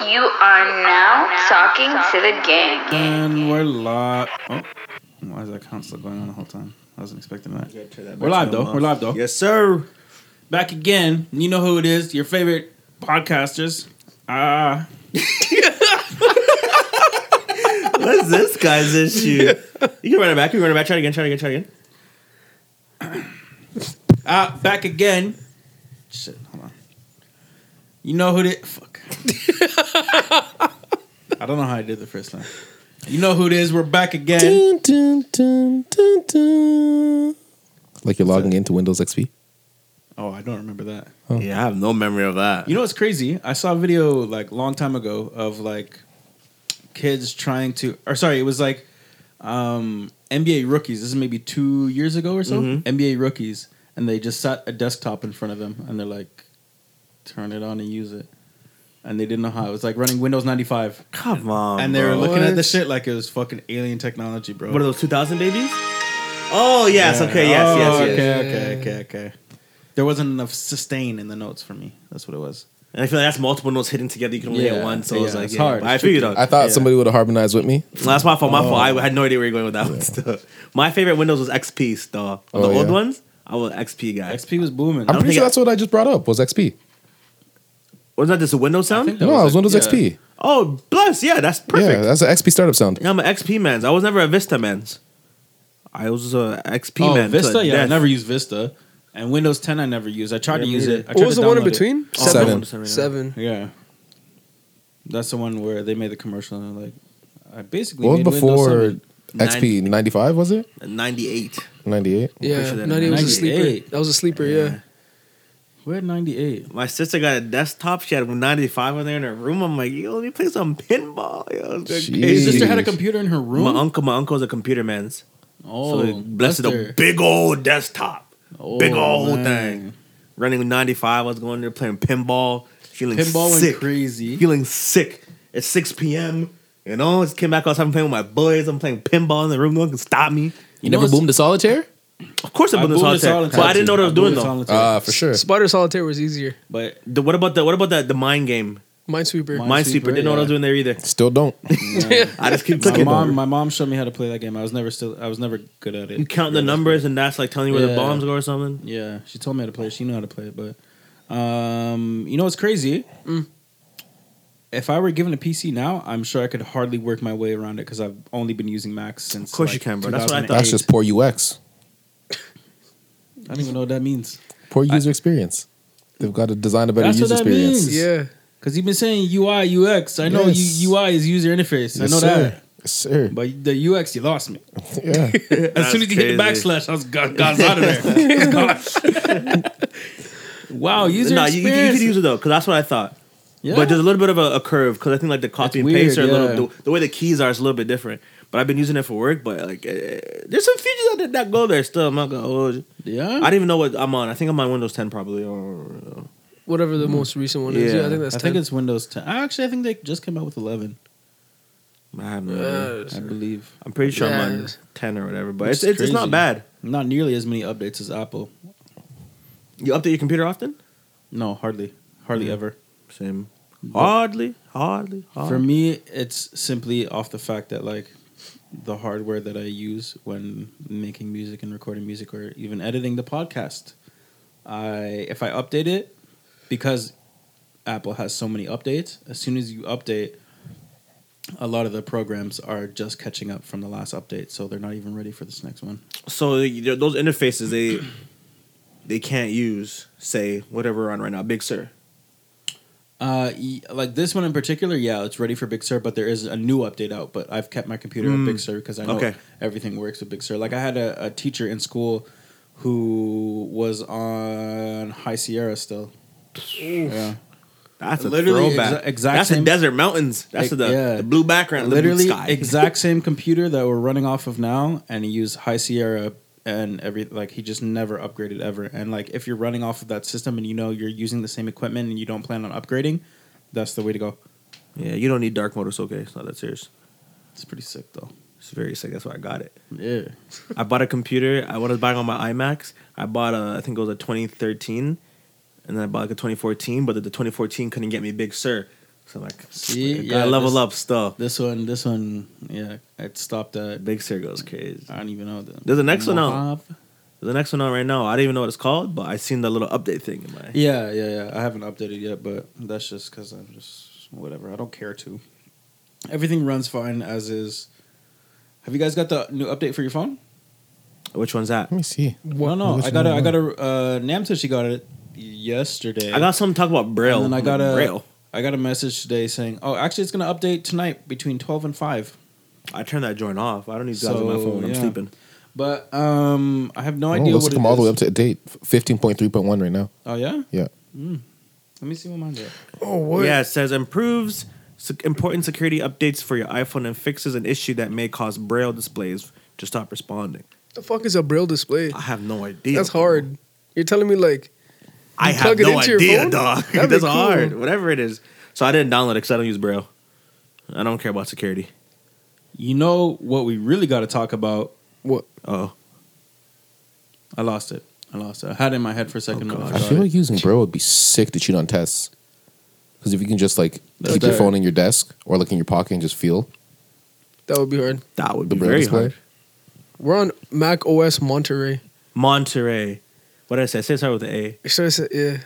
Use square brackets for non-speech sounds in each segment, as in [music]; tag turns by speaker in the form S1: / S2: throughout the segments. S1: You are now talking to the gang.
S2: And we're live. Oh, why is that console going on the whole time? I wasn't expecting that. We're live, though. We're live, though.
S3: Yes, sir.
S2: Back again. You know who it is. Your favorite podcasters. Ah,
S3: What's this
S2: [laughs]
S3: guy's issue? You can run it back. You can run it back. Try it again. Try it again. Try it again.
S2: ah, back again. Shit, hold on. You know who it. [laughs] Fuck. I don't know how I did the first time. You know who it is. We're back again.
S4: Dun, dun, dun, dun, dun. Like you're logging into Windows XP.
S2: Oh, I don't remember that.
S3: Yeah, I have no memory of that.
S2: You know what's crazy? I saw a video like long time ago of like kids trying to, or sorry, it was like um, NBA rookies. This is maybe two years ago or so.
S3: Mm-hmm.
S2: NBA rookies, and they just sat a desktop in front of them, and they're like, "Turn it on and use it." And they didn't know how. It was like running Windows ninety five,
S3: Come on.
S2: and they were
S3: Oh, bro.
S2: looking at the shit like it was fucking alien technology, bro.
S3: What are those 2000 babies? Oh yes. Okay. Yes.
S2: Oh,
S3: yes. Yes.
S2: okay, okay, okay, okay. There wasn't enough sustain in the notes for me. That's what it was.
S3: And I feel like that's multiple notes hitting together. You can only
S2: Yeah,
S3: hit one, so
S2: yeah,
S3: it's like
S2: it's
S3: yeah.
S2: hard.
S3: but I
S2: It's
S3: figured
S2: tricky.
S3: out.
S4: I thought
S2: Uh, Yeah. Oh.
S4: somebody would have harmonized with me.
S3: That's my fault. My fault. I had no idea where you were going with that one. Still, my favorite Windows was XP. Still, of the
S4: Oh,
S3: old
S4: yeah.
S3: ones, I was XP guy.
S2: XP was booming.
S4: I'm pretty
S3: think
S4: sure
S3: I-
S4: that's what I just brought up was XP.
S3: Wasn't that just a Windows sound?
S2: that
S4: no,
S2: was
S4: it was
S2: it.
S4: Windows
S2: Yeah.
S4: XP.
S3: oh, bless. Yeah, that's perfect.
S4: Yeah, that's an XP startup sound.
S3: Yeah, I'm an XP man's. I was never a Vista man's. I was a XP
S2: oh,
S3: man. to
S2: Vista, yeah, I
S3: death.
S2: never used Vista, and Windows 10 I never used. I tried to
S3: Yeah, me
S2: use
S3: neither.
S2: it. I tried
S5: What was
S2: to
S5: the one in
S2: download it.
S5: between?
S3: Oh,
S4: Seven.
S3: that one was right now.
S5: Seven.
S2: Yeah, that's the one where they made the commercial and they're like, I basically
S4: What was
S2: made Windows
S4: before
S2: 7.
S4: XP? 95 was it?
S3: 98.
S4: 98.
S5: Yeah,
S3: sure that-
S5: 98 was a
S2: 98.
S5: sleeper. That was a sleeper, yeah.
S2: We're at 98.
S3: My sister got a desktop. She had 95 on there in her room. I'm like, yo, let me play some pinball. Yo, it's like
S4: Jeez.
S2: His
S3: crazy.
S2: sister had a
S4: Jeez.
S2: computer in her room.
S3: my uncle, my uncle's a computer man's.
S2: oh,
S3: So he blessed
S2: her.
S3: a big old desktop. big
S2: Oh,
S3: old
S2: man.
S3: thing. Running with 95. I was going there playing pinball. Feeling
S2: Pinball
S3: sick.
S2: went crazy.
S3: feeling sick at 6 p.m. You know, just came back outside. I'm playing with my boys. I'm playing pinball in the room. No one can stop me.
S4: You
S2: never boomed
S4: to solitaire?
S3: Of course, I
S2: I
S3: boomed the
S2: boomed it
S3: solitaire,
S2: solitaire.
S3: but I didn't know what I was doing
S2: boomed it
S3: though. Ah,
S2: solitaire.
S4: Uh, for sure.
S5: Spider Solitaire was easier.
S2: but
S3: The, what about the what about that the mind game?
S5: Minesweeper.
S2: Mine-
S3: Minesweeper.
S2: Minesweeper,
S3: Didn't know what I
S2: yeah.
S3: was doing
S2: [laughs]
S3: there either.
S4: Still don't.
S3: I just keep
S2: my
S3: clicking.
S2: mom, my mom showed me how to play that game. I was never still, I was never good at
S3: You
S2: it.
S3: count the numbers, and that's like telling you where
S2: Yeah.
S3: the bombs go or something.
S2: Yeah, she told me how to play. it. She knew how to play it, but um, you know what's crazy?
S3: Mm.
S2: If I were given a PC now, I'm sure I could hardly work my way around it because I've only been using Macs since.
S3: Of course you
S2: like,
S3: can, bro. That's what I thought.
S2: 2008.
S4: That's just poor UX.
S2: I don't even know what that means.
S4: Poor user experience. They've got to design a better
S2: That's what
S4: user
S2: that
S4: experience.
S2: means.
S5: yeah.
S2: Because you've been saying UI UX. I know
S4: Yes.
S2: U- UI is user interface. I
S4: Yes,
S2: know
S4: sir.
S2: that.
S4: Yes, sir.
S2: But the UX, you lost me.
S4: Yeah.
S2: As soon as you hit the
S3: crazy.
S2: backslash, I was got, got out of
S3: [laughs]
S2: there. wow, Oh, user
S3: Nah, you, you, you
S2: experience.
S3: could use it though, because that's what I thought.
S2: yeah.
S3: But there's a little bit of a, a curve because I think like the copy
S2: It's
S3: and paste are
S2: weird,
S3: a
S2: yeah.
S3: little the, the way the keys are is a little bit different. But I've been using it for work. But like, eh, eh, there's some features that did not go there. Still, I'm not gonna. hold you.
S2: yeah.
S3: I don't even know what I'm on. I think I'm on Windows 10 probably. Or,
S5: Whatever the most recent one is.
S3: Yeah.
S5: Yeah, I think that's
S2: I
S5: 10.
S2: think it's Windows 10. Actually, I think they just came out with 11,
S3: I have no idea.
S5: Uh,
S2: I believe.
S3: I'm pretty sure I'm on
S5: Yes.
S3: 10 or whatever. But
S2: Which
S3: it's
S2: is
S3: it's, it's
S2: crazy.
S3: not bad.
S2: Not nearly as many updates as Apple.
S3: You update your computer often?
S2: No, hardly. Hardly ever.
S3: Same. Hardly, hardly, hardly.
S2: For me, it's simply off the fact that, like, the hardware that I use when making music and recording music or even editing the podcast, I if I update it, because Apple has so many updates, as soon as you update, a lot of the programs are just catching up from the last update, so they're not even ready for this next one.
S3: so you know, those interfaces they they can't use say whatever we're on right now big sur
S2: Uh, y- like this one in particular, yeah, it's ready for Big Sur, but there is a new update out. But I've kept my computer on Big Sur because I know
S3: Mm. Okay.
S2: everything works with Big Sur. Like I had a, a teacher in school who was on High Sierra still. Yeah.
S3: that's a
S2: Literally
S3: throwback
S2: exa- exact
S3: that's
S2: same-
S3: the desert mountains that's
S2: Ex-
S3: the,
S2: yeah.
S3: the blue background literally
S2: Literally
S3: the blue sky. [laughs]
S2: exact same computer that we're running off of now, and he used High Sierra and every like he just never upgraded ever. And like if you're running off of that system and you know you're using the same equipment and you don't plan on upgrading, that's the way to go.
S3: yeah you don't need dark mode it's okay it's not that serious
S2: It's pretty sick though.
S3: it's very sick that's why i got it
S2: Yeah.
S3: i bought a computer i was buying on my imax i bought a i think it was a 2013 and then i bought like a 2014 but the, the 2014 couldn't get me big sur So like,
S2: See?
S3: gotta
S2: Yeah,
S3: level
S2: this-
S3: up stuff.
S2: This one, this one, yeah, it stopped at.
S3: Big Sir goes crazy.
S2: I don't even know. The,
S3: There's a next one out.
S2: Mojave?
S3: The next one on right now, I don't even know what it's called, but I seen the little update thing in my.
S2: Yeah, yeah, yeah. I haven't updated yet, but that's just because I'm just whatever. I don't care to. Everything runs fine as is. Have you guys got the new update for your phone?
S3: Which one's that?
S4: Let me see.
S2: [laughs] No, no.
S4: Which
S2: I got a,
S4: one?
S2: I got a. Uh, Nam said she got it yesterday.
S3: I got something to talk about Braille.
S2: And then I got a-
S3: Braille.
S2: I got a message today saying, "Oh, actually, it's gonna update tonight between twelve and 5.
S3: I turned that joint off. I don't need guys on my
S2: So,
S3: phone. I'm
S2: yeah.
S3: sleeping.
S2: But um, I have no
S4: Oh,
S2: idea
S4: let's
S2: what it
S4: come all the
S2: is.
S4: way up to date. Fifteen point three point one right now.
S2: Oh yeah,
S4: Yeah.
S2: Let me see what mine's at.
S4: Oh
S3: Yeah, it says improves sec- important security updates for your iPhone and fixes an issue that may cause Braille displays to stop responding.
S5: The fuck is a braille display?
S3: I have no idea.
S5: That's hard. You're telling me like
S3: I
S5: You
S3: have
S5: plug it
S3: no
S5: into your
S3: idea,
S5: phone?
S3: dog.
S5: That'd
S3: [laughs]
S5: be
S3: That's
S5: cool.
S3: hard. Whatever it is. So I didn't download it because I don't use Braille. I don't care about security.
S2: You know what we really got to talk about?
S5: what?
S3: Oh,
S2: I lost it. I lost it. I had it in my head for a second.
S3: Oh,
S2: but
S3: gosh.
S4: I
S2: got
S4: feel
S2: it.
S4: like using Braille would be sick to cheat on tests. Because if you can just like
S2: That's
S4: keep your
S2: better.
S4: phone in your desk or like in your pocket and just feel
S5: That would be hard.
S3: that would
S4: the
S3: be
S4: Braille
S3: very
S4: display.
S3: hard.
S5: We're on Mac OS Monterey.
S3: Monterey. What did I say? I said it started with an A.
S5: Should I say uh, yeah?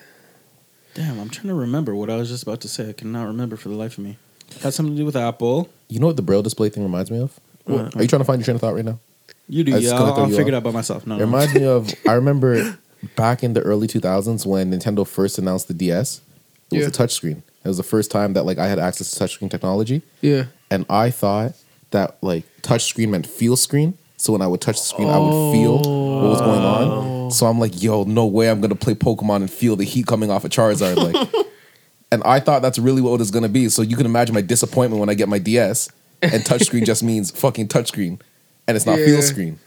S2: Damn, I'm trying to remember what I was just about to say. I cannot remember for the life of me. had something to do with Apple.
S4: You know what the Braille display thing reminds me of? Are you trying to find your train of thought right now?
S2: You do,
S4: I just
S2: yeah.
S4: kinda
S2: I'll,
S4: threw
S2: I'll
S4: you
S2: figure it
S4: off.
S2: out by myself. No,
S4: It
S2: no, no.
S4: reminds me of I remember back in the early 2000s when Nintendo first announced the DS. It
S5: Yeah.
S4: was a touchscreen. It was the first time that like I had access to touchscreen technology,
S5: Yeah.
S4: and I thought that like touchscreen meant feel screen. So when I would touch the screen, I would feel what was going
S5: Oh.
S4: on. So I'm like, yo, no way I'm gonna play Pokemon and feel the heat coming off of Charizard. Like,
S5: [laughs]
S4: and I thought that's really what it was gonna be. So you can imagine my disappointment when I get my DS and touchscreen just means fucking touchscreen, and it's not
S5: Yeah.
S4: feel screen.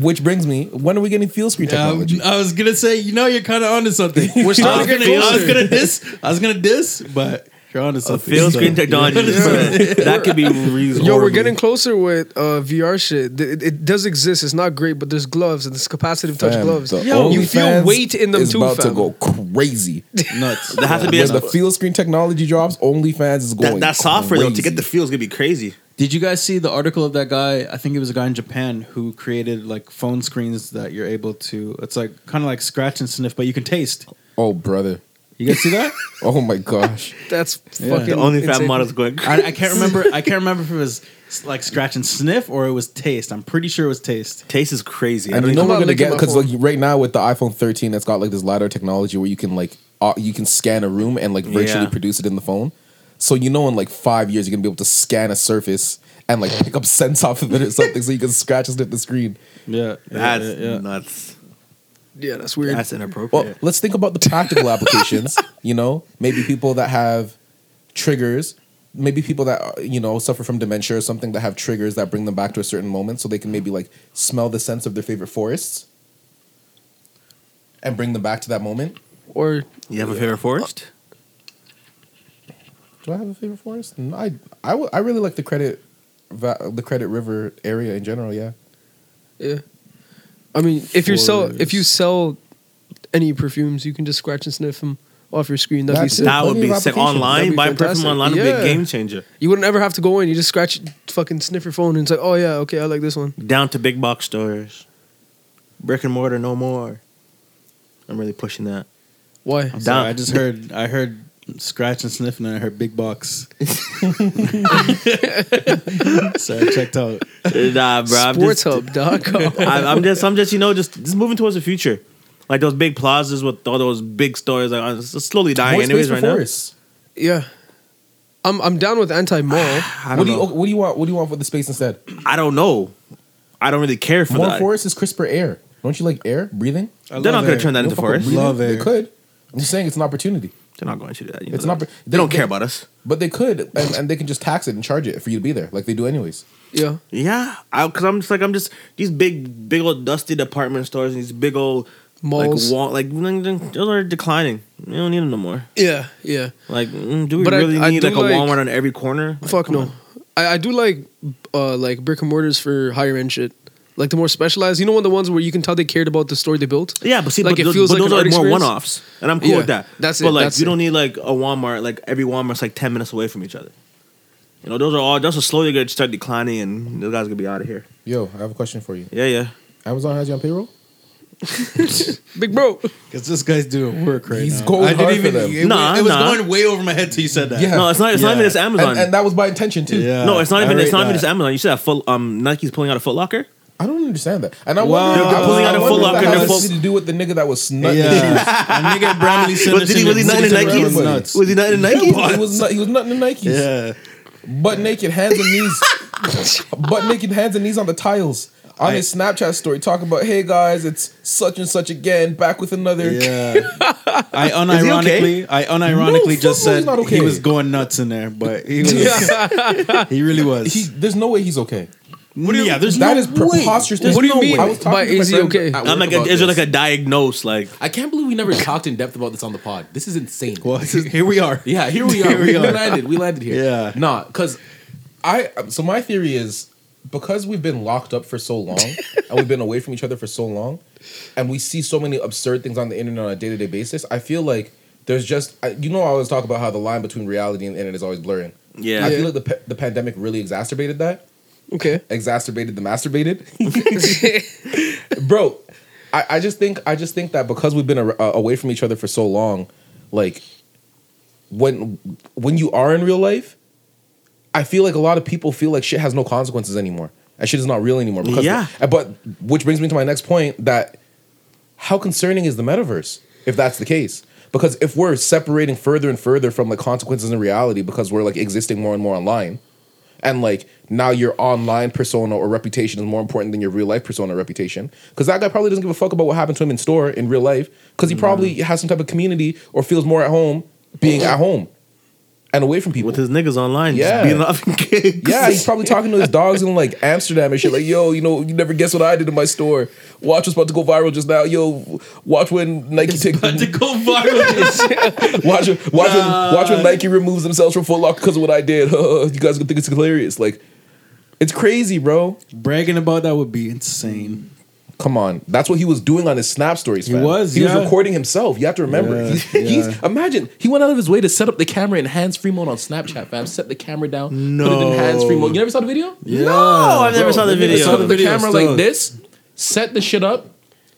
S4: Which brings me, when are we getting feel screen
S2: Yeah,
S4: technology?
S2: Um, I was gonna say, you know, you're kind of onto something. [laughs]
S5: We're starting
S2: I
S5: to
S2: was,
S5: get
S2: gonna, I was
S5: closer.
S2: gonna diss. I was gonna diss, but you're onto
S3: A
S2: something.
S3: field
S2: So,
S3: screen
S2: yeah.
S3: technology.
S2: [laughs]
S3: [laughs] that could be reasonable.
S5: Yo, we're getting closer with uh, VR shit. Th- It, it does exist. It's not great, but there's gloves and there's capacitive touch
S4: Fam,
S5: gloves.
S4: the
S5: Yo, you feel
S4: OnlyFans
S5: weight in them
S4: is
S5: too,
S4: about to
S5: fam.
S4: go
S5: [laughs]
S4: crazy.
S2: Nuts.
S3: There has to be a,
S4: when the feel screen technology drops, OnlyFans is going.
S3: that, that software though to
S4: crazy.
S3: get the feels gonna be crazy.
S2: Did you guys see the article of that guy? I think it was a guy in Japan who created like phone screens that you're able to. It's like kind of like scratch and sniff, but you can taste.
S4: Oh brother!
S2: You guys see that?
S4: Oh my [laughs] gosh!
S5: That's
S2: Yeah.
S3: The
S5: fucking
S3: only
S5: insane.
S3: fat model's going.
S2: I, I can't remember. I can't remember if it was like scratch and sniff or it was taste. I'm pretty sure it was taste.
S3: Taste is crazy.
S4: and you
S3: I
S4: know
S5: I'm
S4: we're
S5: not
S4: gonna
S5: licking
S4: get
S5: my
S4: because
S5: phone.
S4: like right now with the iPhone 13, that's got like this lidar technology where you can like uh, you can scan a room and like virtually
S3: Yeah.
S4: produce it in the phone. So you know in like five years you're gonna be able to scan a surface and like pick up [laughs] scents off of it or something, so you can scratch and sniff the screen.
S2: Yeah,
S3: that's
S2: yeah, yeah.
S3: nuts.
S5: Yeah, that's weird.
S3: That's
S4: Well,
S3: inappropriate.
S4: let's think about the practical
S3: [laughs]
S4: applications. You know, maybe people that have triggers, maybe people that uh, you know suffer from dementia or something that have triggers that bring them back to a certain moment, so they can maybe like smell the sense of their favorite forests and bring them back to that moment.
S5: or
S3: you have a favorite forest?
S4: Do I have a favorite forest? No, I I w- I really like the credit va- the credit river area in general. Yeah,
S5: yeah. I mean, if you sell if you
S2: Forest.
S5: sell any perfumes, you can just scratch and sniff them off your screen. That'd be
S4: That's
S5: sick.
S4: it.
S3: That would
S4: plenty
S3: be
S4: of
S3: sick.
S4: applications.
S5: That'd
S3: Online,
S5: be
S3: buy perfume
S5: fantastic.
S3: online would be
S5: Yeah.
S3: a game changer.
S5: You wouldn't ever have to go in. You just scratch, fucking sniff your phone, and it's like, oh yeah, okay, I like this one.
S3: Down to big box stores, brick and mortar, no more. I'm really pushing that.
S5: Why?
S2: I'm sorry, I just heard. I heard scratch and sniff, and I heard big
S3: [laughs]
S2: box. so I checked out.
S3: nah, bro. I'm just, [laughs]
S5: Sportshub.com.
S3: I, I'm just, I'm just, you know, just, just moving towards the future. Like those big plazas with all those big stores, like uh, it's just slowly dying.
S4: More space
S3: Anyways,
S4: for
S3: right now,
S4: forests.
S5: yeah, I'm I'm down with anti-mall.
S3: I
S4: What
S3: don't
S4: do you
S3: know.
S4: what do you want? What do you want for the space instead?
S3: I don't know. I don't really care for
S4: More
S3: that.
S4: forest is crisper air. Don't you like air breathing?
S2: I
S3: They're not
S2: love
S3: gonna
S2: it.
S3: turn that into
S4: Motherfucker,
S3: forest.
S4: breathe
S2: Love
S4: it. They
S2: it.
S4: could. I'm just saying it's an opportunity.
S3: They're not going to do that. You know
S4: It's not.
S3: that.
S4: They,
S3: They don't care about us.
S4: But they could, and, and they can just tax it and charge it for you to be there, like they do anyways.
S5: Yeah,
S3: Yeah, I, cause I'm just like I'm just these big, big old dusty department stores and these big old
S5: malls.
S3: like wall like those are declining. You don't need them no more.
S5: yeah, yeah.
S3: Like, mm, do we
S5: But I-
S3: really
S5: I
S3: need
S5: do
S3: like a
S5: like-
S3: Walmart on every corner? Like,
S5: Fuck
S3: come
S5: no.
S3: on.
S5: I, I do like uh like brick and mortars for higher end shit. Like the more specialized, you know, one of the ones where you can tell they cared about the story they built.
S3: Yeah, but see,
S5: Like,
S3: but,
S5: it
S3: those,
S5: feels
S3: but
S5: like
S3: those
S5: an
S3: are
S5: art
S3: more
S5: experience.
S3: one-offs, and I'm cool
S5: Yeah,
S3: with that.
S5: that's it,
S3: But like,
S5: that's
S3: you
S5: it.
S3: don't need like a Walmart. Like every Walmart's like ten minutes away from each other. You know, those are all. Those are slowly gonna start declining, and those guys gonna be out of here.
S4: Yo, I have a question for you.
S3: Yeah, yeah.
S4: Amazon has you on payroll?
S5: Big bro.
S2: Because this guy's doing work right
S4: He's
S2: now.
S4: going
S2: I
S4: hard
S2: didn't
S4: for
S2: even.
S4: them.
S2: It,
S3: Nah,
S2: was, it was
S3: nah.
S2: going way over my head till you said that.
S4: Yeah.
S3: No, it's not. It's not even. It's Amazon.
S4: And, and that was by intention too.
S2: Yeah.
S3: no, it's not
S4: I
S3: even. It's
S4: rate
S3: not even.
S4: that.
S3: It's Amazon. You said that full. Um, Nike's pulling out a Foot Locker.
S4: I don't understand that. And I
S2: Wow.
S4: wonder,
S2: They're
S4: I
S2: pulling out
S4: wonder
S2: a
S4: if
S2: Foot
S4: that
S2: Locker
S4: has
S2: and they're
S4: something to do with the nigga that was snutting the shoes.
S2: Yeah. [laughs] and nigga Bradley Sanderson.
S3: [laughs] But did he really not in
S2: Sanderson
S3: Nike?
S2: was
S4: Nuts.
S3: Was he not
S4: [laughs]
S3: in Nike?
S2: [laughs]
S4: He was, he was nut- he was nutting the Nikes.
S2: Yeah.
S4: Butt naked, hands and knees.
S2: [laughs]
S4: butt naked, hands and knees on the tiles. On
S2: I-
S4: his Snapchat story, talking about, hey guys, it's such and such again, back with another.
S2: Yeah. I
S3: Is he okay?
S2: unironically, I unironically
S4: No, fuck
S2: just
S4: no, he's
S2: said
S4: not okay.
S2: he was going nuts in there, but he was. He really was.
S4: He, there's no way he's okay.
S2: What do you- yeah, there's
S4: That
S2: no
S4: is
S2: way.
S4: preposterous.
S2: There's
S5: What do you
S2: no
S5: mean?
S2: way.
S4: I was talking
S5: By
S4: to my
S5: is he
S4: friend
S5: okay?
S6: at
S3: I'm
S6: work
S3: like,
S6: about
S3: is there like
S6: this.
S3: a diagnose? Like,
S6: I can't believe we never talked in depth about this on the pod. This is insane.
S2: Well, here we are.
S6: Yeah, here
S3: [laughs]
S6: we are.
S2: Here we
S6: we,
S2: are.
S6: landed. We landed here.
S2: Yeah.
S6: Nah, because
S4: I so my theory is because we've been locked up for so
S5: [laughs]
S4: long and we've been away from each other for so long, and we see so many absurd things on the internet on a day to day basis. I feel like there's just I, you know I always talk about how the line between reality and the internet is always blurring.
S3: yeah.
S4: I feel like the pa- the pandemic really exacerbated that,
S5: Okay. [laughs]
S4: exacerbated the masturbated, bro. I, I just think I just think that because we've been a, uh, away from each other for so long, like when when you are in real life, I feel like a lot of people feel like shit has no consequences anymore. That shit is not real anymore. Because
S3: Yeah.
S4: But which brings me to my next point that how concerning is the metaverse if that's the case? Because if we're separating further and further from the consequences in reality because we're like existing more and more online, and like now your online persona or reputation is more important than your real life persona or reputation because that guy probably doesn't give a fuck about what happened to him in store in real life because he
S2: Mm-hmm.
S4: probably has some type of community or feels more at home being at home and away from people
S3: With his niggas online, just
S4: Yeah.
S3: beating off in gigs.
S4: yeah, he's
S2: [laughs]
S4: probably talking to his dogs in like Amsterdam and shit. Like, yo, you know, you never guess what I did in my store. Watch was about to go viral just now. Yo, watch when Nike
S3: [laughs]
S4: take
S2: About to go viral.
S4: [laughs] watch when- watch when, watch when Nike removes themselves from Foot Locker because of what I did. [laughs] you guys gonna think it's hilarious? Like, it's crazy, bro.
S2: Bragging about that would be insane.
S4: Come on, that's what he was doing on his Snap stories.
S2: He
S4: fam.
S2: was,
S4: he
S2: yeah.
S4: was recording himself. You have to remember.
S2: Yeah,
S4: He's,
S2: yeah.
S4: he's imagine
S6: he went out of his way to set up the camera in hands free mode on Snapchat, fam. Set the camera down, put it in
S2: No.
S6: hands free mode. You never saw the video?
S2: Yeah.
S3: Oh, I've never saw the video.
S6: Set up the
S2: Video
S6: camera
S2: still.
S6: like this, set the shit up,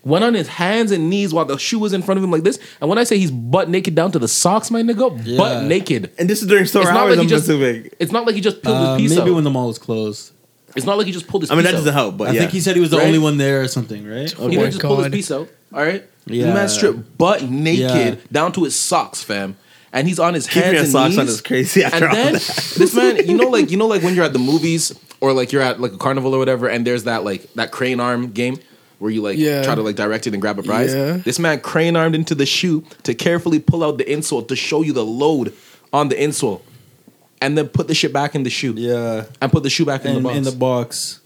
S6: went on his hands and knees while the shoe was in front of him like this. And when I say he's butt naked down to the socks, my nigga, butt
S2: Yeah.
S6: naked.
S3: and this is during store
S6: It's not
S3: hours.
S6: like he
S3: I'm
S6: just.
S3: assuming.
S6: It's not like he just peeled
S2: Uh,
S6: his piece
S2: maybe
S6: out.
S2: when the mall was closed.
S6: it's not like he just pulled his.
S3: I mean,
S6: piece
S3: that doesn't
S6: out.
S3: help, but
S2: I
S3: yeah.
S2: think he said he was the
S6: Right?
S2: only one there or something, right?
S6: He
S5: Oh my
S6: didn't just pull his
S5: God.
S6: piece out. All right.
S2: Yeah.
S6: The man stripped butt naked
S2: Yeah.
S6: down to his socks, fam. And he's on his
S3: keeping
S6: hands
S3: his
S6: and
S3: socks
S6: knees.
S3: on is crazy. [laughs] After
S6: and
S3: all
S6: then
S3: that.
S6: [laughs] this man, you know, like you know, like when you're at the movies or like you're at like a carnival or whatever, and there's that like that crane arm game where you like
S5: Yeah.
S6: try to like direct it and grab a prize.
S5: Yeah.
S6: This man crane armed into the shoe to carefully pull out the insole to show you the load on the insole, and then put the shit back in the shoe
S2: Yeah.
S6: and put the shoe back in the
S2: And
S6: box.
S2: in the box.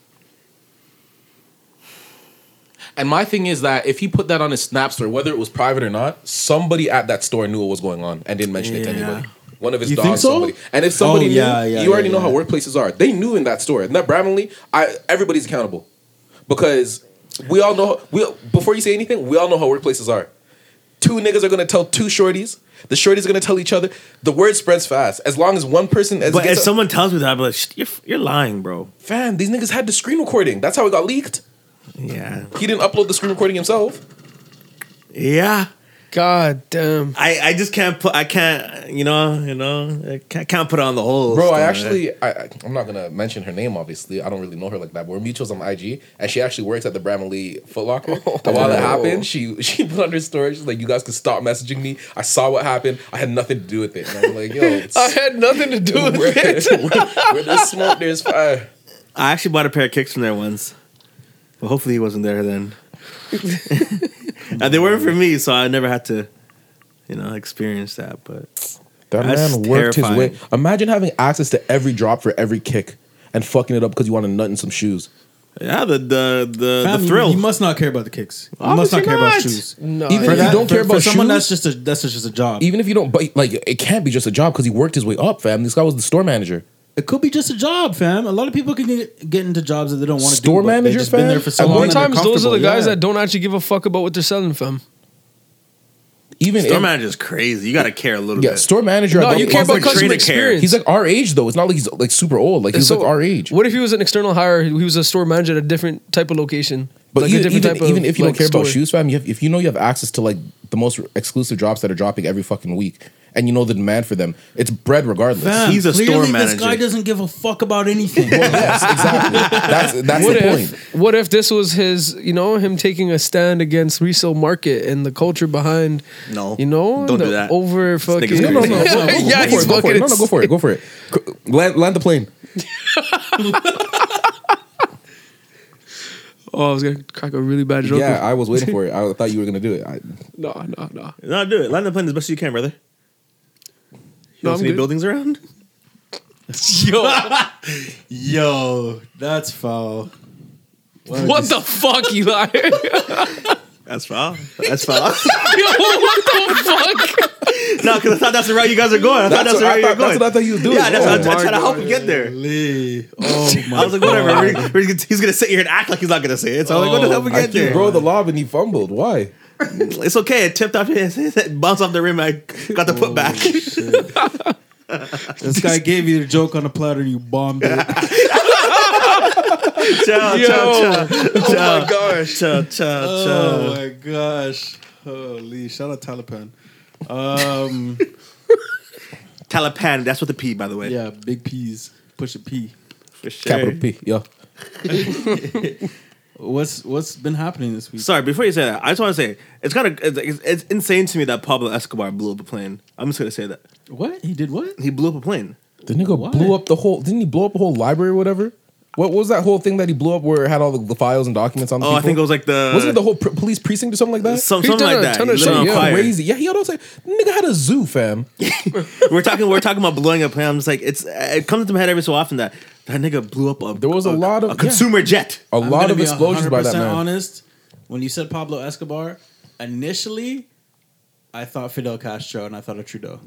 S6: and my thing is that if he put that on his Snap story,
S4: whether it was private or not, somebody at that store knew what was going on and didn't mention it to
S2: Yeah.
S4: anybody. One of his
S2: You think
S4: dogs,
S2: so?
S4: somebody. And if somebody
S2: Oh, yeah,
S4: knew,
S2: yeah,
S4: you already
S2: yeah,
S4: know how
S2: yeah.
S4: workplaces are. They knew in that store. And that Bramley, I everybody's accountable. Because we all know we before you say anything, we all know how workplaces are. Two niggas are gonna tell two shorties. The shorties are gonna tell each other. The word spreads fast. As long as one person as
S3: But if
S4: gets a-
S3: someone tells me that, I'm like, "Shh, you're, you're lying, bro.
S4: fam, these niggas had the screen recording. That's how it got leaked.
S3: Yeah.
S4: He didn't upload the screen recording himself.
S3: Yeah.
S5: God damn.
S3: I, I just can't put, I can't, you know, you know, I can't, can't put on the whole.
S4: Bro, I
S3: story.
S4: actually, I, I- I'm not gonna mention her name. Obviously, I don't really know her like that. But we're mutuals on IG, and she actually works at the Bramley Foot
S5: [laughs]
S4: Locker.
S5: Oh,
S4: and while it happened, she she put on her story. She's like, "You guys can stop messaging me. I saw what happened. I had nothing to do with it." And I'm like, "Yo, it's, [laughs]
S5: [laughs] I had nothing to do
S4: where,
S5: with it.
S4: where- where there's smoke, there's fire."
S3: I actually bought a pair of kicks from there once. But hopefully he wasn't there then. and they weren't for me, so I never had to, you know, experience that. But
S4: That
S3: That's
S4: man worked
S3: terrifying.
S4: his way. Imagine having access to every drop for every kick and fucking it up because you want to nut in some shoes.
S3: yeah, the the the,
S2: Fam,
S3: the
S2: you-
S3: thrill.
S2: You must not care about the kicks. You must
S3: Obviously
S2: not care about
S3: not.
S2: shoes.
S5: [laughs] No,
S4: Even
S5: I-
S4: if you don't
S2: for-
S4: care
S2: for
S4: about
S2: someone
S4: shoes,
S2: that's just a that's just a job.
S4: even if you don't, but like it can't be just a job because he worked his way up, fam. This guy was the store manager.
S2: It could be just a job, fam. A lot of people can get, get into jobs that they don't want to do.
S4: Store
S2: but they've
S4: manager,
S2: just been
S4: fam?
S2: there for so
S4: At
S5: At
S2: long.
S5: one
S2: and they're
S5: time, those are the
S2: comfortable,
S5: guys
S2: yeah.
S5: that don't actually give a fuck about what they're selling, fam.
S4: Even
S3: Store
S4: if-
S3: manager is crazy. You got to care a little
S4: yeah,
S3: bit.
S4: store manager.
S5: No,
S4: I
S5: you
S4: think
S5: care
S4: he's
S5: about
S4: like-
S5: customer
S3: trainer care.
S5: experience.
S4: He's like our age though. It's not like he's like super old. Like he's
S5: So,
S4: like our age.
S5: What if he was an external hire? He was a store manager at a different type of location.
S4: But
S5: like a
S4: even,
S5: different
S4: even,
S5: type of,
S4: even if you
S5: like,
S4: don't care about
S5: store.
S4: shoes, fam, you have, if you know you have access to like the most exclusive drops that are dropping every fucking week, and you know the demand for them, it's bread regardless.
S2: Fam,
S3: He's a store
S2: clearly
S3: manager.
S2: This guy doesn't give a fuck about anything.
S4: yes, exactly. [laughs] That's that's
S5: What
S4: the
S5: if,
S4: point.
S5: what if this was his, you know, him taking a stand against resale market and the culture behind,
S3: No.
S5: you know,
S3: Don't
S5: the
S3: do that.
S5: Over
S3: This nigga's
S5: fucking.
S4: No, no, no.
S3: Yeah,
S4: Go, go, go,
S5: [laughs] yeah,
S4: go
S5: he's
S4: for it, go for
S5: fucking.
S4: it. No, no, go for it. Go for it. C- [laughs] Land, land the plane.
S5: Oh, I was gonna crack a really bad joke.
S4: Yeah, I was waiting for it. I thought you were gonna do it. I,
S5: no, no, no.
S3: no, do it. Land the plane as best as you can, brother. You
S5: No,
S3: don't
S5: I'm
S3: see any
S5: good.
S3: buildings around?
S2: [laughs]
S5: [laughs]
S2: [laughs] Yo, that's [laughs] foul.
S5: What the fuck, Eli? [laughs] Yo,
S3: That's foul. That's foul.
S5: what the fuck?
S3: no, because I thought that's the route you guys are going. I thought that's,
S4: what
S3: the route
S4: I
S3: you were
S4: thought,
S3: going.
S4: that's what I thought you was doing.
S3: yeah, that's
S4: Oh,
S3: what I, I
S4: my
S3: tried to
S4: God.
S3: help him get there.
S2: Lee. [laughs] Oh my
S3: I was like, whatever. We're- we're gonna- he's gonna sit here and act like he's not gonna say it. So I was like, what the hell we
S4: Oh, I
S3: get
S4: threw
S3: there?
S4: bro the lob and he fumbled. Why?
S3: It's okay. It tipped off his, it bounced off the rim. I got the
S4: Oh,
S3: put back. [laughs]
S2: This guy gave you the joke on a platter and you [laughs] bombed it.
S3: Ciao,
S5: Yo.
S3: ciao, ciao,
S5: Oh my gosh.
S3: ciao, ciao, ciao.
S2: Oh my gosh. Holy. Shout out Taliban. [laughs] Um,
S3: Talapan. That's what the P, by the way.
S2: yeah, big P's. Push a P.
S3: For sure.
S4: Capital P. Yeah.
S2: What's what's been happening this week?
S3: Sorry, before you say that, I just want to say it's kind of it's, it's, it's insane to me that Pablo Escobar blew up a plane. I'm just gonna say that
S2: What he did? What?
S3: he blew up a plane.
S4: The nigga
S2: Why?
S4: blew up the whole. Didn't he blow up the whole library or whatever? What, what was that whole thing that he blew up where it had all the, the files and documents on? The
S3: Oh, I
S4: people?
S3: think it was like the
S4: Wasn't it the whole pr- police precinct or something like that?
S3: some,
S5: He
S3: something
S5: done
S3: like
S5: a
S3: that.
S5: ton
S3: He
S5: of
S3: lit it
S5: shit,
S3: on
S5: yeah.
S3: fire.
S4: crazy. Yeah, he always like nigga had a zoo, fam.
S3: We're talking we're talking about blowing up plane. I'm just like it's it comes to my head every so often that that nigga blew up a
S4: There was a lot of
S3: a consumer jet.
S4: yeah, a
S2: I'm
S4: lot
S2: gonna
S4: of
S2: be
S4: explosions by that
S2: 100%
S4: man.
S2: Honest, when you said Pablo Escobar, initially, I thought Fidel Castro and I thought of Trudeau.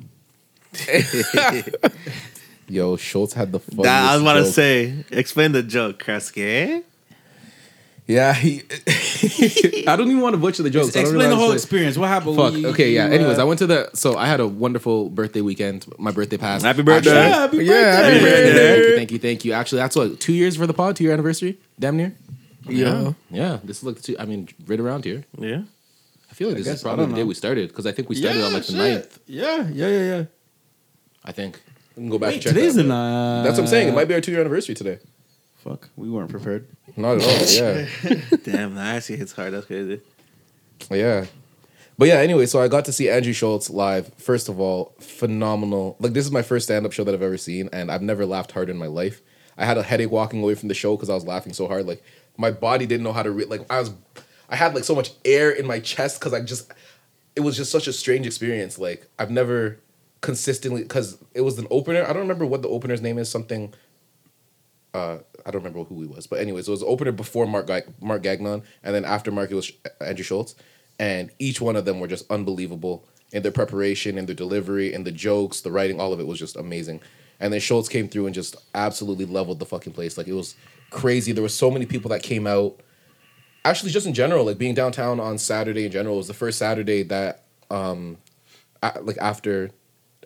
S4: Yo, Schultz had the. Funniest
S3: That, I was about to
S4: joke.
S3: say, explain the joke, Kresge.
S4: Yeah, he. [laughs] I don't even want to butcher the jokes. I don't
S2: Explain the
S4: realize,
S2: whole
S4: like-
S2: experience. What happened?
S7: Fuck.
S2: We-
S7: Okay. Yeah.
S2: you, uh,
S7: Anyways, I went to the. So I had a wonderful birthday weekend. My birthday passed.
S3: Happy birthday.
S7: Actually-
S2: Happy
S5: Yeah, happy
S2: birthday.
S7: Thank you,
S3: birthday.
S7: Thank you. Thank you. Thank you. Actually, that's what two years for the pod. Two year anniversary. Damn near.
S5: Yeah.
S7: Yeah. This is like the two. I mean, right around here.
S3: Yeah.
S7: I feel like this
S2: guess,
S7: is
S2: I
S7: probably
S2: don't
S7: the day
S2: know.
S7: we started because I think we
S2: Yeah,
S7: started on like the
S2: shit.
S7: 9th.
S2: Yeah, yeah, yeah, yeah.
S7: I think. I can go back
S2: Wait,
S7: and check.
S2: today's
S7: that,
S2: the
S7: but-
S2: night.
S4: That's what I'm saying. It might be our two year anniversary today.
S2: Fuck, we weren't prepared.
S4: Not at all. Yeah,
S3: Damn, that actually hits hard. That's crazy.
S4: yeah. But yeah, anyway, so I got to see Andrew Schultz live. First of all, phenomenal. Like this is my first stand up show that I've ever seen, and I've never laughed harder in my life. I had a headache walking away from the show because I was laughing so hard. Like my body didn't know how to re- like I was, I had like so much air in my chest because I just, it was just such a strange experience. Like I've never consistently because it was an opener. I don't remember what the opener's name is. Something uh, I don't remember who he was, but anyways, it was opener before Mark Gag- Mark Gagnon, and then after Mark it was Andrew Schultz, and each one of them were just unbelievable in their preparation, in their delivery, in the jokes, the writing, all of it was just amazing. And then Schultz came through and just absolutely leveled the fucking place. Like it was crazy. There were so many people that came out. Actually, just in general, like being downtown on Saturday in general was the first Saturday that um, a- like after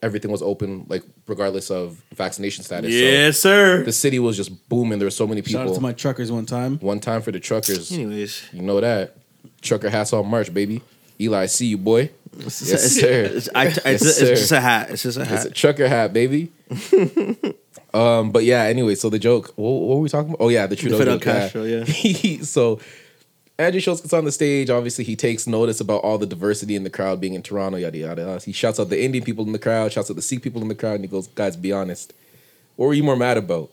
S4: everything was open, like regardless of vaccination status. So
S3: Yes, sir.
S4: the city was just booming. There were so many people.
S2: Shout out to my truckers one time.
S4: One time for the truckers. You
S3: Anyways.
S4: know that. Trucker hats on March, baby. Eli, I see you, boy. Yes,
S3: It's-
S4: sir.
S3: It's, I, it's, it's
S4: sir.
S3: just a hat. It's just a
S4: It's a
S3: hat.
S4: trucker hat, baby. um, but yeah, anyway, so the joke. What, what were we talking about? Oh, yeah, the Trudeau
S3: Fidel
S4: joke, yeah.
S3: Castro,
S4: [laughs]
S3: yeah.
S4: so Andrew Schultz gets on the stage. Obviously, he takes notice about all the diversity in the crowd being in Toronto, yada, yada, yada. He shouts out the Indian people in the crowd, shouts out the Sikh people in the crowd, and he goes, guys, be honest. What were you more mad about?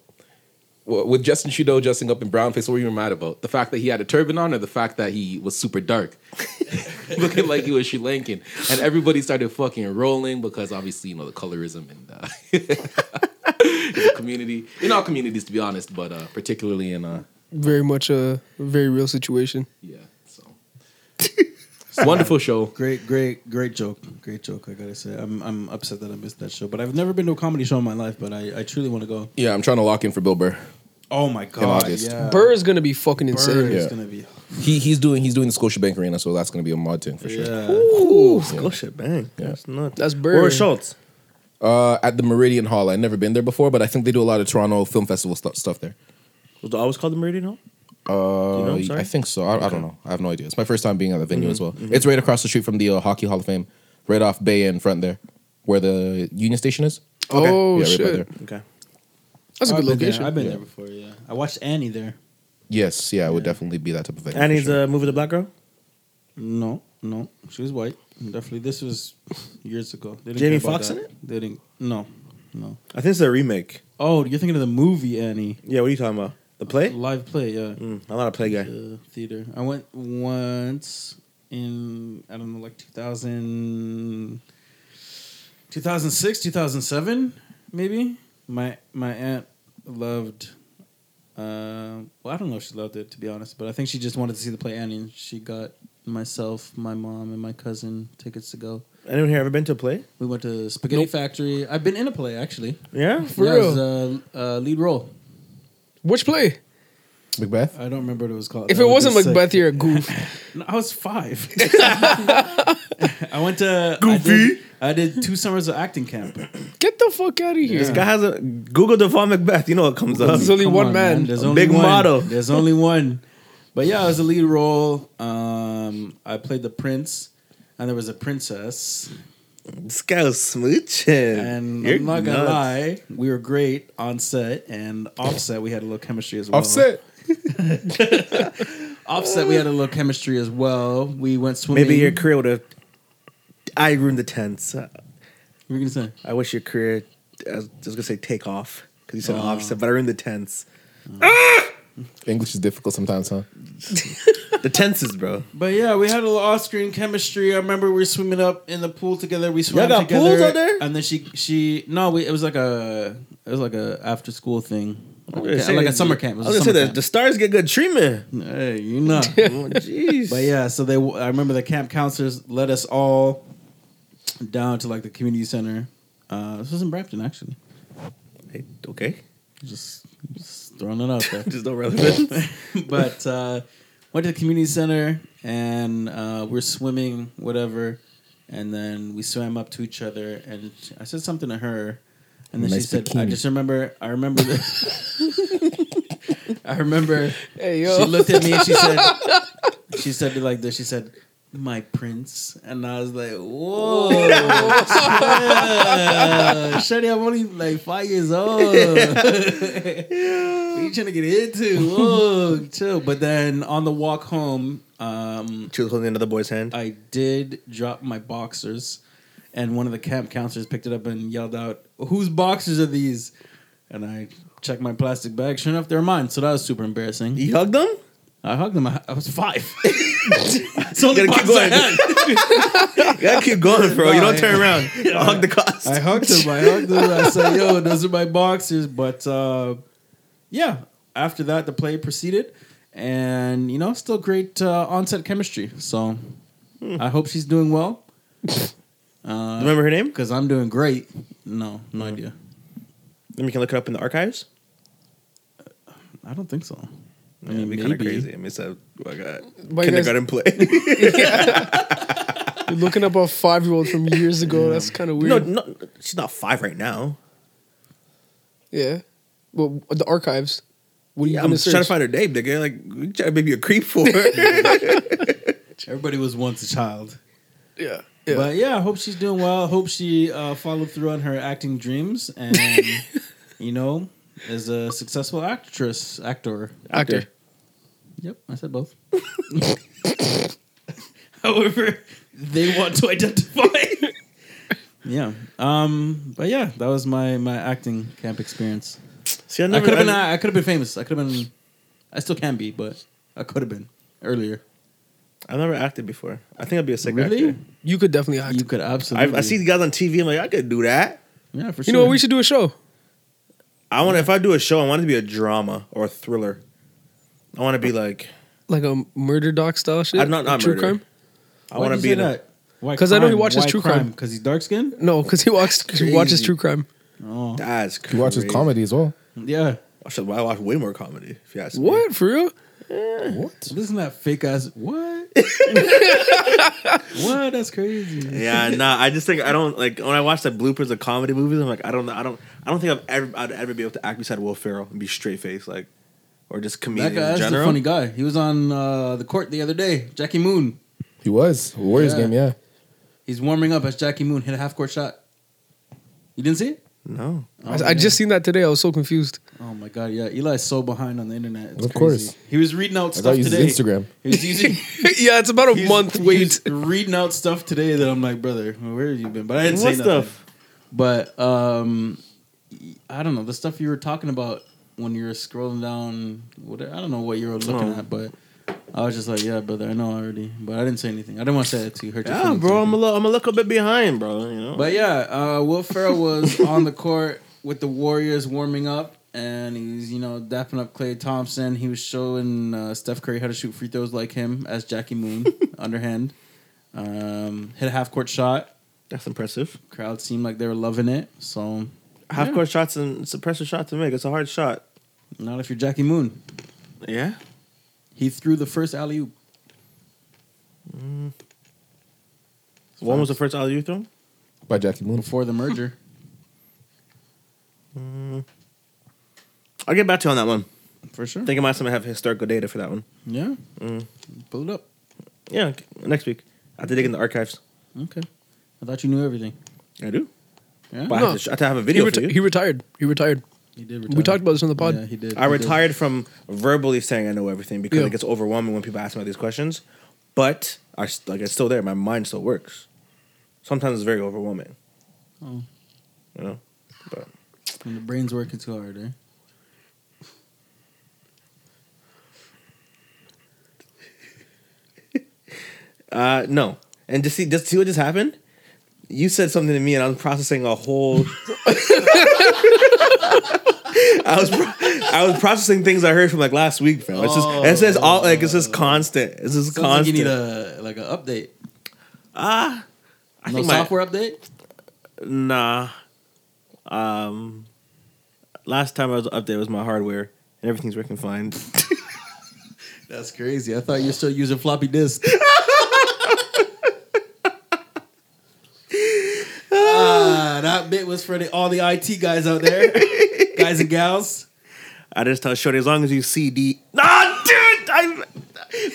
S4: Wh- With Justin Trudeau dressing up in brown face, what were you more mad about?
S7: The fact that he had a turban on, or the fact that he was super
S4: [laughs]
S7: dark, looking like he was Sri Lankan, and everybody started fucking rolling because obviously you know the colorism and uh, the community in all communities, to be honest, but uh, particularly in uh,
S5: Very much a very real situation.
S7: yeah. So Wonderful show.
S2: Great, great, great joke. Great joke. I gotta say, I'm I'm upset that I missed that show, but I've never been to a comedy show in my life. But I, I truly want to go.
S4: Yeah, I'm trying to lock in for Bill Burr.
S2: Oh my god!
S4: August.
S2: Yeah.
S5: Burr is gonna be fucking
S2: Uh, Burr
S5: insane.
S2: is
S4: Yeah.
S2: gonna be.
S4: He he's doing he's doing the Scotiabank Arena, so that's gonna be a mod thing for sure.
S2: Yeah.
S3: Ooh, Scotia Bank.
S4: Yeah.
S3: That's not.
S5: That's Burr.
S3: Or Schultz.
S4: Uh, at the Meridian Hall, I've never been there before, but I think they do a lot of Toronto Film Festival stu- stuff there.
S3: Was it always called the Meridian Hall?
S4: Uh,
S3: know, I'm sorry?
S4: I think so. I, I don't know. I have no idea. It's my first time being at the venue as well. It's right across the street from the uh, Hockey Hall of Fame, right off Bay in front there, where the Union Station is. yeah,
S5: Oh
S4: right by
S5: shit,
S4: there.
S3: Okay.
S5: that's a
S2: Oh, I've
S5: good
S2: been there.
S5: location.
S2: I've been
S4: Yeah.
S2: there before. Yeah, I watched Annie there.
S4: Yes, yeah, it would definitely be that type of venue.
S3: Annie's
S4: for sure.
S3: uh, movie, The Black Girl.
S2: No, no, she was white. Definitely, this was years ago. They didn't
S3: Jamie
S2: care about
S3: Foxx
S2: that.
S3: in it?
S2: They didn't. No, no.
S3: I think it's a remake.
S2: Oh, you're thinking of the movie Annie?
S3: Yeah, what are you talking about? The play?
S2: Live play, yeah.
S3: Mm, I'm not a play guy.
S2: Uh, theater. I went once in I don't know, like 2000, 2006, 2007, maybe. My my aunt loved. Uh, well, I don't know if she loved it to be honest, but I think she just wanted to see the play Annie. And she got myself, my mom, and my cousin tickets to go.
S3: Anyone here ever been to a play?
S2: We went to Spaghetti Factory. I've been in a play actually.
S3: Yeah.
S5: For
S2: Yeah, I was,
S5: real?
S2: uh, uh, lead role.
S5: Which play?
S4: Macbeth.
S2: I don't remember what it was called. Uh,
S5: If
S2: That
S5: it
S2: would be
S5: wasn't
S2: sick.
S5: Macbeth, you're a goof.
S2: No, I was five.
S3: [laughs]
S2: I went to Goofy. I did, I did two summers of acting camp.
S5: Get the fuck out of here.
S3: This guy has a Google Devon Macbeth. You know what comes up.
S5: There's only
S2: Come
S5: one
S2: on,
S5: man.
S2: There's
S3: A
S2: only
S3: big
S2: one.
S3: model.
S2: There's only one. But yeah, I was a lead role. Um, I played the prince, and there was a princess.
S3: This guy was smooching.
S2: And
S3: You're
S2: I'm not gonna
S3: nuts.
S2: lie, we were great on set and offset. We had a little chemistry as well.
S4: Offset.
S2: offset. We had a little chemistry as well. We went swimming.
S3: Maybe your career would have. I ruined the tense.
S2: What were you gonna say?
S3: I wish your career. I was just gonna say take off because you said
S2: Uh.
S3: offset, but I ruined the tense.
S4: English is difficult sometimes, huh?
S3: The tenses,
S2: [laughs]
S3: bro.
S2: But yeah, we had a little off-screen chemistry. I remember we were swimming up in the pool together. We swam
S3: Y'all got
S2: together,
S3: pools out there?
S2: and then she she no, we, it was like a it was like a after-school thing,
S3: I'm
S2: like,
S3: gonna
S2: a,
S3: say-
S2: like a summer camp. It
S3: I
S2: was
S3: was
S2: a
S3: gonna say
S2: summer
S3: that the
S2: camp.
S3: stars get good treatment.
S2: hey, you
S3: [laughs]
S2: know.
S3: Oh, Jeez.
S2: but yeah, so they I remember the camp counselors led us all down to like the community center. Uh, this was in Brampton actually.
S3: Hey, okay. [laughs]
S2: Just, just throwing it out there.
S3: Just no relevance.
S2: [laughs] but uh, went to the community center and uh, we're swimming, whatever. And then we swam up to each other, and I said something to her, and then she
S4: Nice
S2: said, "I
S4: bikini.
S2: just remember, I remember that." [laughs] I remember
S5: Hey
S2: she
S5: yo.
S2: looked at me and she said, she said it like this. She said, "My prince," and I was like, "Whoa, [laughs] Shady, I'm only like five years old. what you trying to get into? Whoa, chill." But then on the walk home, um,
S3: She was holding another boy's hand.
S2: I did drop my boxers, and one of the camp counselors picked it up and yelled out, "Whose boxers are these?" And I checked my plastic bag. Sure enough, they're mine. So that was super embarrassing.
S3: You hugged them?
S2: I hugged him. I, I was
S3: [laughs]
S2: five. it's
S3: You
S2: only
S3: gotta keep
S2: box I
S3: going.
S2: had.
S3: [laughs] You gotta keep going, bro.
S2: [laughs]
S3: You don't turn around. I'll hug the cost.
S2: I hugged him. I hugged him. I said, "Yo, those are my boxers." But uh, yeah, after that, the play proceeded, and you know, still great uh, onset chemistry. So
S3: Hmm.
S2: I hope she's doing well. Uh,
S3: Remember her name?
S2: because I'm doing great. No, no
S3: Hmm.
S2: idea.
S3: Then we can look it up in the archives.
S2: I don't think so.
S3: I mean, it'd be kind of crazy. I mean, it's a oh, God.
S5: But you guys-
S3: kindergarten [laughs] play.
S5: You're looking up a five year old from years ago. That's kind of
S3: no,
S5: weird.
S3: no, she's not five right now.
S5: Yeah. Well, the archives. What are you
S3: Yeah, I'm
S5: gonna
S3: just trying
S5: search?
S3: to find her name, nigga. Like, what you trying to make me a creep for? Her.
S2: Everybody was once a child.
S5: yeah. Yeah.
S2: But yeah, I hope she's doing well. I hope she uh, followed through on her acting dreams [laughs] and, you know, is a successful actress, actor.
S5: Actor.
S2: Yep, I said both. [laughs] However, they want to identify. [laughs] yeah. Um. But yeah, that was my my acting camp experience.
S3: See, I
S2: I
S3: never.
S2: could have been.
S3: I,
S2: I could have been famous. I could have been. I still can be, but I could have been earlier.
S3: I've never acted before. I think I'd be a sick
S2: Really?
S3: actor.
S5: You could definitely act.
S2: You
S5: You,
S2: could
S3: I,
S2: absolutely.
S3: I see these guys on TV. I'm like, I could do that.
S2: Yeah, for sure.
S5: know what? We should do a show.
S3: I want. to If I do a show, I want it to be a drama or a thriller. I want to be like
S5: Like a murder doc style shit.
S3: I'm not- not
S5: True
S3: murder.
S5: crime.
S3: I want to beat him.
S2: Why?
S5: 'Cause I know he
S2: crime?
S5: watches
S2: Why
S5: true crime.
S2: Because he's dark skinned?
S5: No, because he watches he watches
S3: Crazy.
S5: true crime.
S2: Oh.
S3: That's crazy.
S4: He watches comedy as well.
S2: Yeah.
S3: I, should, I watch way more comedy. If you ask me.
S5: What for real?
S4: What?
S2: Listen to that fake ass.
S5: [laughs]
S2: What? what? That's crazy. [laughs]
S3: Yeah, nah. I just think I don't like when I watch the bloopers of comedy movies. I'm like, I don't know. I don't. I don't think I've ever. I'd ever be able to act beside Will Ferrell and be straight faced like, or just
S2: That
S3: comedian
S2: guy,
S3: in
S2: that's a
S3: general.
S2: funny guy. He was on uh, the court the other day. Jackie Moon.
S4: He was Warriors
S2: Yeah.
S4: game. Yeah.
S2: He's warming up as Jackie Moon hit a half court shot. You didn't see it?
S3: No,
S5: I, I just seen that today. I was so confused.
S2: Oh my god, yeah. Eli's so behind on the internet. It's
S4: Of
S2: crazy.
S4: course.
S2: He was reading out
S4: I thought
S2: stuff
S4: he used
S2: today.
S4: his Instagram.
S2: He was
S3: [laughs]
S2: using
S5: [laughs] yeah, it's about a
S2: he was-
S5: month
S2: he
S5: wait.
S2: was reading out stuff today that I'm like, brother, where have you been? But I didn't
S3: What
S2: say nothing.
S3: stuff?
S2: But um I don't know, the stuff you were talking about when you were scrolling down what I don't know what you were looking
S3: Oh.
S2: at, but I was just like, yeah, brother, I know already, but I didn't say anything. I didn't want to say that to you. Hurt your
S3: yeah,
S2: feelings or
S3: bro.
S2: anything.
S3: I'm a little. I'm a little bit behind, bro. You know.
S2: But yeah, uh, Will Ferrell was
S3: [laughs]
S2: on the court with the Warriors warming up, and he was you know dapping up Clay Thompson. He was showing uh, Steph Curry how to shoot free throws like him as Jackie
S3: [laughs]
S2: Moon underhand. Um, hit a half court shot.
S3: that's impressive.
S2: Crowd seemed like they were loving it. So
S3: Half court shots and it's a pressure shot to make. It's a hard shot.
S2: not if you're Jackie Moon.
S3: Yeah.
S2: He threw the first alley oop.
S3: When was the first alley you thrown?
S4: By Jackie Moon.
S2: before the merger.
S3: I'll get back to you on that one.
S2: For sure.
S3: I think I might have to have historical data for that one.
S2: Yeah. Pull it Mm. up.
S3: Yeah, okay, next week. I have to dig in the archives.
S2: Okay. I thought you knew everything.
S3: I do.
S2: Yeah.
S3: But I, have to, sh- I have to have a video
S5: he,
S3: for
S5: reti-
S3: you.
S5: he retired. He retired.
S2: He did
S5: We talked about this on the pod.
S2: Yeah, he did. [laughs]
S3: I
S2: He did.
S3: retired from verbally saying I know everything because
S5: Yeah.
S3: it gets overwhelming when people ask me all these questions. But I st- like it's still there. My mind still works. Sometimes it's very overwhelming.
S2: Oh.
S3: You know, but
S2: When the brain's working too hard, eh?
S3: uh, no. And just see, just see what just happened. You said something to me, and I was processing a whole. [laughs] I was pro- I was processing things I heard from like last week, fam. It's just it's just all like it's just constant. It's just
S2: Sounds like you
S3: constant.
S2: need a like an update.
S3: ah, I
S2: No
S3: think my-
S2: software update.
S3: Nah. Um last time I was up there was my hardware and everything's working fine.
S2: That's crazy. I thought you're still using floppy
S3: [laughs]
S2: disk. ah, that bit was for the, all the IT guys out
S3: [laughs]
S2: there, guys and gals.
S3: I just tell Shorty as long as you see the Nah dude I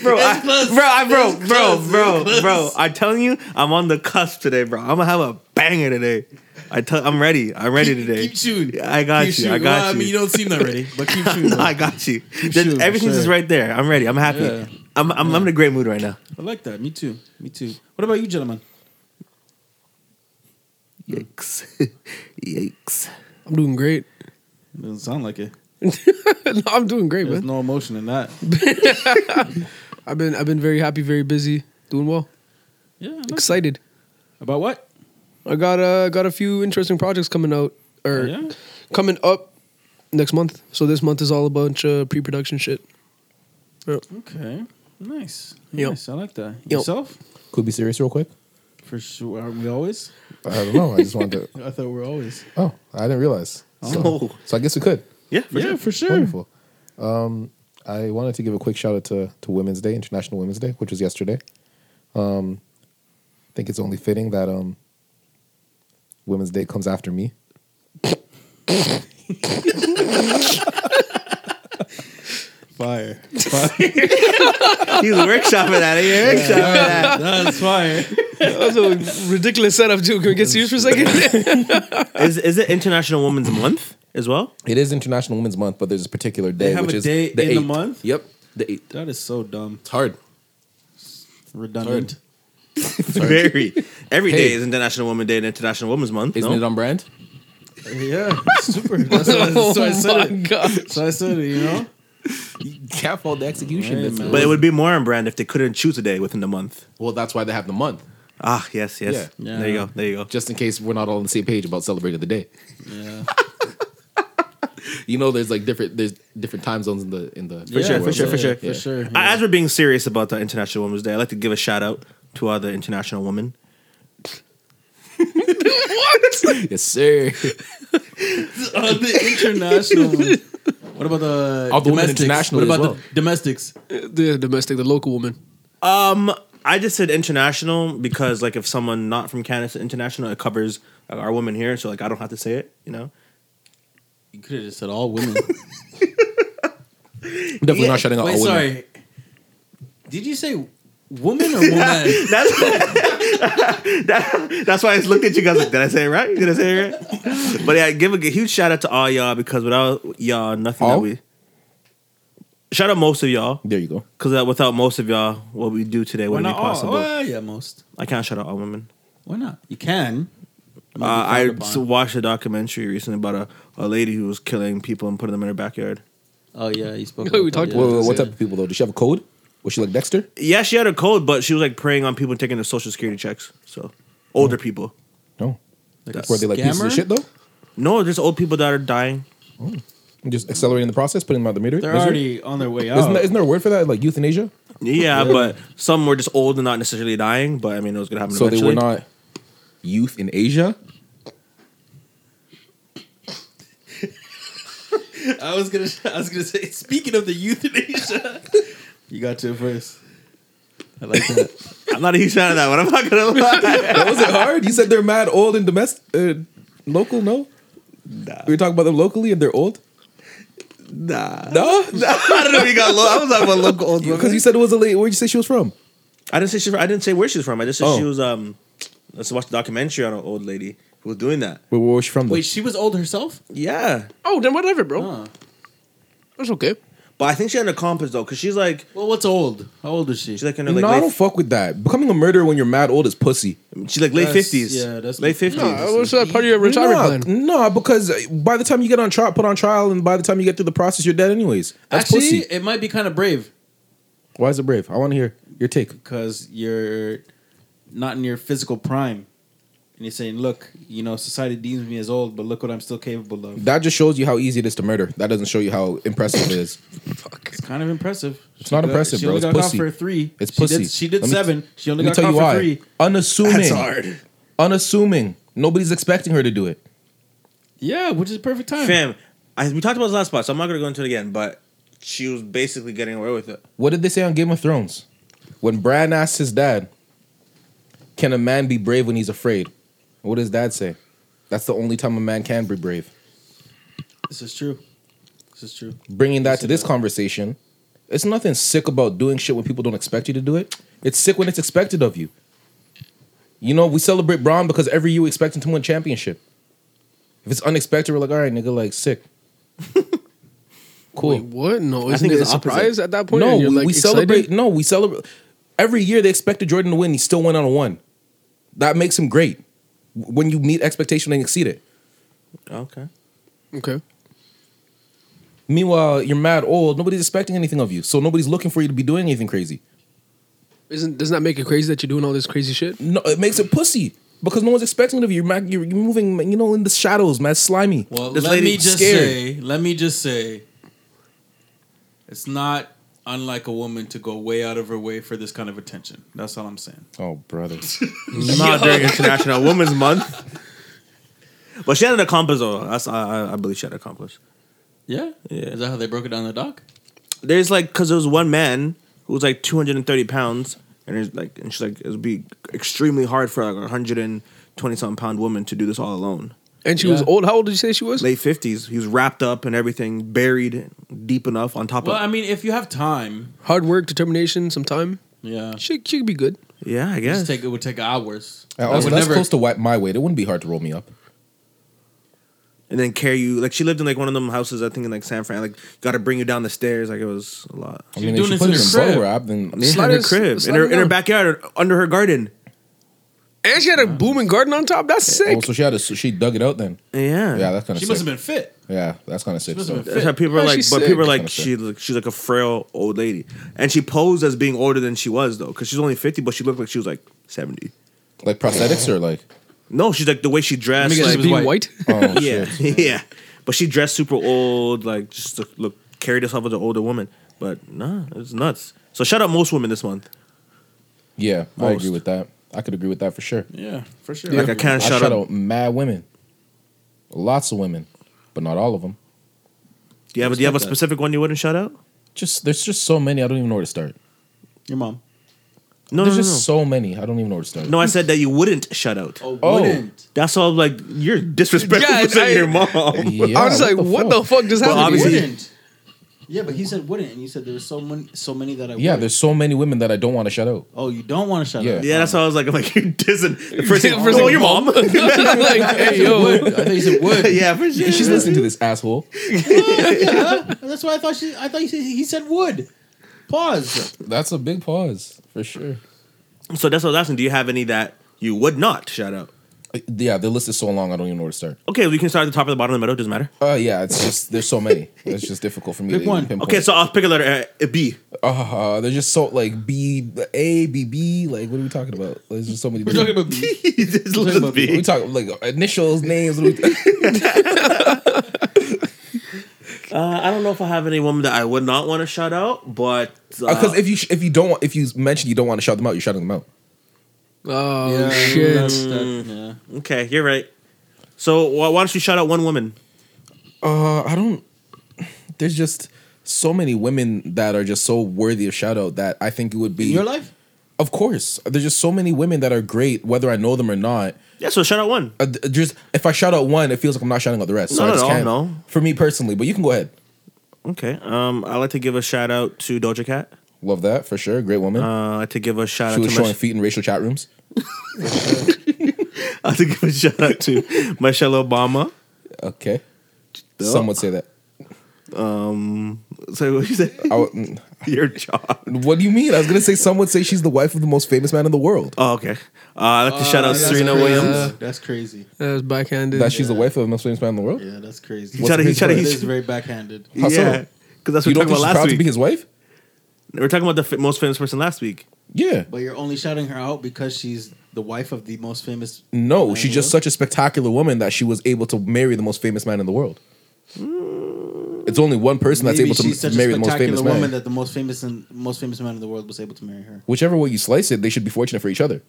S3: Bro, I,
S2: close.
S3: bro, I, bro,
S2: It's
S3: bro,
S2: close.
S3: bro,
S2: It's close.
S3: bro. I'm telling you, I'm on the cusp today, bro. I'm gonna have a banger today. I tell, I'm ready. I'm ready
S2: Keep-
S3: today.
S2: Keep shooting.
S3: I got
S2: Keep
S3: you. I
S2: shooting.
S3: got
S2: Well,
S3: you.
S2: I mean, you don't seem that ready, but
S3: [laughs]
S2: keep shooting.
S3: No,
S2: bro.
S3: I got you. There's-
S2: shooting,
S3: everything's
S2: sure.
S3: just right there. I'm ready. I'm happy.
S2: Yeah.
S3: I'm, I'm, I'm in a great mood right now.
S2: I like that. Me too. Me too. What about you, gentlemen?
S3: Yikes! [laughs] Yikes!
S5: I'm doing great. [laughs]
S2: Doesn't sound like it.
S5: no, I'm doing great,
S2: There's
S5: man.
S2: no emotion in that.
S5: I've been I've been very happy, very busy, doing well,
S2: Yeah. I like that.
S5: excited.
S2: About what?
S5: I got uh got a few interesting projects coming out or
S2: Oh,
S3: Er.
S2: yeah.
S5: coming up next month. So this month is all a bunch of pre-production shit. [laughs]
S2: Okay. Nice.
S5: Yep.
S2: Nice. I like that.
S5: Yep.
S2: Yourself?
S4: Could be serious real quick.
S2: For sure. Aren't we always?
S4: I don't know. I just [laughs] wanted to.
S2: I thought we are always.
S4: Oh, I didn't realize. So, so I guess we could.
S3: Yeah, for sure.
S2: for Oh. sure.
S4: Wonderful. Um, I wanted to give a quick shout out to, to Women's Day, International Women's Day, which was yesterday. Um, I think it's only fitting that um, Women's Day comes after me.
S3: [laughs]
S2: Fire. Fire.
S3: He's workshopping that. He's workshopping that.
S2: That's
S3: [laughs]
S2: fire.
S5: That was a ridiculous setup, too. Can we get serious for a
S2: [laughs]
S5: second?
S3: Is is it International Women's Month as well?
S4: It is International Women's Month, but there's a particular day,
S2: have
S4: which
S2: a
S4: is
S2: day
S4: the
S2: in the
S4: 8th.
S2: month?
S4: Yep, the eighth.
S2: That is so dumb.
S6: It's hard.
S2: Redundant.
S3: Very. Every day
S6: Hey.
S3: is International Women's Day and International Women's Month.
S6: Isn't
S3: no?
S6: it on brand?
S2: Yeah. [laughs] Super. That's what I, so I
S5: [laughs]
S4: [laughs]
S2: said it.
S5: Oh, God.
S2: So I said it, you
S3: [laughs]
S2: know?
S6: You can't fault the execution.
S2: Hey,
S6: That's-
S2: man.
S3: but it would be more on brand if they couldn't choose a day within the month.
S6: well, that's why they have the month,
S3: Ah, yes, yes.
S2: Yeah. Yeah.
S3: There you go. There you go.
S6: just in case we're not all on the same page about celebrating the day.
S2: Yeah.
S6: You know, there's like different there's different time zones in the in the
S2: For
S3: sure, for
S6: world,
S3: sure,
S6: so-
S3: for sure.
S2: For sure.
S3: Uh, As we're being serious about the International Women's Day, I'd like to give a shout out two other international women.
S6: [laughs]
S8: yes, sir.
S2: Uh, the international. one. What about the
S8: All the women
S2: domestics?
S8: internationally
S2: What
S8: as well.
S2: about the domestics?
S5: The domestic, the local woman.
S3: Um, I just said international because like if someone not from Canada said international, it covers uh, our women here, so like I don't have to say it. You know,
S2: You could have just said all [laughs] women.
S4: Definitely not shutting out
S2: Wait,
S4: all women.
S2: sorry. Did you say woman or [laughs] woman?
S3: that's that, that's why I just looked at you guys like, did I say it right? Did I say it right? But yeah, give a, huge shout out to all y'all because without y'all, nothing
S9: All?
S3: that we. Shout out most of y'all
S9: There you go.
S3: because uh, without most of y'all, what we do today
S2: Why
S3: wouldn't be
S2: not all?
S3: possible.
S2: Well, yeah, most.
S3: I can't shout out all women.
S2: Why not? You can. It might be
S3: Uh, I
S2: frowned
S3: s-
S2: upon.
S3: watched a documentary recently about a, a lady who was killing people and putting them in her backyard.
S2: oh yeah, you spoke.
S5: We
S2: about
S5: talked
S2: that,
S5: about
S9: Wait, wait,
S5: this,
S9: what
S2: yeah.
S9: type of people though? Does she have a code? Was she like Dexter?
S3: Yeah, she had a code, but she was like preying on people and taking their social security checks. So older people.
S9: No.
S2: Like a
S9: Were they Mm. like pieces
S2: scammer?
S9: of shit though?
S3: No, there's old people that are dying.
S9: And Just accelerating the process, putting them out the meter.
S2: They're
S9: misery?
S2: already on their way out.
S9: Isn't, there, isn't there a word for that? Like euthanasia? [laughs]
S3: Yeah, but some were just old and not necessarily dying. But I mean, it was gonna happen.
S9: So they
S3: eventually.
S9: were not.
S4: Youth in Asia.
S2: I was gonna. I was gonna say. Speaking of the euthanasia, [laughs] you got to it first. I like that.
S3: uh, I'm not a huge fan of that one. I'm not gonna lie.
S9: That was it hard? You said they're mad old and domestic, uh, local, no? We were talking about them locally and they're old?
S3: [laughs] nah.
S9: [laughs] No?
S3: [laughs] I don't know. If you got low. I was talking about local old
S9: Because
S3: women.
S9: you said it was a lady. Where'd you say she was from?
S3: I didn't say she. I didn't say where she's from. I just said
S9: Oh.
S3: she was. Um, let's watch the documentary on an old lady who was doing that.
S9: Where, where was she from? though?
S2: Wait, she was old herself.
S3: Yeah,
S5: Oh, then whatever, bro.
S2: Huh.
S5: That's okay.
S3: but I think she had an accomplice though, because she's like
S2: Well, what's old? How old is she?
S3: she's like in her like
S9: no, I
S3: late,
S9: don't fuck with that. Becoming a murderer when you're mad old is pussy.
S3: she's like late
S2: That's-
S3: fifties.
S2: yeah, that's-
S3: late fifties.
S5: Nah, what's that uh, part of your retirement
S9: Nah,
S5: plan?
S9: nah, because by the time you get on trial, put on trial, and by the time you get through the process, you're dead anyways. That's
S2: Actually,
S9: pussy.
S2: it might be kind of brave
S9: Why is it brave? I want to hear your take.
S2: because you're not in your physical prime, and you're saying, "Look, you know, society deems me as old, but look what I'm still capable of."
S9: That just shows you how easy it is to murder. That doesn't show you how impressive it is.
S2: It's kind of impressive.
S9: It's not impressive,
S2: she
S9: bro.
S2: only
S9: It's
S2: got
S9: pussy.
S2: caught for three.
S9: It's
S2: she
S9: pussy.
S2: Did, she did
S9: Let me-
S2: seven. she only
S9: Let me
S2: got
S9: tell
S2: caught
S9: you
S2: for
S9: why.
S2: three.
S9: Unassuming. Unassuming. Nobody's expecting her to do it.
S2: Yeah, which is perfect time.
S3: Fam, I, we talked about this last spot, so I'm not gonna go into it again. But she was basically getting away with it.
S9: What did they say on Game of Thrones? When Bran asked his dad, "Can a man be brave when he's afraid?" What does dad say? That's the only time a man can be brave.
S2: This is true. This is true.
S9: bringing that to this conversation, it's nothing sick about doing shit when people don't expect you to do it. It's sick when it's expected of you. You know, we celebrate Braun because every year we expect him to win championship. If it's unexpected, we're like, all right, nigga, like sick. cool.
S5: Wait, what? No, isn't
S3: think
S5: it
S3: it's
S5: a
S3: opposite.
S5: surprise at that point?
S9: no,
S5: and
S9: we,
S5: you're, like,
S9: we
S5: excited?
S9: celebrate. No, we celebrate. Every year they expected Jordan to win. He still went on a one. That makes him great. W- When you meet expectation and exceed it.
S3: Okay.
S5: Okay.
S9: Meanwhile, you're mad old. Nobody's expecting anything of you, so nobody's looking for you to be doing anything crazy.
S5: Isn't doesn't that make it crazy that you're doing all this crazy shit?
S9: No, it makes it pussy because no one's expecting it of you. You're, mac- you're, you're moving, you know, in the shadows, man. Slimy.
S2: Well,
S3: This
S2: let
S3: lady-
S2: me just
S9: scared.
S2: say, let me just say, it's not unlike a woman to go way out of her way for this kind of attention. That's all I'm saying.
S9: Oh, brother.
S3: [laughs] Not during International Women's [laughs] Month. But she had an accomplice, though. That's, I, I- I believe she had an accomplice.
S2: Yeah, yeah. Is that how they broke it down in the doc?
S3: There's like, because there was one man who was like 230 pounds, and there's like, and she's like, it would be extremely hard for like a 120 something pound woman to do this all alone.
S5: And she was
S2: Yeah.
S5: old. How old did you say she was?
S3: Late 50s, he was wrapped up and everything, buried deep enough on top
S2: Well,
S3: of.
S2: I mean, if you have time,
S5: Hard work, determination, some time.
S2: yeah,
S5: She she could be good.
S3: yeah, I
S2: Just
S3: guess.
S2: take, it would take hours.
S9: Uh,
S2: I
S9: also,
S2: would
S9: that's
S2: never-
S9: close to wi- my weight. It wouldn't be hard to roll me up.
S3: and then carry you. Like she lived in like one of them houses, I think in like San Fran. Like got to bring you down the stairs. Like it was a lot.
S9: I
S2: You're
S9: mean,
S2: doing this
S9: if you put
S2: in
S9: it
S2: your
S9: in bubble
S2: crib.
S9: wrap, then
S3: Yeah,
S5: Slide
S3: in her
S5: us-
S3: crib, in
S5: slide
S3: her in
S5: it
S3: her
S5: down.
S3: backyard, under her garden.
S5: And she had a booming garden on top. That's sick.
S9: oh, so she had a, so she dug it out then.
S3: Yeah,
S9: Yeah, that's kind of
S2: She
S9: sick.
S2: must have been fit.
S9: yeah, that's kind of sick.
S2: must
S9: So.
S2: have been
S3: That's how people
S5: Yeah,
S3: are like,
S5: she's
S3: but
S5: sick.
S3: people are like,
S9: Kinda sick.
S3: she she's like a frail old lady, and she posed as being older than she was though, because she's only fifty, but she looked like she was like seventy.
S9: Like prosthetics or like.
S3: No, she's like the way she
S2: Let me
S3: dressed,
S2: guess,
S3: like,
S2: she was
S5: Being white.
S3: [laughs]
S9: Oh,
S3: yeah,
S9: shit.
S3: yeah, but she dressed super old, like just look, look carried herself as an older woman. But nah, it's nuts. So shout out most women this month.
S9: Yeah, I agree
S3: Most.
S9: with that. I could agree with that for sure.
S2: Yeah, for sure.
S3: Like I can't
S9: I
S3: shout
S9: shut
S3: out.
S9: out mad women, lots of women, but not all of them.
S3: Do you have, do you have a
S2: Respect that.
S3: specific one you wouldn't shout out?
S9: Just there's just so many. I don't even know where to start.
S2: Your mom.
S3: No, no,
S9: there's
S3: no,
S9: just
S3: no.
S9: so many. I don't even know where to start.
S3: No, I said that you wouldn't shut out.
S9: Oh.
S2: wouldn't.
S3: That's all. Like you're disrespectful
S5: Yeah,
S3: for saying
S5: I-
S3: your mom.
S9: Yeah,
S5: I was like, what the fuck just
S3: Well,
S5: happened?
S3: obviously-
S5: here?
S2: Wouldn't. Yeah, but he said wouldn't, and you said there were so many, so many that I.
S9: Yeah,
S2: would.
S9: there's so many women that I don't want to shut out.
S2: Oh, you don't want to shout
S9: Yeah.
S2: out.
S3: Yeah, that's why I was like, I'm like [laughs] you're dissing. The Um, first thing,
S5: First
S3: no,
S5: thing-
S3: your mom.
S5: [laughs] like, hey, yo.
S2: I thought you said would.
S3: [laughs] yeah, for sure.
S9: [laughs] She's listening
S3: [laughs]
S9: to this asshole.
S2: That's why I thought she. I thought you said, he said would. Pause.
S9: That's a big pause for sure.
S3: So that's what I was asking. Do you have any that you would not shout out?
S9: Uh, Yeah, the list is so long. I don't even know where to start.
S3: Okay, we can start at the top of the bottom of the middle. Doesn't matter.
S9: Oh yeah, it's just there's so many. It's just difficult for me
S2: Pick
S9: to
S2: one.
S9: Even pinpoint.
S3: Okay, so I'll pick a letter uh, [laughs] B.
S9: uh, they're just so like B A B B. Like what are we talking about? There's just so many. We're
S2: about
S3: Just let it
S9: we
S3: be.
S9: talking like initials, names. What are
S3: [laughs]
S9: we [laughs]
S3: Uh, I don't know if I have any woman that I would not want to shout out, but uh,
S9: Because if you if you don't want, if you mention you don't want to shout them out, you're shouting them out.
S5: Oh, shit.
S2: yeah.
S3: uh, okay, you're right. So why why don't you shout out one woman?
S9: Uh, I don't. There's just so many women that are just so worthy of shout out that I think it would be
S2: In your life?
S9: Of course, there's just so many women that are great, whether I know them or not.
S3: Yeah, so shout out one.
S9: Uh, th- just if I shout out one, it feels like I'm not shouting out the rest. so
S3: Not
S9: I
S3: at
S9: just
S3: all,
S9: can't.
S3: no.
S9: For me personally, but you can go ahead.
S3: Okay, um, I like to give a shout out to Doja Cat.
S9: Love that for sure. Great woman.
S3: Uh, I like to give a shout out
S9: she was
S3: to
S9: showing
S3: my,
S9: feet in racial chat rooms.
S3: [laughs] I like to give a shout out
S9: [laughs]
S3: to Michelle Obama.
S9: Okay. Some would say that.
S3: So what
S9: [laughs]
S3: you say?
S9: I would, mm,
S3: Your job.
S9: what do you mean? I was gonna say some would say she's the wife of the most famous man in the world.
S3: Oh, okay. Uh, I like to shout out
S2: Oh, That's
S3: Serena
S2: crazy.
S3: Williams.
S2: That's crazy.
S5: That was backhanded.
S9: That she's the wife of the most famous man in the world.
S2: Yeah, that's crazy.
S3: He tried to. He
S9: his
S3: tried to.
S2: That
S3: He,
S2: is very backhanded.
S9: How so?
S3: yeah, because that's
S9: You
S3: what we were talking about
S9: don't think she's proud
S3: last
S9: to
S3: week.
S9: be his wife?
S3: we were talking about the f- most famous person last week.
S9: Yeah.
S2: But you're only shouting her out because she's the wife of the most famous.
S9: No,
S2: man
S9: she's just
S2: in
S9: such a spectacular woman that she was able to marry the most famous man in the world. It's only one
S2: the
S9: person
S2: world.
S9: that's
S2: Maybe
S9: able to
S2: she's such
S9: m- marry
S2: a
S9: the most
S2: spectacular
S9: famous
S2: woman
S9: man.
S2: that the most famous and most famous man in the world was able to marry her.
S9: Whichever way you slice it, they should be fortunate for each other.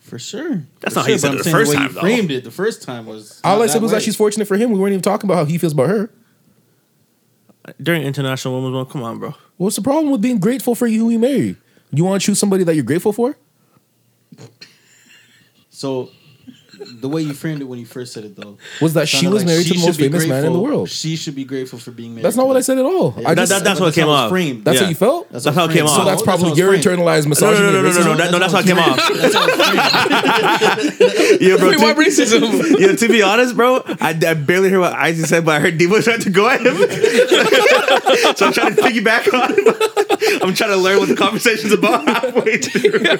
S2: For sure.
S3: That's
S2: For
S3: not how
S2: sure,
S3: you said
S2: but
S3: it the
S2: I'm saying
S3: first
S2: way you
S3: time, though.
S2: framed it the first time was.
S9: All
S2: not
S9: I said was
S2: way.
S9: that she's fortunate for him. We weren't even talking about how he feels about her.
S3: During International Women's Month, come on, bro.
S9: What's the problem with being grateful for who you marry? You want to choose somebody that you're grateful for?
S2: So, the way you framed it when you first said it, though,
S9: Was [laughs] that she
S2: sounded
S9: was
S2: like
S9: married
S2: she
S9: to the
S2: should
S9: most
S2: be
S9: famous man in the
S2: grateful-
S9: world?
S2: She should be grateful for being married.
S9: That's not
S2: to
S9: what I
S2: him.
S9: said at all. I
S2: That-
S9: just,
S3: that- that's
S2: but
S3: what came
S2: how it's
S3: off.
S2: Framed.
S9: that's
S3: yeah.
S9: how you felt.
S2: That's,
S3: That's
S2: how
S3: how
S2: it
S3: it came
S9: so
S3: off.
S9: that's probably your internalized
S3: No,
S9: misogyny.
S3: no, no, no, no, no.
S9: and racism.
S3: That, no, that's
S2: That's
S3: how
S2: how
S3: it came
S2: it's
S3: off.
S5: [laughs]
S3: [laughs]
S5: Wait, why racism? [laughs]
S3: Yo, to be honest, bro, I, I barely heard what Isaac said, but I heard Debo tried to go at him. [laughs] so I'm trying to piggyback on him. [laughs] I'm trying to learn what the conversation's about halfway through.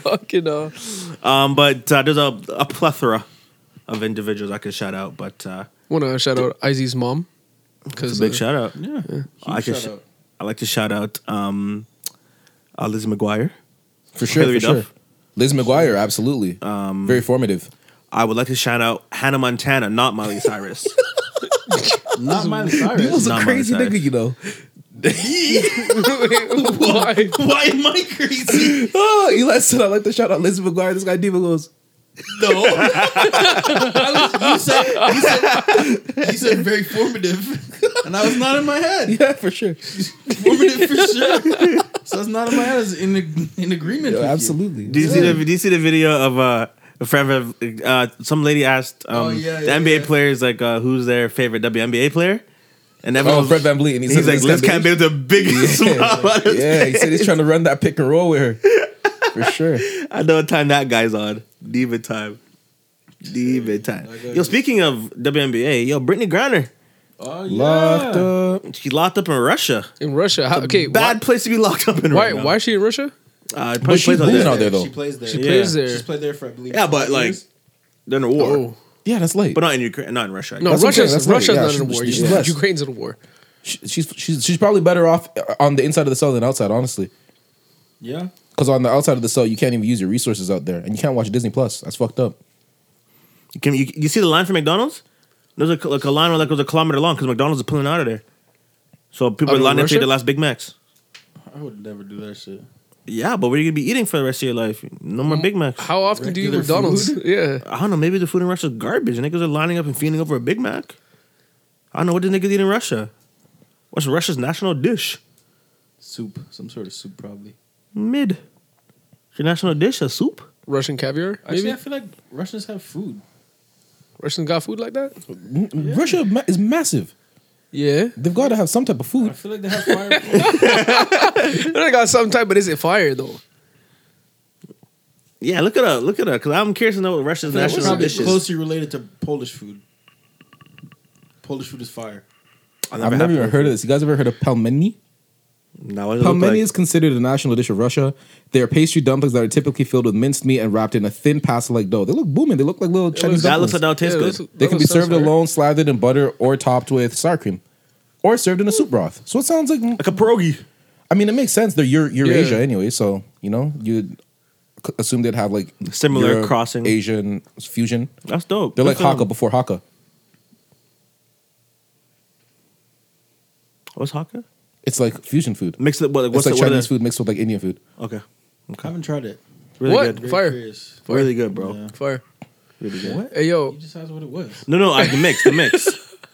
S5: Fucking uh, hell.
S3: Um, but uh, there's a, a plethora of individuals I could shout out, but uh,
S5: Want to shout out Izzy's mom? uh,
S3: it's
S5: Because
S3: a big shout out.
S2: Yeah.
S3: I, could
S2: shout
S3: sh-
S2: out.
S3: I like to shout out um, uh, Lizzie McGuire.
S9: For sure,
S3: Hilary
S9: for sure.
S3: Duff.
S9: Liz McGuire, absolutely. Very formative.
S3: I would like to shout out Hannah Montana, not Miley
S9: [laughs]
S3: Cyrus.
S2: Not Miley Cyrus.
S9: He was a
S3: Not
S9: crazy
S3: monetized.
S9: nigga, you know.
S5: [laughs] Why?
S2: [laughs] Why am I crazy?
S9: Oh, Eli said I like to shout out Liz McGuire. This guy Diva goes, [laughs]
S2: you, said, you, said, you said very formative, and I was not in my
S9: [laughs]
S2: head.
S9: yeah, for sure,
S2: Formative for sure. So it's not in my head. It's in, ag- in agreement. with you.
S9: absolutely.
S3: Do you see the Do you see the video of uh, a friend of uh, some lady asked um,
S2: Oh, yeah,
S3: the
S2: yeah,
S3: NBA
S2: yeah.
S3: players like uh, who's their favorite WNBA player, and everyone
S9: Oh,
S3: was,
S9: Fred Van Vliet, and he
S3: he's like
S9: says
S3: Liz
S9: Cam
S3: Camp with the [laughs] biggest smile. on
S9: Bailey.
S3: his
S9: [laughs] Yeah, he said he's trying to run that pick and roll with her,
S3: [laughs]
S9: for sure.
S3: I know what time that guy's on. Diva time. Diva time. Yo, speaking of WNBA, yo, Brittany Griner,
S2: Oh, yeah.
S9: Locked up.
S3: she locked up in Russia.
S5: In Russia. How, okay,
S3: Bad place to be locked up in.
S5: why,
S3: right
S5: why,
S3: now.
S5: why is she in Russia?
S3: Uh, probably
S9: But she's
S3: plays out
S9: moving
S3: there.
S9: out there though.
S2: She plays there.
S5: She plays there.
S2: She's played there for I believe.
S3: Yeah, but
S2: five
S3: like
S2: years.
S3: they're in a war,
S5: Oh.
S9: Yeah, that's late.
S3: but uh, not in Ukraine, not in Russia.
S5: No,
S9: That's what I'm saying,
S5: Russia's,
S9: that's right,
S5: Russia's
S9: yeah,
S5: not
S9: she-
S5: in a war.
S9: she's blessed.
S5: Ukraine's in a war.
S9: She- she's she's she's probably better off on the inside of the cell than outside, honestly.
S2: Yeah.
S9: Because on the outside of the cell, you can't even use your resources out there, and you can't watch Disney Plus. That's fucked up.
S3: Can you, you see the line for McDonald's? There's a, like a line like it was a kilometer long because McDonald's is pulling out of there. So people
S5: Out
S3: are
S5: of
S3: lining up to
S5: Russia?
S3: get the last Big Macs.
S2: I would never do that shit.
S3: Yeah, but what are you gonna be eating for the rest of your life? No
S5: Mm.
S3: more Big Macs.
S5: How often do you eat McDonald's? [laughs] Yeah.
S3: I don't know. Maybe the food in Russia is garbage. Niggas are lining up and feeding over a Big Mac. I don't know what the niggas eat in Russia. What's Russia's national dish?
S2: Soup, some sort of soup, probably.
S3: Mid. Your national dish a soup?
S5: Russian caviar,
S2: Actually,
S5: maybe?
S2: I feel like Russians have food.
S5: Russians got food like that?
S9: Russia ma- is massive.
S5: Yeah.
S9: They've got to have some type of
S2: I
S9: food.
S2: feel like they have fire.
S5: [laughs] they got some type, but is it fire though?
S3: Yeah, look it up. Look it up. Cause I'm curious to know what Russia's
S2: That's
S3: [laughs] national
S2: probably
S3: dish is.
S2: closely related to Polish food. Polish food is fire.
S3: I've
S9: I've never even heard of this. You guys ever heard of pelmeni?
S3: No, what does it look
S9: Pelmeni
S3: like?
S9: is considered a national dish of Russia. They are pastry dumplings that are typically filled with minced meat and wrapped in a thin pasta-like dough. They look booming. They look like little Chinese
S3: that looks
S9: dumplings.
S3: like that'll taste
S5: Yeah,
S3: good.
S5: that's-
S9: they
S5: that
S9: can be
S5: sounds
S9: served
S5: fire.
S9: alone, slathered in butter, or topped with sour cream, or served in a soup broth. So it sounds like
S3: like a pierogi.
S9: I mean, it makes sense. They're Eur- Eurasia
S5: Yeah.
S9: anyway, so you know you'd c- assume they'd have like
S3: Similar crossing.
S9: Asian fusion.
S3: That's dope.
S9: They're
S3: Good
S9: like
S3: for them.
S9: Hakka before Hakka.
S3: What's haka?
S9: It's like fusion food.
S3: Mixed up. What, like, what's
S9: it's
S3: the
S9: like
S3: what are
S9: Chinese
S3: the-
S9: food mixed with like Indian food.
S3: Okay,
S2: I haven't tried it.
S3: really
S5: What?
S3: good.
S5: Fire.
S2: Curious.
S3: Really good, bro.
S2: Yeah.
S5: Fire.
S3: Really good.
S5: Hey yo,
S2: You just asked what it was.
S3: No, no, I, the mix, the [laughs] mix.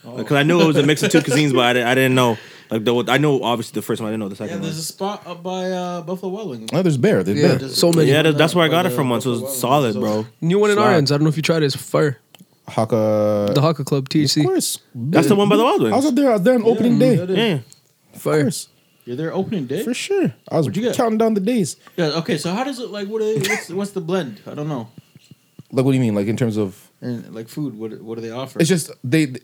S3: Because I knew it was a mix of two cuisines, but I didn't, I didn't know. Like the, I know obviously the first one, I didn't know the
S2: Yeah,
S3: second
S2: there's
S3: one.
S2: a spot up by uh, Buffalo Wild Wings.
S9: Oh, there's bear. There's
S5: Yeah,
S9: bear.
S5: so many.
S3: yeah, that, that's where I got it
S2: By
S3: from
S2: the
S3: once. It
S2: Buffalo
S3: was
S2: Wild Wings.
S3: solid, bro.
S5: new one in
S3: Slap.
S5: Irons. I don't know if you tried it. It's fire.
S9: Hakka.
S5: The Haka Club,
S9: Uh, of
S5: THC,
S9: course.
S3: That's the one by the Wild
S9: I was
S3: Wings.
S9: out there. I was there on opening
S2: Yeah,
S9: day.
S2: that
S9: Of
S2: is-
S3: Yeah.
S5: fire.
S9: course.
S2: You're there opening day.
S9: For sure. I was
S2: you get?
S9: counting down the days.
S2: Yeah. Okay. So how does it like? What? Are they, what's, what's the blend? I don't know.
S9: Like, what do you mean? Like in terms of
S2: And like food, what what do they offer?
S9: It's just they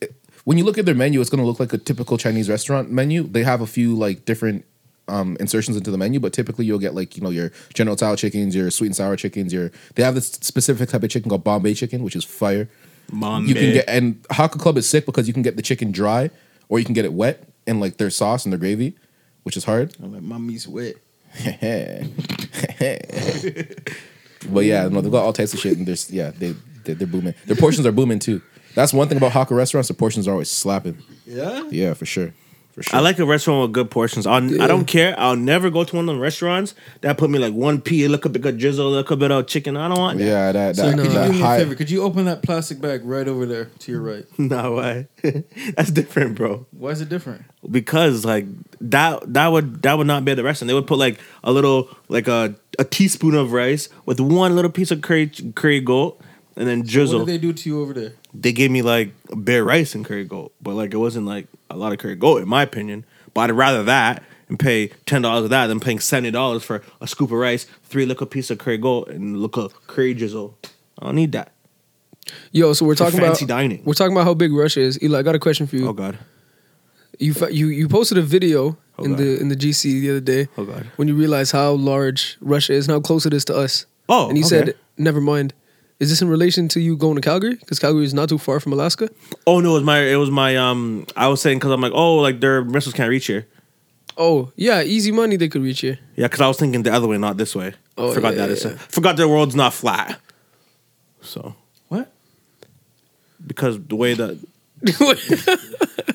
S9: when you look at their menu, it's going to look like a typical Chinese restaurant menu. They have a few like different um, insertions into the menu, but typically you'll get like you know your general style chickens, your sweet and sour chickens. Your they have this specific type of chicken called Bombay chicken, which is fire.
S3: Mom,
S9: You can get and Haka Club is sick because you can get the chicken dry or you can get it wet in like their sauce and their gravy, which is hard.
S2: I'm like, mommy's wet.
S9: But yeah, no, they've got all types of shit, and there's yeah, they, they they're booming. Their portions are booming too. That's one thing about Haka restaurants. The portions are always slapping.
S2: Yeah.
S9: Yeah, for sure. For sure.
S3: I like a restaurant with good portions. I'll, I don't care. I'll never go to one of the restaurants that put me like one pea, look a bit of drizzle, look a bit of chicken. I don't want that. [laughs]
S9: Yeah, that
S2: So
S9: that,
S2: could you
S9: that
S2: do me a
S9: high.
S2: favor? Could you open that plastic bag right over there to your right?
S3: no way. [laughs] That's different, bro.
S2: Why is it different?
S3: Because like that that would that would not be at the restaurant. They would put like a little like a, a teaspoon of rice with one little piece of curry curry goat and then
S2: What
S3: drizzle.
S2: did they do to you over there?
S3: they gave me like bare rice and curry goat, but like it wasn't like a lot of curry goat in my opinion. But I'd rather that and pay ten dollars of that than paying seventy dollars for a scoop of rice, three little piece of curry goat, and little curry drizzle. I don't need that.
S5: Yo, so we're
S3: For
S5: talking
S3: fancy
S5: about
S3: dining.
S5: we're talking about how big Russia is. Eli, I got a question
S2: Mm.
S5: for you.
S3: Oh god.
S5: You fa- you you posted a video
S3: Oh,
S5: in
S3: God.
S5: the in the GC the other day
S3: Oh god.
S5: when you realized how large Russia is and how close it is to us.
S3: Oh,
S5: and you
S3: okay.
S5: said, "Never mind." Is this in relation to you going to Calgary? Because Calgary is not too far from Alaska.
S3: Oh no, it was my it was my um. I was saying because I'm like oh like their missiles can't reach here.
S5: Oh yeah, easy money they could reach here. [laughs]
S3: Yeah, because I was thinking the other way, not this way.
S5: Oh,
S3: forgot
S5: yeah,
S3: that.
S5: yeah,
S3: It's-
S5: yeah.
S3: Forgot the world's not flat. So
S2: What?
S3: because the way that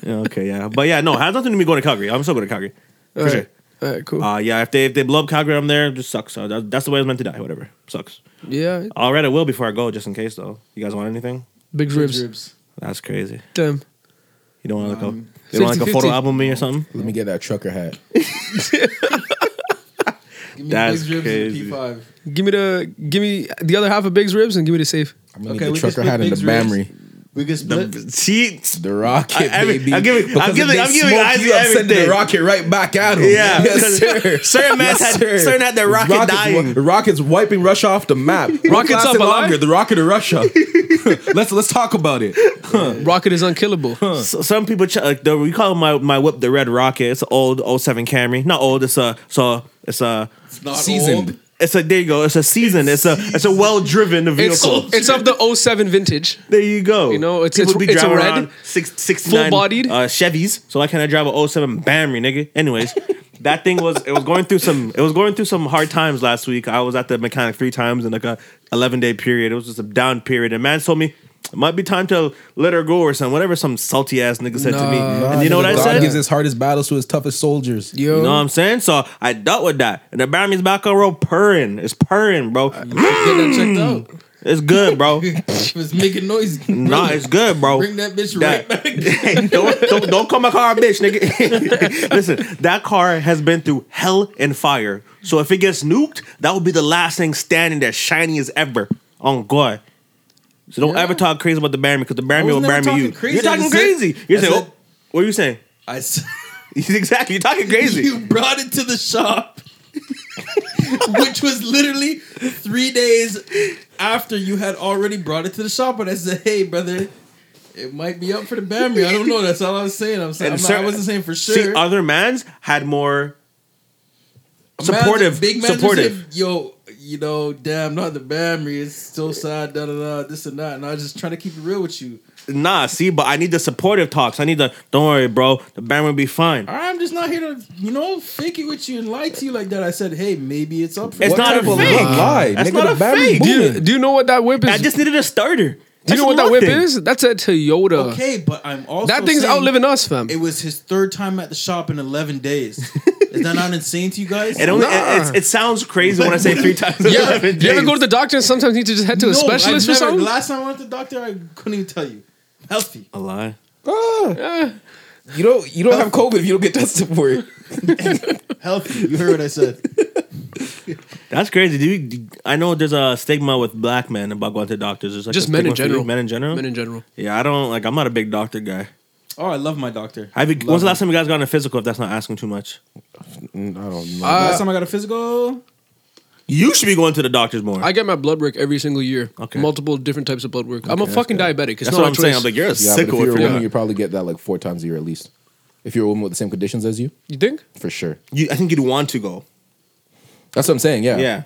S3: Yeah, okay, yeah. But yeah, no, it has nothing to do with me going to Calgary. I'm still going to Calgary. For
S5: All right,
S3: sure.
S5: all right, cool.
S3: Uh, yeah, if they if they blow up Calgary, I'm there. Just sucks. So that, that's the way I was meant to die. Whatever, sucks.
S5: yeah,
S3: I'll read it will before I go, just in case though. You guys want anything?
S5: big ribs.
S2: Ribs.
S3: That's crazy.
S5: Damn.
S3: You don't want like
S2: Um,
S3: a you don't want like a
S5: 50-50. [laughs]
S3: photo album of me or something?
S9: Let me get that trucker hat.
S2: Give me
S3: That's
S2: big ribs
S3: crazy.
S2: and P5.
S5: Give me the give me the other half of Big's ribs and give me the safe.
S9: I'm gonna
S2: Okay,
S9: get
S2: we
S9: the
S2: can
S9: trucker
S2: split
S9: hat and the
S2: pigs ribs.
S9: Bamry.
S2: We can split.
S3: See,
S9: The rocket,
S3: I- I-
S9: baby.
S3: I'm giving- I'm
S9: Because if
S3: giving-
S9: they
S3: I'm giving
S9: smoke
S3: Isaac
S9: you up, send
S3: everything.
S9: the rocket right back at him.
S3: Yeah,
S9: [laughs] yes, sir.
S3: certain man had certain had that rocket
S9: Rocket's
S3: dying.
S9: wi- The rocket's wiping Russia off
S3: [laughs]
S9: the map.
S5: Rocket's
S9: Rocket's
S5: up
S9: up
S5: alive?
S9: longer. The rocket of Russia. [laughs] let's let's talk about it.
S3: Oh.
S5: Rocket is unkillable.
S3: So- some people ch- like the, we call my my whip the red rocket. It's an old 07 Camry. Not old. It's a so it's a
S2: Not
S9: Seasoned.
S2: old.
S3: it's a there you go. It's a season. It's a it's a well driven
S5: It's
S3: vehicle.
S5: it's of the 07 vintage.
S3: There you go.
S5: You know, it's-
S3: People
S5: it's- it's a
S3: driving
S5: red,
S3: around six, 69,
S5: full-bodied.
S3: uh, Chevys. So why can't I drive a 07 Bamry, nigga?
S5: [laughs]
S3: Anyways, that thing was it was going through some it was going through some hard times last week. I was at the mechanic three times in like a eleven day period. It was just a down period. And man told me, it might be time to let her go or something. Whatever some salty ass nigga said to me.
S5: Nah,
S3: and you know what I
S5: God
S3: said?
S5: gives
S4: his hardest battles to his toughest soldiers.
S5: Yo,
S3: You know what I'm saying? So I dealt with that. And the Batman's back on road purring. It's purring, bro.
S2: Get that checked
S3: It's good,
S5: [laughs]
S3: bro.
S2: out. [laughs] She was making noise.
S3: nah, it's good, bro.
S2: Bring that bitch right
S3: That- Hey, [laughs] don't, don't, don't call my car a bitch, nigga. [laughs] Listen, that car has been through hell and fire. So if it gets nuked, that will be the last thing standing there, shiny as ever. On God. So don't ever talk crazy about the Barmy because the Barmy will
S2: wasn't never
S3: Barmy you.
S2: talking crazy.
S3: You're
S2: I
S3: talking
S2: just said-
S3: crazy. You're
S2: I
S3: saying,
S2: said-
S3: oh, what are you saying? [laughs]
S2: I [laughs] said,
S3: exactly. You're talking crazy.
S2: you brought it to the shop, [laughs] which was literally three days after you had already brought it to the shop. And I said, hey, brother. It might be up for the Bambi. I don't know. That's all I was saying. I'm saying I'm not, I
S3: cer-
S2: wasn't saying for sure.
S3: See, uh, other man's had more
S2: Man's a
S3: supportive,
S2: big man
S3: supportive.
S2: Just said, Yo, you know, damn, not the Bambi. It's so sad. Da da da. This and that. And I was just trying to keep it real with you.
S3: Nah, see, but I need the supportive talks. I need the. Don't worry, bro. The band will be fine.
S2: All right, I'm just not here to, you know, fake it with you and lie to you like that. I said, hey, maybe it's up for
S3: It's
S2: What
S3: not a
S2: type of
S3: fake.
S2: lie?
S4: Lie.
S3: That's
S4: Nigga,
S3: not a
S4: the Batman
S3: fake.
S5: do
S4: booming.
S5: you, do you know what that whip is?
S3: I just needed a starter.
S5: do you know what that whip is? That's a Toyota.
S2: Okay, but I'm also
S5: That thing's
S2: saying
S5: outliving us, fam.
S2: It was his third time at the shop in 11 days. Is that not insane to you guys?
S3: It only it, it's- it sounds crazy when I say
S5: [laughs]
S3: three times.
S5: You
S3: yeah,
S5: ever, you ever go to the doctor and sometimes need to just head to a
S2: No,
S5: specialist
S2: I've
S5: for
S2: never-
S5: something?
S2: Last time I went to the doctor, I couldn't even tell you. Healthy.
S3: a lie.
S4: You don't you don't have COVID if you don't get tested for it.
S2: Healthy. You heard what I said.
S3: That's crazy. Do you, do- I know there's a stigma with black men about going to doctors. There's like
S5: Just
S3: a
S5: men in
S3: stigma for you,
S5: general.
S3: Men in general.
S5: Men in general.
S3: yeah, I don't like. I'm not a big doctor guy.
S2: Oh, I love my doctor.
S3: Have you,
S2: Love
S3: when's
S2: him.
S3: the last time you guys got a physical? If that's not asking too much,
S5: Uh,
S2: last time I got a physical?
S3: you should be going to the doctors more.
S5: I get my blood work every single year.
S3: Okay.
S5: Multiple different types of blood work. I'm a fucking diabetic. It's
S3: that's
S5: not
S3: what
S5: my
S3: I'm saying.
S5: choice.
S3: I'm like, you're a
S4: Yeah, but if
S3: sicko. If
S4: you're a
S3: you're
S4: woman,
S3: not.
S4: you probably get that like four times a year at least. If you're a woman with the same conditions as you,
S5: you think?
S4: for sure.
S3: You, I think you'd want to go.
S4: That's what I'm saying. Yeah,
S3: Yeah,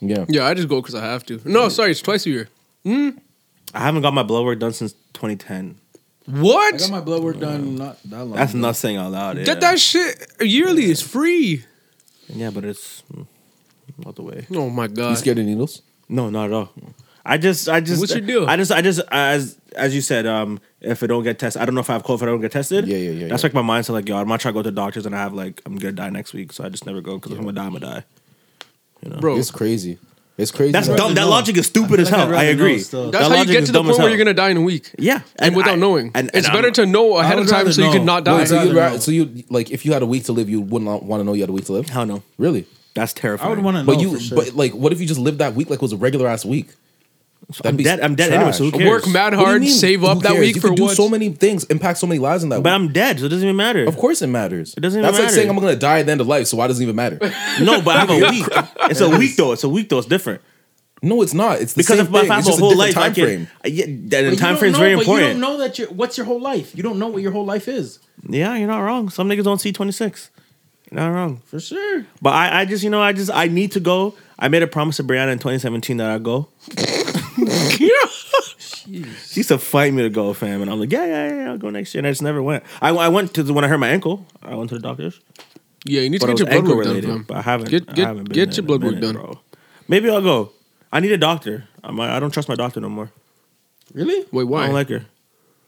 S4: yeah.
S5: Yeah, I just go because I have to. No, sorry, it's twice a year.
S3: I haven't got my blood work done since 2010.
S5: What?
S2: I got my blood work done not that long.
S3: That's
S2: ago.
S3: not saying out loud. yeah.
S5: Get that shit yearly. It's free.
S3: Yeah, but it's mm, not the way.
S5: Oh my
S4: You
S5: god.
S4: scared of needles?
S3: No, not at all. I just, I just,
S5: What's your deal?
S3: I just, I just, as as you said, um, if I don't get tested, I don't know if I have COVID. If I don't get tested,
S4: Yeah, yeah, yeah,
S3: That's
S4: yeah.
S3: like my mindset. Like, yo, I'm not trying to go to doctors, and I have like, I'm gonna die next week, so I just never go because if I'm gonna die, I'm gonna die.
S5: Bro,
S4: It's crazy. It's crazy.
S3: Oh. That's
S4: Like,
S3: dumb. That
S2: know.
S3: logic is stupid as
S2: like I'd
S3: hell. I
S2: rather
S3: agree.
S2: know still.
S5: that's
S3: That
S5: how you
S3: logic
S5: get
S3: is
S5: to the
S3: dumb as
S5: point where
S3: hell.
S5: you're gonna die in a week.
S3: Yeah,
S5: And,
S3: I-
S5: without knowing.
S3: and-
S5: it's
S3: and
S5: better
S3: I'm-
S5: to know ahead of
S2: would
S5: time
S2: rather
S5: so you can
S2: know. Wait,
S5: not die.
S4: so
S2: I'd
S4: you
S2: rather know.
S4: so you like if you had a week to live, you wouldn't want to know you had a week to live.
S3: Hell no,
S4: Really?
S3: that's terrifying.
S2: I would want to know.
S4: But you,
S2: for sure.
S4: but like, what if you just lived that week like it was a regular ass week?
S3: I'm
S4: That'd be
S3: dead. I'm dead anyway.
S4: trash.
S3: So who
S4: Work
S3: cares?
S5: Work mad
S4: What do you
S5: hard,
S4: mean?
S5: save
S4: Who
S5: up that
S4: cares?
S5: week
S4: You
S5: for
S4: could do
S5: what?
S4: so many things, impact so many lives in that.
S3: But
S4: week.
S3: I'm dead, so it doesn't even matter.
S4: of course, it matters.
S3: It doesn't even
S4: That's like
S3: matter.
S4: saying I'm gonna die at the end of life, so why does it even matter?
S3: No, but I have a week. It's a week though. It's a week though. It's different
S4: no, it's not. It's the
S3: because
S4: same
S3: if I
S4: thing.
S3: have
S4: It's
S3: a
S4: just
S3: whole life,
S4: different
S3: I
S4: time
S3: can.
S4: frame.
S3: I- Yeah, that
S2: But you
S3: time
S2: don't
S3: frame is
S2: know-
S3: very
S2: but
S3: important.
S2: You don't know that your what's your whole life. You don't know what your whole life is
S3: Yeah, you're not wrong. Some niggas don't see 26. You're not wrong.
S2: for sure.
S3: But I, I just, you know, I just, I need to go. I made a promise to Brianna in 2017 that I go. She used to fight me to go, fam. And I'm like, yeah, yeah, yeah, I'll go next year. And I just never went. I, I went to the, when I hurt my ankle, I went to the doctor's.
S5: Yeah, you need to
S3: But it
S5: get
S3: was
S5: your blood
S3: ankle
S5: work done,
S3: related.
S5: fam.
S3: but I haven't,
S5: Get-
S3: I
S5: get-
S3: haven't been
S5: get
S3: there in
S5: your
S3: a
S5: blood work
S3: minute,
S5: done.
S3: Bro. Maybe I'll go. I need a doctor. I'm, I don't trust my doctor no more.
S2: Really?
S5: Wait,
S3: I
S5: why?
S3: don't like her.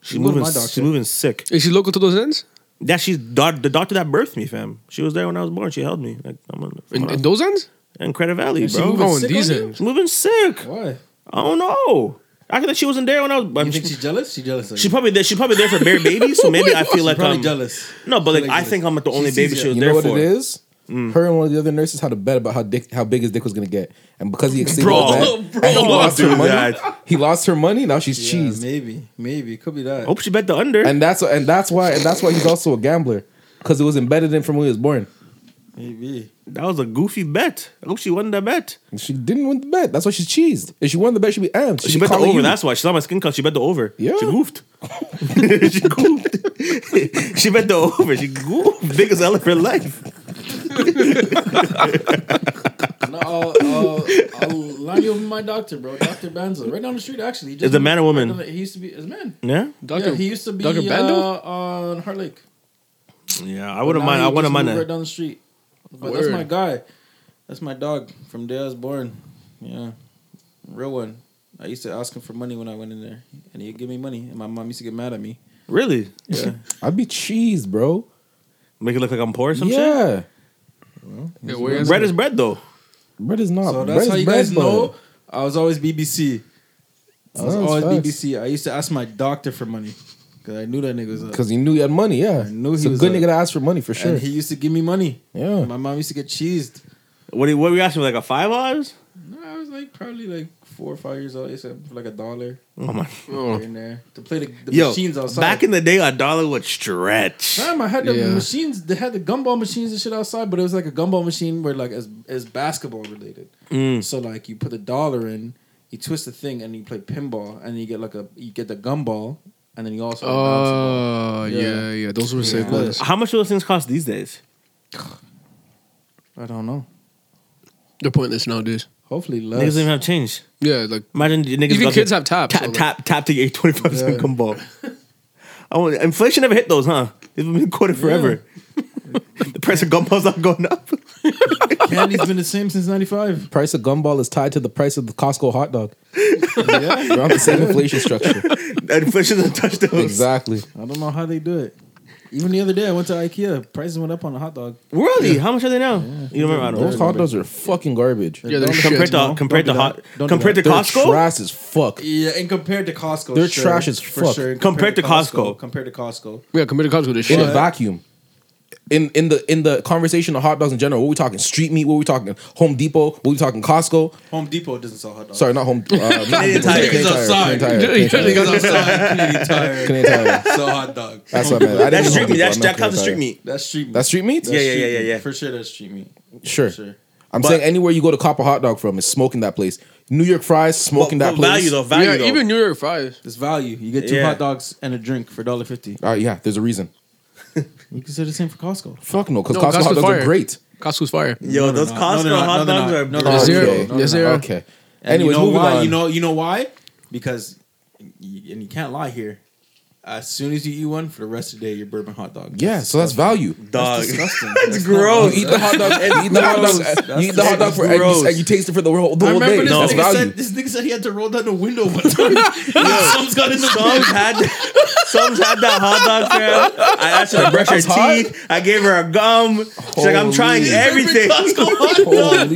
S3: She's
S2: You go to
S3: moving,
S2: my doctor.
S3: she's moving sick.
S5: Is she local to those ends?
S3: Yeah, she's doc- the doctor that birthed me, fam. She was there when I was born. She held me. Like I'm on,
S5: In, in those ends?
S3: in Credit Valley,
S2: Is she
S3: bro.
S2: moving
S5: Oh, in
S2: sick
S5: these
S2: on you?
S5: ends.
S3: She's moving sick.
S2: Why?
S3: I don't know. I think she wasn't there when I was. I
S2: You
S3: mean,
S2: think she's
S3: she,
S2: jealous? She jealous? Of
S3: she
S2: you.
S3: probably there. She's probably there for bare
S2: [laughs]
S3: babies. So maybe I feel
S2: She
S3: like
S2: probably
S3: I'm
S2: jealous.
S3: No, but like
S2: She
S3: I
S2: jealous.
S3: think I'm at the only
S2: She
S3: baby
S2: sees
S3: she was
S4: You
S3: there
S4: know what
S3: for.
S4: it is?
S3: Mm.
S4: Her and one of the other nurses had a bet about how dick, how big his dick was gonna get, and because he exceeded
S3: Bro,
S4: the
S3: [laughs]
S4: bet,
S3: bro,
S4: and he lost her
S3: dude,
S4: money.
S3: that-
S4: He lost her money. Now she's
S2: Yeah,
S4: cheesed.
S2: Maybe, maybe it could be that.
S3: Hope she bet the under.
S4: and that's and that's why and that's why he's also a gambler because it was embedded in from when he was born.
S2: Maybe.
S3: that was a goofy bet. I hope she won that bet.
S4: And she didn't win the bet. That's why she's cheesed. If she won the bet, she'd be amped.
S3: She, bet the over.
S4: You.
S3: That's why she saw my skin color. She bet the over.
S4: Yeah.
S2: [laughs]
S3: she goofed. she goofed. [laughs] she bet the over. She goofed. Biggest hell of her life.
S2: No, I'll, I'll, uh, I'll line you up with my doctor, bro. Doctor Banzo, right down the street. Actually, He just
S3: Is it a man or woman?
S2: Right down the- he used to be. Is a man.
S3: Yeah.
S5: Doctor,
S2: yeah, he used to be
S5: Dr. Bando?
S2: uh, on Heart Lake.
S3: Yeah, I
S2: But
S3: wouldn't
S2: now
S3: mind.
S2: he
S3: I wouldn't
S2: just
S3: mind
S2: moved
S3: that.
S2: Right down the street. But
S5: Word.
S2: that's my guy. That's my dog from day I was born. Yeah, real one. I used to ask him for money when I went in there, and he'd give me money. And my mom used to get mad at me.
S3: Really?
S2: Yeah,
S9: I'd be cheese, bro.
S3: [laughs] Make it look like I'm poor or some shit?
S9: yeah,
S10: where is
S3: Bread is bread though.
S9: bread is not.
S2: so
S9: bread
S2: that's
S9: is
S2: how you
S9: bread,
S2: guys
S9: bud.
S2: know I was always BBC. I was
S9: Oh, that's
S2: always
S9: facts.
S2: BBC. I used to ask my doctor for money because I knew that nigga was up.
S9: Because you knew you had money, yeah.
S2: I knew
S9: it's
S2: he
S9: a
S2: was
S9: good
S2: a-
S9: nigga to ask for money for sure.
S2: And he used to give me money.
S9: Yeah.
S2: My mom used to get cheesed.
S3: What do- what were you asking? Like a five dollars?
S2: I was like probably like four or five years old. I used to have like a dollar
S3: Oh my.
S2: in there to play the, the
S3: Yo,
S2: machines outside.
S3: back in the day, a dollar would stretch.
S2: Damn, I had the
S5: Yeah.
S2: machines. They had the gumball machines and shit outside, but it was like a gumball machine where like as as basketball related.
S5: Mm.
S2: So like you put a dollar in, you twist the thing, and you play pinball, and you get like a you get the gumball, and then you also uh,
S5: Oh yeah. yeah,
S2: Yeah.
S5: Those were safe ones.
S3: How much do those things cost these days?
S5: Oh.
S2: I don't know.
S5: They're pointless nowadays.
S2: Hopefully
S3: Niggas
S2: less.
S3: don't even have change.
S5: Yeah, like
S3: Imagine you niggas
S5: even
S3: got
S5: kids
S3: to
S5: have taps.
S3: tap
S5: so, like-
S3: tap tap to get your twenty five
S2: Yeah.
S3: cent combo. Oh, inflation never hit those, huh? They've been quoted forever. the price of gumballs not going up.
S2: Candy's been the same since '95.
S9: price of gumball is tied to the price of the Costco hot dog. yeah. We're on the same inflation structure.
S3: inflation doesn't touch [laughs] those.
S9: exactly.
S2: I don't know how they do it. Even the other day, I went to IKEA. Prices went up on a hot dog.
S3: Really? How much are they now? You don't remember? I don't
S9: Those
S3: remember.
S9: hot dogs are fucking garbage.
S5: yeah, they're
S3: Compared
S5: shit.
S3: to compared to
S2: Don't do
S3: hot
S2: that. Don't do
S3: compared to
S2: that.
S9: They're
S3: Costco.
S9: trash as fuck.
S2: Yeah, and compared to Costco,
S9: They're trash as fuck.
S2: and
S3: Compared to Costco.
S2: compared to Costco,
S5: yeah, compared to college with this
S9: In
S5: shit.
S9: a vacuum. In in the in the conversation of hot dogs in general, what we talking? Street meat? What we talking? Home Depot? What we talking? Costco?
S2: Home Depot doesn't sell hot dogs.
S9: Sorry, not Home. Uh,
S3: [laughs]
S9: not
S3: Canadian
S9: Home Depot.
S3: Tire.
S9: Canadian Tire. Canadian Tire. Canadian Tire.
S2: Niggas outside, Canadian Tire, [laughs]
S9: Canadian Tire.
S2: sell hot dogs.
S9: That's what I meant. I didn't
S3: That's
S9: know
S3: street
S9: Home
S3: meat.
S9: Depot,
S3: That's
S9: I meant
S3: that counts as
S9: Canadian
S3: street
S9: Tire.
S3: meat.
S2: That's street meat.
S9: That's street meat.
S3: Yeah, yeah,
S2: street
S3: yeah,
S2: meat.
S3: yeah, yeah.
S2: For sure, that's street meat.
S9: Sure.
S2: For sure.
S9: I'm
S3: But-
S9: saying anywhere you go to cop a hot dog from is smoking that place. New York fries smoking
S3: But-
S9: that
S3: but
S9: place.
S3: Value though. Value
S5: Yeah,
S3: though.
S5: even New York fries.
S2: It's value. You get two
S3: Yeah.
S2: hot dogs and a drink for dollar fifty.
S9: All right, Uh, yeah, there's a reason.
S2: You can say the same for Costco.
S9: Fuck no, because
S5: No,
S9: Costco
S5: Costco's
S9: hot dogs
S5: fire.
S9: are great.
S5: Costco's fire.
S3: Yo, those
S2: they're not.
S3: Costco
S2: No, they're
S3: hot
S2: not. No,
S3: dogs
S2: they're
S3: are.
S2: not. No,
S5: Is
S2: they're
S5: there?
S2: not.
S9: okay.
S5: Is there?
S9: Okay.
S2: And
S9: Anyways,
S2: you know
S9: moving
S2: why?
S9: on.
S2: You know, you know why? Because, you, and you can't lie here. As soon as you eat one, for the rest of the day, you're bourbon hot dog.
S9: yeah, so that's value.
S3: Dog. [laughs]
S2: disgusting.
S3: That's gross.
S9: You eat the hot dog. You eat the hot dog.
S2: That's
S9: You eat the hot dog for and
S3: gross.
S9: you, and you taste it for the whole, the
S2: I
S9: whole
S2: remember
S9: day.
S2: Oh, this,
S9: That's
S2: nigga [laughs]
S9: value.
S2: said, this nigga said he had to roll down the window one
S9: [laughs]
S2: time. Someone's got in the
S3: Some's had, [laughs] some's had that hot dog, fam. I asked her to brush her
S9: That's hot?
S3: teeth. I gave her a gum. She's like, I'm
S9: Holy.
S3: trying everything.
S9: Holy,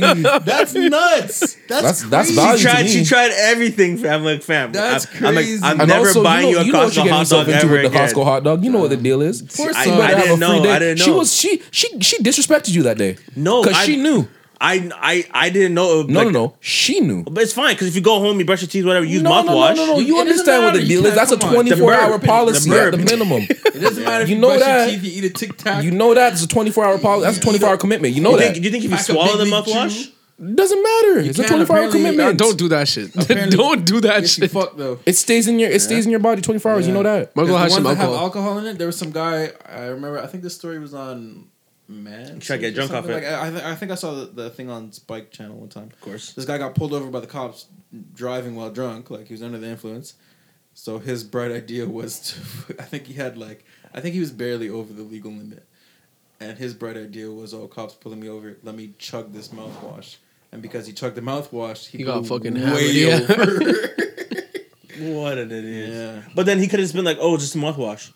S2: That's
S9: that's
S2: nuts.
S9: that's, value.
S3: She tried.
S9: to me.
S3: She tried everything, fam. Like, fam.
S2: That's
S3: I'm- I'm, like,
S2: crazy.
S3: I'm
S9: And
S3: never
S9: also,
S3: buying
S9: you know,
S3: you, a
S9: you know what
S3: Costco
S9: you're getting
S3: hot
S9: yourself
S3: dog
S9: into
S3: ever
S9: with the
S3: again.
S9: Costco hot dog. You know what the deal is. Of
S3: I- I didn't know, I didn't
S9: She
S3: know.
S9: was she she she disrespected you that day.
S3: No,
S9: because
S3: I-
S9: she knew.
S3: I, I, I didn't know.
S9: No,
S3: like,
S9: no, no. She knew.
S3: But it's fine because if you go home, you brush your teeth, whatever, use
S9: no, no,
S3: mouthwash.
S9: no, no, no. You
S2: It doesn't
S9: understand what
S2: matter.
S9: the
S2: You
S9: deal is.
S2: can't-
S9: That's a
S2: come on. The
S9: 24 hour
S3: burp. The
S9: policy at the
S3: burp.
S9: minimum.
S2: It doesn't matter if
S9: You
S2: you,
S9: know
S2: brush
S9: that.
S2: your teeth, you eat a Tic Tac.
S9: You know that it's a 24 hour policy. That's a 24 hour commitment. You know
S3: You think,
S9: that.
S3: you think if you
S2: Pack a
S3: swallow the
S2: big league
S3: mouthwash?
S2: chew.
S9: Doesn't matter. It's a
S2: can't
S9: 24 hour
S2: apparently-
S9: commitment.
S5: Don't do that shit.
S2: Apparently-
S5: Don't do that
S2: Yes, you
S5: shit.
S2: fuck though.
S9: It stays in your it stays in your body 24 hours. You know that.
S5: My
S2: There's
S5: girl
S2: the
S5: has
S2: ones
S5: some
S2: that have
S5: alcohol.
S2: alcohol in it. There was some guy. I remember. I think this story was on Man.
S3: Try to get drunk off it.
S2: Like, I, I thi- I think I saw the, the thing on Spike Channel one time. Of course, this guy got pulled over by the cops driving while drunk. Like he was under the influence. So his bright idea was to. [laughs] I think he had like. I think he was barely over the legal limit, and his bright idea was, "Oh, cops pulling me over. Let me chug this mouthwash." And because he chugged the mouthwash, he,
S5: He got
S2: blew
S5: fucking hammered,
S2: way
S5: yeah.
S2: over.
S3: What an idiot.
S2: yeah.
S3: But then he could have just been like, oh,
S2: [laughs]
S3: just mouthwash.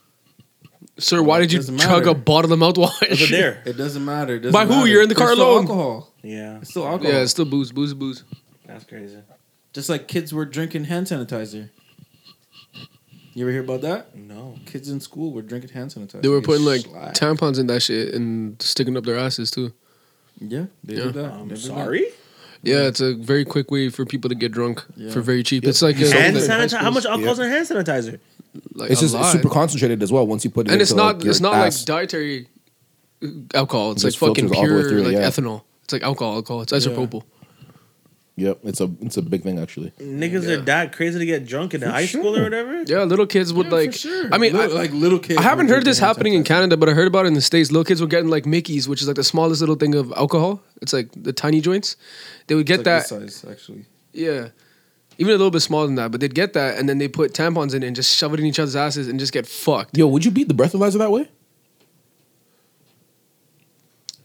S5: Sir, why did you
S2: Doesn't
S5: chug
S2: matter.
S5: a bottle of
S3: It was
S5: mouthwash? [laughs]
S3: there.
S2: It doesn't matter. It doesn't
S5: By who?
S2: matter.
S5: You're in the
S2: There's
S5: car
S2: still
S5: alone.
S2: Alcohol.
S3: Yeah,
S2: It's still alcohol.
S5: Yeah, it's still booze, booze, booze.
S3: that's crazy.
S2: Just like kids were drinking hand sanitizer. You ever hear about that?
S3: No.
S2: Kids in school were drinking hand sanitizer.
S5: They were
S2: Get
S5: putting like
S2: slapped.
S5: tampons in that shit and sticking up their asses too.
S2: yeah, they
S5: Yeah.
S2: did that. They
S3: I'm
S2: did that.
S3: sorry.
S5: Yeah, it's a very quick way for people to get drunk
S2: Yeah.
S5: for very cheap. It's like a,
S3: Hand
S5: like-
S3: sanitizer. How much
S5: like
S3: alcohol's in hand sanitizer?
S5: a
S9: It's just it's
S5: lot.
S9: super concentrated as well once you put it
S5: and it's
S9: into,
S5: not
S9: your
S5: it's not
S9: ass.
S5: like dietary uh, alcohol. It's
S9: It
S5: like
S9: just
S5: fucking
S9: filters all the way
S5: pure
S9: through it,
S5: like
S9: yeah.
S5: ethanol. It's like alcohol, alcohol. It's isopropyl.
S9: Yep, it's a it's a big thing actually.
S3: Niggas
S5: Yeah.
S3: are that crazy to get drunk in high school or whatever?
S5: Yeah, little kids would
S2: Yeah,
S5: like.
S2: for sure.
S5: I mean,
S2: Lit-
S5: I,
S2: like little kids.
S5: I haven't
S2: were
S5: heard this
S2: drinking hand
S5: happening in
S2: sanitizer.
S5: Canada, but I heard about it in the states. Little kids were getting like Mickey's, which is like the smallest little thing of alcohol. It's like the tiny joints. They would get
S2: It's like uh,
S5: that.
S2: this size actually.
S5: Yeah. Even a little bit smaller than that, but they'd get that and then they put tampons in it and just shove it in each other's asses and just get fucked.
S9: Yo, would you beat the breathalyzer that way?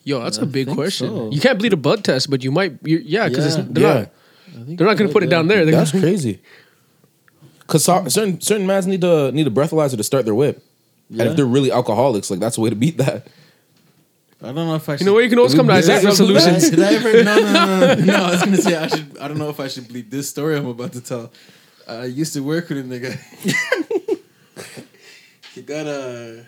S5: Yo, that's a
S2: I
S5: big
S2: think
S5: question.
S2: so.
S5: You can't bleed a blood test, but you might. you yeah, because
S2: Yeah.
S5: it's they're
S9: Yeah.
S5: not. They're not gonna put it down there. They're
S9: That's
S5: gonna,
S9: crazy. Cause so- certain certain mans need to need a breathalyzer to start their whip, and
S2: Yeah.
S9: if they're really alcoholics, like that's a way to beat that.
S2: I don't know if I. Should,
S5: you know what? You can always come to Isaac for
S2: [laughs]
S5: solutions.
S2: Did I ever? No, no, no, no,
S5: [laughs]
S2: no. I was gonna say I should. I don't know if I should believe this story I'm about to tell. I used to work with a nigga. [laughs] he got a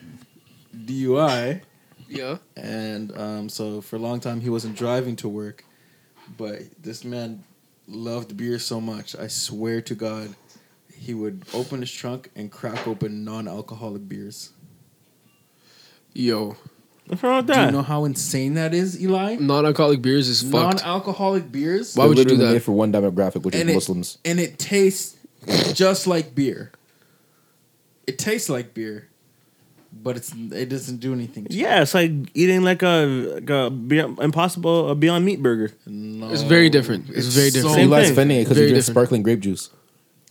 S2: DUI.
S5: Yeah.
S2: And um, so for a long time, he wasn't driving to work. But this man loved beer so much. I swear to God, he would open his trunk and crack open non alcoholic beers.
S5: Yo,
S3: What's wrong with
S2: Do you
S3: that?
S2: know how insane that is, Eli?
S5: non-alcoholic beers is
S2: Non
S5: Mm, fucked.
S2: alcoholic beers.
S5: Why would you do
S9: Literally made
S5: that?
S9: for one demographic, which
S2: and, it,
S9: is Muslims?
S2: and it tastes just like beer. It tastes like beer, but it's it doesn't do anything to you.
S3: Yeah, it's like eating like a, like a Beyond, impossible a Beyond Meat burger.
S2: No.
S5: It's very different. It's very different.
S2: So
S3: Same
S9: Eli's
S3: thing.
S9: offending it because
S5: Very
S9: he drinks
S5: different.
S9: sparkling grape juice.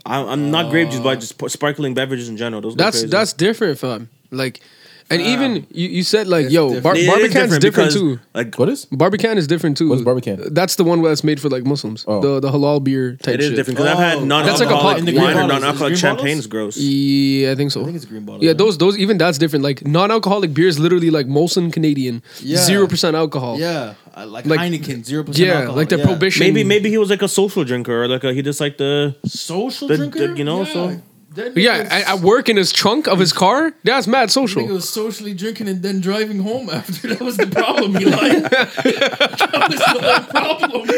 S3: I'm, I'm not grape juice, but just p- sparkling beverages in general. Those go
S5: That's
S3: crazy.
S5: that's different, fam. Like, and even you, you said like, yo,
S2: different.
S5: bar-
S3: It is
S5: barbican's different
S3: because,
S5: too.
S3: Like
S9: What is?
S5: Barbican is different too.
S9: What's Barbican?
S5: That's the one that's made for like Muslims.
S9: Oh.
S5: The the halal beer type
S3: it is
S5: shit.
S3: different because I've
S2: Oh.
S3: had non
S5: That's like a pot-
S3: alcoholic
S5: in the green
S3: wine or
S2: bottles.
S3: non alcoholic
S2: Is it green
S3: champagne
S2: bottles?
S3: is gross.
S5: Yeah, I think so.
S2: I think it's green bottle.
S5: yeah,
S2: right?
S5: those those even that's different. Like non-alcoholic beers, literally like Molson Canadian,
S2: Yeah.
S5: zero percent alcohol.
S2: Yeah, I like,
S5: Like-
S2: Heineken, zero percent.
S5: yeah, like the prohibition.
S3: Maybe maybe he was like a social drinker or like a, he just like the
S2: social
S3: The- the-
S2: drinker.
S3: you know,
S2: yeah.
S3: so-
S2: That nigga
S5: Yeah,
S2: was-
S5: at, at work in his trunk of his car. That's mad
S2: that nigga
S5: social.
S2: was socially drinking and then driving home after. [laughs] That was the problem. He like [laughs] that was the problem.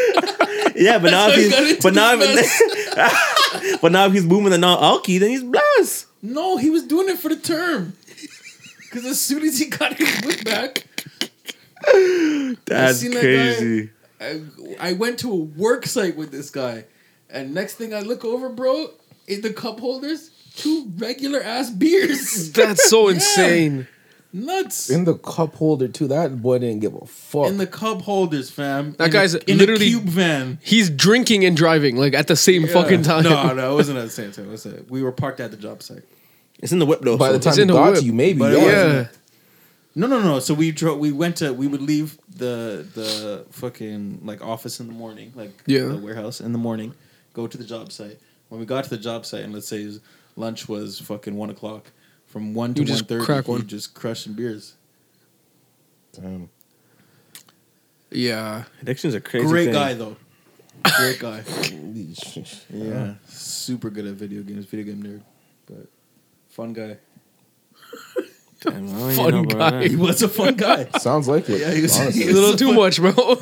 S2: [laughs]
S3: yeah. But now
S2: how
S3: if
S2: he got
S3: he's
S2: into
S3: but now
S2: this
S3: if- [laughs] but now if he's booming the non alky, then he's blessed.
S2: No, he was doing it for the term. Because as soon as he got his whip back,
S3: That's
S2: seen that guy.
S3: crazy.
S2: I, I went to a work site with this guy, and next thing I look over, bro, in the cup holders, two regular ass
S5: [laughs]
S2: beers.
S5: That's
S2: [laughs]
S5: so
S2: Yeah.
S5: insane.
S2: Nuts.
S9: In the cup holder too. That boy didn't give a fuck.
S2: In the cub holders, fam.
S5: That
S2: In
S5: guy's
S2: a, in
S5: literally-
S2: a cube van.
S5: He's drinking and driving like at the same [laughs] fucking time.
S2: No, no, it wasn't at the same time. It was at- we were parked at the job site.
S3: It's in the whip though.
S9: By
S3: so-
S9: the time
S5: It's
S9: he
S5: in the
S9: got
S5: whip.
S9: to you, maybe.
S2: But it
S9: yeah.
S5: yeah,
S2: No, no, no. So we drove. We went to. We would leave the the fucking like office in the morning, like
S5: Yeah.
S2: the warehouse in the morning. Go to the job site. When we got to the job site, and let's say lunch was fucking one o'clock, from one
S5: You
S2: to
S5: just
S2: one thirty,
S5: crack
S2: you
S5: one.
S2: just crushing beers.
S5: yeah.
S3: addiction's a crazy
S2: Great
S3: thing.
S2: guy though. Great
S5: [laughs]
S2: guy.
S9: Damn.
S2: yeah, super good at video games. Video game nerd, but fun guy. [laughs]
S3: Damn, I don't even
S5: Fun
S3: know about
S5: guy.
S3: that.
S5: [laughs]
S2: He was a fun guy.
S9: Sounds like it.
S2: [laughs] Yeah, he was-
S9: honestly.
S5: A little too much, bro. [laughs]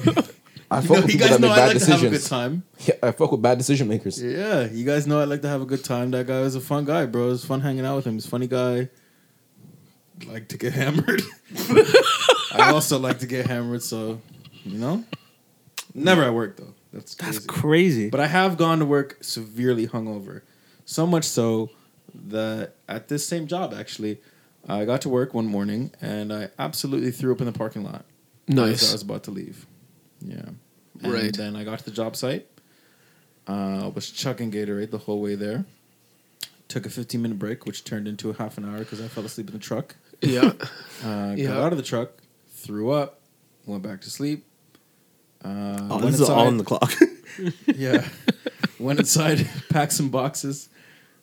S9: I
S2: You, know, you
S9: fuck with people
S2: guys
S9: that
S2: know
S9: make
S2: I
S9: bad
S2: like to have a good
S9: decisions.
S2: time.
S9: Yeah, I fuck with bad decision makers.
S2: Yeah, you guys know I like to have a good time. That guy was a fun guy, bro. It was fun hanging out with him. He's a funny guy. Like to get [laughs] hammered. I also like to get hammered, so you know. Never at work though. That's crazy.
S3: That's crazy.
S2: but I have gone to work severely hungover. So much so that at this same job actually, I got to work one morning and I absolutely threw up in the parking lot as I
S5: nice.
S2: was about to leave. Yeah.
S5: Right.
S2: And then I got to the job site. Uh, was chucking Gatorade the whole way there. Took a 15 minute break, which turned into a half an hour because I fell asleep in the truck.
S5: Yeah,
S2: Uh,
S5: Yeah.
S2: Got out of the truck, threw up, went back to sleep. Uh,
S3: oh,
S2: went
S3: this is all
S2: inside-
S3: on the clock.
S2: yeah. went inside, [laughs] packed some boxes,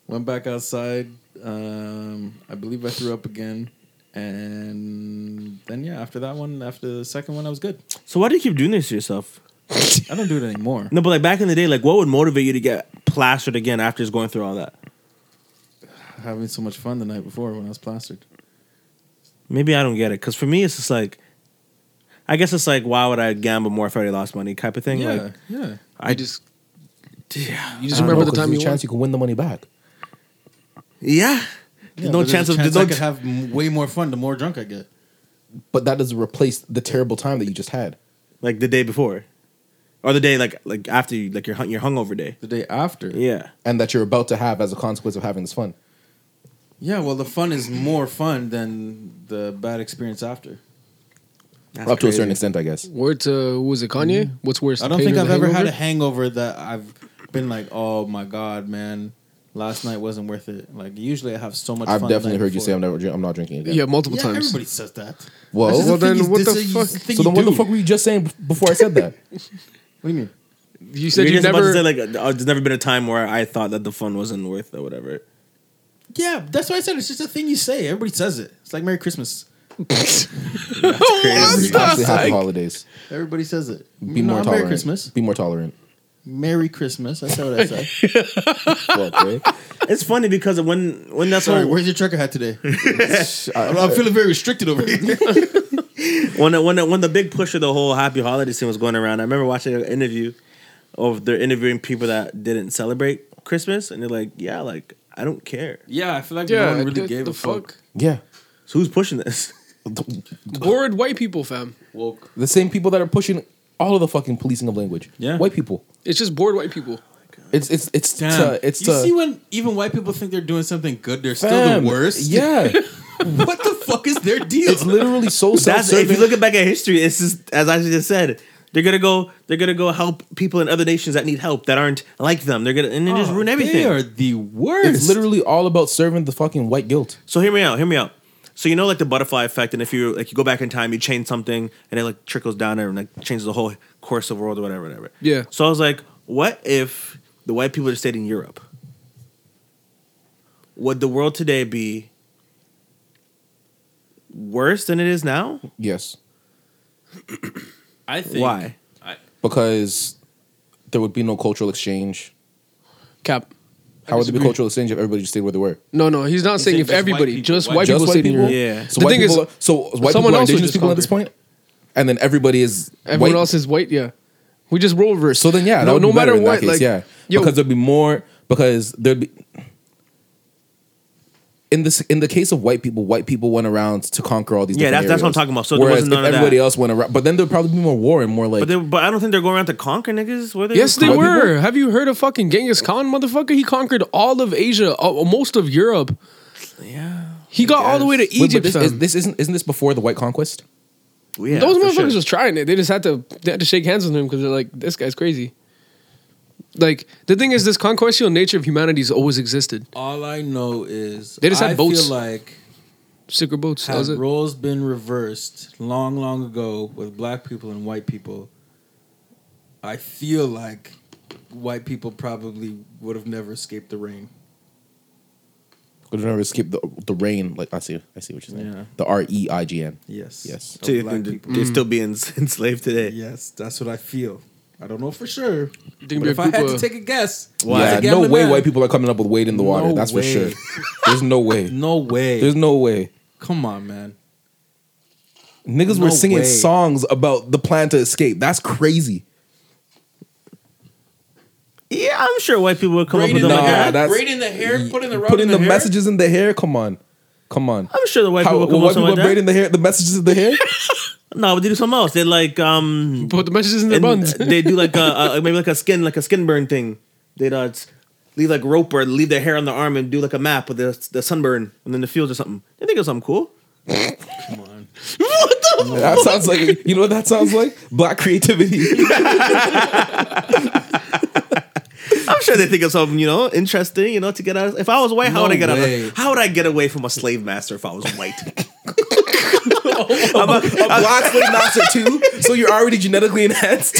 S2: went back outside. Um, I believe I threw up again. And then, yeah, after that one, after the second one, I was good.
S3: [laughs] so why do you keep doing this to yourself?
S2: I don't do it anymore.
S3: No, but like back in the day, like what would motivate you to get plastered again after just going through all that?
S2: having so much fun the night before when I was plastered.
S3: Maybe I don't get it. Cause for me, it's just like, I guess it's like, why would I gamble more if I already lost money type of thing? Like,
S2: yeah.
S3: I
S5: just-
S3: just,
S5: you just remember the time you
S9: there's a
S5: won.
S9: chance you can win the money back.
S3: yeah. There's no chance of, there's
S2: I
S3: no
S2: could
S3: ch-
S2: have m- way more fun the more drunk I get.
S9: But that doesn't replace the terrible time that you just had.
S3: like the day before or the day like, like after you, like your, hun- your hungover day.
S2: The day after.
S3: Yeah.
S9: And that you're about to have as a consequence of having this fun.
S2: Yeah, well, the fun is more fun than the bad experience after.
S3: That's
S9: Up to a certain
S3: crazy.
S9: extent, I guess.
S5: Word to who was it? Kanye? What's worse?
S2: I don't
S5: pain
S2: think
S5: or
S2: I've
S5: the
S2: ever had a
S5: hangover?
S2: hangover that I've been like, oh my God, man, last night wasn't worth it. Like, usually I have so much
S9: I've
S2: fun.
S9: definitely heard you say I'm never drink, I'm not drinking again.
S5: Yeah, multiple
S2: yeah,
S5: times.
S2: everybody says that.
S9: Well,
S2: That's just
S5: well,
S2: a thing
S5: then
S2: you-
S5: what
S2: this
S5: the
S2: is a
S5: fuck?
S2: thing you
S9: so then what the
S2: do.
S9: [laughs] fuck were you just saying before I said that?
S2: What do you mean?
S5: You said
S3: You're
S5: you
S3: just about to
S5: never.
S3: say, like uh, there's never been a time where I thought that the fun wasn't worth it or whatever.
S11: Yeah, that's why I said it's just a thing you say. Everybody says it. It's like Merry Christmas.
S9: Actually, happy holidays.
S11: Everybody says it.
S9: Be more
S11: Not
S9: tolerant.
S11: Merry Christmas.
S9: Be more tolerant.
S11: Merry Christmas. That's not what I said.
S9: Fuck, right?
S3: It's funny because when when that's
S11: Sorry,
S3: whole
S11: where's your trucker hat today? [laughs] I'm, I'm feeling very restricted
S2: [laughs]
S11: over here.
S3: when when when the big push of the whole happy holiday scene was going around, I remember watching an interview of they're interviewing people that didn't celebrate Christmas, and they're like, "Yeah, like I don't care."
S11: Yeah, I feel like
S5: yeah,
S11: no one really
S5: the,
S11: gave
S5: the
S11: a fuck.
S9: Yeah.
S3: So who's pushing this?
S5: Bored white people, fam.
S2: Woke.
S9: The same people that are pushing all of the fucking policing of language.
S11: Yeah.
S9: White people.
S5: It's just bored white people.
S9: It's it's it's
S11: Damn.
S9: to, it's
S11: you
S9: to,
S11: see when even white people think they're doing something good, they're still
S9: Fam,
S11: the worst.
S9: Yeah.
S11: [laughs] What the fuck is [laughs] their deal?
S9: it's literally so
S3: That's if you
S9: self-serving.
S3: look back at history, it's just as I just said. They're gonna go. They're gonna go help people in other nations that need help that aren't like them. They're gonna and then just ruin everything.
S11: They are the worst.
S9: It's literally all about serving the fucking white guilt.
S3: So hear me out. Hear me out. So you know, like the butterfly effect, and if you like, you go back in time, you change something, and it like trickles down and like changes the whole course of the world or whatever, whatever.
S5: Yeah.
S3: So I was like, what if the white people just stayed in Europe? Would the world today be worse than it is now?
S9: Yes.
S11: I think
S3: Why?
S9: Because there would be no cultural exchange.
S5: Cap.
S9: How would there be cultural exchange if everybody just stayed where they were?
S5: No, no, he's not saying
S11: saying
S5: if
S11: just white
S5: everybody,
S11: people.
S5: just
S11: White-
S5: white,
S9: Just
S5: people
S9: white
S5: stayed in
S9: people?
S5: Europe.
S3: Yeah.
S9: So
S5: The
S9: white
S5: thing
S9: people
S5: is,
S9: are- so white
S5: someone else
S9: people are
S5: was
S9: indigenous
S5: just
S9: people at this point,
S5: conquered.
S9: and then everybody is
S5: Everyone
S9: white.
S5: else is white. Yeah, we just roll reverse.
S9: So then, yeah, that
S5: no,
S9: would
S5: no
S9: be better
S5: matter
S9: in that
S5: what,
S9: case,
S5: like
S9: yeah,
S5: yo,
S9: because there'd be more because there'd be in this in the case of white people, white people went around to conquer all these.
S3: Yeah,
S9: different
S3: that's- that's what I'm
S9: areas.
S3: talking about. So there
S9: Whereas
S3: wasn't none
S9: if
S3: of that.
S9: everybody else went around, but then there'd probably be more war and more like.
S3: But they, but I don't think they're going around to conquer niggas. Were they?
S5: yes, they
S9: White people?
S5: were. Have you heard of fucking Genghis Khan, motherfucker? He conquered all of Asia, uh, most of Europe. Yeah, he got all the way to
S9: Wait, but
S5: Egypt.
S9: this,
S5: fam.
S9: is, this isn't isn't this before the white conquest?
S3: Yeah,
S5: Those
S3: for
S5: motherfuckers
S3: sure.
S5: was trying it. They just had to they had to shake hands with him because they're like, this guy's crazy. Like the thing is, this conquestial nature of humanity's always existed.
S11: all I know is
S5: They just had
S11: I
S5: boats.
S11: feel like
S5: Sicker boats. That
S11: had
S5: was it.
S11: roles been reversed long, long ago with black people and white people, I feel like white people probably would have never escaped the rain.
S9: Could never skip the the rain. Like I see, I see what you're saying.
S11: Yeah.
S9: The R E I G N.
S11: Yes.
S9: Yes.
S11: Of
S3: So you
S11: black
S3: think
S11: people.
S5: Mm.
S3: they're still being [laughs] enslaved today?
S11: Yes, that's what I feel. I don't know for sure.
S5: Think
S11: But
S5: be a
S11: if I
S5: group
S11: had to
S5: of-
S11: take a guess, as
S9: Yeah,
S11: a
S9: no
S11: gambling
S9: way
S11: man-
S9: white people are coming up with weight in the water.
S11: No
S9: that's for
S11: way.
S9: sure. There's no
S11: [laughs]
S9: way.
S11: No way.
S9: There's no way.
S11: Come on, man.
S9: Niggas
S11: No
S9: were singing
S11: way.
S9: songs about the plan to escape. That's crazy.
S3: Yeah, I'm sure white people would come up with them.
S9: Nah,
S3: like that.
S9: that's
S11: Braid in the hair, put in the rug
S9: putting
S11: in
S9: the,
S11: hair.
S9: messages in the hair. Come on, come on.
S3: I'm sure the white
S9: How
S3: people would
S9: white
S3: come up with
S9: people
S3: something
S9: are
S3: like that.
S9: braiding the hair? The messages in the hair.
S3: No, but they do something else. They like um,
S5: Put the messages in their
S3: and
S5: buns.
S3: they do like a, a maybe like a skin like a skin burn thing. They uh, s- leave like rope or leave their hair on the arm and do like a map with the, the sunburn and then the fields or something. They think it's something cool.
S9: that sounds like you know what that sounds like. Black [laughs] creativity.
S3: I'm sure they think it's something you know interesting. You know to get out. If I was white, how would I get out?
S11: way.
S3: Of, how would I get away from a slave master if I was white?
S9: [laughs]
S3: I'm a-
S9: Black slave master too. So you're already genetically enhanced.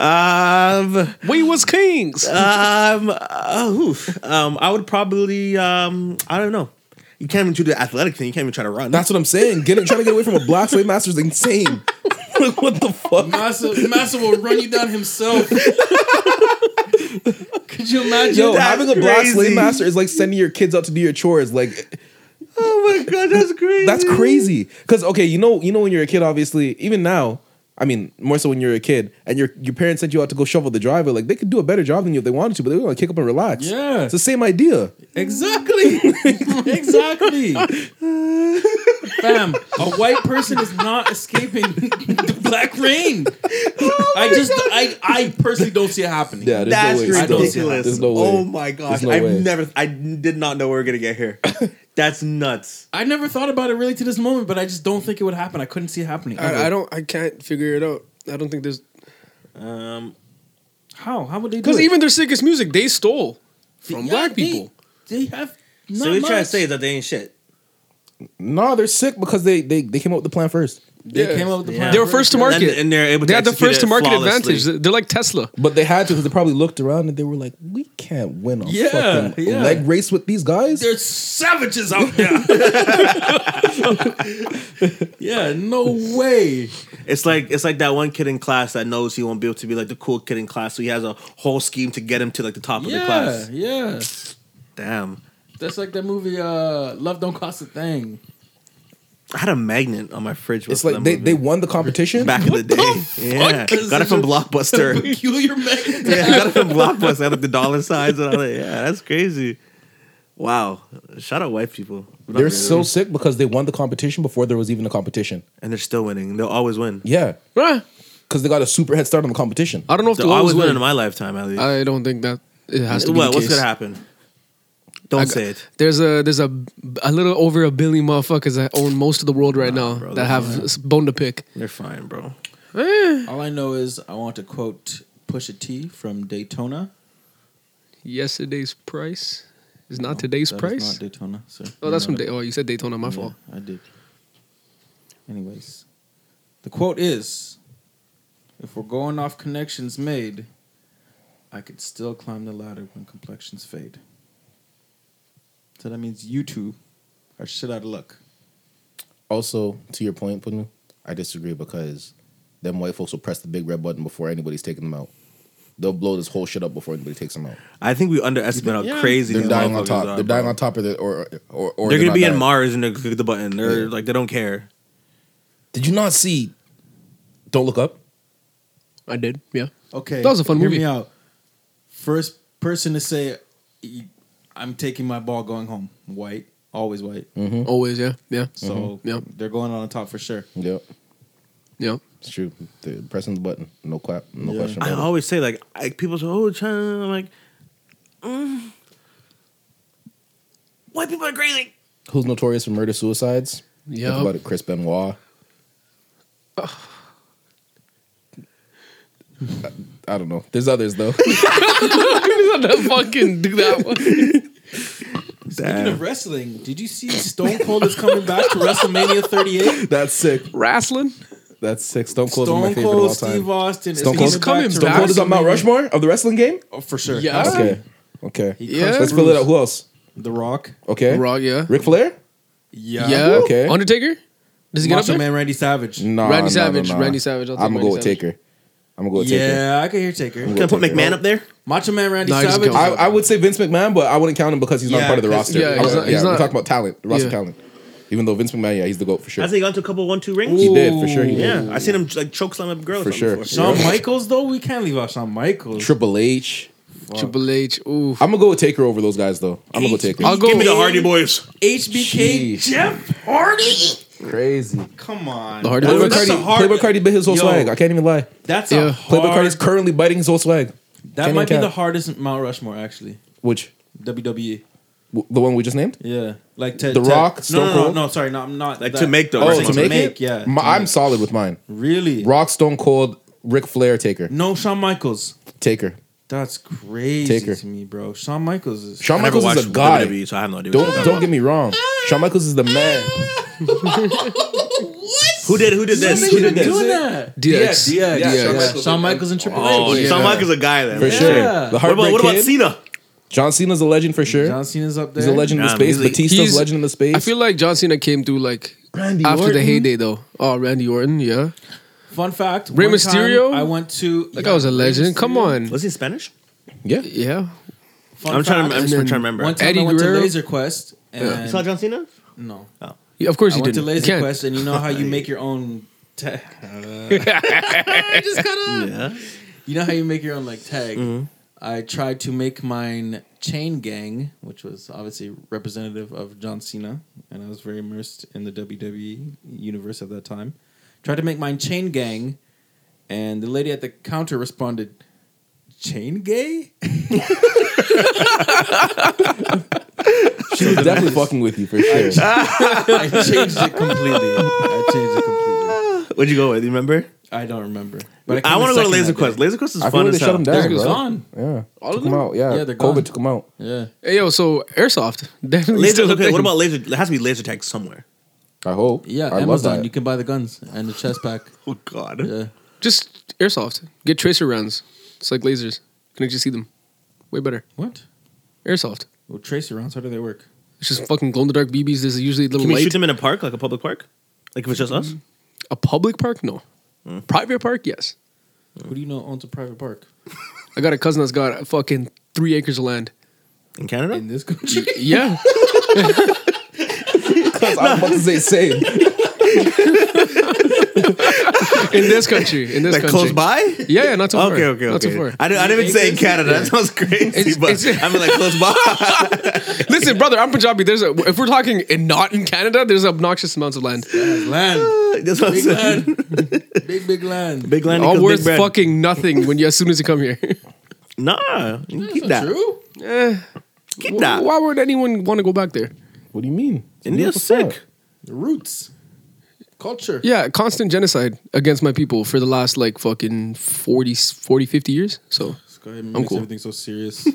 S3: um,
S5: we was kings.
S3: um, uh, oof. um, I would probably um, I don't know. You can't even do the athletic thing. You can't even try to run. [laughs]
S9: That's what I'm saying. Getting trying to get away from a black slave master is insane. Like, what the fuck?
S11: Massa, Massa will run you down himself. Could you imagine?
S9: Yo,
S3: That's
S9: having a black slave
S3: crazy.
S9: master is like sending your kids out to do your chores. Like
S3: Oh my god,
S9: [laughs]
S3: that's crazy.
S9: That's crazy. Because okay, you know, you know, when you're a kid, obviously, even now, I mean, more so when you're a kid, and your your parents sent you out to go shovel the driveway, like they could do a better job than you if they wanted to, but they were gonna kick up and relax.
S11: Yeah.
S9: it's the same idea.
S11: Exactly.
S5: [laughs]
S11: exactly. Fam, a white person is not escaping the black rain.
S5: Oh
S11: I just, I, I personally don't see it happening.
S9: [laughs] Yeah, there's
S3: That's
S9: no way.
S11: I don't see
S3: ridiculous.
S9: There's no way.
S3: Oh my gosh.
S9: There's no
S3: I've
S9: way.
S3: never I did not know we were gonna get
S9: [laughs]
S3: here. That's nuts.
S11: I never thought about it really to this moment, but I just don't think it would happen. I couldn't see it happening.
S5: I, I don't. I can't figure it out. I don't think there's
S3: Um
S11: How? How would they do
S5: because
S11: it?
S5: even their sickest music they stole
S11: Yeah,
S5: from black
S11: they-
S5: people.
S11: They have not
S3: so what you trying to
S11: much.
S3: say is that they ain't shit.
S9: No, they're sick because they they, they came up with the plan first.
S2: They
S5: Yeah.
S2: came up with the plan.
S5: They were first to market.
S3: And, and they're able to
S5: they had the
S3: execute
S5: first
S3: it
S5: to market
S3: flawlessly.
S5: advantage. They're like Tesla.
S9: But they had to because they probably looked around and they were like, we can't win a
S2: Yeah,
S9: fucking
S2: yeah.
S9: leg race with these guys.
S2: There's savages out
S11: [laughs]
S2: there. yeah, no way.
S3: It's like it's like that one kid in class that knows he won't be able to be like the cool kid in class, so he has a whole scheme to get him to like the top of the
S2: Yeah,
S3: class.
S2: yeah.
S3: Damn,
S2: That's like that movie, uh, Love Don't Cost a Thing.
S3: I had a magnet on my fridge.
S9: it's
S3: before
S9: like
S3: that
S9: they, they
S3: movie.
S9: won the competition.
S3: back in the day. yeah,
S2: This
S3: got it
S2: is
S3: from
S2: a-
S3: [laughs] Blockbuster.
S2: Peculiar magnet.
S3: yeah, got it from Blockbuster. Had like the dollar signs and all that. Yeah, that's crazy. Wow, shout out white people.
S9: They're so sick because they won the competition before there was even a competition.
S3: and they're still winning. They'll always win.
S9: Yeah,
S5: Right.
S9: because they got a super head start on the competition.
S5: I don't know if
S3: They'll
S5: the
S3: always
S5: always
S3: win in
S5: win.
S3: my lifetime at least.
S5: I don't think that it has to be.
S3: What-
S5: the
S3: what's
S5: case.
S3: gonna happen? Don't
S5: I got-
S3: say it.
S5: There's a there's a a little over a billion motherfuckers that own most of the world right now
S3: bro,
S5: that
S3: that's Eh.
S5: have s- bone to pick.
S3: They're fine, bro.
S2: All I know is I want to quote Pusha T from Daytona.
S5: Yesterday's price is not
S2: No,
S5: today's
S2: Oh, that is
S5: price.
S2: not Daytona. Sir.
S5: oh,
S2: You
S5: that's from
S2: know
S5: Day- oh you said Daytona. My
S2: that.
S5: fault.
S2: Yeah, I did. Anyways, the quote is: "If we're going off connections made, I could still climb the ladder when complexions fade." So that means you two are shit out of luck.
S9: Also, to your point, Putin, I disagree because them white folks will press the big red button before anybody's taking them out. They'll blow this whole shit up before anybody takes them out.
S3: I think we underestimate how crazy
S9: They're
S3: these
S9: dying on
S3: motherfuckers
S9: top.
S3: are,
S9: They're dying
S3: bro.
S9: on top of the or or, or
S3: They're gonna
S9: not
S3: be in
S9: dying.
S3: Mars and they're gonna click the button. They're
S9: Yeah.
S3: like they don't care.
S9: Did you not see? Don't look up.
S5: I did. Yeah.
S2: Okay,
S5: That was a fun
S2: hear
S5: movie.
S2: me out. First person to say, "I'm taking my ball going home." White, always white.
S5: Mm-hmm.
S9: Hmm.
S5: Always. Yeah. Yeah.
S2: So
S5: Yeah.
S2: they're going on top for sure.
S9: Yep,
S5: Yeah.
S9: it's true. They're pressing the button. No clap. No
S2: Yeah.
S9: question.
S3: I
S9: about it.
S3: always say like I, people say, "Oh, China." I'm like, mm. white people are crazy.
S9: Who's notorious for murder suicides?
S5: Yeah. [laughs]
S9: Think about it, Chris Benoit. I, I don't know. There's others though.
S5: He's not gonna fucking do
S3: [laughs]
S5: that one.
S2: Speaking of wrestling, did you see Stone Cold is coming back
S5: [laughs]
S2: to WrestleMania 38?
S9: [laughs] That's sick.
S5: Wrestling.
S9: That's sick. Stone Cold's one of my
S2: Stone
S9: favorite of all
S2: Cold,
S9: time.
S2: Steve Austin
S9: Stone
S2: is
S9: Cold's
S5: coming
S2: to
S5: back.
S9: Cold is on Mount
S2: WrestleMania.
S9: Rushmore of the wrestling game.
S2: Oh, for sure.
S5: Yeah.
S9: Okay, okay.
S2: He
S5: Yeah.
S2: crushed
S9: Let's fill it
S2: Bruce.
S9: out. Who else?
S2: The Rock.
S9: Okay.
S5: Raw. Yeah.
S9: Ric Flair.
S2: Yeah.
S5: yeah.
S9: Eh? okay.
S5: Undertaker. Does he get up
S2: Macho
S5: there?
S2: Man Randy Savage.
S9: No.
S5: Randy Savage, Randy Savage, I'll take
S9: I'm gonna go
S5: Randy
S9: with
S5: Savage.
S9: Taker. I'm gonna go with Taker.
S2: Yeah, I can hear Taker.
S9: Mm.
S3: Can I put McMahon up there?
S2: Macho Man Randy
S5: Nah, he just
S2: Savage.
S5: killed
S9: I, I would say Vince McMahon, but I wouldn't count him because he's not
S2: Yeah,
S9: part of the
S2: 'cause-
S9: roster.
S5: yeah,
S9: I
S5: he's
S9: would-
S5: not- he's
S9: we're
S5: not-
S9: talking about talent, roster
S5: Yeah.
S9: talent. Even though Vince McMahon, yeah, he's the goat for sure.
S3: I think he got to a couple one two rings.
S9: he did for sure. He did.
S3: Yeah, I seen him like choke slam a girl or
S9: For
S3: something
S9: sure.
S3: before.
S2: Shawn Michaels, though? We can't leave out Shawn Michaels.
S9: Triple H.
S5: Triple H.
S2: Uh,
S5: Ooh.
S9: I'm gonna go with Taker over those guys though. I'm gonna go Taker.
S5: I'll go.
S3: Give me the Hardy Boys.
S2: HBK,
S9: Jeez.
S2: Jeff Hardy?
S9: Crazy.
S2: Come on.
S5: The Hardy
S9: Playboy
S5: Boys.
S2: That's
S9: Cardi,
S2: a hard-
S9: Playboy Cardi bit his whole
S2: Yo.
S9: swag. I can't even lie.
S2: That's
S5: Yeah.
S2: a
S9: Playboy
S2: hard...
S9: Cardi's currently biting his whole swag.
S2: That
S9: Can't
S2: might be
S9: even
S2: the
S9: count.
S2: hardest Mount Rushmore, actually.
S9: Which
S2: WWE.
S9: w- the one we just named?
S2: Yeah, like to,
S9: The
S2: to-
S9: Rock,
S2: no,
S9: Stone
S2: no, no,
S9: Cold?
S2: No, sorry, no, I'm not
S3: Like to make the
S2: I'm
S3: Rock,
S2: saying
S9: Oh, to make, it.
S2: Yeah,
S9: My-
S2: to
S9: I'm
S2: make.
S9: solid with mine.
S2: really
S9: Rock, Stone Cold, Ric Flair, Taker,
S2: No, Shawn Michaels.
S9: Taker.
S2: That's crazy
S9: Taker.
S2: to me, bro. Shawn Michaels is. [laughs]
S9: Shawn
S3: I never
S9: Michaels is a
S3: watched E.
S9: guy.
S3: WWE, so I have no idea. what you're
S9: Don't
S3: talking
S9: don't get me wrong. Shawn Michaels is the man.
S3: about. Who did who did this? Who did this?
S2: that?
S5: DX.
S2: Yeah, yeah,
S9: Shawn
S2: yeah.
S9: Michaels.
S2: Shawn Michaels and Triple H.
S3: Oh,
S2: yeah.
S3: Shawn Michaels a guy then.
S9: For
S3: Yeah.
S9: sure.
S2: Yeah.
S9: The
S3: What
S9: Heartbreak
S3: about what about
S9: Kid.
S3: Cena?
S9: John Cena's a legend for sure.
S2: John Cena's up there.
S9: He's a legend in
S3: Nah,
S9: the space.
S3: he's a-
S9: Batista's
S5: he's-
S9: legend in the space.
S5: I feel like John Cena came through like after the heyday though. Oh, Randy Orton. Yeah.
S2: Fun fact:
S5: Rey
S2: one time
S5: Mysterio?
S2: I went to.
S5: That guy was a
S2: Rey
S5: legend. Come
S2: Mysterio.
S5: on.
S3: Was he Spanish?
S9: yeah.
S5: Yeah.
S2: Fun
S3: I'm trying. To, I'm
S2: fact,
S3: just trying to
S5: And then
S3: remember.
S2: One time
S5: Eddie
S2: I went
S5: Guerrero?
S2: to Laser Quest. And
S3: You saw John Cena?
S2: No,
S5: Yeah, of course
S2: I
S5: he
S2: went to
S5: didn't. You
S2: Laser
S5: can't.
S2: Quest, and you know how you make your own. Te-
S5: [laughs]
S2: [laughs]
S3: Yeah.
S2: You know how you make your own like tag.
S5: Mm-hmm.
S2: I tried to make mine Chain Gang, which was obviously representative of John Cena, and I was very immersed in the WWE universe at that time. Tried to make mine Chain Gang, and the lady at the counter responded, "Chain Gay."
S9: She was definitely fucking with you for sure.
S2: I changed it completely. I changed it completely.
S3: What'd you go with? You remember?
S2: I don't remember.
S3: I, want to go to Laser Quest. Laser Quest is
S9: I feel
S3: fun
S9: like
S3: as
S9: they shut
S3: hell.
S9: him
S2: Laser
S9: down,
S2: Quest
S9: bro.
S2: gone.
S9: Yeah,
S5: All
S9: took
S5: of
S9: him
S5: them?
S9: out. Yeah,
S2: Yeah, they're
S9: COVID
S2: gone.
S9: took him out.
S2: Yeah.
S5: Hey yo, so airsoft [laughs] definitely
S3: Laser.
S5: still a
S3: Okay,
S5: thing.
S3: what about laser? There has to be laser tag somewhere.
S4: I hope.
S2: Yeah,
S4: I love
S2: Amazon.
S4: that.
S2: You
S9: [laughs]
S2: can buy the guns and the chest pack.
S3: Oh God.
S2: Yeah,
S5: Just airsoft. Get tracer rounds. It's like lasers. Can I just see them? Way better.
S2: what?
S5: Airsoft.
S2: Well, tracer rounds. How do they work?
S5: It's just fucking glow in the dark BBs. There's usually a little
S3: Can we
S5: light.
S3: shoot them in a park, like a public park? Like if it's just us?
S5: a public park? No.
S2: Hmm.
S5: Private park? Yes.
S2: Who do you know owns a private park
S5: I got a cousin that's got fucking three acres of land.
S3: In Canada?
S2: in this country? [laughs]
S5: Yeah.
S4: I'm about to say same.
S5: in this country. In this
S3: like
S5: country.
S3: close by?
S5: [laughs] Yeah, yeah, not too far.
S3: Okay, okay, okay.
S5: Not too far.
S3: I didn't, I didn't say in Canada. That sounds crazy,
S5: It's-
S3: but
S5: it's-
S3: I mean like close
S5: [laughs]
S3: by. [laughs]
S5: Listen, brother, I'm Punjabi. There's a, if we're talking in, not in Canada, there's obnoxious amounts of land.
S2: land,
S3: That's what I'm
S2: big
S3: saying.
S2: land,
S3: [laughs]
S2: big big land.
S3: Big land
S5: All
S3: equals
S5: worth
S3: big bread.
S5: fucking nothing when you as soon as you
S3: [laughs]
S5: come here.
S3: Nah, you keep that.
S2: True.
S3: Keep that.
S5: Why would anyone want to go back there?
S4: What do you mean?
S3: India's sick.
S2: The roots, culture.
S5: Yeah, constant genocide against my people for the last like fucking 40, 40 50 years. So
S2: This guy makes
S5: cool.
S2: everything so serious. [laughs]
S5: [laughs] fuck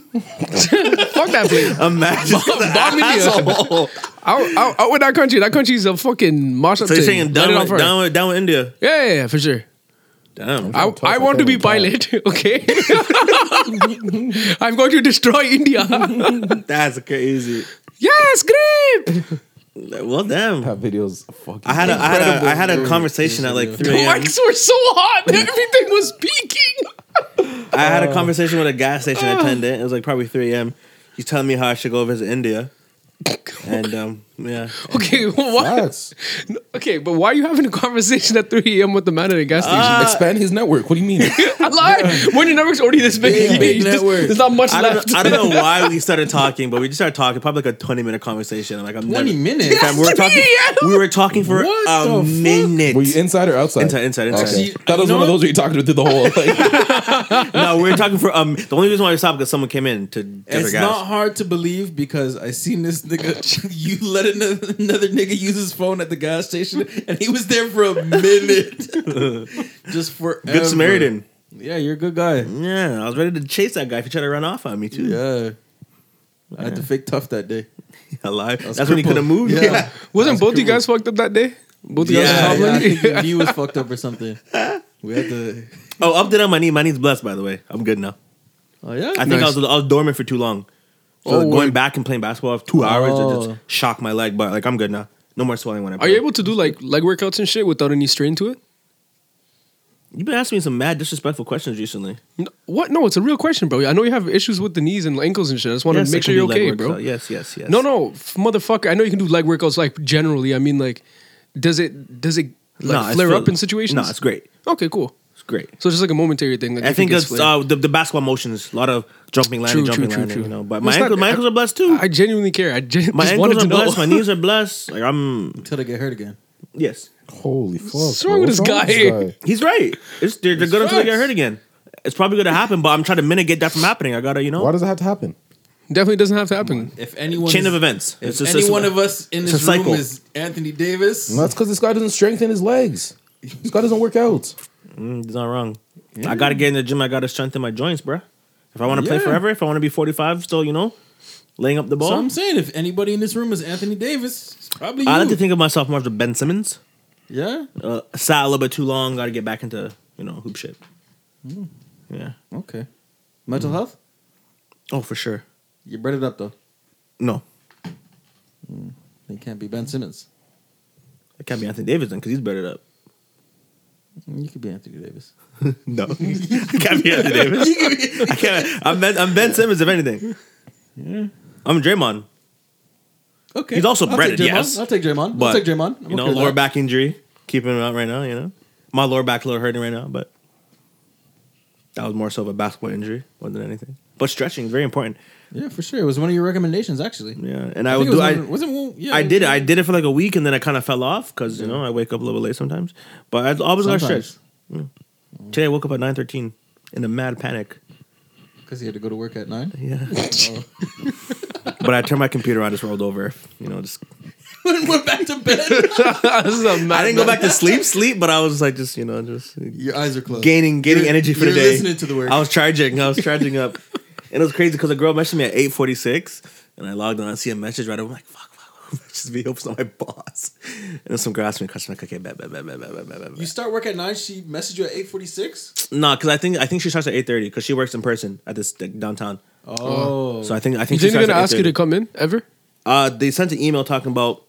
S5: that
S3: [laughs] [laughs]
S5: place.
S3: Imagine
S5: Bomb India.
S3: that.
S5: Out, out, out with that country. That country's a fucking mosh up.
S3: So you're saying
S5: thing. Light
S3: down
S5: it on
S3: with,
S5: fire.
S3: down with, down with India.
S5: Yeah, yeah, yeah, for sure.
S3: Damn.
S5: I, I want to be pilot, [laughs] okay? I'm going to destroy India. [laughs]
S3: That's crazy.
S5: yes, great!
S3: Well, damn.
S4: That video's fucking.
S3: I had a, I had a, I had a conversation at like 3
S5: The
S3: a.m.
S5: mics were so hot. Everything was peaking.
S3: I had a conversation with a gas station attendant. It was like probably 3 a.m. He's telling me how I should go visit India. And um, yeah.
S5: Okay, [laughs] why?
S4: Facts.
S5: Okay, but why are you having a conversation at 3 a.m. with the man at a gas station?
S3: Uh,
S5: [laughs]
S4: Expand his network. What do you [laughs] mean?
S5: I lied. When your network's already this big,
S2: Big, big
S5: you just-
S2: network.
S5: [laughs] there's not much
S3: I don't,
S5: left.
S3: know, I
S5: [laughs]
S3: don't know why we started talking, but we just started talking. Probably like a 20 minute conversation. I'm like, I'm
S2: Twenty
S3: never-
S2: minutes.
S3: Fam, we were talking. We were talking for
S2: What the
S3: a
S2: fuck?
S3: minute.
S4: Were you inside or outside?
S3: Inside, inside, inside.
S4: Okay.
S2: See,
S4: That was
S2: you know
S4: one of those where you talked to through the whole. [laughs] Like,
S3: no, we were talking for um. The only reason why we stopped because someone came in to get their
S2: It's
S3: gas.
S2: not hard to believe because I seen this nigga. [laughs] You let another, another nigga use his phone at the gas station, and he was there for a minute,
S3: [laughs]
S2: just for
S3: Good Samaritan.
S2: Yeah, you're a good guy.
S3: Yeah, I was ready to chase that guy if he tried to run off on me too.
S2: Yeah. I had to fake tough that
S3: [laughs]
S2: day.
S3: Alive.
S2: was
S3: That's when he could have
S2: crippled.
S3: moved.
S2: Yeah.
S3: Yeah.
S5: Wasn't both you guys fucked up that day? Both you
S3: Yeah,
S5: guys were
S2: I
S5: hobbling?
S2: think your knee was fucked up or something. We had to.
S3: [laughs] Oh, update on my knee. My knee's blessed, by the way. I'm good now.
S2: Oh yeah.
S3: I think I was I was dormant for too long. So
S5: Oh,
S3: going
S5: word.
S3: back and playing basketball for two hours it
S2: Oh.
S3: just shocked my leg, but like I'm good now. No more swelling when I
S5: [laughs] Are
S3: play.
S5: you able to do like leg workouts and shit without any strain to it?
S3: You've been asking me some mad disrespectful questions recently.
S5: No, what? No, it's a real question, bro. I know you have issues with the knees and ankles and shit. I just want
S3: Yes,
S5: to
S3: I
S5: make sure
S3: can
S5: you're
S3: do leg
S5: okay,
S3: work,
S5: bro.
S3: so Yes, yes, yes.
S5: No, no, f- motherfucker. I know you can do leg workouts like generally. I mean, like, does it does it
S3: No,
S5: like
S3: it's
S5: flare
S3: feel-
S5: up in situations?
S3: No, it's great.
S5: Okay, cool.
S3: It's great.
S5: So it's just like a momentary thing. Like
S3: I
S5: if it
S3: think
S5: gets
S3: it's
S5: flared.
S3: uh, the, the basketball motions, a lot of jumping, landing,
S5: True, true,
S3: jumping,
S5: true,
S3: landing.
S5: true.
S3: You know, but my
S5: It's not-
S3: ankles, my ankles are blessed too.
S5: I genuinely care. I gen-
S3: uh, my
S5: just
S3: ankles
S5: wanted to
S3: are
S5: know.
S3: blessed.
S2: [laughs]
S3: My knees are blessed. Like I'm.
S2: until I get hurt again.
S3: Yes,
S4: holy fuck.
S5: What's
S4: bro.
S5: wrong with this
S4: What's
S5: guy?
S3: he's right. It's, they're they're good until they get
S2: facts.
S3: hurt again. It's probably going to happen, but I'm trying to mitigate that from happening. I gotta, you know,
S4: Why does it have to happen?
S5: [laughs] Definitely doesn't have to happen.
S2: If anyone
S3: chain
S2: is-
S3: of events.
S2: If
S3: It's just-
S2: any
S3: it's-
S2: one of us in
S3: it's
S2: this
S3: a
S2: room
S3: cycle. Mm-hmm.
S2: is Anthony Davis,
S4: No, that's because this guy doesn't strengthen his legs. This guy doesn't work out.
S3: Mm, He's not wrong. I gotta get in the gym. I gotta strengthen my joints, bruh. If I want to play
S2: Yeah.
S3: forever, if I want to be 45, still, you know, laying up the
S2: so
S3: ball.
S2: I'm saying if anybody in this room is Anthony Davis, it's probably you.
S3: I like to think of myself more as a Ben Simmons.
S2: [laughs] yeah.
S3: Uh, sat a little bit too long. Got to get back into you know hoop shit.
S2: Hmm.
S3: Yeah.
S2: Okay. Mental health.
S3: Oh, for sure.
S2: Mm. You brought it up though.
S3: No,
S2: It can't be Ben Simmons.
S3: it can't be Anthony Davis then because he's better up.
S2: You could be Anthony Davis.
S3: No, [laughs] I can't be
S2: [laughs]
S3: Anthony Davis. I can't. I'm Ben, I'm ben Simmons if anything. Yeah. I'm Draymond.
S2: Okay.
S3: He's also
S2: I'll
S3: breaded,
S2: take Draymond.
S3: yes.
S2: I'll take Draymond.
S3: But,
S2: I'll take Draymond. I'm
S3: you know,
S2: okay with
S3: lower
S2: that.
S3: back injury, keeping him out right now. You know, my lower back a little hurting right now, but that was more so of a basketball injury more than anything. But stretching is very important.
S2: Yeah, for sure. It was one of your recommendations, actually.
S3: Yeah, and I,
S2: I
S3: would
S2: think it
S3: do.
S2: was
S3: I
S2: one- wasn't one- yeah,
S3: I
S2: it
S3: did it.
S2: was-
S3: I did it for like a week, and then I kind of fell off because you know I wake up a little late sometimes. But I always got to
S2: Sometimes.
S3: stretch. Yeah. Today I woke up at nine thirteen in a mad panic.
S2: Because he had to go to work at nine. [laughs]
S3: [laughs] Yeah, but I turned my computer on, just rolled over. You know, just
S2: [laughs] Went back to
S5: [laughs]
S2: bed.
S5: this is a mad
S3: I didn't go back to sleep, sleep, but I was like, just you know, just
S2: Your eyes are closed.
S3: gaining gaining energy for
S2: you're
S3: the day.
S2: listening to the work.
S3: I was charging. I was charging up, and it was crazy because a girl messaged me at eight forty six, and I logged on. I see a message right away. I'm like, fuck, [laughs] fuck, fuck. Just be hopes not my boss. And then some girl asked me a question like, okay, bet, bet, bet, bet, bet, bet, bet, bet.
S2: You start work at nine. She messaged you at eight forty six.
S3: No, because I think I think she starts at eight thirty because she works in person at this like, downtown.
S2: Oh,
S3: So I think I
S5: You
S3: think
S5: think
S3: she
S5: they're
S3: starts
S5: gonna
S3: at
S5: ask you to
S3: 8:30.
S5: come in ever?
S3: Uh, they sent an email talking about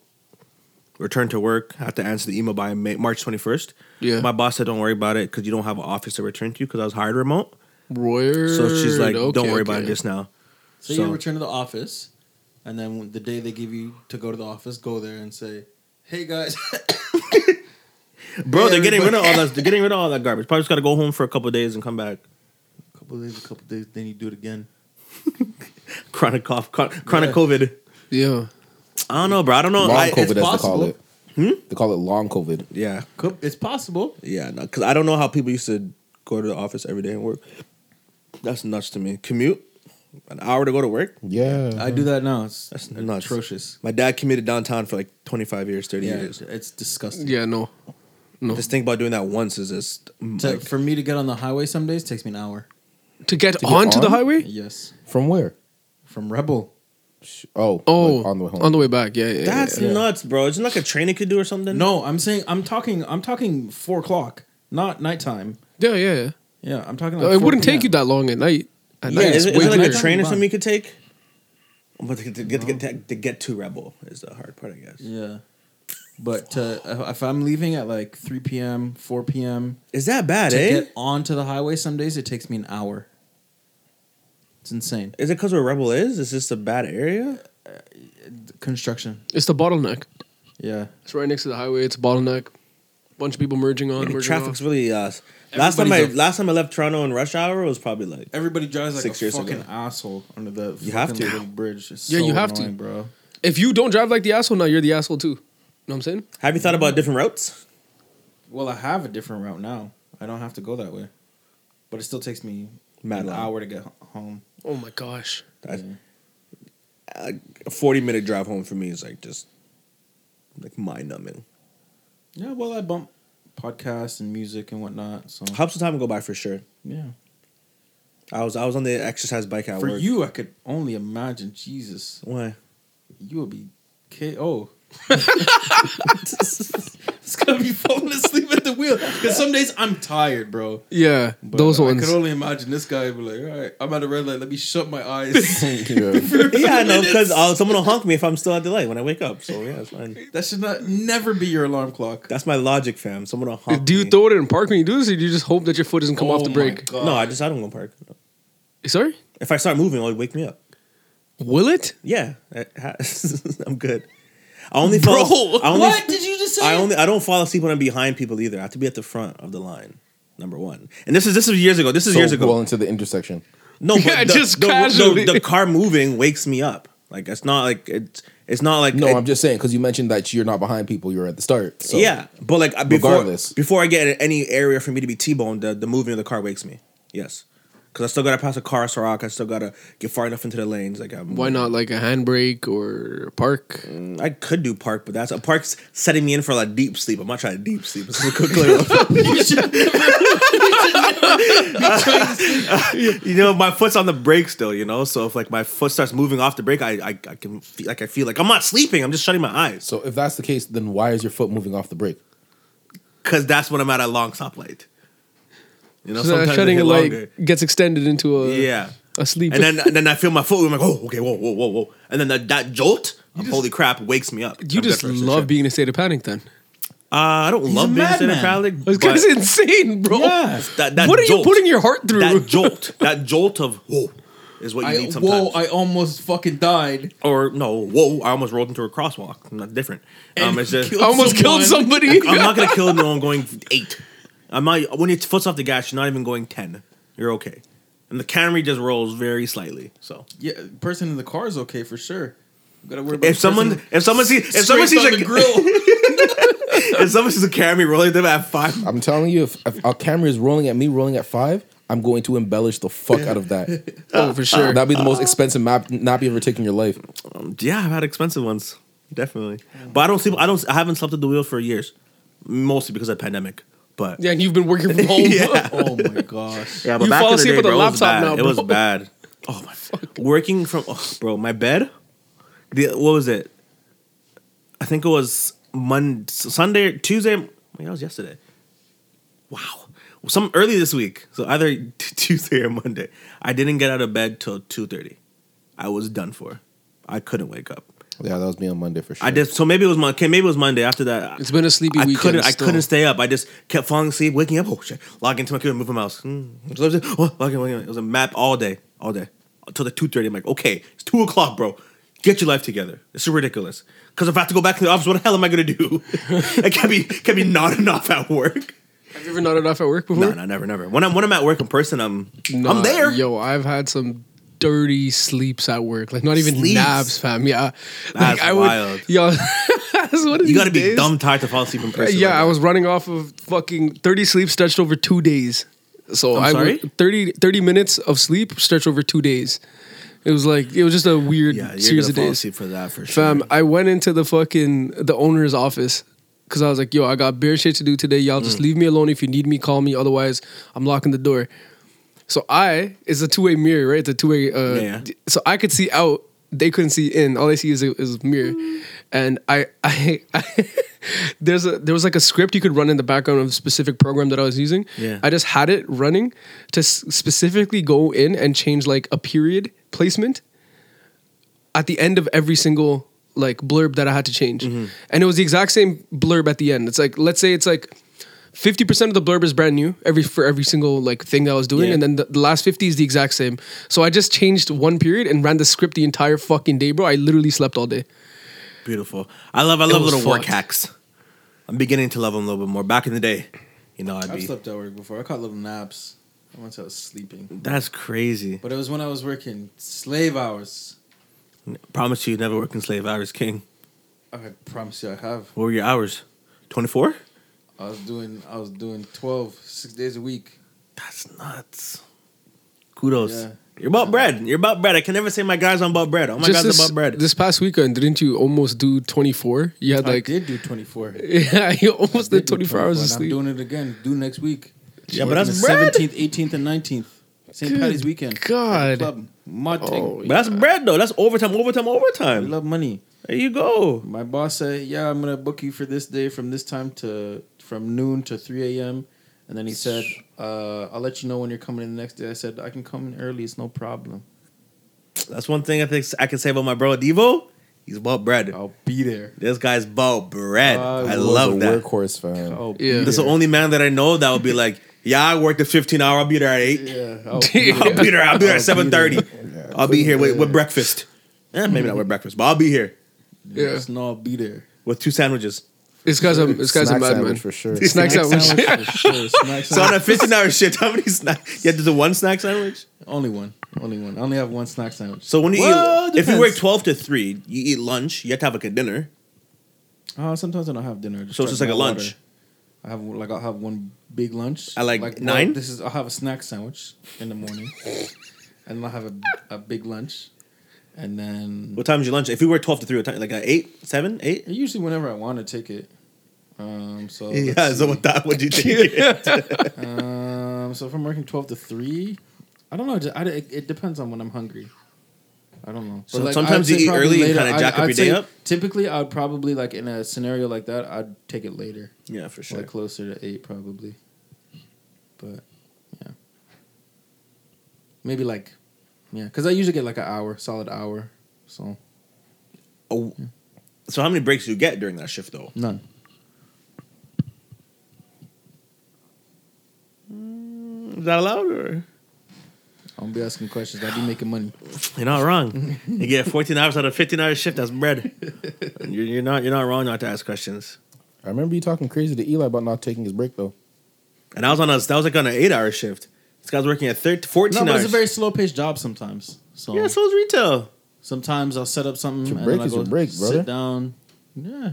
S3: return to work. I have to answer the email by May, March twenty first.
S5: Yeah.
S3: My boss said, "Don't worry about it because you don't have an office to return to because I was hired remote."
S5: Royer.
S3: So she's like, "Don't
S5: okay,
S3: worry about it
S5: okay.
S3: just now."
S2: so, you return to the office, and then the day they give you to go to the office, go there and say, "Hey guys, [laughs]
S3: bro,
S2: Hey,
S3: they're getting
S2: everybody.
S3: rid of all that. They're getting rid of all that garbage. Probably just got to go home for a couple of days and come back.
S2: a couple days, a couple days, then you do it again."
S3: Chronic cough, chron- chronic COVID.
S5: Yeah.
S3: I don't know, bro. I don't know.
S4: Long
S3: I,
S4: COVID, as they call
S2: possible.
S4: it. They call it long COVID.
S3: yeah,
S2: Could- It's possible.
S3: yeah, no, because I don't know how people used to go to the office every day and work. That's nuts to me. Commute an hour to go to work.
S4: Yeah.
S2: I do that now. It's
S3: That's nuts.
S2: atrocious.
S3: My dad commuted downtown for like twenty five years, thirty
S2: Yeah,
S3: years.
S2: it's disgusting.
S5: Yeah. No. No.
S3: Just think about doing that once is just mm,
S2: To-
S3: like,
S2: for me to get on the highway some days takes me an hour.
S5: To get,
S4: get
S5: onto the
S4: on?
S5: highway.
S2: Yes,
S4: From where?
S2: from Rebel.
S4: Sh- Oh,
S5: Oh,
S4: like on the way home.
S5: back. Yeah. yeah, yeah,
S3: that's
S5: yeah.
S3: nuts, bro. Isn't like a train it could do or something?
S2: No, I'm saying I'm talking. I'm talking four o'clock, not nighttime.
S5: Yeah. Yeah. yeah.
S2: Yeah, I'm talking.
S5: Uh,
S2: Like
S5: it
S2: 4
S5: wouldn't
S2: p.m.
S5: take you that long at night. At
S3: yeah,
S5: night,
S3: is,
S5: it's
S3: it,
S5: way
S3: is it like a
S5: clearer.
S3: train or something you could take? But to get to get, to, get, to, get to Rebel is the hard part, I guess.
S2: Yeah, but uh, if I'm leaving at like three p.m., four p.m.
S3: Is that bad,
S2: to
S3: eh?
S2: get onto the highway, some days it takes me an hour. It's insane.
S3: Is it because where Rebel is? Is this a bad area?
S2: Construction.
S5: It's the bottleneck.
S2: Yeah.
S5: It's right next to the highway. It's a bottleneck. Bunch of people
S3: [clears throat]
S5: merging on. merging
S3: Traffic's
S5: off.
S3: really. Uh, last time I
S2: Everybody's a-
S3: last time I left Toronto in rush hour was probably like
S2: Everybody drives like
S3: Six
S2: a
S3: years
S2: fucking
S3: ago.
S2: asshole under the
S3: You have
S2: fucking
S3: to.
S2: little bridge. It's
S5: Yeah,
S2: so
S5: you have to.
S2: annoying, bro.
S5: If you don't drive like the asshole, now you're the asshole too. You know what I'm saying?
S3: Have you thought about different routes?
S2: Well, I have a different route now. I don't have to go that way, but it still takes me
S3: Mad
S2: an
S3: long.
S2: hour to get h- home.
S5: Oh my gosh.
S3: I- I- Uh, a forty minute drive home for me is like just like mind numbing.
S2: Yeah, well, I bump podcasts and music and whatnot. So
S3: Helps the time go by for sure.
S2: yeah,
S3: I was I was on the exercise bike at
S2: for
S3: work.
S2: you, I could only imagine. Jesus,
S3: why? [laughs]
S2: you will be [laughs] KO. it's gonna be falling asleep at the wheel. Cause some days I'm tired, bro.
S5: Yeah,
S2: But
S5: those
S2: I
S5: ones.
S2: could only imagine this guy would be like, all right, I'm at a red light. Let me shut my
S5: [laughs]
S2: eyes.
S3: yeah, I know because uh, someone will honk me if I'm still at the light when I wake up. So yeah, it's fine.
S2: that should not never be your alarm clock.
S3: That's my logic, fam. Someone will honk.
S5: do you
S3: me.
S5: throw it in park when you do this, or do you just hope that your foot doesn't come off
S2: Oh
S5: the
S2: my
S5: brake?
S2: God.
S3: No, I just I don't go park.
S5: Sorry?
S3: If I start moving, it'll wake me up.
S5: Will it?
S3: Yeah, I- [laughs] I'm good. I only fall. I only,
S2: What did you just say?
S3: I only I don't fall asleep when I'm behind people either. I have to be at the front of the line. Number one, and this is this is years ago. This is
S4: So
S3: years ago.
S4: Well into the intersection.
S3: no, but
S5: [laughs] Yeah,
S3: the,
S5: just
S3: the, the-
S5: casually.
S3: The, car moving wakes me up. Like it's not like it's it's not like
S4: No,
S3: it-
S4: I'm just saying because you mentioned that you're not behind people. You're at the start. So.
S3: yeah. But like I- before
S4: Regardless.
S3: before I get in any area for me to be t-boned, the, the moving of the car wakes me. Yes, because I still gotta pass a car rock. I still gotta get far enough into the lanes. Like I'm,
S5: Why not like a handbrake or park?
S3: I could do park, but that's a park's setting me in for like deep sleep. I'm not trying to deep sleep. This is a quick clear
S5: [laughs]
S3: up. you know, my foot's on the brake still. You know, so if like my foot starts moving off the brake, I I, I can feel, like I feel like I'm not sleeping. I'm just shutting my eyes
S4: So if that's the case, then why is your foot moving off the brake?
S3: because that's when I'm at a long stoplight. You know,
S5: So that
S3: sometimes
S5: shutting
S3: shutting
S5: a
S3: it
S5: light
S3: longer.
S5: gets extended into a
S3: Yeah.
S5: a sleep.
S3: And then, and then I feel my foot. I'm like, oh, okay, whoa, whoa, whoa, whoa. And then that, that jolt, holy crap, wakes me up.
S5: you
S3: I'm
S5: just
S3: good for it.
S5: love being in a state of panic. Then
S3: Uh, I don't love being
S2: madman.
S3: sympathetic.
S5: this
S3: but-
S5: guy's [laughs] insane, bro.
S3: Yeah. That, that
S5: what are
S3: jolt,
S5: you putting your heart through?
S3: That jolt,
S2: [laughs]
S3: that jolt of whoa, is what you
S2: I,
S3: need
S2: whoa,
S3: sometimes.
S2: I almost fucking died.
S3: or no, whoa, I almost rolled into a crosswalk. I'm not different. Um, it's just,
S5: [laughs] I almost killed somebody.
S3: I'm not gonna kill no one going eight. I'm not when your foot's off the gas. You're not even going ten. You're okay. And the Camry just rolls very slightly. So
S2: Yeah, person in the car is okay for sure. You gotta worry about
S3: if
S2: the
S3: someone,
S2: person
S3: if someone sees, if someone
S2: scraped
S3: sees
S2: on the
S3: a
S2: grill,
S3: [laughs] if someone sees a Camry rolling them
S2: [laughs]
S3: at five,
S4: I'm telling you, if, if a camera is rolling at me, rolling at five, I'm going to embellish the fuck out of that.
S5: oh, for sure.
S4: That'd be the most expensive map nap you ever taken in your life.
S3: yeah, I've had expensive ones definitely. But I don't sleep. I don't. I haven't slept at the wheel for years, mostly because of the pandemic. But
S5: yeah, and you've been working
S3: [laughs]
S5: from home.
S3: Yeah.
S2: oh my gosh,
S3: Yeah,
S5: You fall asleep with a
S3: it was
S5: laptop
S3: bad.
S5: now,
S3: It was
S5: bro. [laughs]
S3: bad. Oh my! Working from oh, bro, my bed. The, what was it? I think it was Monday, Sunday, Tuesday. Wait, that was yesterday. Wow, some early this week. So either [laughs] t- Tuesday or Monday. I didn't get out of bed till two thirty. I was done for. I couldn't wake up.
S4: Yeah, that was me on Monday for sure.
S3: I just so maybe it was Monday. Okay, maybe it was Monday. After that,
S5: It's been a sleepy
S3: I
S5: weekend
S3: couldn't. I
S5: still.
S3: couldn't stay up. I just kept falling asleep, waking up. Oh shit! Log into my computer, move my mouse. Hmm. So I was just, oh, log in, log in. It was a map all day, all day until the two thirty. I'm like, okay, it's two o'clock, bro. Get your life together. This is ridiculous. Because if I have to go back to the office, what the hell am I gonna do? [laughs] I can't be can't be nodding off at work.
S5: Have you ever nodded off at work before?
S3: No, no, never, never. When I'm when I'm at work in person, I'm
S5: Nah,
S3: I'm there.
S5: Yo, I've had some dirty sleeps at work. Like not even
S3: Sleeps?
S5: naps, fam. Yeah.
S3: That's
S5: like, I
S3: wild.
S5: Would, yo, [laughs] that's one of
S3: You
S5: these
S3: gotta be
S5: days.
S3: dumb tired to fall asleep in person.
S5: Yeah,
S3: like
S5: I
S3: that.
S5: was running off of fucking 30 sleep stretched over two days. So
S3: I'm
S5: I
S3: sorry?
S5: would- 30, 30 minutes of sleep stretched over two days. It was like, it was just a weird
S3: Yeah, you're
S5: series
S3: gonna
S5: of
S3: fall
S5: days.
S3: asleep for that for sure.
S5: Fam, I went into the fucking the owner's office because I was like, "Yo, I got bear shit to do today. Y'all
S3: Mm.
S5: just leave me alone. If you need me, call me. Otherwise, I'm locking the door." So I it's a two way mirror, right? It's a two way. Uh,
S3: Yeah, yeah.
S5: d- So I could see out. They couldn't see in. All they see is a, is a mirror,
S3: Mm.
S5: and I, [laughs] I, I there's a there was like a script you could run in the background of a specific program that I was using.
S3: Yeah.
S5: I just had it running to s- specifically go in and change like a period placement at the end of every single like blurb that I had to change.
S3: Mm-hmm.
S5: And it was the exact same blurb at the end. It's like let's say it's like 50% of the blurb is brand new every for every single like thing that I was doing
S3: Yeah.
S5: and then the, the last 50 is the exact same. So I just changed one period and ran the script the entire fucking day, bro. I literally slept all day.
S3: Beautiful. I love I love
S5: was
S3: little work
S5: fucked.
S3: hacks. I'm beginning to love them a little bit more. Back in the day, you know, I'd
S2: I've
S3: be
S2: slept at work before. I caught little naps once I was sleeping,
S3: that's crazy.
S2: but it was when I was working slave hours.
S3: Promise you, never work in slave hours, King.
S2: I promise you, I have.
S3: What were your hours? Twenty four.
S2: I was doing I was doing 12, six days a week.
S3: That's nuts. Kudos.
S2: Yeah.
S3: You're about bread. You're about bread. I can never say my guys I'm about bread. Oh my guys
S5: this,
S3: about bread.
S5: this past weekend, didn't you almost do 24? You had like
S2: I did do twenty four.
S5: [laughs] yeah, you almost
S2: I
S5: did
S2: did do
S5: 24 hours of
S2: and
S5: sleep.
S2: I'm doing it again. Do next week.
S3: yeah, but that's bread.
S2: seventeenth, eighteenth, and nineteenth. St.
S5: Good
S2: Patty's weekend.
S5: God.
S2: Club. My
S5: Oh, [laughs]
S2: thing.
S3: But that's bread though. That's overtime, overtime,
S2: We
S3: overtime.
S2: love money.
S3: There you go.
S2: My boss said, "Yeah, I'm gonna book you for this day from this time to from noon to three a.m." And then he said, uh, "I'll let you know when you're coming in the next day." I said, "I can come in early. It's no problem.
S3: That's one thing I think I can say about my bro Devo. He's about bread.
S2: I'll be there."
S3: This guy's about bread.
S2: Oh. I
S3: I
S2: was
S3: love that.
S4: Workhorse fam.
S2: I'll
S5: Yeah.
S2: be
S3: That's the
S2: there.
S3: only man that I know that would be like, [laughs] "Yeah, I worked a 15 hour. I'll be there at eight.
S2: Yeah, I'll be there.
S3: [laughs] I'll be there. I'll be there at 7:30. I'll be here with, with breakfast. Eh, maybe not with breakfast, but I'll be here
S5: yeah.
S2: Just know I'll be there.
S3: with two sandwiches.
S5: This guy's a this guy's a
S4: Snack
S5: madman.
S4: sandwich
S5: [laughs]
S4: for sure.
S5: Snack sandwich.
S2: sandwich for sure. Snack [laughs]
S3: So on a
S2: sandwich.
S3: 15 hour shift, how many snacks? Yeah, there's a one snack sandwich.
S2: Only one. Only one. I only have one snack sandwich.
S3: So when you
S2: Well,
S3: eat, if you
S2: depends.
S3: work 12 to three, you eat lunch. You have to have like a dinner.
S2: Uh, sometimes I don't have dinner. I
S3: So it's just
S2: drink
S3: like a
S2: my
S3: lunch.
S2: I have like I'll have one big lunch.
S3: At, like,
S2: well,
S3: nine?
S2: this is I'll have a snack sandwich in the
S3: [laughs]
S2: morning, and I'll have a, a big lunch, and then
S3: What time is your lunch? If you work 12 to three, what time? Like at eight, seven, eight.
S2: usually whenever I want to take it. Um. So
S3: [laughs] Yeah.
S2: let's
S3: So what that? [laughs] What do you think?
S2: see. um. So if I'm working twelve to three, I don't know. ju- I, it, it depends on when I'm hungry. I don't know.
S3: So sometimes
S2: I'd
S3: you
S2: say
S3: eat
S2: probably
S3: early and
S2: later.
S3: kinda
S2: I'd-
S3: jack up
S2: I'd
S3: your day
S2: say
S3: up?
S2: Typically, I'd probably like in a scenario like that, I'd take it later.
S3: yeah, for sure.
S2: Like closer to eight, probably. But yeah, maybe like yeah, because I usually get like an hour, solid hour. So
S3: Oh, so how many breaks do you get during that shift though?
S2: none.
S3: Mm, Is that allowed? Or?
S2: I won't be asking questions. I'll be making money.
S3: You're not wrong. you [laughs] get 14 hours out of 15 hour shift. That's bread. you're, you're not. You're not wrong not to ask questions.
S4: I remember you talking crazy to Eli about not taking his break though.
S3: And I was on a. That was like on an eight hour shift. This guy's working at 13, 14
S2: No, but
S3: hours.
S2: it's a very slow paced job sometimes. So
S3: yeah, so is retail.
S2: sometimes I'll set up something
S4: Your
S2: and
S4: break
S2: then I'll
S4: is
S2: go
S4: your break,
S2: sit
S4: brother.
S2: down. Yeah,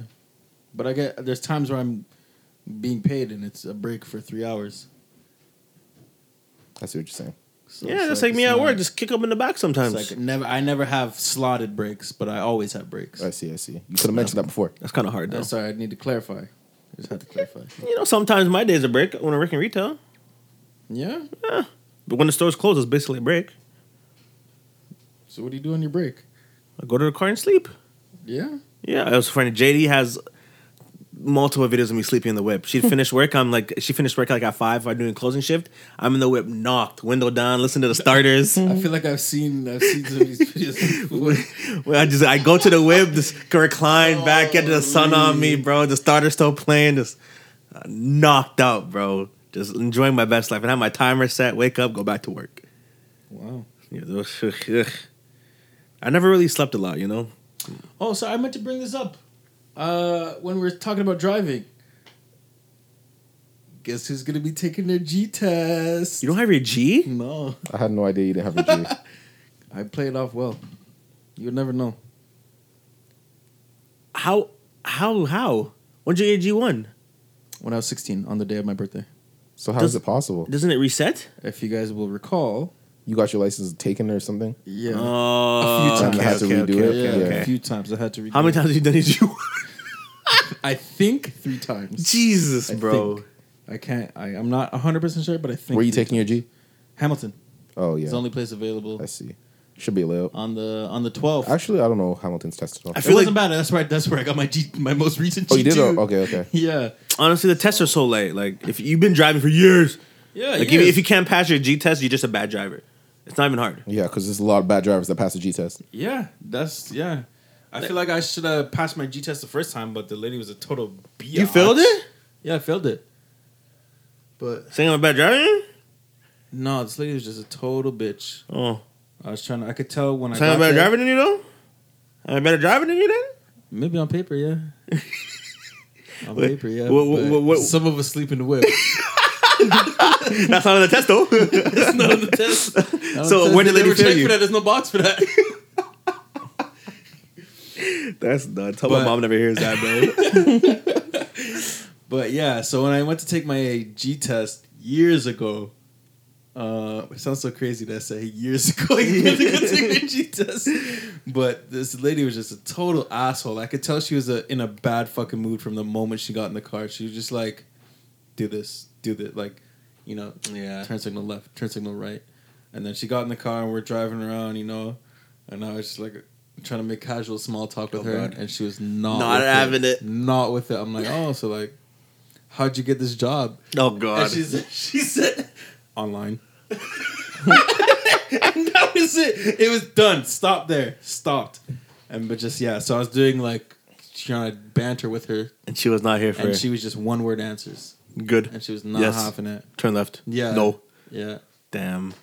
S2: but I get there's times where I'm being paid and it's a break for three hours.
S4: I see what you're saying.
S2: So
S3: yeah,
S2: it's
S3: that's like, me
S2: it's
S3: at work.
S2: not-
S3: Just kick up in the back sometimes.
S2: It's like never. I never have slotted breaks, but I always have breaks.
S4: I see. I see. You could have mentioned that before.
S3: that's kind of hard though.
S2: Uh, sorry, I need to clarify. I just had to clarify.
S3: you know, sometimes my days are break when I work in retail.
S2: yeah.
S3: But when the stores close, it's basically a break.
S2: So what do you do on your break?
S3: I go to the car and sleep.
S2: Yeah.
S3: Yeah, it was funny. JD has multiple videos of me sleeping in the
S2: [laughs]
S3: whip. She finished work. I'm like, she finished work like at five. I'm doing closing shift. I'm in the whip, knocked, window down, listen to the starters.
S2: I feel like I've seen I've seen some of these videos. Before.
S3: Well, I just I go to the whip, just recline back, get the sun on me, bro. The starter's still playing, just uh, knocked out, bro. Just enjoying my best life. And have my timer set, wake up, go back to work.
S2: Wow.
S3: Yeah, those- [laughs] ugh. I never really slept a lot, you know.
S2: Oh, so I meant to bring this up uh, when we were talking about driving. Guess who's gonna be taking their G test?
S3: You don't have your G?
S2: No,
S4: I had no idea you didn't have a G.
S2: I play it off well. You'll never know.
S3: How? How? How? When'd you get G one?
S2: When I was 16, on the day of my birthday,
S4: So how is
S3: Does-
S4: it possible?
S3: Doesn't it reset?
S2: if you guys will recall,
S4: You got your license taken or something?
S2: yeah,
S3: Oh,
S4: few times. Had to redo it,
S2: yeah,
S4: okay,
S2: a few times I had to. Redo
S3: How many times have you done your G one? [laughs]
S2: it. I think three times.
S3: Jesus,
S2: I
S3: bro.
S2: think. I can't. I, I'm not 100 percent sure, but I think.
S4: Where you
S2: three
S4: taking your G?
S2: times. Hamilton?
S4: Oh
S2: It's
S4: yeah,
S2: the only place available
S4: I see. Should be a layup.
S2: on the on the 12th.
S4: Actually, I don't know Hamilton's tested on.
S3: I
S2: it
S3: feel
S2: wasn't
S3: like
S2: bad. That's where that's where I got my G, my most recent.
S4: Oh, you did?
S2: G2.
S4: Oh, okay, okay.
S2: Yeah.
S3: honestly, the tests are so late. Like if you've been driving for years,
S2: Yeah.
S3: Like if, if you can't pass your G test, you're just a bad driver. It's not even hard.
S4: Yeah, because there's a lot of bad drivers that pass the G test.
S2: yeah. That's yeah. I feel like I should have passed my G test the first time, but the lady was a total biatch.
S3: You failed it?
S2: Yeah, I failed it. But
S3: Saying I'm a bad driver?
S2: no, this lady was just a total bitch.
S3: Oh,
S2: I was trying to. I could tell when I
S3: saying I'm
S2: got
S3: a better
S2: there.
S3: driver than you though? I'm a better driver than you then?
S2: Maybe on paper,
S3: [laughs]
S2: yeah. on
S3: Wait,
S2: paper, yeah.
S3: what- what-
S2: but
S3: what- what-
S2: some of us sleep in the whip.
S3: [laughs] That's not on the
S2: [laughs]
S3: test though.
S2: not on the
S3: [laughs]
S2: test.
S3: So when did
S2: they
S3: lady
S2: were
S3: fail
S2: checked
S3: you?
S2: for that? There's no box for that.
S3: [laughs] That's nuts. Tell
S2: But-
S3: my mom never hears that,
S2: [laughs]
S3: bro.
S2: But yeah, so when I went to take my G test years ago, uh, it sounds so crazy to say years [laughs] ago. You went to
S3: [laughs]
S2: go take my G test, but this lady was just a total asshole. I could tell she was a, in a bad fucking mood from the moment she got in the car. She was just like, "Do this, do this," like, you know,
S3: yeah.
S2: turn signal left, turn signal right, and then she got in the car and we're driving around, you know, and I was just like trying to make casual small talk with her, and she was not
S3: Oh, Not
S2: with
S3: having it.
S2: not with it. I'm like, oh, so like, how'd you get this job?
S3: Oh
S2: And
S3: god.
S2: she said, she said, online. [laughs] and that was it. It was done. Stop there. Stopped. And but just yeah, so I was doing like trying to banter with her,
S3: And she was not here for
S2: and
S3: it.
S2: she was just one word answers, and
S3: Good.
S2: she was not
S3: Yes.
S2: having it.
S3: Turn left.
S2: Yeah.
S3: No.
S2: Yeah.
S3: Damn.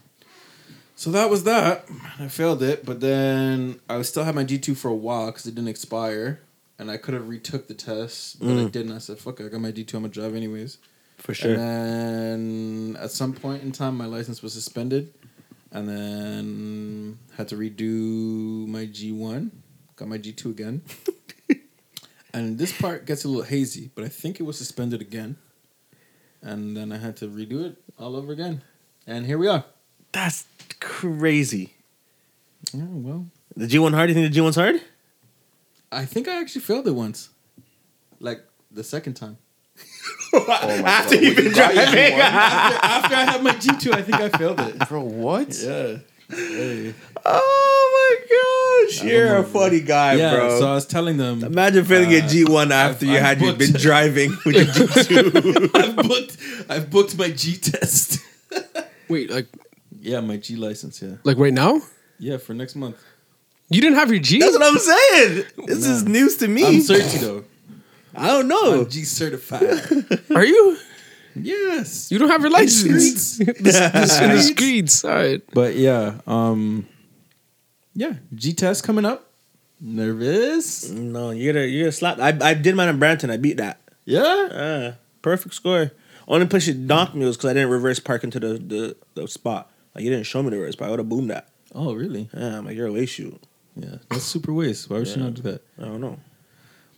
S2: So that was that. I failed it, but then I still had my G two for a while because it didn't expire, and I could have retook the test, but I didn't. I said, "Fuck! it, I got my G two. I'm gonna drive anyways."
S3: For sure.
S2: And then at some point in time, my license was suspended, and then had to redo my G one. Got my G two [laughs] again, and this part gets a little hazy, but I think it was suspended again, and then I had to redo it all over again, and here we are.
S3: That's crazy.
S2: Yeah, well.
S3: The G one hard? You think the G one's hard?
S2: I think I actually failed it once. Like the second time.
S3: After you've been driving.
S2: After I had my G2, I think I failed it.
S4: Bro, what?
S2: Yeah. Hey.
S3: Oh my gosh. You're a funny guy,
S2: Yeah,
S3: bro.
S2: so I was telling them
S3: Imagine failing your
S2: Uh,
S3: G one after
S2: I've-
S3: you
S2: I've
S3: had you
S2: booked
S3: been
S2: it.
S3: driving with [laughs] your G two.
S2: I've booked I've booked my G test.
S5: [laughs] Wait, like
S2: [laughs] Yeah, my G license, yeah.
S5: like right now?
S2: Yeah, for next month.
S5: You didn't have your G?
S3: That's what I'm saying. This is news to me.
S2: I'm certi though.
S3: I don't know.
S2: I'm G certified.
S5: Are you?
S2: [laughs] yes.
S5: You don't have your license. [laughs] the, the, the streets. All right.
S2: But yeah, um yeah, G test coming up. Nervous?
S3: No, you gotta you gotta slap. I I did mine in Brampton. I beat that.
S2: Yeah.
S3: Uh, perfect score. Only place you knocked me was because I didn't reverse park into the, the the spot. Like you didn't show me the reverse spot. I would have boomed that.
S2: Oh, really?
S3: Yeah, I'm like you're a waste shoot.
S2: Yeah. That's super waste. Why would she not do that?
S3: I don't know.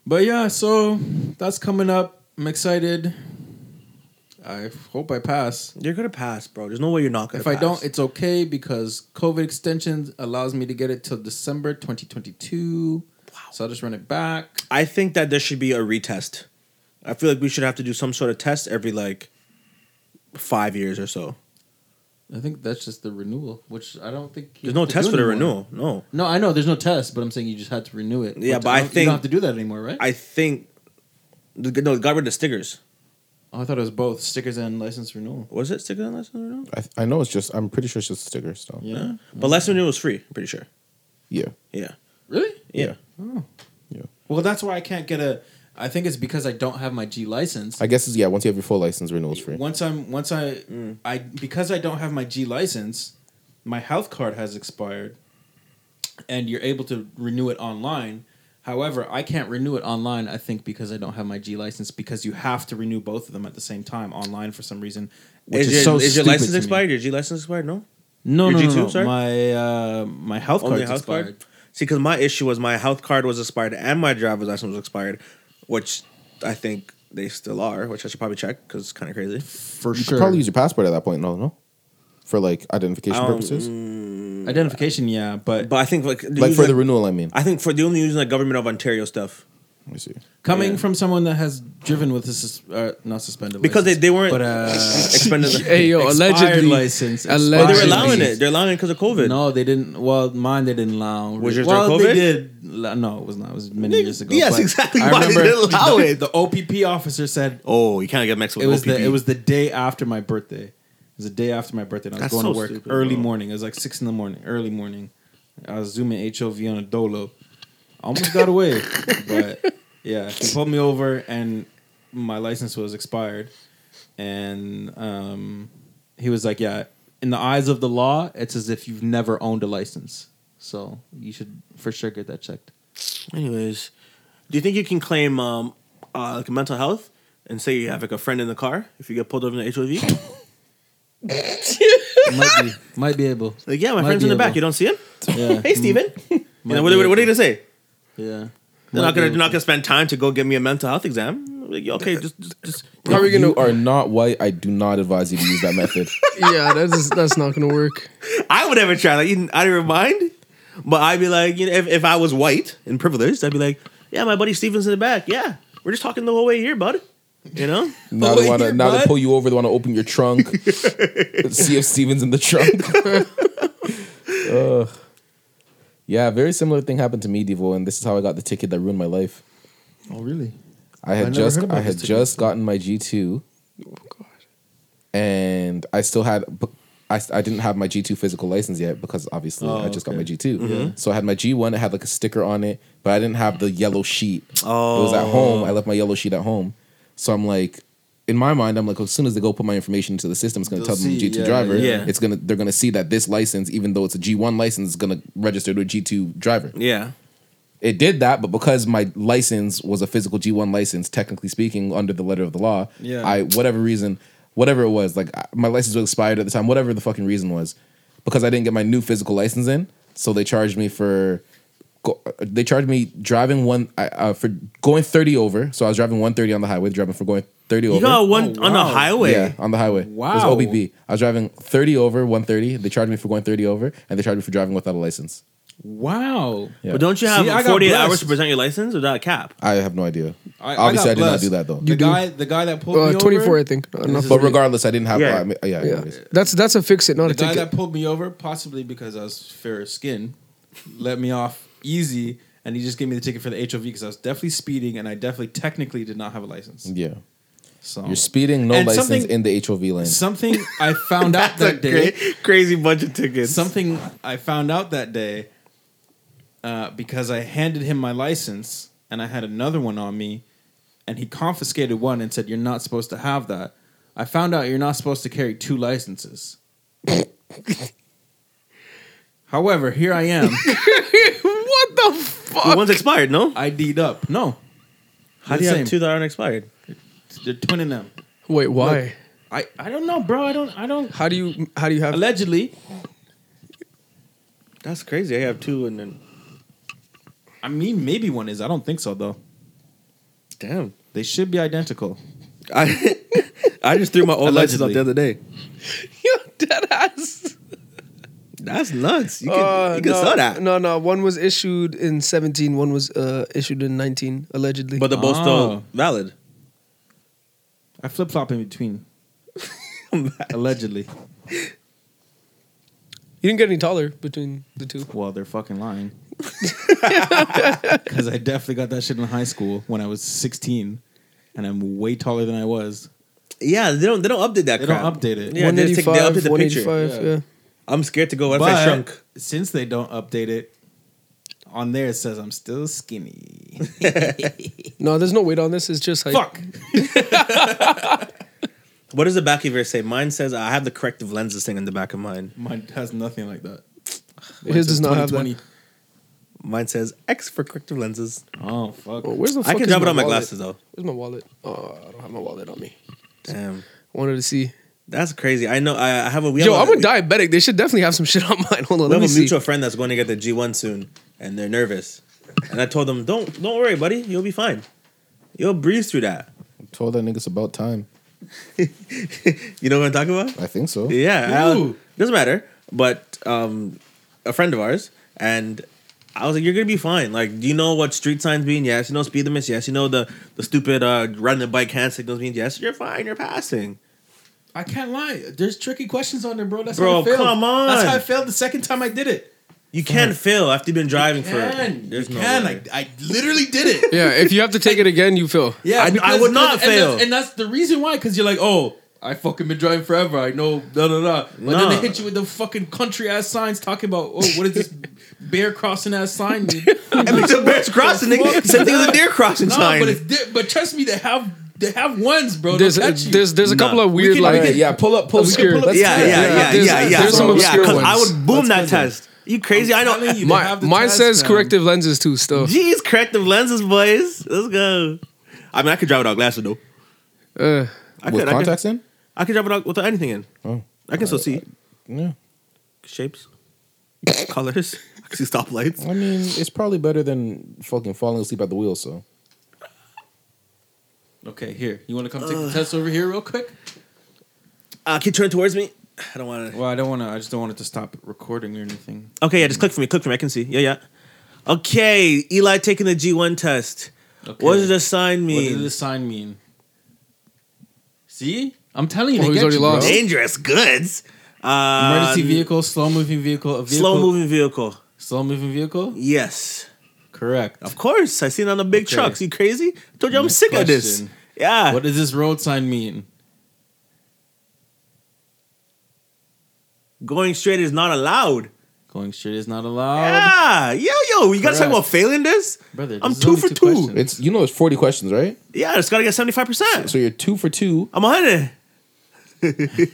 S2: But yeah, so that's coming up. I'm excited. I f- hope I pass.
S3: You're gonna pass, bro. There's no way you're not gonna.
S2: If I don't,
S3: pass.
S2: it's okay because COVID extensions allows me to get it till December 2022. Wow. So I'll just run it back.
S3: I think that there should be a retest. I feel like we should have to do some sort of test every like five years or so.
S2: I think that's just the renewal, which I don't think you
S3: There's no
S2: have to
S3: test
S2: do
S3: for the
S2: anymore. Mm-hmm.
S3: renewal. No,
S2: No, I know there's no test, but I'm saying you just had to renew it.
S3: Yeah, but I
S2: you don't- you
S3: think-
S2: don't have to do that anymore, right?
S3: I think no. they Got rid of the stickers.
S2: oh, I thought it was both stickers and license renewal.
S3: Was it stickers and license renewal?
S9: I, I know it's just. I'm pretty sure it's just stickers. So
S2: Yeah,
S3: But license renewal was free. I'm pretty sure.
S9: yeah.
S3: Yeah.
S2: really?
S3: Yeah.
S2: Well, that's why I can't get a. I think it's because I don't have my G license.
S9: I guess it's yeah. Once you have your full license, renewals free.
S2: Once I'm once I
S3: Mm.
S2: I because I don't have my G license, my health card has expired, and you're able to renew it online. However, I can't renew it online. I think because I don't have my G license because you have to renew both of them at the same time online for some reason. Which
S3: Is,
S2: is,
S3: your,
S2: so
S3: is your
S2: stupid
S3: license
S2: to me.
S3: expired? Your G license expired? No.
S2: No,
S3: Your
S2: no,
S3: G2,
S2: no, no.
S3: sorry?
S2: My uh, my health
S3: Only
S2: card
S3: health
S2: expired.
S3: card. See, because my issue was my health card was expired and my driver's license was expired, which I think they still are, which I should probably check because it's kind of crazy.
S2: for
S9: You could probably use your passport at that point. No, no. For like identification
S3: Um,
S9: purposes,
S2: identification. Yeah, but,
S3: But I think like,
S9: like for the
S3: renewal,
S9: renewal. I mean,
S3: I think for the only using like government of Ontario stuff.
S9: let me see.
S2: coming
S3: yeah.
S2: from someone that has driven with a sus- uh, not suspended
S3: Because they,
S2: license,
S3: they weren't
S2: but uh,
S3: expending.
S2: [laughs]
S5: Hey yo,
S2: Expired
S5: allegedly
S2: license,
S3: but they were
S2: expired
S3: allowing
S2: license.
S3: it. They're allowing it because of COVID.
S2: no, they didn't. Well, mine they didn't allow.
S3: Was yours
S2: well,
S3: during COVID?
S2: they did. No, it was not. It was many years ago.
S3: Yes,
S2: but
S3: exactly.
S2: I
S3: Why did
S2: remember
S3: they allow
S2: the,
S3: it?
S2: The OPP officer said
S3: Oh, you can't get mixed with
S2: it was
S3: OPP.
S2: the it was the day after my birthday. It was the day after my birthday. And I was
S3: That's
S2: going
S3: so
S2: to work
S3: stupid,
S2: early
S3: bro.
S2: morning. It was like six in the morning, early morning. I was zooming HOV on a dolo. Almost got
S3: [laughs]
S2: away, but yeah, he pulled me over, and my license was expired. And um, he was like, "Yeah, in the eyes of the law, it's as if you've never owned a license, so you should for sure get that checked."
S3: Anyways, do you think you can claim um, uh, like mental health and say you have like a friend in the car if you get pulled over in the
S2: [laughs]
S3: HOV?
S2: might be, might be able.
S3: Like, yeah, my
S2: Might
S3: friend's in
S2: be
S3: the back.
S2: able. Mm.
S3: You don't see him?
S2: Yeah, [laughs]
S3: Hey, Steven. you know,
S2: Might
S3: what,
S2: be
S3: what, what are you
S2: able.
S3: gonna say?
S2: yeah.
S3: They're not
S2: Might be
S3: gonna,
S2: able
S3: they're not gonna spend time to go get me a mental health exam. Like, okay, just, just, just
S5: How are we gonna?
S9: you are not white. I do not advise you to use that [laughs] method.
S5: [laughs] yeah, that's that's not gonna work.
S3: I would never try. Like, you- I don't mind, but I'd be like, you know, if, if I was white and privileged, I'd be like, yeah, my buddy Steven's in the back. Yeah, we're just talking the whole way here, bud. You know,
S9: Now they want to. Now they pull you over. They want to open
S2: [laughs]
S9: your trunk. see if Steven's in the trunk. Ugh. Yeah, a very similar thing happened to me, Devo, and this is how I got the ticket that ruined my life.
S2: Oh, really?
S9: I had
S2: never
S9: just
S2: heard about
S9: I
S2: this
S9: had
S2: ticket Oh,
S9: just gotten my G two, and I still had but I, s- I didn't have my G two physical license yet because obviously
S2: Oh,
S9: I just got my G 2
S2: Mm-hmm.
S9: So I had my G one. It had like a sticker on it, but I didn't have the yellow sheet. it was at home. I left my yellow sheet at home, so I'm like. In my mind, I'm like, as soon as they go put my information into the system, it's gonna
S2: They'll
S9: tell them
S2: see,
S9: G2
S2: yeah,
S9: driver.
S3: yeah.
S9: It's gonna they're gonna see that this license, even though it's a G1 license, is gonna register to a G2 driver.
S3: [laughs] yeah.
S9: It did that, but because my license was a physical G1 license, technically speaking, under the letter of the law,
S2: Yeah.
S9: I whatever reason, whatever it was, like I- my license was expired at the time, whatever the fucking reason was, because I didn't get my new physical license in, so they charged me for go- they charged me driving one I- uh, for going 30 over. So I was driving 130 on the highway, driving for going 30
S3: You
S9: over.
S3: got one on the
S2: wow.
S3: highway.
S9: Yeah, on the highway. It was
S2: Wow.
S9: OBB. I was driving 30 over, 130. They charged me for going 30 over, and they charged me for driving without a license.
S2: Wow.
S9: Yeah.
S3: But don't you
S2: See,
S3: have
S2: I got
S3: 48
S2: blessed.
S3: hours to present your license without a cap?
S9: I have no idea.
S2: I- I
S9: Obviously, I,
S2: got
S9: did not
S2: blessed.
S9: do that though.
S2: the guy, the guy that pulled
S5: Uh,
S2: me over,
S5: Twenty four, I think. I don't know.
S9: But regardless, I didn't have.
S3: Yeah.
S9: I mean, yeah,
S5: yeah,
S9: anyways.
S5: that's that's a fix it, not
S2: the
S5: a
S2: guy
S5: ticket.
S2: that pulled me over, possibly because I was fair skinned, let me off easy, and he just gave me the ticket for the HOV because I was definitely speeding, and I definitely technically did not have a license.
S9: yeah.
S2: So
S9: You're speeding, no
S2: Oh. And
S9: license
S2: something-
S9: in the HOV lane.
S2: [laughs] something I
S9: [laughs]
S2: found out
S3: That's a
S2: that day.
S3: great- crazy bunch of tickets.
S2: Something I found out that day uh, because I handed him my license and I had another one on me, and he confiscated one and said, "You're not supposed to have that." I found out you're not supposed to carry two
S3: [laughs]
S2: licenses. However, here I
S3: [laughs]
S2: am,
S5: what the
S3: The
S5: fuck?
S3: one's expired, no?
S2: ID'd up. No,
S3: How do you have two that aren't expired?
S2: They're twinning them.
S5: Wait, why?
S2: I, I don't know, bro. I don't. I don't.
S5: how do you how do you [laughs] have?
S2: Allegedly,
S3: That's crazy. I have two and then.
S2: I mean, maybe one is. I don't think so, though.
S3: Damn.
S2: They should be identical.
S3: I, [laughs] I just threw my old license out the other day.
S5: you dead ass.
S3: That's nuts. You can, you can
S5: Uh, no,
S3: sell that.
S5: No, no. One was issued in 17, one was uh, issued in 19, allegedly.
S3: But they're both still
S2: Oh.
S3: valid.
S5: [laughs]
S2: I flip flop in between. Allegedly.
S5: You didn't get any taller between the two.
S2: Well, they're fucking
S5: [laughs]
S2: lying. Because I definitely got that shit in high school when I was 16, and I'm way taller than I was.
S3: Yeah, they don't they don't update that
S2: They
S3: crap.
S2: don't update it.
S3: Yeah, they just take, they update the picture.
S5: 185, yeah.
S3: I'm scared to go. What if I
S2: But
S3: shrunk?
S2: since they don't update it, on there it says I'm still skinny.
S5: No, there's no weight on this. It's just height.
S2: Fuck.
S3: What does the back of yours say? Mine says I have the corrective lenses thing in the back of mine.
S2: Mine has nothing like that. Mine says
S5: His does not have that.
S2: 2020.
S3: Mine says X for corrective lenses.
S2: Oh fuck.
S5: Oh, where's the
S3: I
S5: fuck
S3: can
S5: is
S3: drop it on my
S5: wallet?
S3: glasses though.
S5: Where's my wallet? Oh, I don't have my wallet on me.
S3: Damn,
S5: Wanted to see.
S3: that's crazy. I know. I, I have a. We
S5: Yo,
S3: have
S5: I'm a
S3: we-
S5: diabetic. They should definitely have some [laughs] shit on mine. Hold on,
S3: We
S5: let
S3: have
S5: me
S3: a
S5: see.
S3: mutual friend that's going to get the G1 soon, and they're nervous. And I told them, "Don't, don't worry, buddy. You'll be fine. You'll breeze through that."
S9: Told that niggas about time.
S3: You know what I'm talking about?
S9: I think so.
S3: Yeah, I, doesn't matter. But um, a friend of ours, and I was like, "You're gonna be fine. Like, do you know what street signs mean? Yes. You know speed limits? Yes. You know the the stupid uh, run the bike hand signals mean? Yes. You're fine. You're passing.
S2: I can't lie. There's tricky questions on there, bro. That's
S3: Bro,
S2: how I failed.
S3: come on.
S2: That's how I failed the second time I did it.
S3: You can fail after you've been driving for.
S2: Can
S3: There's
S2: you
S3: no.
S2: can.
S3: way.
S2: I, I literally did it.
S5: Yeah, if you have to take it again, you feel.
S2: Yeah,
S3: I- I
S2: because-
S3: would not
S2: and that's-
S3: fail. [laughs]
S2: and that's the reason why, because you're like, oh, I fucking been driving forever. I know, da da da. But
S3: Nah.
S2: then they hit you with the fucking country ass signs talking about, oh, what is this bear crossing ass sign? mean?
S3: And it's a bear's crossing. nigga. Same thing as a deer crossing
S2: no,
S3: sign.
S2: but it's di- but trust me, they have they have ones, bro.
S5: There's
S2: They'll catch you.
S5: there's there's a
S3: Nah.
S5: couple of
S2: We
S5: weird
S2: can- we
S5: like
S2: can-
S9: yeah, pull up, pull,
S5: Obscure.
S9: up.
S5: Let's-
S3: yeah, yeah,
S5: Yeah,
S3: yeah,
S5: there's-
S3: yeah, yeah.
S5: there's some obscure
S3: 'cause I
S5: ones.
S3: would boom that test. You crazy? I know.
S2: telling you, they
S5: my,
S2: have the
S5: mine
S2: test,
S5: says
S2: man.
S5: corrective lenses too. Still,
S3: Jeez, corrective lenses, boys. Let's go. I mean, I could drive without glasses though.
S5: uh,
S3: [laughs] I could,
S9: With
S3: I could,
S9: contacts in?
S3: I could drive without, without anything in. I can still see
S9: Yeah.
S3: shapes, colors. [laughs] I can see stoplights.
S9: I mean, it's probably better than fucking falling asleep at the wheel, so.
S2: Okay, here. You want to come take the test over here real quick?
S3: Uh, keep turning towards me. I don't want to.
S2: Well, I don't want to. I just don't want it to stop recording or anything.
S3: Okay, yeah, just click for me. Click for me. I can see. Yeah, yeah. Okay, Eli taking the G1 test.
S2: Okay.
S3: What does the sign
S2: What did
S3: mean?
S2: the sign mean? See, I'm telling you,
S5: Oh,
S2: they
S5: he's
S2: get
S5: already
S2: you, bro.
S5: lost.
S3: Dangerous goods. Uh,
S5: Um,
S2: Emergency vehicle, slow moving vehicle, a vehicle,
S3: Slow moving vehicle.
S2: slow moving vehicle.
S3: Yes.
S2: Correct.
S3: Of course, I seen it on the big
S2: Okay.
S3: trucks. You crazy? I told you I'm
S2: Next
S3: sick of this.
S2: question.
S3: Yeah.
S2: What does this road sign mean?
S3: Going straight is not allowed.
S2: Going straight is not allowed,
S3: yeah. Yeah, yo. You guys talking
S2: Correct.
S3: about failing this?
S2: brother.
S3: I'm
S2: this is
S3: two
S2: only
S3: for two.
S2: questions.
S9: It's you know it's 40 questions, right?
S3: Yeah, it's got to get 75%.
S9: So you're two for two.
S3: I'm 100.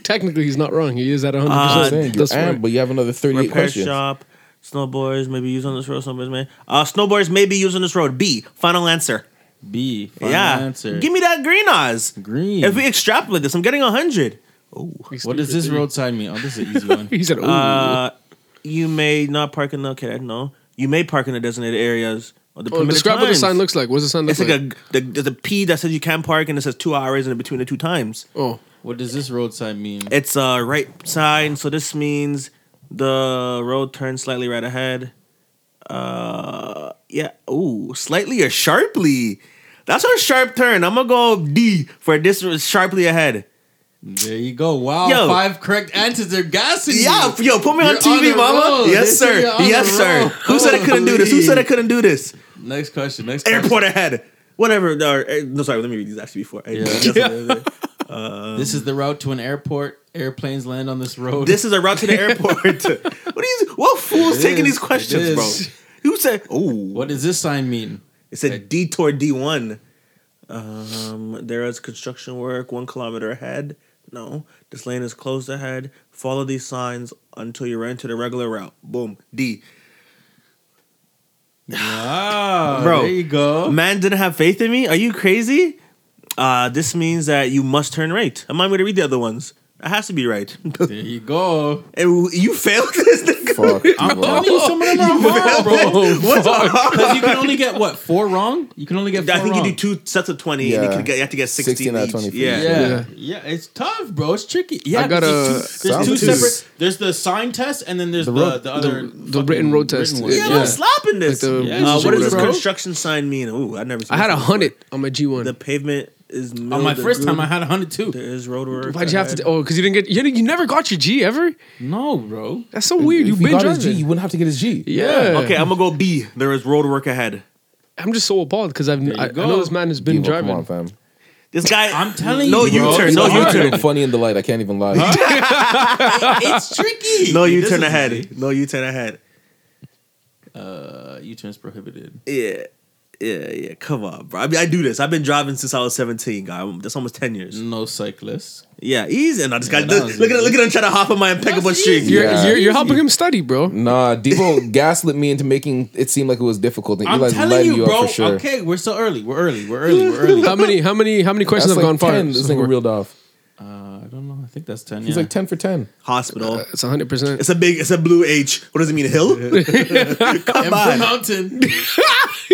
S5: technically he's not wrong. He is at 100.
S3: Uh,
S9: I'm saying,
S5: percent
S9: you're
S5: That's
S9: amped,
S5: right.
S9: but you have another 38
S3: Repair
S9: questions.
S3: shop. Snowboards may be used on this road. Snowboards may. Uh, snowboards may be used on this road. B. Final answer.
S2: B. Final
S3: yeah.
S2: answer.
S3: Give me that green Oz.
S2: green.
S3: If we extrapolate this, I'm getting 100.
S2: what does this road sign mean? Oh, this is an easy one.
S5: He said, "Ooh,
S3: Uh, you may not park in the. Okay, no. You may park in the designated areas. Or the
S5: oh,
S3: permitted
S5: describe what the
S3: times.
S5: sign looks like. What's the sign look
S3: It's
S5: like?"
S3: like a the, there's a P that says you can park and it says two hours in between the two times.
S5: oh,
S2: What does this road sign mean?
S3: It's a right sign, so this means the road turns slightly right ahead. Uh, yeah. Ooh, slightly or sharply. That's a sharp turn. I'm gonna go D for this was sharply ahead.
S2: There you go. Wow,
S3: Yo.
S2: five correct answers. They're gassing you.
S3: Yeah, yo, put me on
S2: You're
S3: TV,
S2: on the
S3: mama.
S2: roll. They
S3: Yes,
S2: say
S3: sir.
S2: you're on
S3: Yes,
S2: the
S3: sir.
S2: roll.
S3: Who said I couldn't do this? Who said I couldn't
S2: [laughs]
S3: do this?
S2: Next question. Next
S3: Airport ahead. Whatever. Or, eh, no, sorry. Let me read these actually before. [laughs] I-
S2: Question. This is the route to an airport. Airplanes land on this road.
S3: This is a route to
S2: [laughs]
S3: the airport. [laughs] what are you? What fools
S2: It
S3: taking
S2: is,
S3: these
S2: it
S3: questions, bro?
S2: is.
S3: Who said? Oh,
S2: what does this sign mean?
S3: it's a detour D one. Um, there is construction work one kilometer ahead. No, this lane is closed ahead. Follow these signs until you run to the regular route. Boom. D.
S2: Wow,
S3: [sighs] Bro.
S2: There you go.
S3: Man didn't have faith in me. Are you crazy? Uh, this means that you must turn right. Am I going to read the other ones? That has to be right. [laughs]
S2: There you go.
S3: and you failed [laughs] this. Nigga.
S9: Fuck.
S2: I'm telling you,
S3: Oh,
S2: some of them are hard, bro.
S3: What's wrong?
S2: Because you can only get what four wrong. You can only get. Four
S3: I think
S2: wrong.
S3: you do two sets of twenty, and you,
S9: Yeah.
S3: can get, you have to get sixteen,
S9: 16 out of
S3: each.
S9: 23.
S3: Yeah.
S2: Yeah. Uh, yeah, It's tough, bro. It's tricky. Yeah,
S5: I got
S2: there's two-
S5: a-
S2: there's
S9: Sound
S2: two
S9: too.
S2: separate. There's the sign test, and then there's the the,
S9: road-
S2: other
S5: the written road
S2: fucking
S5: test.
S2: one.
S5: Yeah,
S3: Yeah,
S5: yeah.
S3: I'm slapping this.
S5: Like the-
S3: uh,
S2: Yeah,
S3: what does this
S2: bro.
S3: construction sign mean? Ooh, I never. Seen
S5: I had
S3: this
S5: a
S3: before.
S5: hundred on my G one.
S3: The pavement
S2: is
S3: On my first time, I had 102.
S2: there is road work.
S5: Why'd you have to? Oh, because you didn't get. You, didn't- you never got your G ever.
S2: no, bro.
S5: That's so weird.
S9: If
S5: You've
S9: he
S5: been
S9: got his
S5: driving.
S9: G, you wouldn't have to get his G.
S5: yeah.
S3: Okay, I'm gonna go B. There is road work ahead.
S5: I'm just so appalled because I've. I, I
S2: go.
S5: know this man has been
S9: Yo, come on,
S5: driving.
S9: fam.
S3: This guy,
S2: I'm telling
S3: no
S2: you, bro.
S3: U-turn,
S2: It's
S3: no
S2: hard.
S3: U-turn,
S9: [laughs] Look funny in the light. I can't even lie.
S2: It's tricky.
S3: no
S2: This
S3: U-turn
S2: is-
S3: ahead, no U-turn ahead.
S2: Uh, U-turn's prohibited.
S3: Yeah, yeah, yeah. Come on, bro. I mean, I do this. I've been driving since I was 17, guy. I'm- That's almost 10 years.
S2: No cyclists.
S3: Yeah, easy. And I just got
S2: that
S3: look,
S2: was
S3: look at
S2: easy.
S3: look at him trying to hop on my impeccable streak.
S5: You're,
S9: Yeah.
S5: you're, you're helping him study,
S9: [laughs]
S5: bro.
S9: Nah, Debo gaslit me into making it seem like it was difficult, and
S2: I'm
S9: Eli's
S2: telling
S9: lighting
S2: you,
S9: you, up
S2: bro.
S9: for sure.
S2: Okay, we're still early. We're early. We're early. We're early.
S5: How many? How many? How many
S9: That's
S5: questions
S9: like
S5: have gone far?
S9: 10. This nigga reeled off.
S2: Uh, [laughs] I don't know. I think that's ten.
S9: He's
S2: yeah.
S9: like ten for ten.
S3: Hospital.
S5: It's 100. percent
S3: It's a big. It's a blue H. What does it mean? A hill? Come on.
S2: mountain.
S5: [laughs] Yo,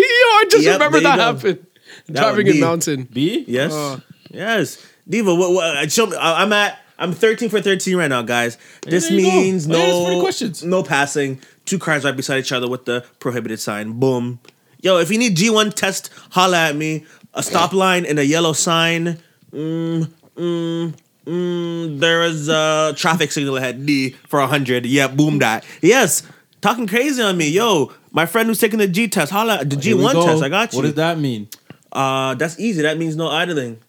S5: I just
S3: Yep,
S5: remember
S3: there you
S5: that
S3: go.
S5: happened.
S3: would
S5: Driving
S3: be-
S5: in mountain.
S2: B.
S3: Yes. Yes. Diva. What? what uh, show me, I- I'm at. I'm 13 for 13 right now, guys. This
S2: there you go.
S3: means
S2: Oh, yeah, that's forty
S3: no
S2: questions.
S3: no passing. Two cars right beside each other with the prohibited sign. Boom. Yo, if you need G1 test, holla at me. A stop line and a yellow sign. Mm, mm, mm, there is a traffic signal ahead. D for 100. Yeah, boom that. Yes. Talking crazy on me. Yo, my friend who's taking the G test, holla. The
S2: Here we
S3: G1
S2: go.
S3: test, I got you.
S2: What does that mean?
S3: Uh, that's easy. That means no idling.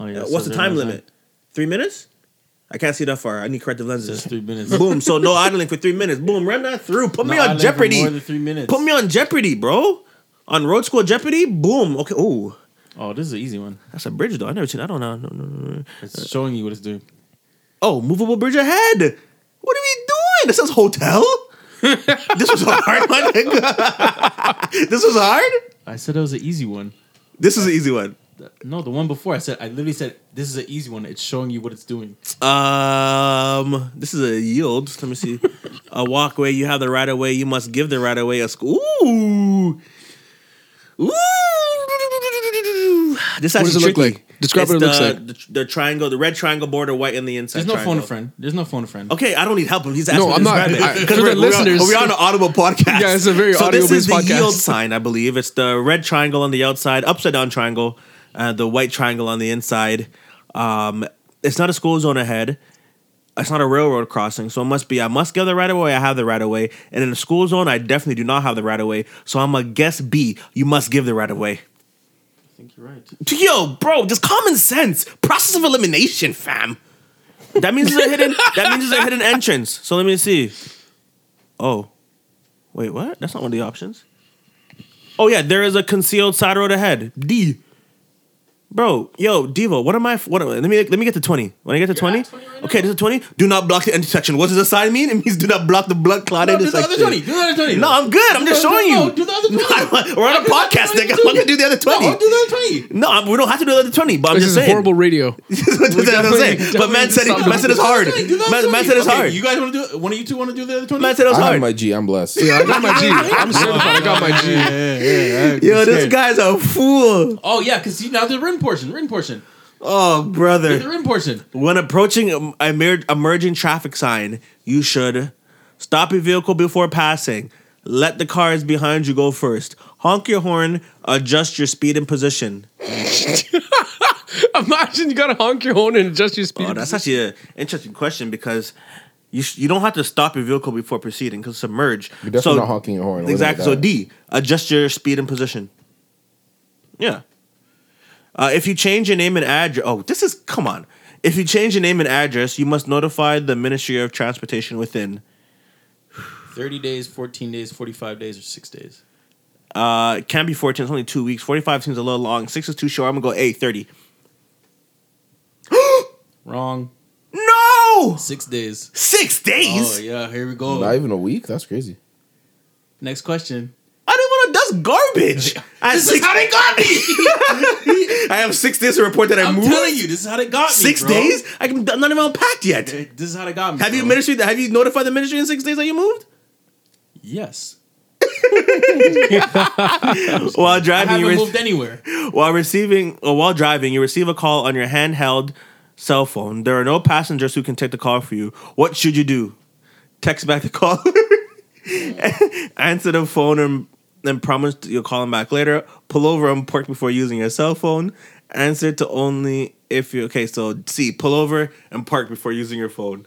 S2: Oh, yeah,
S3: Uh,
S2: so
S3: What's the
S2: there
S3: time
S2: was
S3: limit? Three minutes? I can't see that far. I need corrective lenses.
S2: Just three minutes.
S3: [laughs] Boom. So no idling for three minutes. Boom. Run that through. Put me
S2: No, I
S3: on
S2: like it More than
S3: Jeopardy.
S2: three minutes.
S3: Put me on Jeopardy, bro. On Road School Jeopardy. Boom. Okay. Oh,
S2: Oh, this is an easy one.
S3: that's a bridge though. I never seen. I don't know. No, no, no, no.
S2: It's showing you what it's doing.
S3: Oh, movable bridge ahead. What are we doing? This is hotel. [laughs] this was hard, my nigga. [laughs] this was hard.
S2: I said it was an easy one.
S3: This is an easy one.
S2: No, the one before I said I literally said this is an easy one. It's showing you what it's doing.
S3: Um, this is a yield. Let me
S5: [laughs]
S3: see. a walkway. You have the right of way. You must give the right of way. A school. Ooh. Ooh. This
S5: What does
S3: actually
S5: it look
S3: tricky.
S5: like? Describe
S3: It's
S5: what it
S3: the,
S5: looks like.
S3: The, the triangle, the red triangle border, white in the inside.
S2: There's no phone
S3: triangle.
S2: a friend. There's no phone a friend.
S3: Okay, I don't need help. He's asking.
S5: No,
S3: me
S5: I'm
S3: to
S5: not-
S3: describe it. [laughs]
S5: I-
S3: 'Cause
S5: for the
S3: we're- we're on-
S5: listeners-
S3: we're on an audible podcast.
S5: Yeah, it's a very
S3: so this is
S5: audio-based
S3: the
S5: podcast.
S3: yield sign, I believe. It's the red triangle on the outside, upside down triangle, uh, the white triangle on the inside. Um, it's not a school zone ahead. It's not a railroad crossing, so it must be. I must get the right of way. I have the right of way, and in the school zone, I definitely do not have the right of way. So I'm a guess B. You must give the right of way.
S2: I think you're right.
S3: Yo, bro, just common sense. Process of elimination, fam. That means it's a hidden. that means it's a hidden entrance. So let me see. Oh, wait, what? That's not one of the options. Oh yeah, there is a concealed side road ahead. D. Bro, yo, Devo, what am I? What am, let me let me get to twenty. When I get to twenty, okay, this is twenty. Do not block the intersection. What does the sign mean? It means do not block the blood clot
S2: No, do the
S3: intersection.
S2: other twenty. Do the other twenty.
S3: No, I'm good. I'm just
S2: No, no,
S3: showing
S2: no,
S3: you.
S2: do the other
S3: [laughs]
S2: twenty.
S3: We're on a
S2: do the other
S3: podcast,
S2: 20,
S3: nigga.
S2: do
S3: I'm gonna do the other Oh, twenty.
S2: No, do the other twenty.
S3: No, I'm, we don't have to do the other 20, but I'm
S5: This
S3: just
S5: is
S3: saying.
S5: horrible radio.
S3: [laughs]
S5: [laughs]
S3: That's what I'm saying. But man said, it- man said it's hard.
S2: Do the other
S3: Man, man
S2: 20.
S3: said it's
S2: Okay,
S3: hard.
S2: You guys want to do? One of you two want to do the other twenty?
S3: Man said it's
S9: I
S3: hard.
S9: have my G. I'm blessed.
S5: Yeah, I got my [laughs] G. I'm certified. I got my G.
S3: Yo, this guy's a fool.
S2: Oh yeah, because you now the rim portion. Rim portion.
S3: Oh,
S2: The
S3: brother.
S2: rim
S3: [laughs]
S2: portion.
S3: When approaching um, a mer- emerging traffic sign, you should stop your vehicle before passing. Let the cars behind you go first. Honk your horn. Adjust your speed and position.
S5: Imagine you gotta honk your horn and adjust your speed.
S3: Oh, that's actually an interesting question because you sh- you don't have to stop your vehicle before proceeding because submerge.
S9: You're definitely not honking your horn. We'll leave it at
S3: Exactly. So
S9: that.
S3: D, adjust your speed and position. Yeah. Uh, if you change your name and address, oh, this is come on. If you change your name and address, you must notify the Ministry of Transportation within.
S2: Thirty days, fourteen days, forty-five days, or six days.
S3: Uh, it can be fourteen. It's only two weeks. Forty-five seems a little long. Six is too short. I'm gonna go A thirty.
S2: Wrong.
S3: No,
S2: Six days.
S3: six days.
S2: Oh yeah, here we go.
S9: Not even a week. That's crazy.
S2: Next question.
S3: I didn't want to. That's garbage.
S2: [laughs]
S3: I
S2: This is how they got me.
S3: I have six days to report that I
S2: I'm
S3: moved.
S2: telling you, this is how they got me.
S3: six
S2: bro.
S3: days? I can, I'm not even unpacked yet.
S2: This is how they got me.
S3: Have you
S2: bro.
S3: ministry? Have you notified the ministry in six days that you moved?
S2: Yes.
S3: While
S2: I
S3: driving,
S2: haven't
S3: you rec-
S2: moved anywhere.
S3: while receiving or while driving, you receive a call on your handheld cell phone. There are no passengers who can take the call for you. What should you do? Text back the [laughs] call. Answer the phone and, and promise you'll call them back later. Pull over and park before using your cell phone. Answer to only if you okay. So C, pull over and park before using your phone.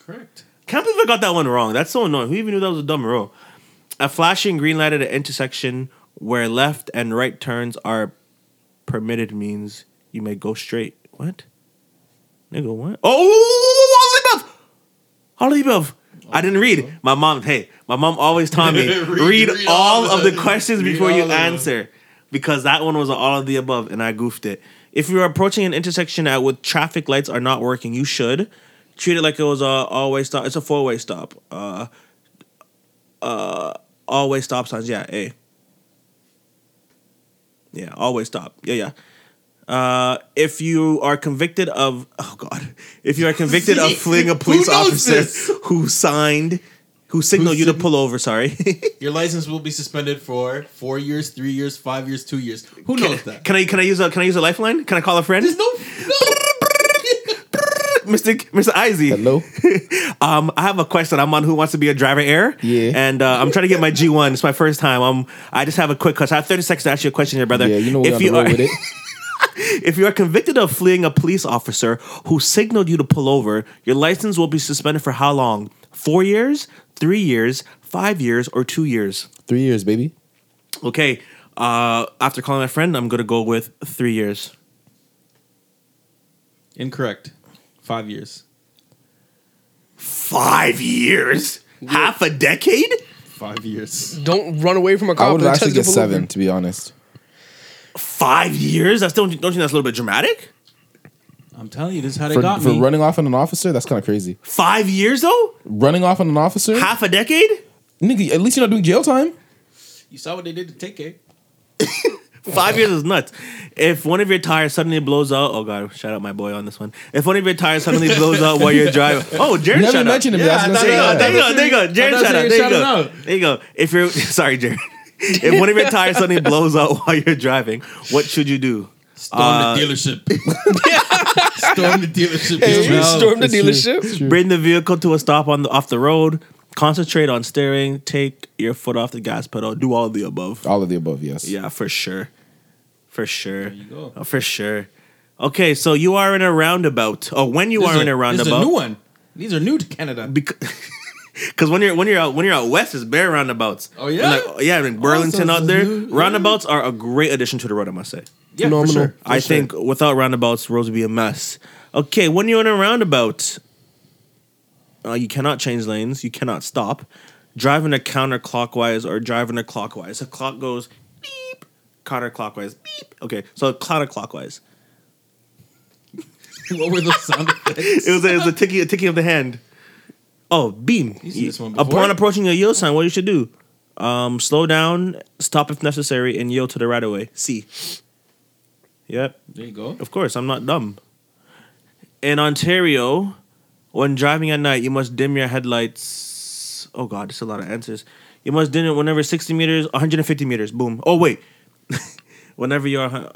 S2: Correct.
S3: Can't believe I got that one wrong. That's so annoying. Who even knew that was a dumb rule? A flashing green light at an intersection where left and right turns are permitted means you may go straight. What? Nigga, what? Oh, all of the above. All of the above. I didn't read. My mom, hey, my mom always taught me
S2: [laughs]
S3: read,
S2: read
S3: all,
S2: all
S3: of
S2: of
S3: the
S2: it.
S3: questions
S2: Read
S3: before you
S2: all of it.
S3: answer because that one was all of the above and I goofed it. If you're approaching an intersection at with traffic lights are not working, you should treat it like it was a always stop. It's a four way stop. Uh, uh, always stop signs. Yeah, a. Yeah, always stop. Yeah, yeah. Uh, if you are convicted of oh god, if you are
S2: [laughs]
S3: convicted of fleeing a police
S2: knows
S3: officer
S2: this? [laughs]
S3: who signed, who signaled you to pull over, sorry,
S2: Your license will be suspended for four years, three years, five years, two years. Who knows that?
S3: [laughs] can I can I use a can I use a lifeline? Can I call a friend?
S2: There's no. no.
S3: [laughs] Mr. Mr. Izzy.
S4: Hello?
S3: Um, I have a question. I'm on Who Wants to Be a Driver Air.
S4: Yeah.
S3: And uh, I'm trying to get my G1. It's my first time. I'm, I just have a quick question. I have 30 seconds to ask you a question here, brother.
S4: Yeah, you know we're
S3: if
S4: on the
S3: you,
S4: road
S3: are,
S4: with it.
S3: [laughs] if you are convicted of fleeing a police officer who signaled you to pull over, your license will be suspended for how long? Four years, three years, five years, or two years?
S4: Three years, baby.
S3: Okay. Uh, after calling my friend, I'm going to go with three years.
S2: [laughs] Incorrect. Five years.
S3: Five years? Half a decade?
S2: Five years.
S5: Don't run away from a cop.
S4: I would
S5: that
S4: actually
S5: tells you
S4: get
S5: to pull over.
S4: seven, to be honest.
S3: Five years? That's don't, don't you think that's a little bit dramatic?
S2: I'm telling you, this is how they
S4: For,
S2: got
S4: for
S2: me.
S4: running off on an officer, that's kind of crazy.
S3: Five years though?
S4: Running off on an officer,
S3: Half a decade?
S4: nigga. At least you're not doing jail time.
S2: you saw what they did to take it.
S3: Five years is nuts. If one of your tires suddenly blows out, oh god, shout out my boy on this one. If one of your tires suddenly blows out while you're driving, oh, Jared,
S4: You never
S3: shout out.
S4: mentioned him.
S2: Yeah,
S4: Yeah, I was
S2: I
S4: gonna
S2: thought
S4: say
S2: he- I
S4: that.
S2: thought
S3: There you go, there you go, Jared,
S2: I'm not
S3: shout out.
S2: saying
S3: There you
S2: shout
S3: go.
S2: him out.
S3: There you go. If you're sorry, Jared, if one of your tires suddenly blows out while you're driving, what should you do?
S2: Storm the dealership. Storm the dealership.
S5: Hey, [laughs]
S2: Yo.
S5: storm the
S4: It's true.
S5: dealership.
S4: It's
S2: Mm.
S4: true.
S3: Bring the vehicle to a stop on the, off the road. Concentrate on steering. Take your foot off the gas pedal. Do all of the above.
S4: All of the above, yes.
S3: Yeah, for sure. For sure.
S2: you go.
S3: Oh, for sure. Okay, so you are in a roundabout. Oh, when you
S2: This
S3: are
S2: is
S3: in a
S2: this is
S3: roundabout.
S2: new one. These are new to Canada.
S3: [laughs] Because when you're when you're out when you're out west, it's bare roundabouts.
S2: Oh, yeah?
S3: like, yeah, in Burlington
S2: so
S3: out
S2: it's
S3: there,
S2: new, yeah.
S3: roundabouts are a great addition to the road. I must say,
S2: Yeah, for
S4: Phenomenal.
S2: sure.
S3: I think without roundabouts, roads would be a mess. Okay, when you're in a roundabout, uh, you cannot change lanes. You cannot stop. Driving a counterclockwise or driving a clockwise. A clock goes beep, counterclockwise beep. Okay, so counterclockwise.
S2: what were those
S3: [laughs]
S2: sound effects?
S3: it was a, it was a ticking a ticking of the hand. Oh, beam.
S2: seen this one before.
S3: Upon approaching a yield sign, what you should do? Um, slow down, stop if necessary, and yield to the right of way. C. Yep,
S2: There you go.
S3: of course, I'm not dumb. In Ontario, when driving at night, you must dim your headlights. Oh God, that's a lot of answers. You must dim it whenever 60 meters, 150 meters. Boom. Oh wait, [laughs] whenever you are. hun-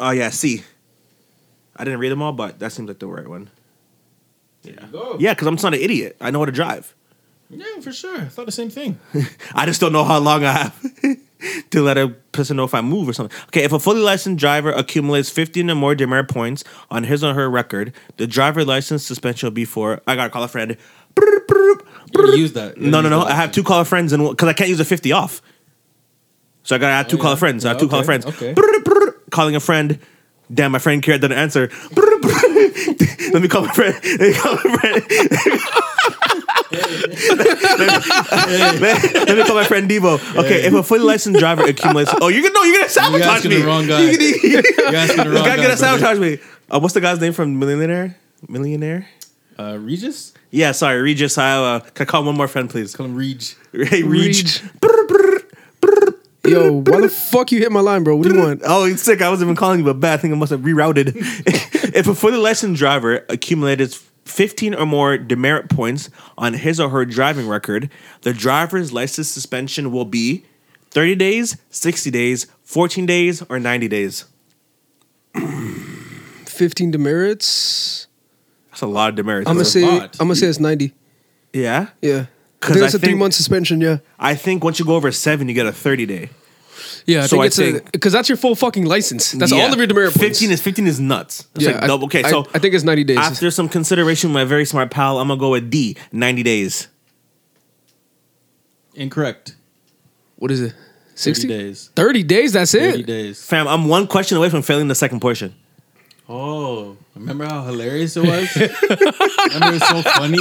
S3: Oh yeah, C. I didn't read them all, but that seems like the right one.
S2: There you go.
S3: Yeah, because I'm just not an idiot. I know how to drive.
S2: Yeah, for sure. I thought the same [laughs] thing.
S3: I just don't know how long I have [laughs] to let a person know if I move or something. Okay, if a fully licensed driver accumulates 15 or more demerit points on his or her record, the driver license suspension will be for. I gotta call a friend. Brrr, brrr,
S2: You
S3: brrr.
S2: use that. You
S3: No, no,
S2: use
S3: no.
S2: that.
S3: I have two call friends and because I can't use a 50 off. So I gotta add two
S2: Oh,
S3: call
S2: yeah.
S3: friends. I have
S2: Yeah,
S3: two call
S2: okay,
S3: friends.
S2: okay.
S3: Brrr, brrr. calling a friend. Damn, my friend Kira didn't answer. Brrr, [laughs] brrr. Let me call my friend. Let me call my friend. let, [laughs] let me call my friend Devo. Okay, if a fully licensed driver accumulates, oh, you're gonna no, you're gonna
S2: You're
S3: sabotage
S2: asking
S3: me.
S2: the [laughs] wrong guy.
S3: You're gonna- [laughs]
S2: You're asking the wrong
S3: this guy
S2: guy. brother.
S3: gonna sabotage me. Uh, what's the guy's name from Millionaire? Millionaire?
S2: Uh, Regis?
S3: Yeah, sorry, Regis. I uh, can I call one more friend, please? [laughs]
S2: Call him Reg.
S3: Hey, Reach.
S5: Reach. Yo, why the fuck you hit my line, bro? What do you want?
S3: Oh, it's sick. I wasn't even calling you, but bad. I think I must have rerouted. [laughs] if a fully licensed driver accumulates 15 or more demerit points on his or her driving record, the driver's license suspension will be 30 days, 60 days, 14 days, or 90 days.
S5: Fifteen demerits.
S3: That's a lot of demerits.
S5: I'm gonna
S3: That's a
S5: say. I'm
S2: lot.
S5: gonna say it's ninety.
S3: Yeah.
S5: Yeah, I
S3: 'Cause
S5: think that's
S3: I
S5: a three
S3: think-
S5: month suspension. Yeah,
S3: I think once you go over seven, you get a 30 day.
S5: Yeah, I
S3: So
S5: think
S3: I
S5: it's
S3: think-
S5: because that's your full fucking license. That's
S3: Yeah.
S5: all of your demerit points.
S3: Fifteen is fifteen is nuts. It's
S5: Yeah,
S3: like
S5: I-
S3: double. Okay,
S5: I-
S3: so
S5: I think it's 90 days.
S3: After some consideration, with my very smart pal, I'm gonna go with D. Ninety days.
S2: Incorrect.
S5: What is it?
S2: 30
S5: 60
S2: days.
S5: 30 days, that's
S2: 30
S5: it.
S2: days.
S3: Fam, I'm one question away from failing the second portion.
S2: Oh, remember how hilarious it was? remember it was so funny?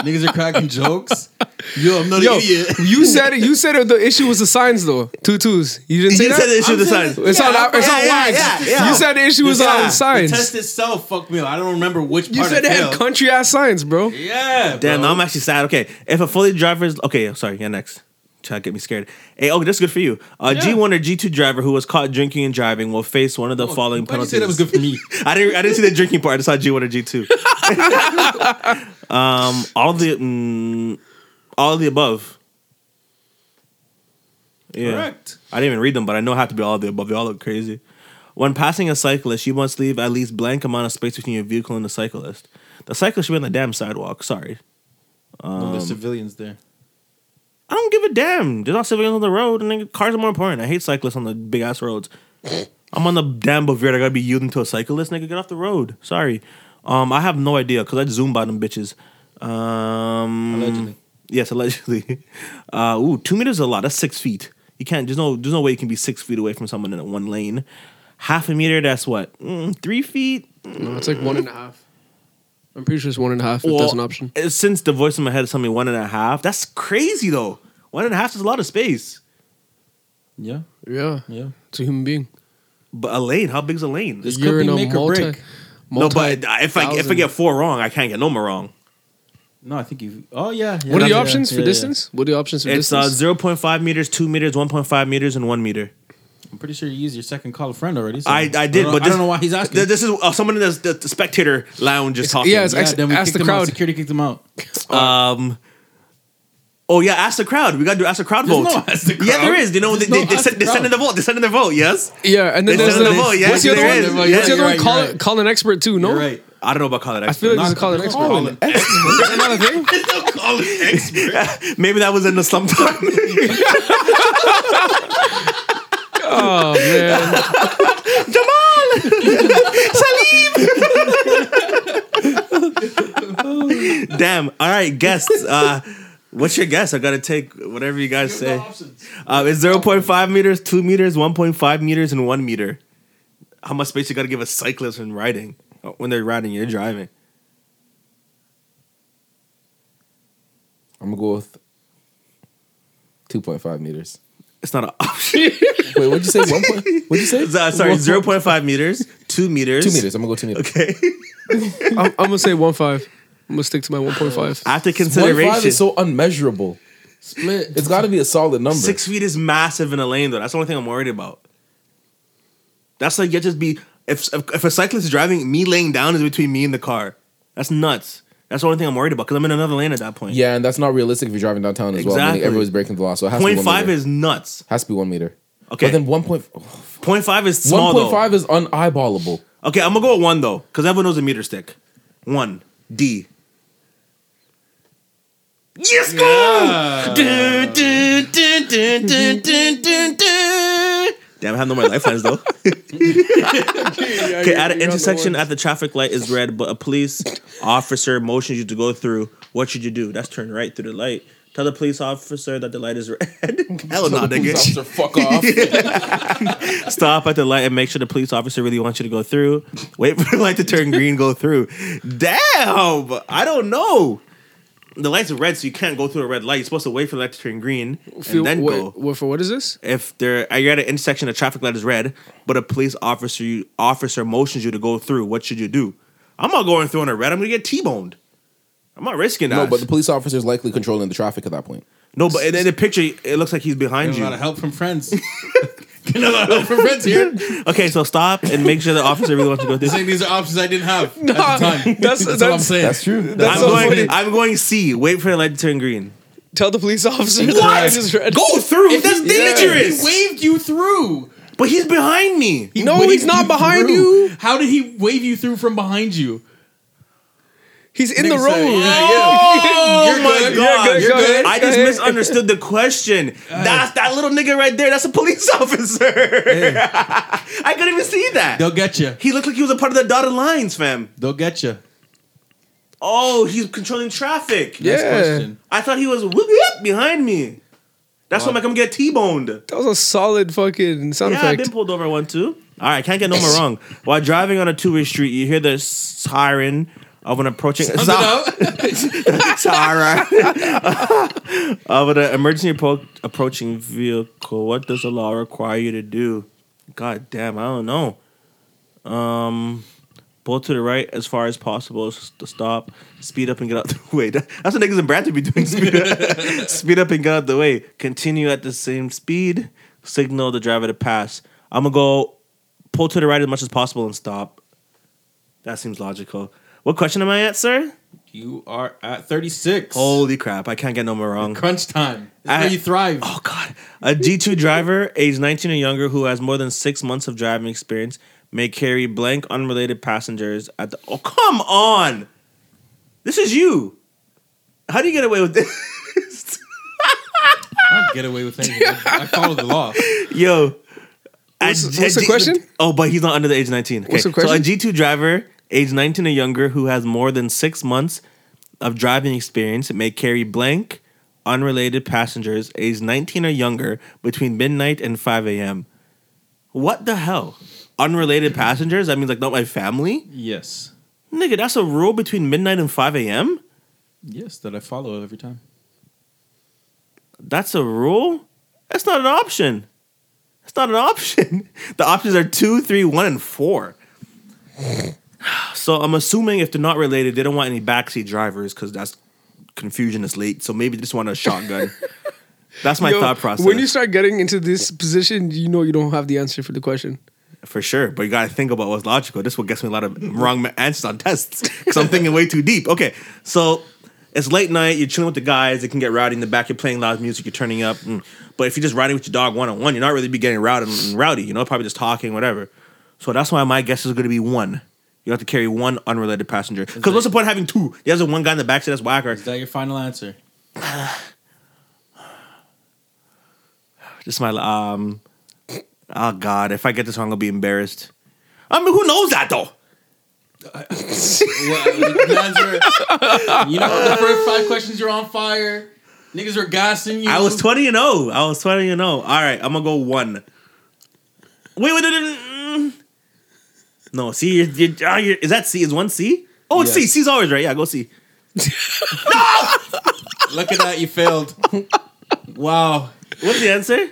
S2: Niggas are cracking jokes. Yo, I'm not
S5: Yo,
S2: an idiot.
S5: you said it. You said it, the issue was the signs though. Two twos. You didn't say
S3: You
S5: that.
S3: said the issue decides.
S5: it's on. It's on
S3: yeah, yeah,
S5: lines.
S3: yeah, yeah.
S5: You said the issue was
S3: Yeah.
S5: on
S2: The
S5: signs.
S2: test itself fucked me up. I don't remember which
S5: you
S2: part
S5: said
S2: I
S5: it had
S2: failed.
S5: country ass signs, bro.
S2: Yeah,
S3: Damn,
S2: bro.
S3: now I'm actually sad. Okay, if a fully driver is okay, sorry, yeah, next. Try to get me scared. Hey, oh, that's good for you. A G1 or G2 driver who was caught drinking and driving will face one of the following
S2: Why'd you
S3: penalties.
S2: say that was good for me?
S3: [laughs] I didn't. I didn't see the drinking part. I just saw G one or G two. [laughs] um, all the mm, all of the above. Yeah,
S2: Correct.
S3: I didn't even read them, but I know it have to be all of the above. They all look crazy. When passing a cyclist, you must leave at least blank amount of space between your vehicle and the cyclist. The cyclist should be on the damn sidewalk. Sorry, Um,
S2: no, there's civilians there.
S3: I don't give a damn. There's not civilians on the road, and then cars are more important. I hate cyclists on the big ass roads. I'm on the damn Bavaria. I gotta be yielding to a cyclist. Nigga, get off the road. Sorry. Um, I have no idea because I zoom by them bitches. Um,
S2: Allegedly.
S3: Yes, allegedly. [laughs] Uh, ooh, two meters is a lot. That's six feet. You can't. There's no. There's no way you can be six feet away from someone in one lane. Half a meter. That's what mm, three feet.
S5: No, it's like one and a half. I'm pretty sure it's one and a half. if
S3: Well,
S5: that's an option.
S3: uh, Since the voice in my head is telling me one and a half. That's crazy though. One and a half is a lot of space.
S2: Yeah,
S5: Yeah,
S2: yeah.
S5: it's a human being.
S3: But a lane. How big's a lane?
S2: This
S5: You're
S2: could
S5: in
S2: be
S5: a
S2: make
S5: multi-
S2: or break.
S3: No,
S5: multi-
S3: but if I if I
S5: thousand.
S3: get four wrong, I can't get no more wrong.
S2: No, I think you. Oh yeah. yeah
S5: what are the
S2: yeah,
S5: options
S2: yeah,
S5: for
S2: yeah.
S5: distance? What are the options for
S3: It's uh,
S5: distance?
S3: zero point five meters, two meters, one point five meters, and one meter.
S2: I'm pretty sure you used your second call a friend already. so-
S3: I, I did,
S2: don't-
S3: but
S2: I
S3: this-
S2: don't know why he's asking.
S3: th- This is uh, someone in the, the, the spectator lounge is talking.
S5: yeah, it's-
S2: yeah, then we
S5: ask
S2: kicked
S5: the
S2: him out.
S5: crowd.
S2: Security kicked him out.
S3: um. Oh yeah, ask the crowd. We gotta do ask the crowd
S2: There's
S3: vote.
S2: no ask the
S3: Yeah,
S2: crowd.
S3: there is. You know, they,
S2: There's
S3: they,
S2: no
S3: they,
S2: ask
S3: send,
S2: the
S3: they send in the vote. They send in their vote. Yes,
S5: yeah, and then
S3: They
S5: there's
S3: send in
S5: the
S3: the vote. Yes,
S5: what's the other
S3: there
S5: one?
S3: is. Yeah,
S5: what's the other
S2: you're
S5: one?
S2: right,
S5: Call,
S2: you're right.
S5: call an expert too. No,
S2: You're right.
S3: I don't know about calling
S5: I feel
S3: expert.
S5: like this is call an
S2: Call an
S5: expert. Is that not [laughs] a thing?
S3: [laughs] Maybe that was in
S2: [laughs]
S3: the sometime.
S5: Oh man,
S3: Damn. All right, guests. Uh, what's your guess? I gotta take whatever you guys say. Uh, it's zero point five meters, two meters, one point five meters, and one meter. How much space you gotta give a cyclist when riding? Uh, When they're riding, you're driving.
S4: I'm gonna go with 2.5 meters.
S3: It's not an [laughs] option.
S4: Wait, what'd you say? One point? What'd you say?
S3: Uh, [laughs] sorry, zero point five meters, two meters,
S4: Two meters. I'm gonna go two meters.
S3: Okay. [laughs]
S5: I'm, I'm gonna say one five. I'm gonna stick to my one point five.
S3: After
S4: One
S3: consideration,
S4: five is so unmeasurable.
S2: Split.
S4: It's got to be a solid number.
S3: six feet is massive in a lane though. That's the only thing I'm worried about. That's like you just be if if, if a cyclist is driving, me laying down is between me and the car. That's nuts. That's the only thing I'm worried about because I'm in another lane at that point.
S4: Yeah, and that's not realistic if you're driving downtown as well.
S3: Exactly.
S4: Meaning everybody's breaking the law, so it has
S3: Point
S4: to be one
S3: five
S4: meter.
S3: is nuts.
S4: has to be one meter.
S3: Okay.
S4: but then one point
S3: Point five is small
S4: one point
S3: though.
S4: five
S3: [laughs]
S4: is uneyeballable.
S3: Okay, I'm gonna go with one though, because everyone knows a meter stick. One D. Yes, go! Dun, dun, dun, dun, dun, dun, dun, dun. Damn, I have no more lifelines though. okay, at an intersection at the traffic light is red, but a police officer motions you to go through. What should you do? That's turn right through the light. Tell the police officer that the light is red. [laughs] Hell no, nigga. [laughs]
S4: fuck off.
S3: Stop at the light and make sure the police officer really wants you to go through. Wait for the light to turn green, go through. Damn, I don't know. The light's red, so you can't go through a red light. You're supposed to wait for the light to turn green
S5: Feel-
S3: and then
S5: what,
S3: go.
S5: what- for what is this?
S3: If there, you're at an intersection, a traffic light is red, but a police officer you, officer motions you to go through. What should you do? I'm not going through on a red. I'm gonna get t-boned. I'm not risking that.
S4: no, but the police officer is likely controlling the traffic at that point.
S3: no, but in, in the picture, it looks like he's behind
S2: Getting
S3: you.
S2: a lot of help from
S3: [laughs]
S2: friends. Getting a lot of help from friends here.
S3: Okay, so stop and make sure the officer really wants to
S5: [laughs]
S3: go through.
S2: Saying these are options I didn't have at the time.
S5: that's-
S2: That's, all I'm
S5: that's-
S2: saying.
S4: That's true.
S3: I'm
S5: so
S3: going.
S5: funny.
S3: I'm going C. Wait for the light to turn green.
S5: Tell the police officer. What? Go
S3: through. That's
S2: He waved you through.
S3: But he's behind me.
S5: No,
S2: waved
S5: he's Oh, not behind
S2: through.
S5: you.
S2: How did he wave you through from behind you?
S5: He's in the
S2: Nigga said,
S5: room.
S3: Oh
S5: [laughs] You're
S3: my
S5: good, you're
S3: god!
S5: good,
S3: You're
S5: go
S3: good.
S5: ahead,
S3: I
S5: go
S3: just
S5: ahead.
S3: misunderstood the question. That's that little nigga right there. That's a police [laughs] officer. I couldn't even see that.
S2: They'll get you.
S3: He looked like he was a part of the dotted lines, fam.
S2: They'll get [laughs] you.
S3: Oh, he's controlling traffic.
S5: Yeah.
S3: I thought he was whoop whoop behind me. That's why I'm like, I'm gonna get T-boned.
S5: That was a solid fucking sound
S3: Yeah, I've
S5: effect.
S3: been pulled over one too. All right, can't get no more wrong. While driving on a two-way street, you hear the siren of an approaching [laughs] siren [laughs] of an emergency appro- approaching vehicle. What does the law require you to do? God damn, I don't know. Um, pull to the right as far as possible s- to stop, speed up and get out [laughs] the way. That- That's what niggas in Bradford be doing. Speed up, [laughs] speed up and get out the way. Continue at the same speed. Signal the driver to pass. I'm gonna go pull to the right as much as possible and stop. That seems logical. What question am I at, sir?
S2: You are at 36.
S3: [laughs] Holy crap! I can't get no more wrong.
S2: crunch time. This is
S3: I-
S2: where you thrive.
S3: Oh God! A D two driver, age nineteen or younger, who has more than six months of driving experience, may carry blank unrelated passengers at the. Oh come on! This is you. How do you get away with this?
S2: I don't get away with anything. I, I follow the law.
S3: Yo.
S5: What's-
S3: a-
S5: what's
S3: a
S5: the question?
S3: Oh, but he's not under the age of 19. Okay.
S5: What's the
S3: So a
S5: question?
S3: G2 driver, age 19 or younger, who has more than six months of driving experience may carry blank, unrelated passengers, age 19 or younger, between midnight and 5 a.m. What the hell? Unrelated passengers? That means like not my family?
S2: Yes.
S3: Nigga, that's a rule between midnight and 5 a.m.?
S2: Yes, that I follow every time.
S3: That's a rule? That's not an option. That's not an option. [laughs] The options are two, three, one, and four. So I'm assuming if they're not related, they don't want any backseat drivers because that's confusion is late. So maybe they just want a
S5: [laughs]
S3: shotgun. that's my
S5: Yo,
S3: thought process.
S5: When you start getting into this position, you know you don't have the answer for the question.
S3: For sure. But you got to think about what's logical. This one gets me a lot of wrong ma- answers on tests because I'm thinking way too deep. Okay. So it's late night. You're chilling with the guys. It can get rowdy in the back. You're playing loud music. You're turning up. Mm. But if you're just riding with your dog one on one, you're not really be getting rowdy, mm, rowdy. You know, probably just talking, whatever. So that's why my guess is going to be one. You have to carry one unrelated passenger. Because what's the point of having two? You have one guy in the backseat that's whacker.
S2: Is that your final answer?
S3: [sighs] Just my um. Oh God! If I get this wrong, I'll be embarrassed. I mean, who knows that though?
S2: Well, the answer- you know, the first five questions, you're on fire. Niggas are gassing you.
S3: I was 20 and 0. I was 20 and 0. All right, I'm going to go one. Wait, wait, no, no, no, mm. no. C, you're, you're, ah, you're- is that C? Is one C? Oh, it's C.
S2: Yes.
S3: C's always right. Yeah, go C.
S2: Look at that, you failed. Wow.
S3: What's the answer?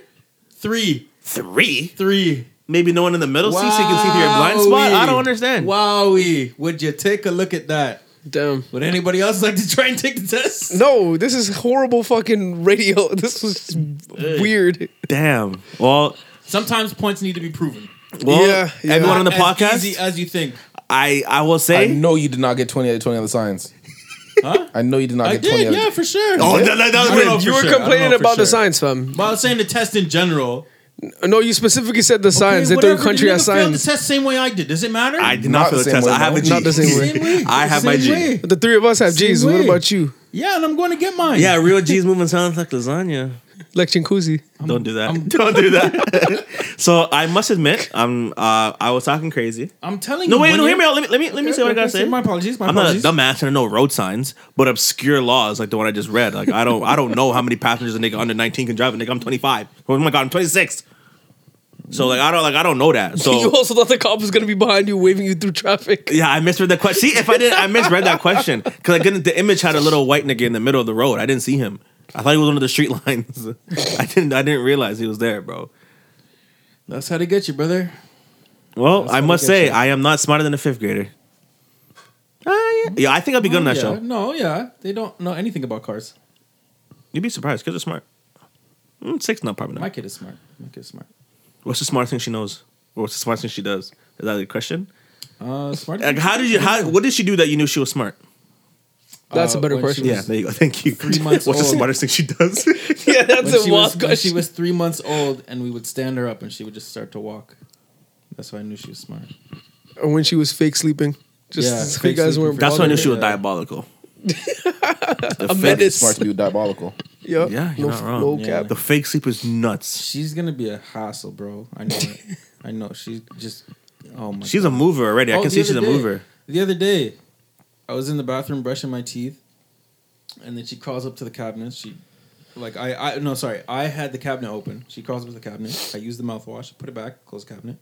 S2: Three.
S3: Three.
S2: Three.
S3: Maybe no one in the middle C so you can see through your blind spot? I don't
S2: Wowee.
S3: understand.
S2: Wowie. Would you take a look at that?
S5: Damn.
S2: Would anybody else like to try and take the test?
S5: [laughs] No, this is horrible fucking radio. [laughs] This was weird.
S3: Damn. Well,
S2: Sometimes points need to be proven.
S3: well
S5: Yeah, yeah.
S3: everyone on the
S2: Not as
S3: podcast,
S2: easy as you think.
S3: I, I will
S9: I
S3: say.
S9: know you did not get 20 out of 20 on the science.
S3: [laughs]
S2: Huh?
S9: I know you did not
S2: I
S9: get 20
S2: did,
S9: out of
S2: yeah, for sure.
S3: Oh, that, that, that
S2: I don't know if
S3: was it.
S5: You
S2: For sure,
S5: were
S2: I don't
S5: complaining
S2: know for
S5: about the
S2: sure.
S5: science, fam.
S2: But I was saying the test in general.
S5: No, you specifically said the science.
S2: Okay,
S5: the third
S2: whatever,
S5: country
S2: the
S5: has
S2: nigga failed
S5: science.
S2: The test same way I did. Does it matter?
S3: I did not,
S9: Not
S3: feel the
S9: the same
S3: test.
S9: way,
S3: I have
S9: no.
S3: a G.
S5: Not the same way.
S2: Same way.
S3: [laughs] I have
S2: Same
S3: my G.
S2: way.
S5: The three of us have
S2: Same
S5: G's. What
S2: way.
S5: about you?
S2: Yeah, and I'm going to get mine.
S3: Yeah, real G's moving sounds like lasagna.
S5: Like Chinkuzi.
S3: Don't do that. [laughs] Don't do that. [laughs] so I must admit, I'm uh, I was talking crazy.
S2: I'm telling
S3: No
S2: you.
S3: wait,
S2: when
S3: no, hear
S2: you're-
S3: me out. Let me let me let me say what I
S2: Okay,
S3: gotta
S2: okay,
S3: say.
S2: My apologies. My
S3: I'm not a
S2: apologies.
S3: dumbass and I know road signs, but obscure laws like the one I just read. Like I don't I don't know how many passengers a nigga under 19 can drive. A nigga, I'm 25. Oh my god, I'm 26. So like I don't like I don't know that.
S5: [laughs]
S2: [laughs]
S5: You
S3: So
S5: also thought the cop was going to be behind you, waving you through traffic.
S2: Uh,
S3: yeah, I misread the question. See, if I didn't, I misread that question because I didn't. The image had a little white nigga in the middle of the road. I didn't see him. I thought he was under the street lines. [laughs] I didn't. I didn't realize he was there, bro.
S2: That's how they get you, brother.
S3: Well, I
S2: how they
S3: must
S2: get
S3: say,
S2: you.
S3: I am not smarter than a fifth grader. Uh, yeah. yeah, I think I'll be good in that
S2: Ah, Oh, yeah.
S3: show.
S2: No, yeah. They don't know anything about cars.
S3: You'd be surprised. Kids are smart. Mm, six, no, probably not.
S2: My kid is smart. My kid is smart.
S3: What's the smartest thing she knows? Or what's the smartest thing she does? Is that the question?
S2: Uh, smart.
S3: Like, how did you? How? What did she do that you knew she was smart?
S5: That's a
S2: Uh,
S5: better
S2: when
S5: question.
S2: she
S3: Yeah, there you go. Thank you.
S2: Three months
S3: what's the
S2: old.
S3: smartest thing she
S2: [laughs]
S3: does?
S5: [laughs] Yeah, that's
S2: When she, was,
S5: a wild
S2: when she
S5: question.
S2: was three months old, and we would stand her up, and she would just start to walk. That's how I knew she was smart.
S5: Or when she was fake sleeping. Just
S2: Yeah,
S5: so you
S2: Craigslist
S5: guys weren't.
S2: confirmed.
S3: That's when I knew she was
S2: Yeah. [laughs]
S3: diabolical. The
S5: a
S3: fake-
S5: menace.
S9: Smart to be diabolical.
S5: Yeah,
S3: Yeah, you're
S5: no,
S3: not wrong.
S5: no
S2: Yeah.
S5: cap. [laughs]
S3: The fake sleep is nuts.
S2: She's gonna be a hassle, bro. I know it. I know. She's just oh my
S3: She's a mover already. I
S2: Oh,
S3: can
S2: the
S3: see she's
S2: other
S3: a
S2: day-
S3: mover.
S2: The other day, I was in the bathroom brushing my teeth, and then she crawls up to the cabinet. She, like, I, I no, sorry, I had the cabinet open. She crawls up to the cabinet. I use the mouthwash, put it back, close the cabinet.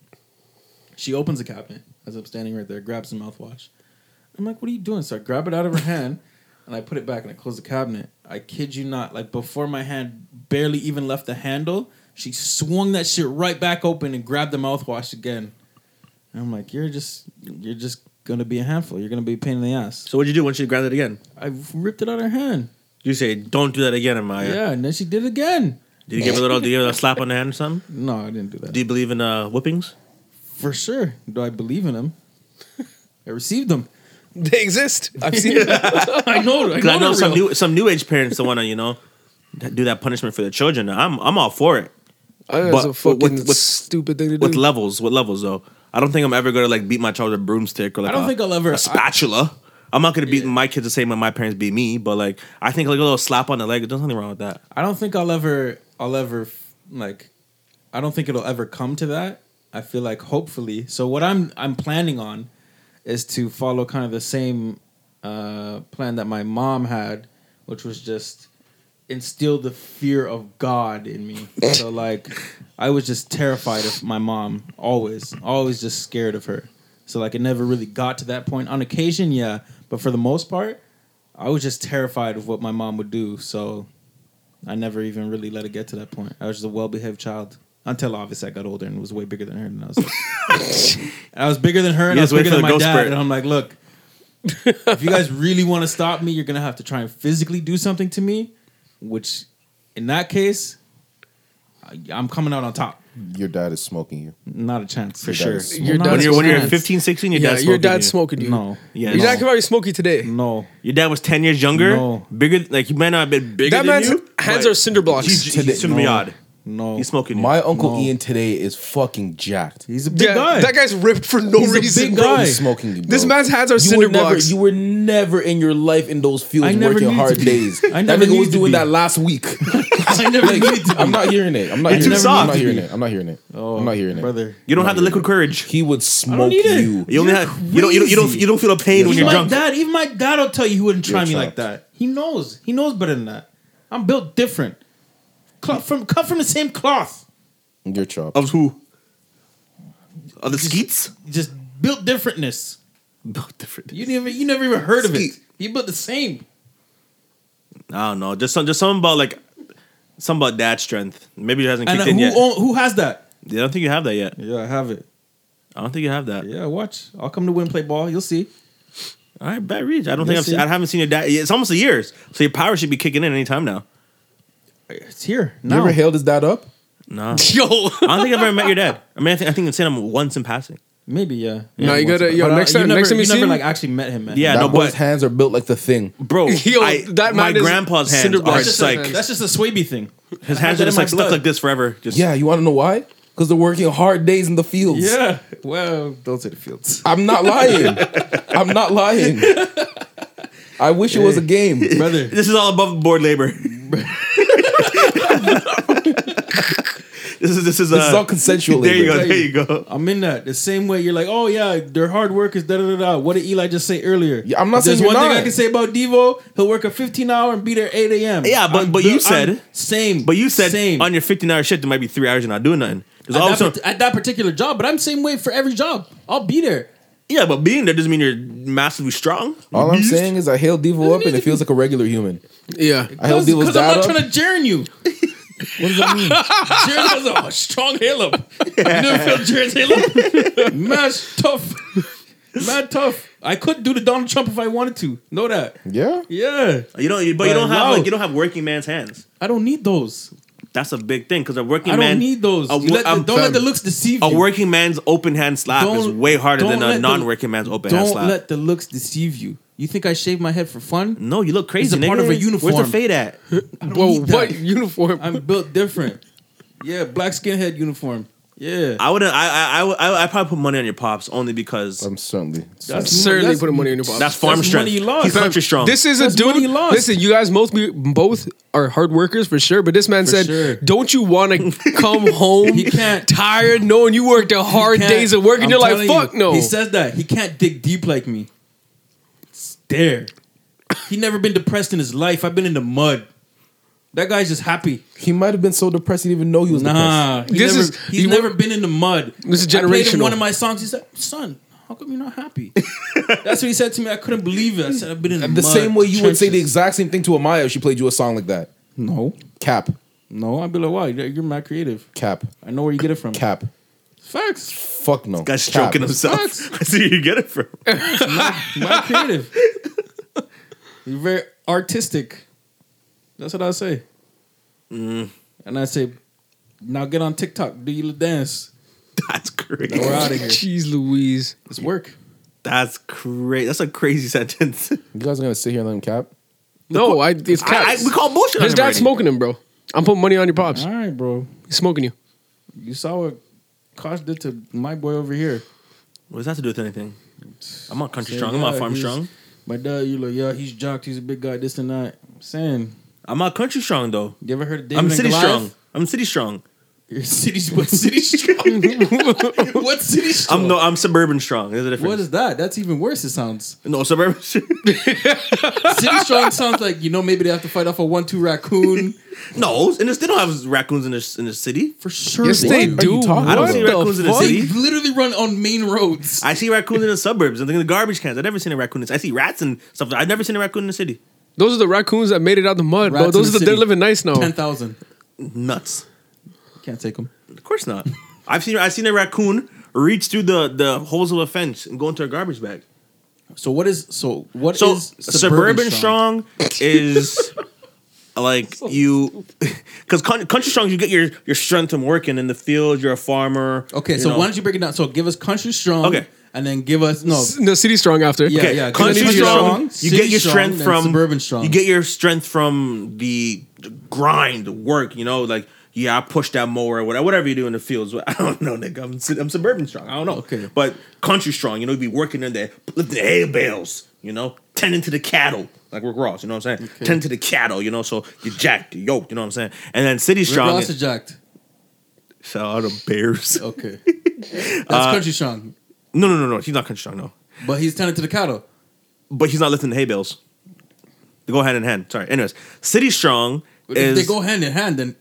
S2: She opens the cabinet as I'm standing right there, grabs the mouthwash. I'm like, what are you doing? So I grab it out of her hand, and I put it back, and I close the cabinet. I kid you not, like before my hand barely even left the handle, she swung that shit right back open and grabbed the mouthwash again. And I'm like, you're just you're just gonna be a handful. You're gonna be a pain in the ass.
S3: So what'd you do when she grabbed it again?
S2: I ripped it out of her hand.
S3: You say, "Don't do that again, Amaya."
S2: Yeah, and then she did it again.
S3: Did you give her a little? Did you give her a slap on the hand or something?
S2: [laughs] No, I didn't do that.
S3: Do you believe in uh, whippings?
S2: For sure. Do I believe in them? [laughs] I received them.
S5: They exist.
S2: [laughs]
S5: I've seen it.
S2: I know. I
S3: 'Cause I know
S2: they're
S3: some
S2: real.
S3: new some new age parents that want to you know that- do that punishment for their children. I'm I'm all for it
S5: That's a
S3: with-
S5: fucking
S3: with-
S5: stupid thing to do.
S3: with levels with levels though. I don't think I'm ever gonna like beat my child with a broomstick or like
S2: I don't
S3: a,
S2: think I'll ever-
S3: a spatula. I, am not gonna beat my kids the same way my parents beat me, but like I think like a little slap on the leg. There's nothing wrong with that.
S2: I don't think I'll ever I'll ever like I don't think it'll ever come to that. I feel like hopefully. So what I'm I'm planning on is to follow kind of the same uh plan that my mom had, which was just instill the fear of God in me. so like I was just terrified of my mom always, always just scared of her. So like it never really got to that point. On occasion, yeah, but for the most part, I was just terrified of what my mom would do. So I never even really let it get to that point. I was just a well-behaved child until obviously I got older and was way bigger than her. And I was, like,
S3: [laughs]
S2: and I was bigger than her, and
S3: You
S2: I
S3: just
S2: was
S3: wait
S2: bigger than
S3: for the
S2: my
S3: ghost
S2: dad.
S3: spirit.
S2: And I'm like, look, if you guys really want to stop me, you're gonna have to try and physically do something to me, which, in that case, I, I'm coming out on top.
S9: Your dad is smoking you.
S2: Not a chance
S3: For sure.
S5: Your
S2: Not
S5: dad
S3: When
S2: a
S3: you're when you're
S2: chance.
S3: 15, 16, your
S5: yeah,
S3: dad's
S5: your
S3: smoking
S5: dad's
S3: you.
S5: smoking you.
S2: No, Mm.
S3: Yeah,
S5: Your
S3: no.
S5: dad could probably smoke you today.
S2: no.
S3: Your dad was ten years younger,
S2: No.
S3: bigger. Like he might not have been bigger. than
S5: That man's
S3: you,
S5: hands
S3: but
S5: are cinder blocks.
S3: He's, he's,
S9: Today-
S3: similar to
S2: no.
S3: odd.
S2: No,
S3: He's smoking. you.
S9: My uncle
S2: No.
S9: Ian today is fucking jacked.
S2: He's a big
S5: Yeah,
S2: guy.
S5: that guy's ripped for no
S2: He's a
S5: reason,
S2: big
S5: bro.
S2: guy.
S9: He's smoking you. Bro.
S5: This man's hands are
S9: you
S5: cinder
S9: were never,
S5: blocks.
S9: you were never in your life in those
S2: I
S9: fields
S2: never
S9: working
S2: needed
S9: hard
S2: to be.
S9: days.
S2: I
S9: that
S2: never
S9: nigga was
S2: needed to
S9: doing
S2: be.
S9: that
S2: [laughs]
S9: last week.
S2: I never needed to.
S9: I'm not hearing it. I'm not
S3: You're
S9: hearing
S3: too
S9: it. I'm
S3: soft.
S9: not hearing it. I'm not hearing it.
S2: Oh,
S9: I'm not hearing it.
S2: brother.
S3: You don't have the liquid courage.
S9: He would smoke
S2: need it.
S9: you.
S3: You only have you don't, you don't you don't you don't feel the pain when
S2: Even
S3: you're
S2: my
S3: drunk.
S2: dad, even my dad will tell you he wouldn't try
S9: You're
S2: me
S9: trapped.
S2: like that. He knows. He knows better than that. I'm built different. Cl- from cut from the same cloth.
S9: You're chopped.
S3: Of who? Of the skeets?
S2: Just built differentness.
S3: Built different.
S2: You never you never even heard of it.
S3: Skeet.
S2: You built the same.
S3: I don't know. Just some just something about like something about dad strength. Maybe it hasn't
S2: And
S3: kicked
S2: uh,
S3: in
S2: who
S3: yet.
S2: own, who has that?
S3: I don't think you have that yet.
S2: Yeah, I have it.
S3: I don't think you have that.
S2: Yeah, watch. I'll come to win play ball. You'll see.
S3: All right, bad reach. I don't
S2: You'll
S3: think I've seen,
S2: see.
S3: I haven't seen your dad. It's almost a year, so your power should be kicking in any time now.
S2: It's here.
S9: You
S2: Now.
S9: ever hailed his dad up?
S3: No,
S5: Yo,
S3: [laughs] I don't think I've ever met your dad. I mean, I think I think I've seen him once in passing.
S2: Maybe yeah.
S5: No, you gotta-
S2: once,
S5: yo,
S2: but, uh,
S5: next time-
S2: never,
S5: next time you see
S2: never
S5: him-
S2: like actually met him. Man.
S3: Yeah,
S9: that
S3: no,
S9: boy's
S3: but
S9: hands are built like the thing.
S3: bro,
S5: Yo,
S3: I,
S5: that
S3: my
S5: man is
S3: grandpa's hands
S5: cinder
S3: are
S5: blocks.
S3: just like
S2: that's just a swaby thing.
S3: his hands are just like stuck like this forever. Just
S9: Yeah, you want to know why? Because they're working hard days in the fields.
S2: Yeah. Well, those are the fields.
S9: I'm
S2: [laughs]
S9: not lying. I'm not lying. I wish it was a game.
S2: Brother,
S3: This is all above board labor. [laughs] this is this is uh,
S9: This is all
S3: [laughs]
S9: consensual
S2: [laughs]
S3: There you
S9: labor.
S3: go. There you go.
S2: I'm in that the same way. You're like, oh yeah, their hard work is da da da da. What did Eli just say earlier?
S9: Yeah, I'm not
S2: If There's
S9: saying
S2: one
S9: you're
S2: thing
S9: not.
S2: I can say about Devo. He'll work a 15 hour and be there 8 a.m.
S3: Yeah, but-
S2: I'm
S3: but you
S2: I'm
S3: said-
S2: same.
S3: But you said
S2: same
S3: on your 15 hour shift, there might be three hours you're not doing nothing. There's
S2: at, that,
S3: always some-
S2: part- at that particular job. But I'm same way for every job. I'll be there.
S3: yeah, but being there doesn't mean you're massively strong.
S9: All I'm saying is I hail Devo up and it feels like a regular human.
S5: yeah.
S9: I hail
S2: because
S9: Devo's
S2: I'm not
S9: dad up.
S2: trying to jern you.
S9: [laughs] What does
S2: [laughs]
S9: that mean?
S2: Jaren was a strong hill up. You never felt Jaren's hill [laughs] up? Mad tough. Mad tough. I could do the Donald Trump if I wanted to. Know that.
S9: Yeah.
S2: Yeah.
S3: You don't. You, but,
S2: But
S3: you don't have
S2: no.
S3: like you don't have working man's hands.
S2: I don't need those.
S3: That's a big thing because a working
S2: I
S3: man
S2: don't need those.
S3: A,
S2: You let the-
S3: um,
S2: don't let the looks deceive you.
S3: a working man's open hand slap is
S2: Don't-
S3: way harder
S2: don't
S3: than a
S2: let the-
S3: non-working man's open hand
S2: Don't
S3: slap.
S2: let the looks deceive you. You think I shave my head for fun?
S3: no, you look crazy.
S2: It's a part
S3: nigga.
S2: of a uniform.
S3: Where's the fade at?
S5: Whoa,
S2: need
S5: what
S2: that.
S5: uniform?
S2: I'm built different. Yeah, black skinhead uniform. Yeah.
S3: I wouldn't. I I I would- I I'd probably put money on your pops only because
S9: I'm certainly.
S5: Certainly put money in your pocket.
S3: that's farm
S2: that's
S3: strength.
S2: money you lost.
S3: He's country strong.
S5: This is
S2: That's
S5: a dude.
S2: money lost.
S5: Listen, you guys both both are hard workers for sure. But this man said,
S2: sure.
S5: "Don't you want to come home
S2: He can't.
S5: [laughs] tired, knowing you worked a hard
S2: can't-
S5: days of work, and
S2: I'm
S5: you're like,
S2: telling
S5: fuck
S2: you,
S5: no."
S2: He says that. He can't dig deep like me. It's there. He never been depressed in his life. I've been in the mud. That guy's just happy.
S4: He might have been so depressed he didn't even know he was depressed.
S2: Nah, he
S5: This
S2: never-
S5: is-
S2: he's
S5: you-
S2: never been in the mud.
S5: This is
S2: I played him
S5: generational.
S2: one of my songs. He said, "Son, how come you're not [laughs] happy?" That's what he said to me. I couldn't believe it. I said, "I've been in the,
S4: The
S2: mud,
S4: same way you would say the
S2: trenches."
S4: exact same thing to Amaya if she played you a song like that.
S2: no,
S4: Cap,
S2: no." I'd be like, "Wow, you're, you're mad creative.
S4: cap,
S2: I know where you get it from."
S4: cap.
S2: [laughs] Facts.
S4: Fuck no.
S3: Guy's
S4: Cap.
S3: stroking himself. [laughs]
S2: Facts.
S3: I see where you get it from.
S2: Mad creative. you're very artistic. That's what I say. Mm. And I say, "Now get on TikTok, do your little dance.
S3: That's
S2: Now we're
S3: crazy.
S2: out of here.
S5: Jeez, Louise.
S2: It's work."
S3: That's crazy. That's a crazy [laughs] sentence.
S4: You guys are gonna sit here and let him cap?
S5: No, I. It's
S3: I, I,
S5: caps.
S3: we call bullshit. on
S5: His
S3: him
S5: dad's
S3: already.
S5: smoking him, bro. I'm putting money on your pops.
S2: All right, bro.
S5: He's smoking you.
S2: You saw what Kosh did to my boy over here.
S3: What does that have to do with anything? I'm not country
S2: Say,
S3: strong. I'm not
S2: yeah,
S3: farm
S2: he's-
S3: strong.
S2: My dad, you like, yeah, he's jocked, he's a big guy, this and that. I'm saying,
S3: I'm not country strong though.
S2: you ever heard of David
S3: I'm
S2: and
S3: city
S2: Goliath?
S3: strong. I'm city strong.
S2: You're [laughs] city, what city
S3: [laughs]
S2: strong? what city strong?
S3: I'm no. I'm suburban strong. There's a difference.
S2: what is that? That's even worse. It sounds
S3: no suburban? [laughs]
S2: city strong sounds like you know maybe they have to fight off a one two raccoon
S3: no, and it's, they don't have raccoons in the in the city.
S2: for sure.
S5: Yes, they
S2: do.
S5: do.
S3: I don't
S5: What
S3: see
S5: the
S3: raccoons in the
S5: fuck?
S2: They
S3: city.
S2: literally run on main roads.
S3: I see raccoons in the suburbs and in the garbage cans. I've never seen a raccoon. In, I see rats and stuff. I've never seen a raccoon in the city.
S5: Those are the raccoons that made it out the mud, bro.
S2: Rats in
S5: Those are
S2: the
S5: the, they're
S2: city.
S5: living nice now.
S2: Ten thousand.
S3: Nuts.
S2: Can't take them.
S3: Of course not. I've seen I've seen a raccoon reach through the the holes of a fence and go into a garbage bag.
S2: So what is so what is
S3: So suburban, strong, is [laughs] like you [laughs] because country strong you get your your strength from working in the field. You're a farmer.
S2: Okay,
S3: you
S2: so
S3: know.
S2: why don't you break it down? So give us country strong.
S3: Okay.
S2: And then give us no.
S5: No, city strong after.
S2: Yeah.
S3: Okay,
S2: give
S3: country
S2: us country strong,
S3: strong. You
S2: city
S3: get your
S2: strong,
S3: strength
S2: then
S3: from
S2: suburban strong.
S3: You get your strength from the grind, work. You know, like yeah, I push that mower, or whatever, whatever you do in the fields. [laughs] I don't know, nigga. I'm, su- I'm suburban strong. I don't know.
S2: Okay.
S3: but country strong. You know, you be working in there, lifting the hay bales. You know, tending to the cattle. Like Rick Ross, you know what I'm saying? Tend to the cattle, you know, so you jacked, you yoked, you know what I'm saying? And then City
S2: Rick
S3: Strong.
S2: Ross is jacked.
S3: Shout out to Bears. [laughs]
S2: Okay. That's
S3: Uh,
S2: country strong,
S3: No, no, no, no. He's not country strong, no.
S2: but he's tending to the cattle.
S3: But he's not lifting the hay bales. They go hand in hand. Sorry. Anyways, City Strong
S2: But
S3: is.
S2: if they go hand in hand, then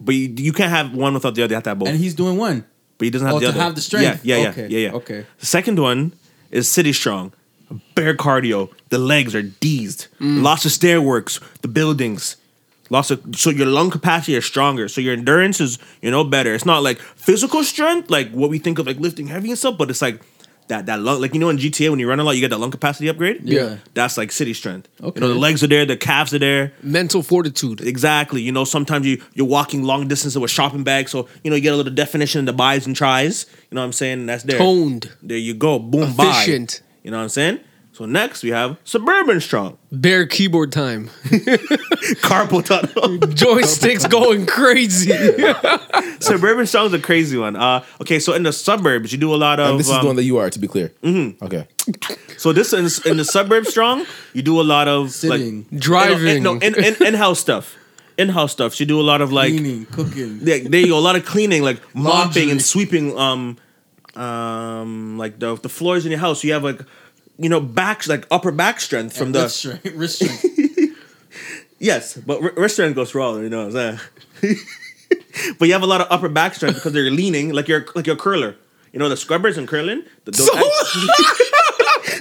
S3: But you, you can't have one without the other. You have to have both.
S2: and he's doing one.
S3: but he doesn't have
S2: Oh,
S3: the
S2: to
S3: other.
S2: have the strength.
S3: Yeah, yeah, yeah,
S2: Okay,
S3: yeah, yeah.
S2: okay.
S3: The second one is City Strong. Bare cardio. The legs are deezed.
S2: Mm.
S3: Lots of stair works. The buildings. Lots of so your lung capacity is stronger. So your endurance is you know better. It's not like physical strength like what we think of like lifting heavy and stuff, but it's like. That, that lung, like you know in GTA when you run a lot you get that lung capacity upgrade
S2: Yeah.
S3: that's like city strength
S2: Okay.
S3: you know the legs are there the calves are there
S5: Mental fortitude.
S3: Exactly. You know, sometimes you you're walking long distances with shopping bags, so you know you get a little definition in the buys and tries. You know what I'm saying? That's there.
S5: Toned.
S3: There you go. Boom. buy.
S5: Efficient.
S3: You know what I'm saying? So next we have suburban strong [laughs]
S5: Bare keyboard time. [laughs]
S3: carpal
S4: [laughs]
S3: tunnel. [laughs]
S5: Joysticks going crazy.
S3: suburban strong is a crazy one. Uh, okay, so in the suburbs you do a lot of.
S4: And this is
S3: um,
S4: the one that you are, to be clear. Mm-hmm. Okay.
S3: so this in, in the suburb strong you do a lot of
S2: Sitting.
S3: like
S5: Driving.
S3: In, no, in, in, in-house stuff. In-house stuff. So you do a lot of like
S2: Cleaning, cooking. [laughs]
S3: Yeah, there you go. A lot of cleaning, like mopping
S2: Laundry.
S3: and sweeping. Um, um, like the the floors in your house. You have like, you know, back like upper back strength from the
S2: Wrist strength. Wrist strength.
S3: yes, but wri- wrist strength goes for all. You know what I'm saying? [laughs] but you have a lot of upper back strength because they're leaning, like your like your curler. You know the scrubbers and curling. The, those
S5: [laughs]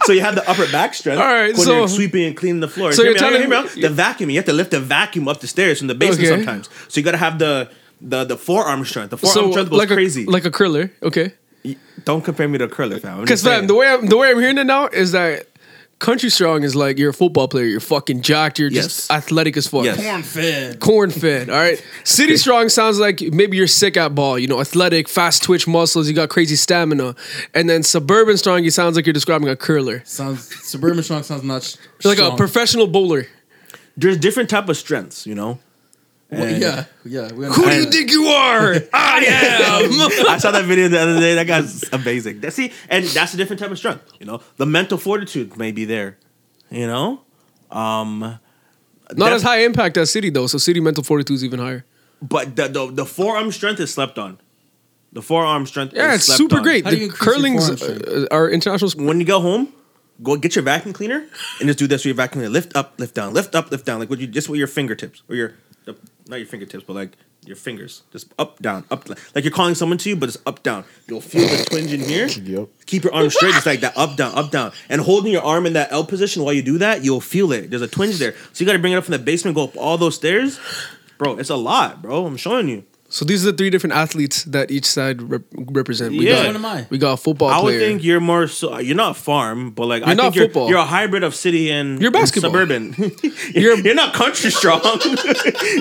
S3: so you have the upper back strength.
S5: All right,
S3: when you're
S5: so-
S3: sweeping and cleaning the floor.
S5: so
S3: Hear
S5: you're
S3: me out,
S5: telling
S3: hear me out.
S5: me-
S3: the vacuum. You have to lift the vacuum up the stairs from the basement
S5: Okay.
S3: sometimes. So you got to have the. The, the forearm strength, the forearm
S5: so
S3: strength goes
S5: like
S3: crazy.
S5: a like a curler. Okay.
S3: Don't compare me to a curler, fam. I'm
S5: Because
S3: just
S5: fam,
S3: saying.
S5: the way I'm the way I'm hearing it now is that country strong is like you're a football player, you're fucking jocked, you're
S3: Yes.
S5: just athletic as fuck.
S3: Yes.
S2: Corn fed.
S5: Corn fed, all right. City strong sounds like maybe you're sick at ball, you know, athletic, fast twitch muscles, you got crazy stamina, and then suburban strong, it sounds like you're describing a curler,
S2: Sounds suburban strong sounds not sh-
S5: like a
S2: strong.
S5: professional bowler.
S3: there's different type of strengths, you know. And
S5: yeah, yeah. Who do you think
S3: [laughs]
S5: you are?
S3: Ah,
S5: I am.
S3: I saw that video the other day. That guy's amazing. That- See, and that's a different type of strength. You know, the mental fortitude may be there. You know, um,
S5: Not
S3: that-
S5: as high impact as City though, so City mental fortitude is even higher.
S3: But the, the the forearm strength is slept on. The forearm strength.
S5: Yeah,
S3: is
S5: it's
S3: slept
S5: super
S3: on.
S5: great.
S11: How do
S5: The
S11: you increase
S5: curling's
S11: your
S5: uh, our international. Sp-
S3: When you go home, go get your vacuum cleaner and just do this with your vacuum cleaner. Lift up, lift down, lift up, lift down. Like what you just with your fingertips or your the, not your fingertips, but like your fingers, just up, down, up. Like you're calling someone to you, but it's up, down. You'll feel the twinge in here.
S9: Yep.
S3: Keep your arm straight, just like that, up, down, up, down. And holding your arm in that L position while you do that, you'll feel it. There's a twinge there. So you got to bring it up from the basement, go up all those stairs, bro. It's a lot, bro. I'm showing you.
S5: so these are the three different athletes that each side rep- represent. We
S3: Yeah.
S5: got,
S3: What
S11: am I?
S5: We got a football
S3: I
S5: player.
S3: would think you're more so you're not farm, but like I
S5: You're
S3: think
S5: not
S3: you're
S5: football.
S3: you're a hybrid of city and
S5: You're
S3: and
S5: basketball.
S3: suburban. [laughs] you're
S5: You're-
S3: you're not country strong. [laughs]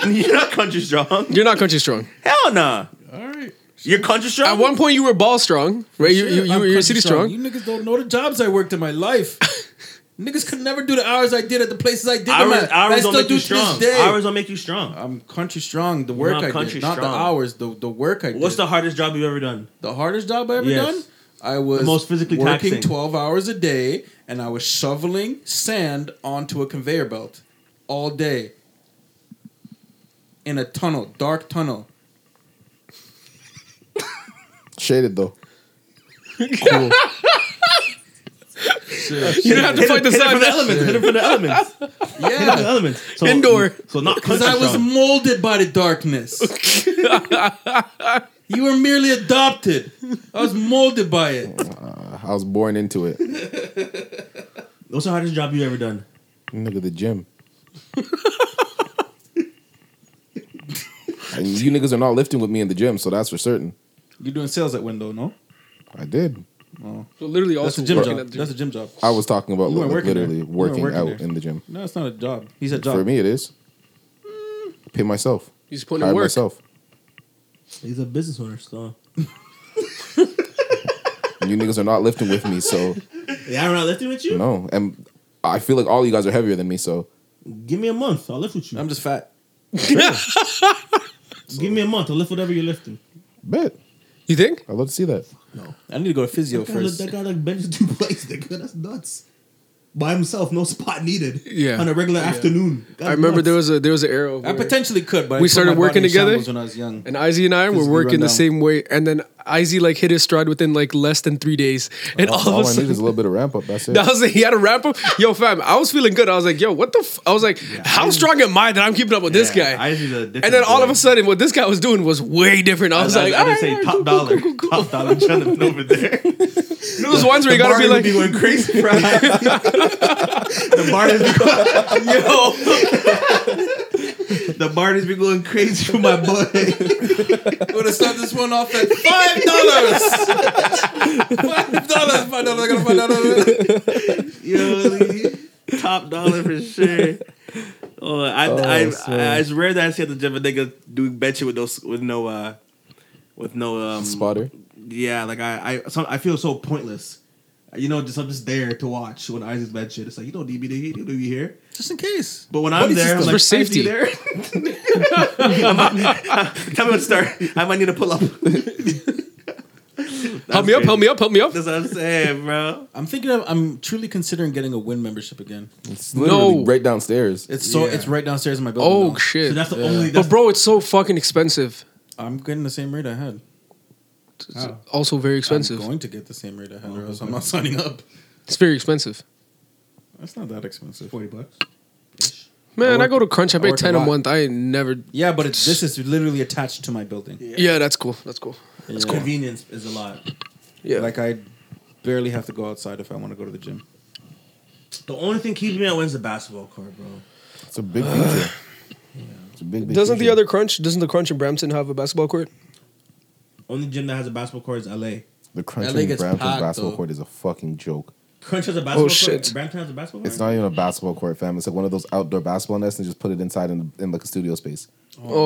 S3: you're not country strong.
S5: You're not country strong.
S3: Hell nah.
S11: All right.
S3: You're country strong.
S5: At one point, you were ball strong, right? You, you,
S11: Shit, I'm
S5: you were you're
S11: country
S5: city strong.
S11: You niggas don't know the jobs I worked in my
S3: [laughs]
S11: life. niggas could never do the hours I did at the places I did them
S3: hours,
S11: at. and I
S3: hours
S11: still
S3: don't make
S11: do
S3: you
S11: to this
S3: strong.
S11: day.
S3: Hours don't make you strong.
S11: I'm country strong. The work
S3: not
S11: I
S3: country
S11: did, not the
S3: strong.
S11: hours. The the work I did.
S3: What's the hardest job you've ever done?
S11: the hardest job I ever
S3: Yes.
S11: done? I was
S3: The most physically
S11: working
S3: taxing.
S11: twelve hours a day, and I was shoveling sand onto a conveyor belt all day in a tunnel, dark tunnel.
S9: Shaded though.
S11: Serious.
S5: You didn't have to fight the
S3: Hit it for the
S5: sun.
S3: elements. Hit it [laughs] for the elements. Hit it for the
S11: yeah,
S3: elements. So,
S5: Indoor.
S3: So not
S11: because
S3: country
S11: I was
S3: strong.
S11: molded by the darkness. you were merely adopted. I was molded by it.
S9: I was born into it.
S3: What's the hardest job you've ever done?
S9: Nigga, the
S11: [laughs]
S9: gym. and you niggas are not lifting with me in the gym, so that's for certain.
S11: You're doing sales at window, no?
S9: I did.
S5: So literally,
S11: That's
S5: also
S11: a gym
S5: working
S11: job.
S5: at the
S11: That's a gym job.
S9: I was talking about
S11: You weren't
S9: like,
S11: working
S9: literally
S11: there. You weren't
S9: working
S11: working
S9: out
S11: there.
S9: in the gym.
S11: No, it's not a job. He said job.
S9: For me, it is. Pay myself.
S5: He's putting
S9: Hire
S5: in work.
S9: myself.
S3: He's a business owner, so
S9: And you niggas are not lifting with me, so
S3: yeah, I'm not lifting with you.
S9: no. And I feel like all you guys are heavier than me, so
S3: Give me a month, I'll lift with you.
S11: I'm just fat.
S3: Give me a month, I'll lift whatever you're lifting.
S9: bet.
S5: You think?
S9: I'd love to see that.
S11: I need to go to physio
S12: That guy, look,
S11: first.
S12: that guy like benches
S3: [laughs]
S12: two plates. That guy, that's nuts. By himself, no spot needed.
S5: Yeah.
S12: On a regular afternoon.
S5: I remember there was a there was an arrow.
S11: I
S5: where-
S11: potentially could, but I
S5: We
S11: put
S5: started
S11: my body
S5: working
S11: in
S5: together?
S11: shambles when I was young.
S5: And Izzy and I were
S11: Physically
S5: working
S11: run
S5: the
S11: down.
S5: same way, and then Izzy like hit his stride within like less than three days, and all,
S9: All
S5: of a
S9: I need is a
S5: sudden. [laughs]
S9: little bit of ramp up. That's it.
S5: That was it. He had a wrap up. Yo, fam, I was feeling good. I was like, yo, what the? F-? I was like, how strong am I that I'm keeping up with this guy? and then all of a sudden, what this guy was doing was way different. I was like, "Ah, I,
S3: I, say top dollar, top dollar gentleman over there.
S5: [laughs] those ones where you gotta be like,
S3: going crazy,
S11: [laughs]
S3: bro. the bartenders be going, yo. the bartenders be going crazy for my
S11: [laughs]
S3: boy.
S11: I'm gonna start this one off at five dollars. five dollars, five dollars, I got five dollars.
S3: yo, top dollar for sure. Oh, I, I, I, it's rare that I see at the gym a nigga doing benching with those with no uh with no um
S9: Spotter.
S3: Yeah, like I I some, I feel so pointless. You know, just I'm just there to watch when Isaac's bad shit. It's like you don't need me to, you don't need me here.
S11: Just in case.
S3: But when I'm there, I'm
S5: this
S3: like,
S5: for
S3: for safety.
S5: safety? [laughs]
S3: There. I'm out. Tell me when to start. I might need to pull
S5: [laughs]
S3: up.
S5: help me up, help me up, help me up.
S3: That's what I'm saying, bro.
S11: I'm thinking of I'm truly considering getting a win membership again.
S9: It's literally
S5: No.
S9: right downstairs.
S11: It's so it's right downstairs in my building.
S5: Oh
S11: now.
S5: shit!
S3: So that's the only. That's
S5: but bro, it's so fucking expensive.
S11: I'm getting the same rate I had.
S5: Also very expensive.
S11: I'm going to get the same rate I
S3: Oh,
S11: had, or else I'm not signing up.
S5: It's very expensive.
S11: That's not that expensive.
S12: forty bucks.
S5: Man, I, go to Crunch. I pay
S11: work a
S5: ten a,
S11: lot.
S5: month. I ain't never.
S11: Yeah, but it's, this is literally attached to my building.
S5: Yeah. that's cool. That's cool.
S11: It's
S3: convenience is a lot.
S5: Yeah,
S11: Like I barely have to go outside if I want to go to the gym.
S3: The only thing keeping me at when's the basketball court, bro.
S9: It's a big feature. It's a big, big
S5: doesn't the
S9: feature.
S5: other Crunch? Doesn't the Crunch in Brampton have a basketball court?
S3: Only gym that has a basketball court is LA.
S9: the crunch
S11: LA
S9: in
S11: gets
S9: Brampton
S11: packed,
S9: basketball
S11: though.
S9: court is a fucking joke.
S3: Crunch has a basketball
S5: Oh, shit.
S3: court. Brampton has a basketball
S9: It's
S3: court.
S9: not even a basketball court, fam. It's like one of those outdoor basketball nests and just put it inside in, in like a studio space.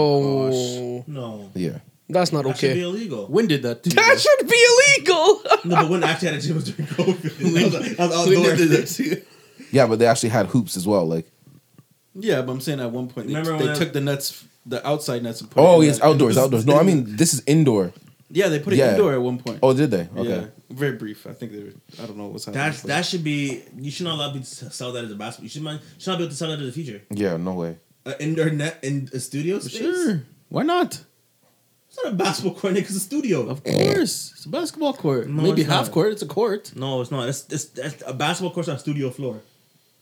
S5: Oh,
S3: no.
S9: Yeah.
S5: that's not
S3: That should
S5: [laughs]
S3: be
S5: okay.
S3: illegal.
S11: When did that?
S5: That should be illegal. [laughs]
S3: No, but when I actually had a gym was during COVID. [laughs] I was outdoors.
S9: Yeah, but they actually had hoops as well. Like,
S11: Yeah, but I'm saying at one point they,
S3: Remember
S11: they
S3: when I-
S11: took the nuts the outside nets. And put
S9: Oh
S11: it in
S9: yes,
S11: that-
S9: outdoors, outdoors. No, I mean this is indoor.
S11: yeah, they put it
S9: yeah.
S11: indoor at one point.
S9: Oh, did they? Okay.
S11: yeah, very brief. I think they. Were, I don't know what's happening.
S3: That's
S11: but-
S3: that should be. You should not allow me to sell that as a basketball. You should not, should not be able to sell that as a feature.
S9: Yeah, no way.
S3: Uh, indoor net in a studio space.
S11: sure. Why not?
S3: It's not a basketball court. It's a studio.
S11: Of course, it's a basketball court.
S3: No,
S11: Maybe
S3: it's
S11: half
S3: not.
S11: court. It's a court.
S3: No, it's not. It's, it's, that's a basketball court's on a studio floor.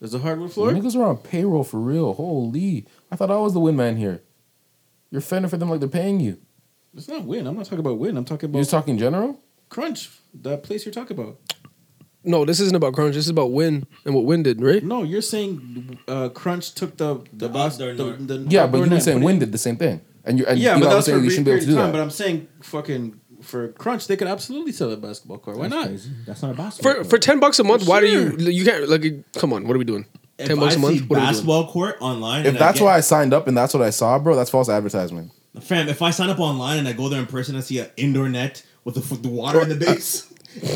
S11: There's a hardwood floor.
S4: Niggas are on payroll for real. Holy. I thought I was the windman here. You're fending for them like they're paying you.
S11: It's not win. I'm not talking about win. I'm talking
S4: You're
S11: about
S4: just talking general?
S11: crunch. That place you're talking about.
S5: No, this isn't about crunch. This is about win and what win did, right?
S11: No, you're saying uh, crunch took the the,
S3: The
S11: bas-
S3: outdoor
S11: the,
S3: net.
S11: the
S4: Yeah, but
S11: outdoor
S4: you were
S11: net,
S4: saying
S11: put it-
S4: Win did the same thing. And you and
S11: Yeah,
S4: Elon
S11: but
S4: was
S11: that's for
S4: saying
S11: a
S4: you
S11: brief
S4: shouldn't be
S11: period
S4: able
S11: of
S4: to do
S11: time.
S4: that.
S11: But I'm saying fucking for crunch, they could absolutely sell a basketball court. Why not?
S3: That's not a basketball.
S5: For
S3: court.
S5: for ten bucks a month, why do you you can't like come on, what are we doing?
S3: if
S5: ten bucks
S3: I
S5: a month?
S3: see
S5: What are we doing?
S3: basketball court online.
S9: If
S3: and I
S9: that's
S3: get-
S9: why I signed up and that's what I saw, bro, that's false advertisement.
S3: Fam, if I sign up online and I go there in person, I see an indoor net with the, f- the water in the
S5: uh,
S3: base. [laughs]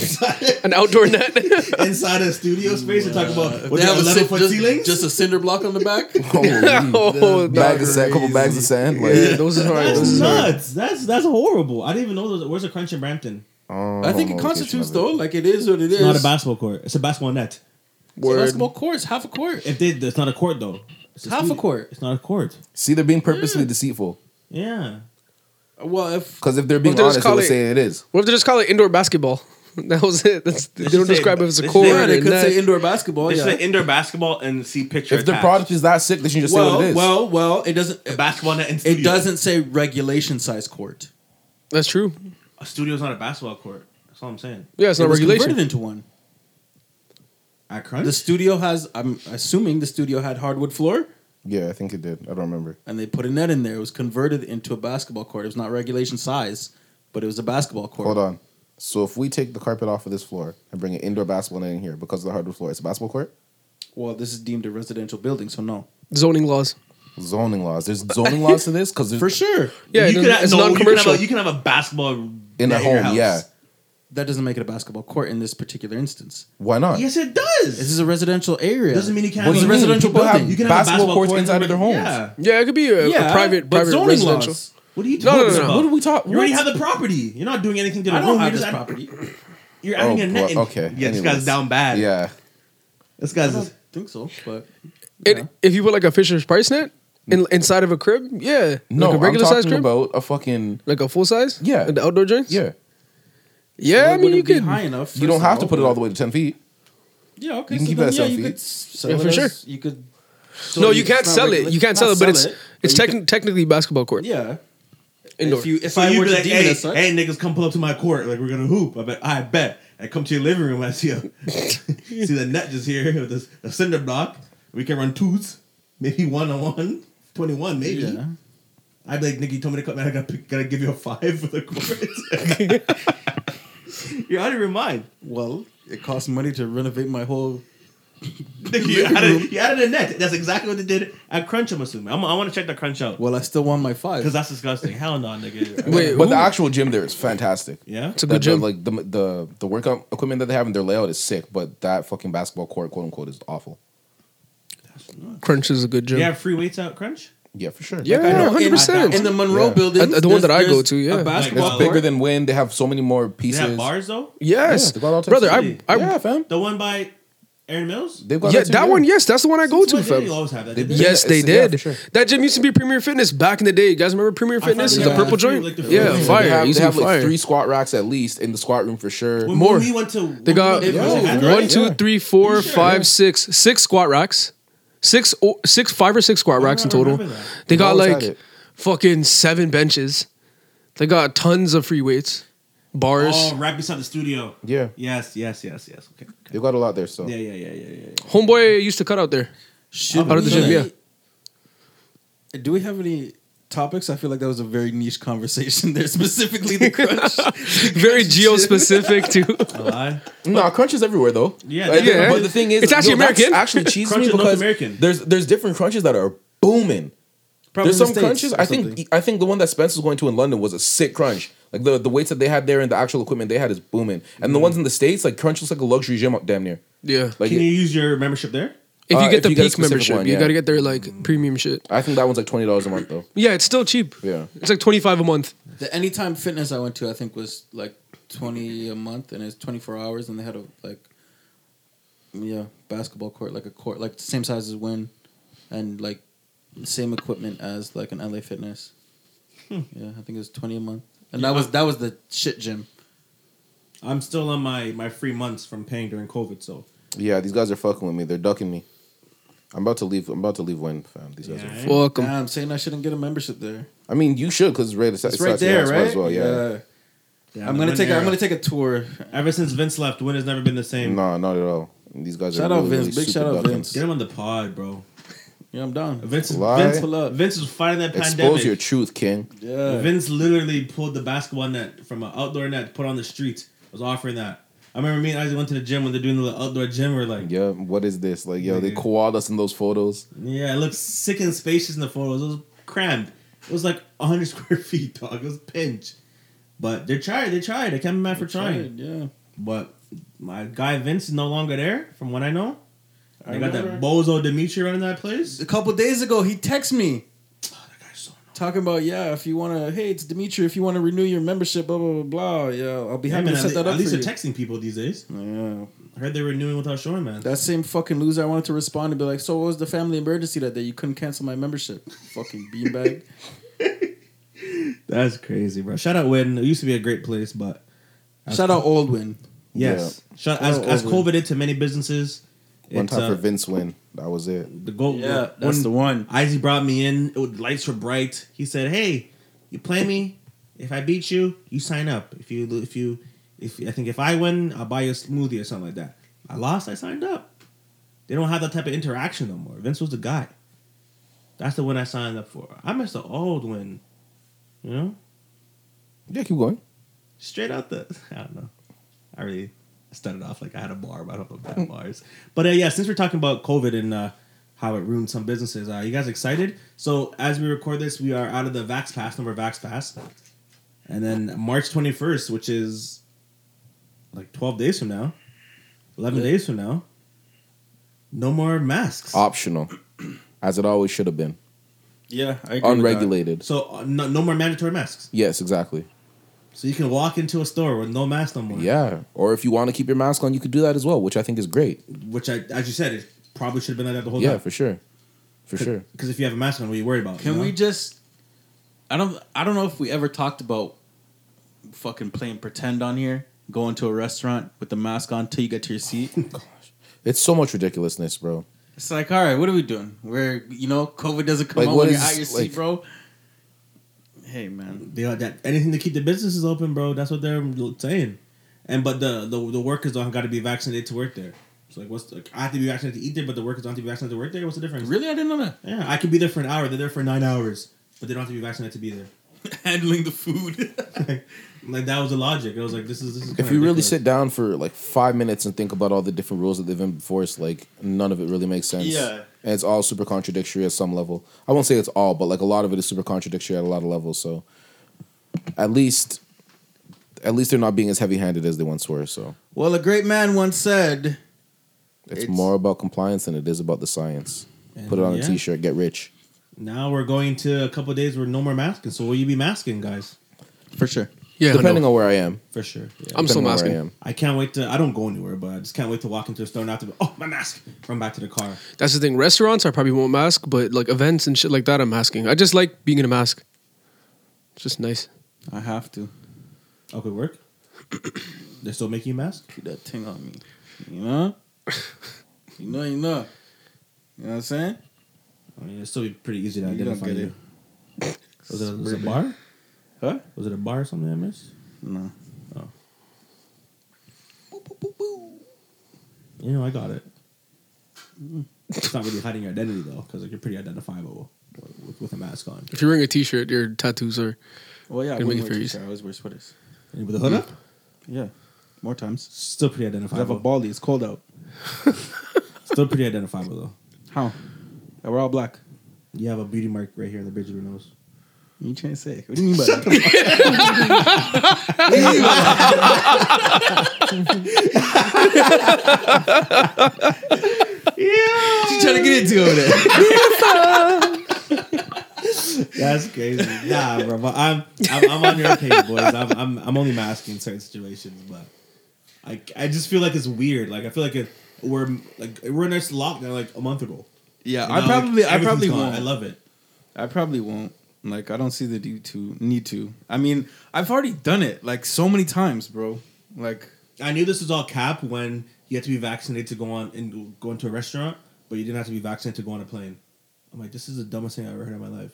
S5: An outdoor net. [laughs]
S3: Inside a studio space and talk about what they
S11: They
S3: have
S11: a
S3: eleven
S11: cin-
S3: foot
S11: just,
S3: ceilings.
S11: just a cinder block on the back.
S9: [laughs]
S5: oh,
S9: Bag
S5: dog.
S9: of sand, couple bags of sand. Like,
S5: yeah, those are hard.
S3: that's
S5: Those are hard.
S3: nuts. That's that's horrible. I didn't even know there was, where's a crunch in Brampton.
S11: I think it constitutes though, like it is what it is.
S3: It's not a basketball court. It's a [laughs] basketball net.
S11: It's a basketball court. It's half a court.
S3: If they, it's not a court though. It's
S11: Half a
S3: studio.
S11: court.
S3: It's not a court.
S9: See, they're being purposely deceitful.
S3: Yeah.
S11: well, if
S9: Because if they're being
S5: Well, there's
S9: honest, they would
S5: college-
S9: say it is.
S5: What if they just call it indoor basketball? [laughs] That was it. That's, they
S3: They
S5: don't
S3: should say-
S5: describe it as a
S3: they should-
S5: court.
S11: yeah, they
S5: and
S11: could
S5: that.
S11: say indoor basketball.
S3: It's
S11: Oh, Yeah.
S3: an indoor basketball and see picture.
S9: If their
S3: attached.
S9: product is that sick, they should just say what it
S11: well,
S9: is.
S11: well, well, it doesn't.
S3: a basketball net and studio.
S11: It doesn't say regulation size court.
S5: That's true.
S3: A studio's not a basketball court. That's all I'm saying.
S5: Yeah, it's
S11: it
S5: not
S11: was
S5: regulation.
S11: converted into one.
S3: At crunch.
S11: The studio has. I'm assuming the studio had hardwood floor,
S9: yeah, I think it did. I don't remember.
S11: and they put a net in there. It was converted into a basketball court. It was not regulation size, but it was a basketball court.
S9: Hold on. So if we take the carpet off of this floor and bring an indoor basketball net in here because of the hardwood floor, it's a basketball court.
S11: Well, this is deemed a residential building, so no,
S5: Zoning laws.
S9: Zoning laws. There's zoning laws to this because
S11: for sure,
S5: Yeah,
S3: you
S5: it
S3: can
S5: doesn't-
S3: have,
S5: it's
S3: no, you can have
S5: non-commercial.
S3: a- You can have a basketball
S9: in a
S3: net your
S9: home.
S3: house.
S9: Yeah,
S11: that doesn't make it a basketball court in this particular instance.
S9: why not?
S3: Yes, it
S11: This
S3: does.
S11: is a residential area.
S3: Doesn't mean you can't.
S9: What do
S3: have a
S9: you mean?
S11: residential
S9: People have
S11: building.
S3: You can have a
S9: basketball
S3: basketball
S9: courts
S3: court in
S9: inside
S3: the-
S9: of their homes.
S3: Yeah.
S5: Yeah, it could be a, a
S11: Yeah,
S5: private,
S11: but
S5: private
S11: zoning
S5: residential.
S11: laws.
S3: What are you
S5: No, no,
S3: talking
S5: no, no.
S3: about?
S5: What
S9: are we talking-
S3: You already
S9: what?
S3: have the property. You're not doing anything to the
S11: I don't
S3: room.
S11: have
S3: you're
S11: this
S3: just add-
S11: property.
S3: You're adding
S9: Oh,
S3: a net.
S9: bro,
S3: in-
S9: okay.
S3: Yeah, this
S9: Anyways.
S3: guy's down bad.
S9: Yeah.
S3: This
S11: I
S3: guy's.
S11: don't
S3: Is,
S11: think so, but
S5: It, if you put like a Fisher's Price net in, inside of a crib, yeah,
S9: No,
S5: like a regular
S9: I'm
S5: size
S9: talking
S5: crib,
S9: about a fucking
S5: like a full size,
S9: Yeah.
S5: at the outdoor joints,
S9: yeah.
S5: yeah. I mean,
S11: It
S5: you
S11: wouldn't be
S5: could.
S11: high enough.
S9: You don't
S11: first of
S9: have to put it
S11: but-
S9: all the way to ten feet.
S11: Yeah, okay.
S9: You can
S11: so
S9: keep it
S11: then,
S9: at
S11: yeah,
S9: seven
S11: you
S9: feet.
S11: could s- sell
S5: Yeah,
S11: it
S5: for
S11: as-
S5: sure.
S11: You could. so
S5: No, you
S11: it's
S5: can't
S11: not
S5: sell it.
S11: regula-
S5: You can't
S11: not
S5: sell it, but it's it's
S11: but you
S5: techni- technically basketball court.
S11: could- yeah.
S5: indoor.
S11: If you if
S3: so
S11: I
S3: you'd
S11: were
S3: be
S11: to
S3: like,
S11: deem it
S3: hey,
S11: as such,
S3: hey, niggas, come pull up to my court. Like we're gonna hoop. I bet. I bet. I come to your living room. I see a [laughs] see the net just here [laughs] with this a cinder block. We can run twos, maybe one on one, 21 maybe.
S11: yeah.
S3: I'd be like, Nick, you told me to come, man. I gotta, pick- gotta give you a five for the court. [laughs] You're out of your mind.
S11: Well, it costs money to renovate my whole.
S3: Nick, you, added, you added a net. That's exactly what they did at Crunch, I'm assuming. I'm, I want to check that Crunch out.
S11: Well, I still want my five.
S3: Because that's disgusting. Hell no, nigga.
S5: Wait,
S9: But the
S5: who-
S9: actual gym there is fantastic.
S3: Yeah?
S5: it's a
S9: That-
S5: good gym.
S9: that, like the, the the workout equipment that they have in their layout is sick, but that fucking basketball court, quote unquote, is awful.
S5: Crunch is a good gym.
S3: You have free weights out at Crunch?
S9: Yeah, for sure.
S5: Yeah,
S9: Like, I know.
S11: In-
S5: 100%.
S11: In the Monroe
S9: Yeah.
S11: building,
S5: At- at the one that I go to, yeah.
S11: a basketball
S9: it's bigger
S11: court.
S9: than Wynn. They have so many more
S3: They
S9: pieces.
S3: have bars, though?
S5: Yes,
S9: Yeah, they got all types
S5: brother.
S9: of
S5: I,
S3: shit.
S5: I,
S9: yeah, fam.
S3: The one by Aaron Mills?
S9: They've got
S5: yeah,
S9: too,
S5: that one. Yes, that's the one I go to,
S3: Why didn't
S5: fam.
S3: you always have that.
S9: They-
S3: didn't
S5: Yes,
S9: Yeah,
S5: they
S9: it's- yeah,
S5: did.
S9: for sure.
S5: That gym used to be Premier Fitness back in the day. You guys remember Premier Fitness?
S3: found
S5: It's the
S3: it-
S5: purple
S3: yeah,
S5: joint.
S3: like the-
S5: yeah,
S3: Yeah,
S5: fire.
S9: They
S5: It
S9: have,
S5: used
S9: they
S5: to
S9: have
S5: be
S9: like
S5: fire.
S9: three squat racks at least in the squat room for sure.
S3: When,
S5: more.
S3: When we went to.
S5: They
S3: when
S5: got
S3: we went to Crunch, it had
S5: one,
S3: racks.
S5: two, three, four, five, six, six squat racks, six, o- six, five or six squat racks in
S3: I
S5: total.
S3: remember that.
S5: They got
S9: always had
S5: like
S9: it.
S5: fucking seven benches. They got tons of free weights, bars,
S3: Oh, right beside the studio.
S9: Yeah.
S3: Yes, yes, yes, yes. Okay. okay.
S9: They've got a lot there still.
S3: Yeah, yeah, yeah, yeah, yeah.
S5: Homeboy used to cut out there.
S11: Should
S5: Out of the
S11: we-
S5: gym,
S11: Do we have any topics? I feel like that was a very niche conversation [laughs] there, specifically the crunch.
S5: [laughs] Very geo specific
S9: [laughs]
S5: too.
S3: A lie.
S9: No, crunch is everywhere though.
S3: Yeah,
S9: Like,
S5: yeah.
S9: But the thing is,
S5: It's actually
S9: yo, that's
S5: American.
S11: [laughs]
S9: Actually, cheese
S3: Crunch
S9: me
S3: is North
S9: because
S3: American.
S9: there's there's different crunches that are booming.
S11: Probably
S9: there's
S11: in
S9: some
S11: the States
S9: crunches.
S11: or
S9: I think
S11: something.
S9: I think the one that Spence was going to in London was a sick crunch. Like the the weights that they had there and the actual equipment they had is
S11: Mm.
S9: booming. And the ones in the states, like crunch looks like a luxury gym up damn near.
S5: Yeah.
S9: Like
S3: Can
S9: it-
S3: you use your membership there?
S5: If
S9: Uh,
S5: you get
S9: if
S5: the
S9: you get a
S5: peak
S9: specific
S5: membership,
S9: one,
S5: you
S9: yeah.
S5: gotta get their like premium shit.
S9: I think that one's like twenty dollars a month though.
S5: Yeah, it's still cheap.
S9: Yeah.
S5: It's like twenty five a month.
S11: The Anytime Fitness I went to, I think was like twenty a month, and it's twenty four hours, and they had a like, yeah, basketball court, like a court, like the same size as Win, and like same equipment as like an LA Fitness.
S3: Hmm.
S11: Yeah, I think it was twenty a month, and that was that was the shit gym.
S3: I'm still on my my free months from paying during COVID, so
S9: Yeah, these guys are fucking with me. They're ducking me. I'm about to leave. I'm about to leave when fam. These guys. Are,
S3: Yeah.
S5: Fuck 'em.
S11: Nah, I'm saying I shouldn't get a membership there.
S9: I mean, you should because it's right. It's,
S11: It's,
S9: it's
S11: right
S9: actually
S11: there,
S9: on spot
S11: right?
S9: As well, yeah.
S3: Yeah,
S11: I'm
S3: the
S11: gonna
S3: Wynn
S11: take. A,
S3: era.
S11: I'm gonna take a tour.
S3: Ever since Vince left, Win has never been the same.
S9: No, not at all. These guys
S11: Shout
S9: are
S11: out
S9: really,
S11: Vince.
S9: really
S11: Big
S9: super
S11: shout out
S9: ducking.
S11: Vince.
S3: Get him on the pod, bro.
S11: Yeah, I'm down.
S3: Vince, is,
S9: Lie.
S3: Vince, pull up. Vince was fighting that
S9: Expose
S3: pandemic.
S9: your truth, King.
S11: Yeah,
S3: Vince literally pulled the basketball net from an outdoor net, put on the street. Was offering that. I remember me and Isaac went to the gym when they're doing the little outdoor gym. We're like, yeah.
S9: Yeah, what is this? Like, yo, they
S3: Yeah.
S9: koaled us in those photos.
S3: it looks sick and spacious in the photos. It was crammed. It was like 100 [laughs] square feet, dog. It was pinch. But they tried. They tried. I can't be mad for trying.
S11: yeah.
S3: But my guy Vince is no longer there, from what I know. I, got that
S11: remember.
S3: bozo Dimitri running that place.
S11: a couple days ago he texted me talking about yeah if you want to hey it's dimitri if you want to renew your membership blah blah blah blah yeah i'll be
S3: Yeah,
S11: happy
S3: man,
S11: to
S3: at,
S11: set
S3: le-
S11: that up
S3: at least
S11: for
S3: they're
S11: you
S3: texting people these days.
S11: yeah
S3: I heard they were renewing without showing, man.
S11: that same fucking loser i wanted to respond and be like so what was the family emergency that day you couldn't cancel my membership fucking [laughs] beanbag
S3: That's crazy, bro. Shout out Wynn. It used to be a great place, but
S11: shout out oldwin
S3: yes, shout as,
S11: Shout out
S3: as
S11: Oldwin.
S3: COVID did to many businesses.
S9: One
S3: it's,
S9: time
S3: uh,
S9: for Vince win. That was it.
S3: The goal.
S11: yeah that's
S3: when
S11: the one
S3: Izzy brought me in. It was, lights were bright. He said, "Hey, you play me. If I beat you, you sign up. If you if you if I think if I win, I'll buy you a smoothie or something like that. I lost. I signed up. They don't have that type of interaction no more. Vince was the guy. That's the one I signed up for. I miss the old one. You know,
S9: Yeah, keep going.
S3: straight out the. [laughs] I don't know. I really started off like I had a bar, but I don't know about bars. But uh, yeah, since we're talking about COVID and uh, how it ruined some businesses, uh, you guys excited? So as we record this, we are out of the Vax Pass, number Vax Pass, and then March twenty first, which is like twelve days from now, eleven days from now. No more masks.
S9: Optional, as it always should have been.
S11: yeah I agree with
S9: Unregulated.
S3: so uh, no, no more mandatory masks.
S9: Yes, exactly.
S3: So you can walk into a store with no mask no more.
S9: Yeah. Or if you want to keep your mask on, you could do that as well, which I think is great.
S3: Which I, as you said, it probably should have been like that the whole
S9: yeah,
S3: time.
S9: for sure. For sure.
S3: Because if you have a mask on, what are you worried about?
S11: Can
S3: you know?
S11: we just? I don't. I don't know if we ever talked about fucking playing pretend on here. Going to a restaurant with the mask on till you get to your seat.
S9: It's so much ridiculousness, bro.
S11: it's like, all right, what are we doing? Where you know, COVID doesn't come
S9: Like,
S11: out
S9: what
S11: when you're
S9: is-
S11: out your
S9: like-
S11: seat, bro. Hey man,
S3: They are that anything to keep the businesses open, bro. That's what they're saying. And but the the, the workers don't got to be vaccinated to work there. It's like what's the, I have to be vaccinated to eat there, but the workers don't have to be vaccinated to work there. What's the difference?
S11: really? I didn't know that.
S3: Yeah, I could be there for an hour. They're there for nine hours, but they don't have to be vaccinated to be there.
S11: Handling the food.
S3: [laughs] Like that was the logic. I was like, this is this is.
S9: If
S3: kinda
S9: you really
S3: ridiculous.
S9: sit down for like five minutes and think about all the different rules that they've enforced, like none of it really makes sense.
S11: Yeah.
S9: And it's all super contradictory at some level. I won't say it's all, but like a lot of it is super contradictory at a lot of levels. So at least at least they're not being as heavy handed as they once were. So
S11: well, a great man once said,
S9: it's,
S11: It's-
S9: more about compliance than it is about the science.
S3: And
S9: Put it on
S3: yeah.
S9: a t shirt, get rich.
S3: Now we're going to a couple days where no more masking. So will you be masking, guys?
S11: for sure.
S5: Yeah,
S9: Depending on where I am.
S3: For sure. Yeah.
S5: I'm still
S9: Depending on where I
S5: masking.
S9: am.
S3: I can't wait to. I don't go anywhere, but I just can't wait to walk into a store and have to. Be, oh, my mask! Run back to the car.
S5: That's the thing. Restaurants, I probably won't mask, but like events and shit like that, I'm masking. I just like being in a mask. It's just nice.
S11: I have to
S3: Okay, work. [coughs] They're still making you mask.
S11: keep that thing on me. You know. you know. You know. You know what I'm saying?
S3: I mean, it'd still be pretty easy to
S11: You don't
S3: identify
S11: get
S3: you.
S11: it.
S3: [laughs] Was it, a, was it a bar?
S11: Huh?
S3: Was it a bar or something I missed?
S11: No.
S3: You know, I got it.
S11: Mm.
S3: It's not really hiding your identity though, because like, you're pretty identifiable with, with a mask on.
S5: If you're wearing a t-shirt, your tattoos are.
S11: Well, yeah, I
S5: Gotta
S11: wouldn't
S5: make it
S11: wear
S5: fair
S11: t-shirt.
S5: easy.
S11: I always wear sweaters.
S3: And with a hood up,
S11: Yeah, more times.
S3: still pretty
S11: I Mm. have a
S3: identifiable.
S11: baldy. It's cold out.
S3: Still pretty identifiable though.
S11: How? We're all black.
S3: You have a beauty mark right here on the bridge of your nose.
S11: You trying to say? What do you mean by that?
S3: Yeah,
S2: trying to get into over there?
S3: That's crazy. Nah, bro. But I'm, I'm I'm on your page, boys. I'm I'm, I'm only masking certain situations, but I I just feel like it's weird. Like I feel like it, we're like we're in this lockdown like a month ago.
S11: Yeah,
S3: You
S11: I
S3: know,
S11: probably,
S3: like,
S11: I
S3: everything's
S11: probably
S3: gone.
S11: won't.
S3: I love it.
S11: I probably won't. Like, I don't see the need to. Need to. I mean, I've already done it like so many times, bro. Like,
S3: I knew this was all cap when you had to be vaccinated to go on and go into a restaurant, but you didn't have to be vaccinated to go on a plane. I'm like, this is the dumbest thing I've ever heard in my life.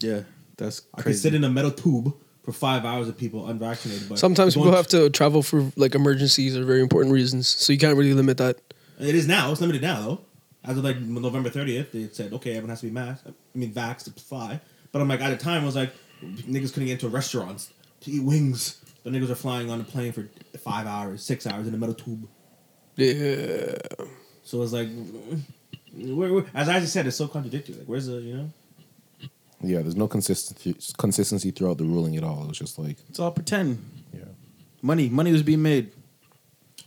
S11: yeah, that's
S3: I could
S11: crazy.
S3: sit in a metal tube for five hours with people unvaccinated. But
S5: Sometimes
S3: going
S5: people have to travel for like emergencies or very important reasons, so you can't really limit that.
S3: It is now. It's limited now, though. As of like November 30th, they said, okay, everyone has to be masked. I mean, vaxxed to fly. But I'm like, at a time, I was like, niggas couldn't get into restaurants to eat wings. But niggas are flying on a plane for five hours, six hours in a metal tube.
S5: Yeah,
S3: So it's like, where, where- as I just said, it's so contradictory. Like, where's the, you know?
S9: Yeah, there's no consistency consistency throughout the ruling at all. It was just like
S11: It's all pretend.
S9: Yeah.
S11: Money, money was being made.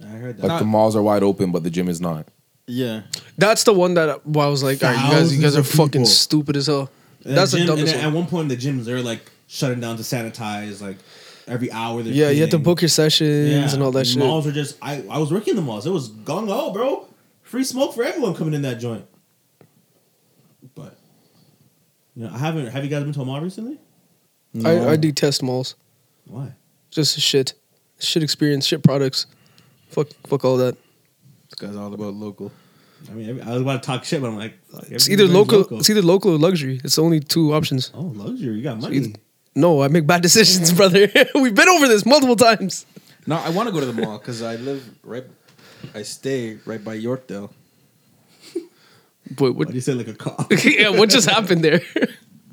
S3: I heard that.
S9: like the malls are wide open, but the gym is not.
S11: Yeah,
S5: that's the one that where I was like, all right, you guys, you
S3: Thousands
S5: guys are
S3: of
S5: fucking
S3: people.
S5: stupid as hell.
S3: And
S5: That's the
S3: gym-
S5: dumbest
S3: and
S5: one.
S3: At one point, the gyms are like shutting down to sanitize. Like every hour, they're
S5: yeah, you have to
S3: cleaning.
S5: book your sessions
S3: Yeah,
S5: and all that shit.
S3: Malls are just. I, I was working in the malls. It was gung ho, bro. Free smoke for everyone coming in that joint. But you know, I haven't. Have you guys been to a mall recently?
S5: I, I detest malls.
S3: Why?
S5: Just shit, shit experience, shit products. Fuck, fuck all that.
S11: this guy's all about local.
S3: I mean, every, I was about to talk shit, but I'm like, like,
S5: It's
S3: everything
S5: either
S3: is
S5: local, It's e- either local or luxury. It's the only two options.
S3: oh, luxury. You got money.
S5: either- No, I make bad [laughs] decisions, brother. We've been over this multiple times.
S11: No, I want to go to the mall because I live right. I stay right by Yorkdale.
S5: Boy,
S3: [laughs]
S5: what?
S3: Why do you say like a cop?
S5: [laughs] yeah, what just happened there?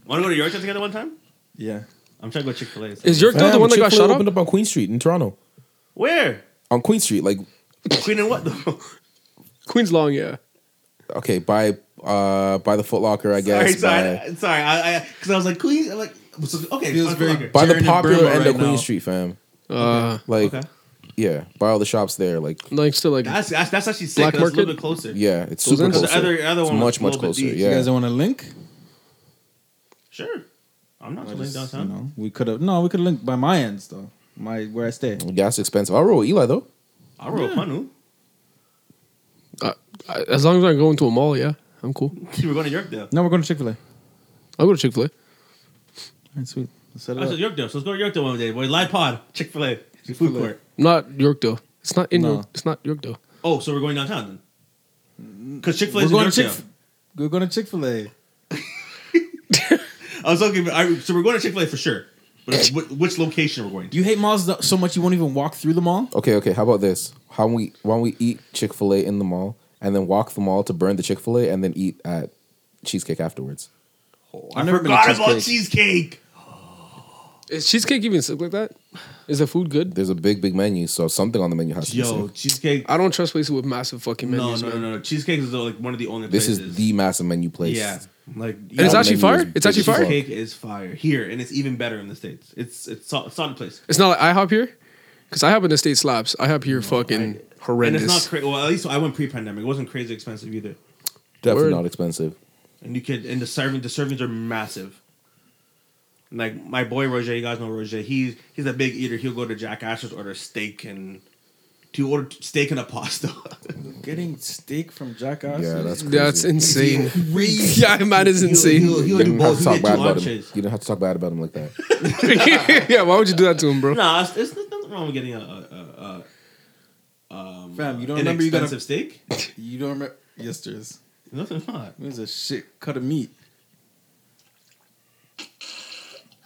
S3: Want to go to Yorktown together one time?
S11: Yeah,
S3: I'm trying to go Chick Fil A.
S5: Is Yorkdale the one that got
S9: Chick-fil-A
S5: shot up?
S9: opened up on Queen Street in Toronto.
S3: Where?
S9: On Queen Street, like
S3: Queen and what?
S5: [laughs]
S3: though?
S5: Queens Long, yeah.
S9: okay, by uh by the Foot Locker, I
S3: sorry,
S9: guess.
S3: sorry,
S9: by,
S3: sorry. I because I, was like Queen. I'm like so- okay.
S11: Feels
S3: fine,
S11: very-
S3: Foot Locker.
S9: by
S11: Jared
S9: the
S11: and
S9: popular
S11: Burma
S9: end
S11: right
S9: of Queen
S11: now.
S9: Street, fam.
S5: Uh,
S9: Like
S3: Okay.
S9: yeah, by all the shops there. Like
S5: like still like
S3: That's that's, that's actually sick.
S5: Black
S3: 'cause It's a little
S5: market?
S3: bit closer.
S9: yeah, it's
S5: Those
S9: super
S5: ends-
S9: close.
S3: The other other
S9: It's
S3: one was
S9: much
S3: a little
S9: much
S3: bit
S9: closer.
S3: deep.
S11: you
S9: Yeah,
S11: guys want a link?
S3: Sure. I'm not
S11: I
S3: going
S11: just,
S3: downtown.
S11: You know, we could have. No, we could link by my ends though. My where I stay.
S9: gas expensive. I'll roll with Eli though.
S3: I'll roll a Panu. [laughs]
S5: I- as long as I'm going to a mall, yeah, I'm cool.
S3: We're going to Yorkdale.
S11: No, we're going to Chick Fil A. All
S5: I'll go to Chick Fil A.
S11: right, sweet. Let's set it
S3: I said
S11: up.
S3: Yorkdale, so let's go to Yorkdale one day. Boy, live pod, Chick Fil A, food court.
S5: Not Yorkdale. It's not in.
S11: No.
S5: York, it's not Yorkdale.
S3: Oh, so we're going downtown then? Because Chick Fil A
S11: We're
S3: is
S11: going
S3: going
S11: to Chick. We're going to Chick Fil A.
S3: I was looking, I, so we're going to Chick Fil A for sure. But it's wh- which location we're going to?
S11: You hate malls th- so much you won't even walk through the mall.
S9: Okay, okay. How about this? How we why don't we eat Chick Fil A in the mall and then walk the mall to burn the Chick Fil A and then eat at cheesecake afterwards?
S11: I've
S3: I
S11: never been to
S3: forgot about cheesecake.
S11: Cheesecake.
S5: Is cheesecake even sick like that? Is the food good?
S9: There's a big, big menu, so something on the menu has to be.
S3: Yo,
S9: sick.
S3: cheesecake.
S5: I don't trust places with massive fucking
S3: No,
S5: menus,
S3: no, no,
S5: man.
S3: no. Cheesecake is uh, like one of the only
S9: This
S3: places.
S9: is the massive menu place.
S3: yeah. Like
S5: And it's
S9: Yeah,
S5: actually
S9: menu is
S5: fire.
S9: big
S5: It's actually
S9: as fuck.
S5: fire.
S3: cheesecake is fire here, and it's even better in the states. It's it's sol- solid place.
S5: It's not like IHOP here, because IHOP in the state slaps. IHOP here fucking horrendous.
S3: And it's not crazy. Well, at least I went pre-pandemic. It wasn't crazy expensive either.
S9: Definitely
S5: Word.
S9: not expensive.
S3: And you could and the serving the servings are massive. Like my boy Roger, you guys know Roger. He's he's a big eater. He'll go to Jack Asher's order steak and to order steak and a pasta.
S11: Getting steak from Jackass.
S9: Yeah, that's crazy.
S5: That's insane.
S3: [laughs]
S5: [laughs]
S11: [laughs]
S3: Crazy.
S5: yeah, man is
S3: He'll- He'll,
S5: insane.
S3: he'll
S9: You
S3: do
S9: didn't have
S3: both.
S9: to
S3: He'll
S9: talk
S3: get
S9: bad
S3: two
S9: about him. You
S3: entrees.
S9: didn't have to talk bad about him like that.
S3: [laughs]
S5: [laughs] yeah, why would you do that to him, bro?
S3: Nah, it's, it's nothing wrong with getting a, a,
S11: Fam,
S3: a,
S11: you
S3: a
S11: don't remember you got
S3: inexpensive
S11: a,
S3: steak.
S11: [laughs] You don't remember. Yes, there is.
S3: Nothing not.
S11: It was a shit cut of meat.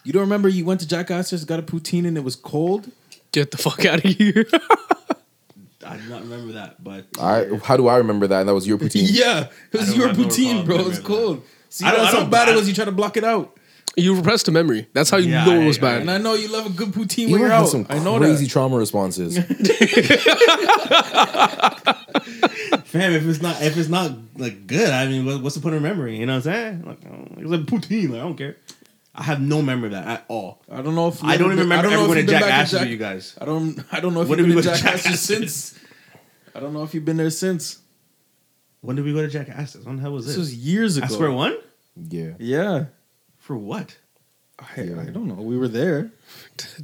S11: You don't remember you went to Jack Astor's, got a poutine, and it was cold?
S5: Get the fuck out of here. [laughs]
S3: I do not remember that, but
S9: I how do I remember that? And that was your routine.
S11: Yeah, it
S3: I
S11: was
S3: don't-
S11: your
S3: I don't
S11: poutine,
S3: recall
S11: bro. It
S3: remembering
S11: was
S3: that.
S11: cold. See,
S3: I don't- I
S11: that's how
S3: don't-
S11: bad
S3: I-
S11: it was. You try to block it out.
S5: you repressed a memory. That's how you
S3: Yeah,
S5: know it
S3: I-
S5: was
S3: I-
S5: bad.
S11: And I know you love a good poutine
S9: You
S11: when you're
S9: had
S11: out.
S9: some
S11: I know
S9: crazy
S11: that.
S9: trauma responses.
S3: Fam, if it's not if it's not like good, I mean, what, what's the point of remembering? You know what I'm saying? Like, oh, it's like poutine. Like, I don't care. I have no memory of that at all.
S11: I don't know if you
S3: I don't
S11: ever
S3: even
S11: been-
S3: remember
S11: don't
S3: ever
S11: know if
S3: going to
S11: you've been
S3: Jack
S11: back
S3: Ash's with you guys.
S11: I don't. [laughs] I don't know if
S3: When
S11: you've
S3: did
S11: been
S3: we
S11: to
S3: go to
S11: Jack
S3: Jack
S11: Astor's
S3: Astor's?
S11: since. I don't know if you've been there since.
S3: When did we go to Jack Astor's? When the hell was this?
S11: This was years ago.
S3: Astor one
S9: Yeah.
S11: Yeah.
S3: for what?
S11: I, I don't know. We were there.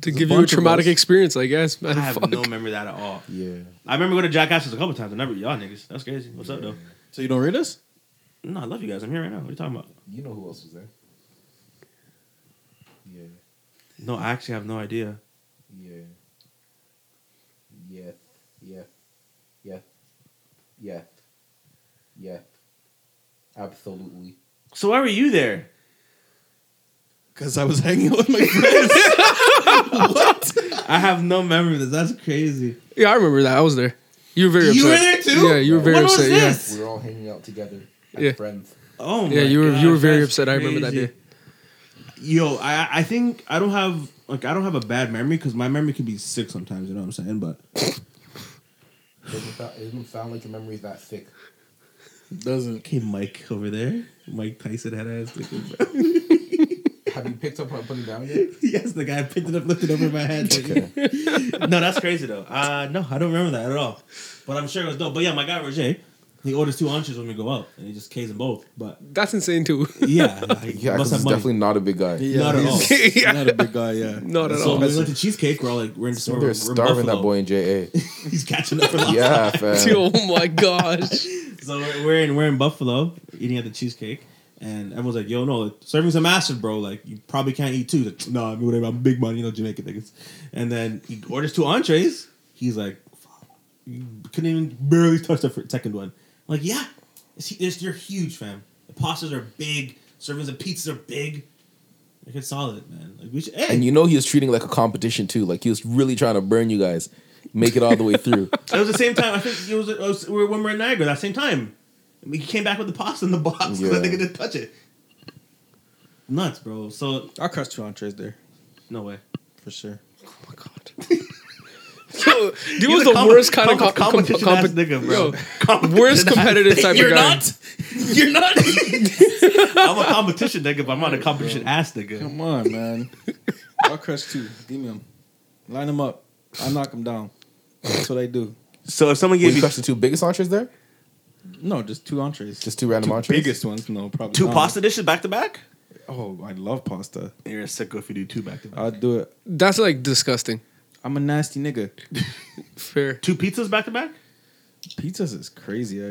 S5: to give you a
S11: bunch of
S5: traumatic
S11: us.
S5: experience, I guess. Man,
S3: I have
S5: fuck.
S3: no memory of that at all.
S9: Yeah.
S3: I remember going to Jack Astor's a couple times. I never y'all niggas. That's crazy. What's up though?
S11: So you don't read us?
S3: No, I love you guys. I'm here right now. What are you talking about?
S9: You know who else was there? Yeah.
S3: No, I actually have no idea.
S9: Yeah. Yeah. Yeah. Yeah. Yeah. Yeah. Absolutely.
S3: So why were you there?
S11: Because I was hanging out with my friends.
S3: I have no memory of this. That's crazy.
S5: Yeah, I remember that. I was there. You were very upset.
S3: You were there too?
S5: Yeah, you were very
S3: when Was
S5: upset. yeah.
S3: this?
S9: We were all hanging out together as
S5: Yeah.
S9: friends.
S3: Oh my
S5: Yeah, you were- you
S3: gosh,
S5: were very
S3: that's
S5: upset. I remember that
S3: crazy.
S5: day.
S3: Yo, I I think I don't have like I don't have a bad memory because my memory can be sick sometimes. You know what I'm saying? But
S9: Doesn't sound, it doesn't sound like your memory's that thick.
S11: Doesn't.
S3: okay, Mike over there, Mike Tyson had ass.
S9: Have you picked up what I'm putting down yet?
S3: [laughs] yes, the guy picked it up, lifted it over my head. no, that's crazy though. Uh, no, I don't remember that at all. But I'm sure it was dope. But yeah, my guy Roger, he orders two entrees when we go out, and he just K's them both. But
S5: That's insane too. [laughs]
S3: yeah, like,
S4: Yeah,
S3: must have
S4: because he's
S3: money.
S4: definitely not a big guy.
S11: Yeah,
S3: Not at
S11: he's
S3: all.
S5: yeah,
S11: Not a big guy, yeah.
S5: not at
S3: So
S5: [laughs] all.
S3: when we went to cheesecake. We're all like, we're in
S4: So
S3: we're,
S4: they're
S3: we're
S4: starving that
S3: Buffalo.
S4: boy in JA.
S3: He's catching up for lost
S4: Yeah, fam.
S5: Oh
S3: [laughs]
S5: my gosh.
S3: So we're, we're in we're in Buffalo eating at the cheesecake, and everyone's like, "Yo, no, servings are massive, bro. Like you probably can't eat two. He's Like, no, I mean whatever. I'm big money, you know, Jamaican niggas." And then he orders two entrees. He's like, Fuck. You "Couldn't even barely touch the fir- second one." I'm like, yeah, it's, it's, you're huge, fam. The pastas are big. Servings of pizzas are big. Like it's solid, man. Like we should. Hey,
S4: And you know he was treating it like a competition too. Like he was really trying to burn you guys, make it all the way through.
S3: it was the same time. I think it was, it was we were, when we were in Niagara. That same time, we came back with the pasta in the box because
S4: Yeah.
S3: I think didn't touch it. Nuts, bro. So
S11: I crushed two entrees there,
S3: no way.
S11: for sure.
S5: Oh my god. Yo, dude
S3: You're
S5: was the
S3: com-
S5: worst kind
S3: com-
S5: of com- com-
S3: competition ass
S5: com-
S3: nigga, bro. [laughs]
S5: worst competitive type of guy.
S3: You're not. [laughs] I'm a competition nigga, but I'm not a competition ass nigga.
S11: Come on, man. I crushed two. Give me them. Line them up. I knock them down. That's what I do.
S3: So if someone
S4: Wait,
S3: gave
S4: you
S3: you
S4: crushed the two biggest entrees there?
S11: No, just two entrees.
S4: Just two random entrees?
S11: biggest ones. No, probably
S3: two
S11: not.
S3: pasta dishes back to back,
S11: Oh, I love pasta.
S3: you're a sicko if you do two back to back.
S11: I'll do it.
S5: That's like disgusting.
S11: I'm a nasty nigga.
S5: Fair.
S3: Two pizzas back to back.
S11: Pizzas is crazy. I,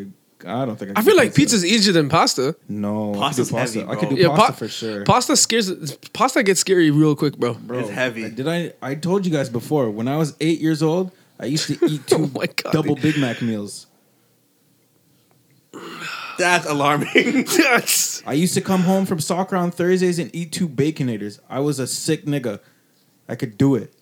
S11: I don't think I.
S5: I
S11: can
S5: feel
S11: do
S5: like pizza's
S3: uh,
S5: easier than pasta.
S11: No,
S3: Pasta's
S11: I could do pasta.
S3: heavy,
S11: I could do
S3: bro.
S5: Yeah,
S11: pasta
S5: pa-
S11: for sure.
S5: Pasta scares. Pasta gets scary real quick, bro.
S11: Bro,
S3: It's heavy.
S11: Did I? I told you guys before. When I was eight years old, I used to
S5: [laughs]
S11: eat
S5: Oh
S11: two
S5: my God.
S11: double Big Mac meals.
S3: That's alarming. [laughs]
S5: That's
S11: I used to come home from soccer on Thursdays and eat two baconators. I was a sick nigga. I could do it.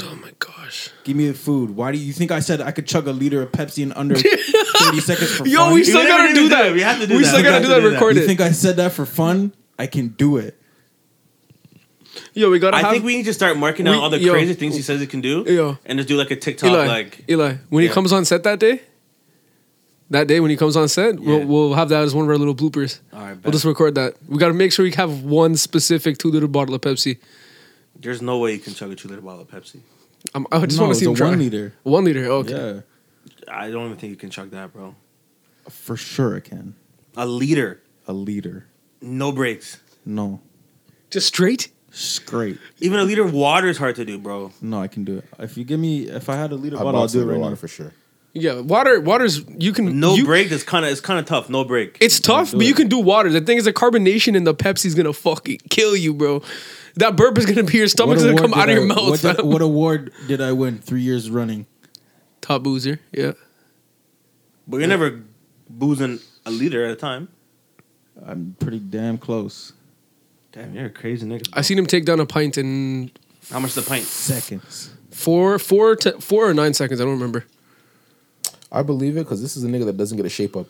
S5: oh my gosh.
S11: Give me the food. Why do you think I said I could chug a liter of Pepsi
S5: [laughs]
S11: in under thirty seconds for
S5: Yo,
S11: fun?
S5: we still
S3: never
S5: gotta
S3: did
S5: do
S3: do
S5: that.
S3: it. We have to do
S5: We
S3: that.
S5: still
S3: We
S5: gotta
S3: have
S5: do
S3: to
S5: that.
S3: do that.
S5: Record
S11: you
S5: it.
S11: think I said that for fun? I can do it.
S5: Yo, we gotta
S3: I
S5: have.
S3: think we need to start marking out
S5: We-
S3: all the
S5: yo.
S3: crazy things he says he can do,
S5: Yo.
S3: and just do like a TikTok
S5: Eli,
S3: like.
S5: Eli, when he
S3: Yeah.
S5: comes on set that day, that day when he comes on set,
S3: Yeah.
S5: we'll, we'll have that as one of our little bloopers.
S3: All right,
S5: We'll
S3: bet.
S5: just record that. We got to make sure we have one specific two liter bottle of Pepsi.
S3: There's no way you can chug a two liter bottle of Pepsi.
S5: I'm, Um, I just
S11: No,
S5: want to see
S11: it's
S5: him try.
S11: a one liter.
S5: One liter. Okay.
S11: Yeah,
S3: I don't even think you can chug that, bro.
S11: for sure I can.
S3: A liter,
S11: A liter.
S3: no breaks.
S11: No,
S5: Just straight.
S11: straight.
S3: Even a liter of water is hard to do, bro.
S11: No, I can do it. If you give me, if I had a liter
S4: I
S11: bottle, I'll
S4: bought
S11: do it
S4: some
S11: right
S4: water
S11: now.
S4: for sure.
S5: Yeah. Water. Water's you can
S3: No
S5: you,
S3: break is kind of it's kind of tough. No break.
S5: It's tough,
S11: do
S5: but you
S11: it.
S5: can do water. The thing is, the carbonation in the Pepsi's gonna fucking kill you, bro. That burp is gonna be your stomach's gonna
S11: award
S5: come out
S11: did
S5: of your
S11: I-
S5: mouth.
S11: What, did-
S5: fam.
S11: what award did I win three years running?
S5: Top boozer. Yeah.
S3: but you're never boozing a liter at a time.
S11: I'm pretty damn close.
S3: Damn, you're a crazy nigga.
S5: I seen him take down a pint in
S3: How much the pint?
S11: Seconds.
S5: four, four, to, four or nine seconds. I don't remember.
S4: I believe it because this is a nigga that doesn't get a shape up.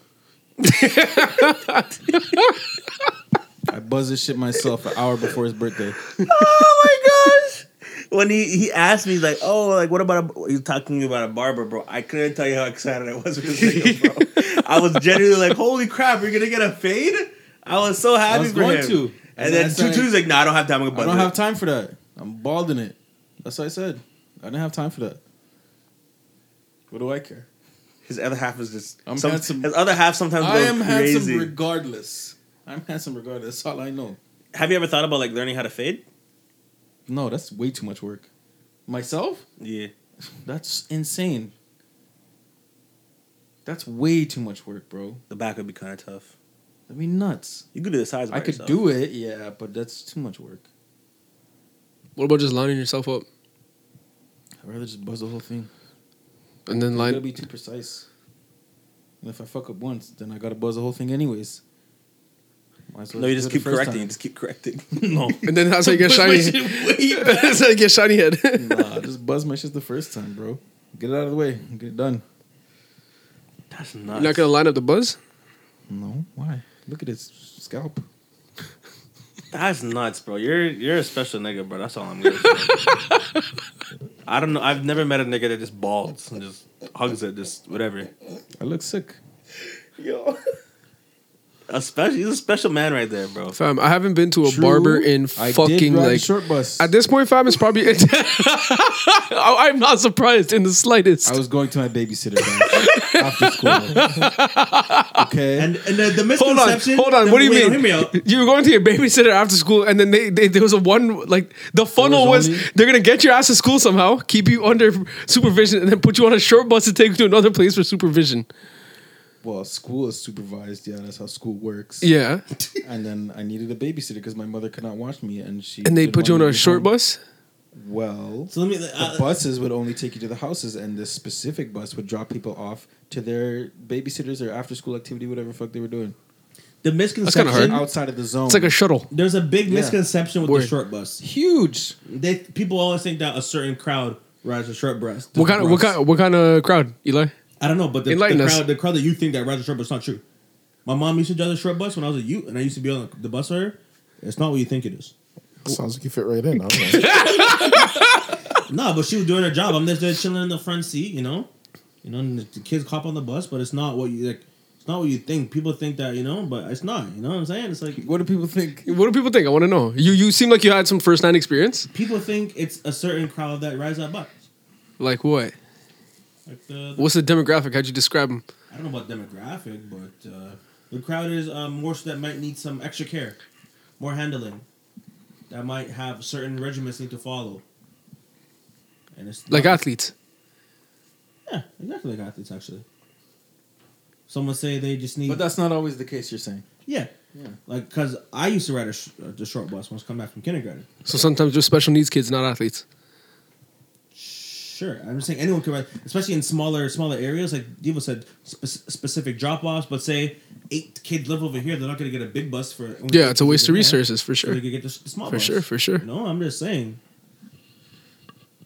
S11: I buzzed this shit myself an hour before his birthday.
S3: Oh my gosh! When he he asked me like, oh, like what about a? He's talking to me about a barber, bro. I couldn't tell you how excited I was [laughs] for this nigga, bro. I was genuinely like, holy crap, we're gonna get a fade. I was so happy
S11: was
S3: for
S11: going
S3: him.
S11: to.
S3: And,
S11: And
S3: then
S11: that's
S3: two
S11: like-
S3: two's like, no, I don't have time. I'm
S11: I
S3: gonna
S11: don't have
S3: buzz it.
S11: time for that. I'm balding it. That's what I said. I didn't have time for that. What do I care?
S13: His other half is just.
S11: I'm
S13: some-
S11: handsome.
S13: His other half sometimes
S11: I
S13: goes
S11: am
S13: crazy.
S11: handsome regardless. I'm handsome regardless. That's all I know.
S13: Have you ever thought about like learning how to fade?
S11: No, that's way too much work. Myself?
S13: Yeah.
S11: That's insane. That's way too much work, bro.
S13: The back would be kind of tough.
S11: That'd be nuts.
S13: You could do the sides.
S11: I could do it, yeah, but that's too much work.
S5: What about just lining yourself up
S11: I'd rather just buzz the whole thing.
S5: and then
S11: I gotta
S5: line?
S11: be too precise. And if I fuck up once, then I gotta buzz the whole thing anyways. Might as well
S13: No, you
S11: do
S13: just
S11: it the
S13: keep
S11: first
S13: correcting.
S11: time.
S13: Just keep
S11: [laughs]
S13: correcting. no.
S5: And then that's how you get shiny. [laughs] that's how you get shiny head.
S11: [laughs] nah, just buzz my shit the first time, bro. Get it out of the way. Get it done.
S13: That's
S5: You're not gonna line up the buzz.
S11: No, why? Look at his scalp.
S13: That's nuts, bro. You're you're a special nigga, bro. That's all I'm gonna say.
S5: [laughs]
S13: I don't know. I've never met a nigga that just balls and just hugs it, just whatever.
S11: I look sick.
S13: A special, he's a special man right there, bro.
S5: Fam, I haven't been to a
S11: True.
S5: barber in
S11: I did
S5: fucking
S11: ride a
S5: like.
S11: short bus.
S5: At this point, fam, it's probably. [laughs] I- I'm not surprised in the slightest.
S11: I was going to my babysitter dance [laughs] after school.
S13: [laughs]
S11: Okay.
S3: And, and the, the
S5: hold on,
S3: misconception.
S5: hold on.
S3: the-
S5: What do you
S3: wait, no,
S5: mean?
S3: Hear me
S5: [laughs]
S3: out.
S5: You were going to your babysitter after school, and then they, they there was a one like the funnel
S11: was
S5: was,
S11: only-
S5: they're gonna get your ass to school somehow, keep you under supervision, and then put you on a short bus to take you to another place for supervision.
S11: well, school is supervised. Yeah, that's how school works.
S5: Yeah,
S11: And then I needed a babysitter because my mother could not watch me, and she
S5: and they
S11: didn't
S5: put you on
S11: want me
S5: a
S11: to
S5: short
S11: come-
S5: bus.
S11: Well,
S3: So let me.
S11: the
S3: Uh,
S11: buses would only take you to the houses, and this specific bus would drop people off to their babysitters or after school activity, whatever the fuck they were doing.
S3: the
S5: kinda hard.
S3: misconception.
S11: Outside of the zone.
S5: It's like a shuttle.
S3: There's a big
S11: Yeah.
S3: misconception with
S5: Word.
S3: the short bus.
S11: huge.
S3: They people always think that a certain crowd rides a short bus.
S5: What kind of what kind what kind of crowd, Eli?
S3: I don't know, but the,
S5: Enlighten
S3: the
S5: us.
S3: crowd the crowd that you think that rides a short bus is not true. My mom used to drive a short bus when I was a youth, and I used to be on the bus with her. It's not what you think it is.
S14: Sounds like you fit right in. I
S11: [laughs]
S14: don't know.
S3: Nah, but she was doing her job. I'm just there chilling in the front seat, you know. You know, and the kids cop on the bus, but it's not what you like. It's not what you think. People think that, you know, but it's not. You know what I'm saying? It's like
S11: What do people think?
S5: What do people think? I want to know. You you seem like you had some first hand experience.
S3: people think it's a certain crowd that rides that bus.
S5: Like what?
S3: Like the,
S5: What's the demographic? How'd you describe them?
S3: I don't know about demographic, but uh, the crowd is um, more so that might need some extra care, more handling, that might have certain regiments need to follow. And it's
S5: Like
S3: not-
S5: athletes.
S3: yeah, exactly like athletes actually. Someone say they just need
S11: But that's not always the case. You're saying.
S3: yeah, yeah. Like because I used to ride a sh- uh, the short bus once I come back from kindergarten.
S5: So sometimes just special needs kids, not athletes.
S3: Sure, I'm just saying anyone can ride, especially in smaller smaller areas. Like Diva said, spe- specific drop offs. But say eight kids live over here, they're not going to get a big bus for
S5: Yeah, it's a waste of
S3: Yeah.
S5: resources for
S3: So
S5: sure.
S3: they could get the, s- the small
S5: For
S3: bus.
S5: sure, for sure.
S3: No, I'm just saying.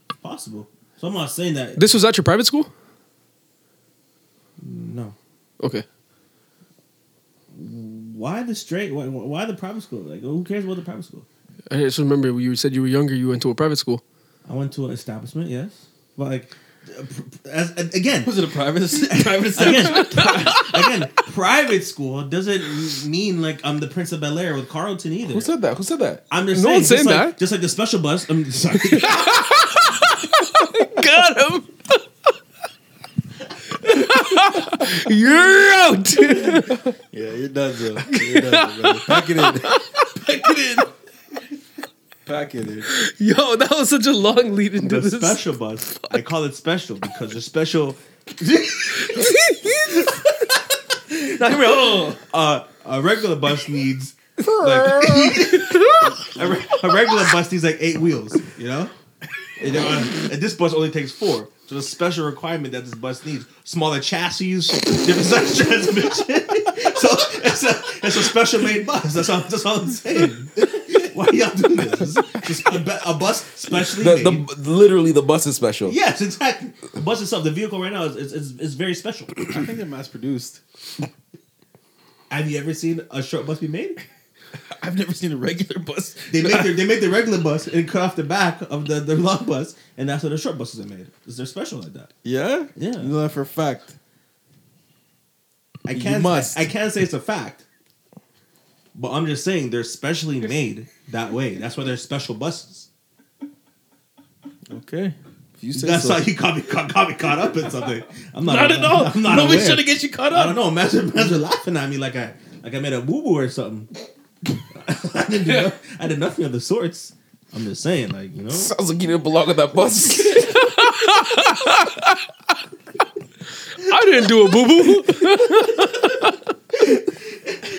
S3: It's possible. So I'm not saying that.
S5: This was at your private school?
S3: no.
S5: Okay.
S3: Why the straight? Why, why the private school? Like, who cares about the private school?
S5: I just remember you said you were younger. You went to a private school.
S3: I went to an establishment, yes. But, like, uh, pr- pr- as, a- again,
S11: Was it a private [laughs] private
S3: again, pri- again, private school doesn't mean, like, I'm the Prince of Bel Air with Carlton either.
S9: Who said that? Who said that?
S3: I'm just
S5: No
S3: saying,
S5: one's
S3: just,
S5: saying
S3: like,
S5: that.
S3: just like the special bus. I'm sorry.
S5: Got him. [laughs] You're out. [laughs]
S11: Yeah, you're done, though.
S2: [laughs]
S11: You're done, bro. Pack it in. Pack it in. Pack it in.
S5: Yo, that was such a long lead into
S3: the
S5: this.
S3: special bus. I call it special because the special. Not real. Uh, a regular bus needs. Like, [laughs] a, re- a regular bus needs like eight wheels, you know? And, uh, and this bus only takes four. So the special requirement that this bus needs smaller chassis, different size [laughs] transmission. so it's a, it's a special made bus. That's all, that's all I'm saying. [laughs] Why y'all doing this? It's a, bu- a bus specially
S9: The,
S3: made.
S9: the, literally, the bus is special.
S3: Yes, exactly. The bus itself, the vehicle right now is is, is, is very special. [clears throat]
S11: I think they're mass produced.
S3: Have you ever seen a short bus be made?
S11: [laughs] I've never seen a regular bus.
S3: They make their they make the regular bus and cut off the back of the, the long bus, and that's what the short buses are made. Is they're special like that?
S11: Yeah?
S3: Yeah.
S11: You know that for a fact.
S3: I can't
S11: must.
S3: I, I can't say it's a fact, but I'm just saying they're specially made that way. That's why they're special buses.
S11: Okay.
S2: You say
S3: That's
S2: so.
S4: [laughs]
S11: [laughs]
S3: how you caught me, caught, caught me caught up in something. I'm not.
S15: Not at all.
S3: I'm not
S15: Nobody's
S3: aware.
S15: trying to get you caught
S3: I
S15: up.
S3: don't know. Imagine, imagine laughing at me like I like I made a boo boo or something. [laughs] I didn't do. No, I did nothing of the sorts. I'm just saying, like you know.
S16: Sounds like you didn't belong on that bus.
S5: I didn't do a boo boo.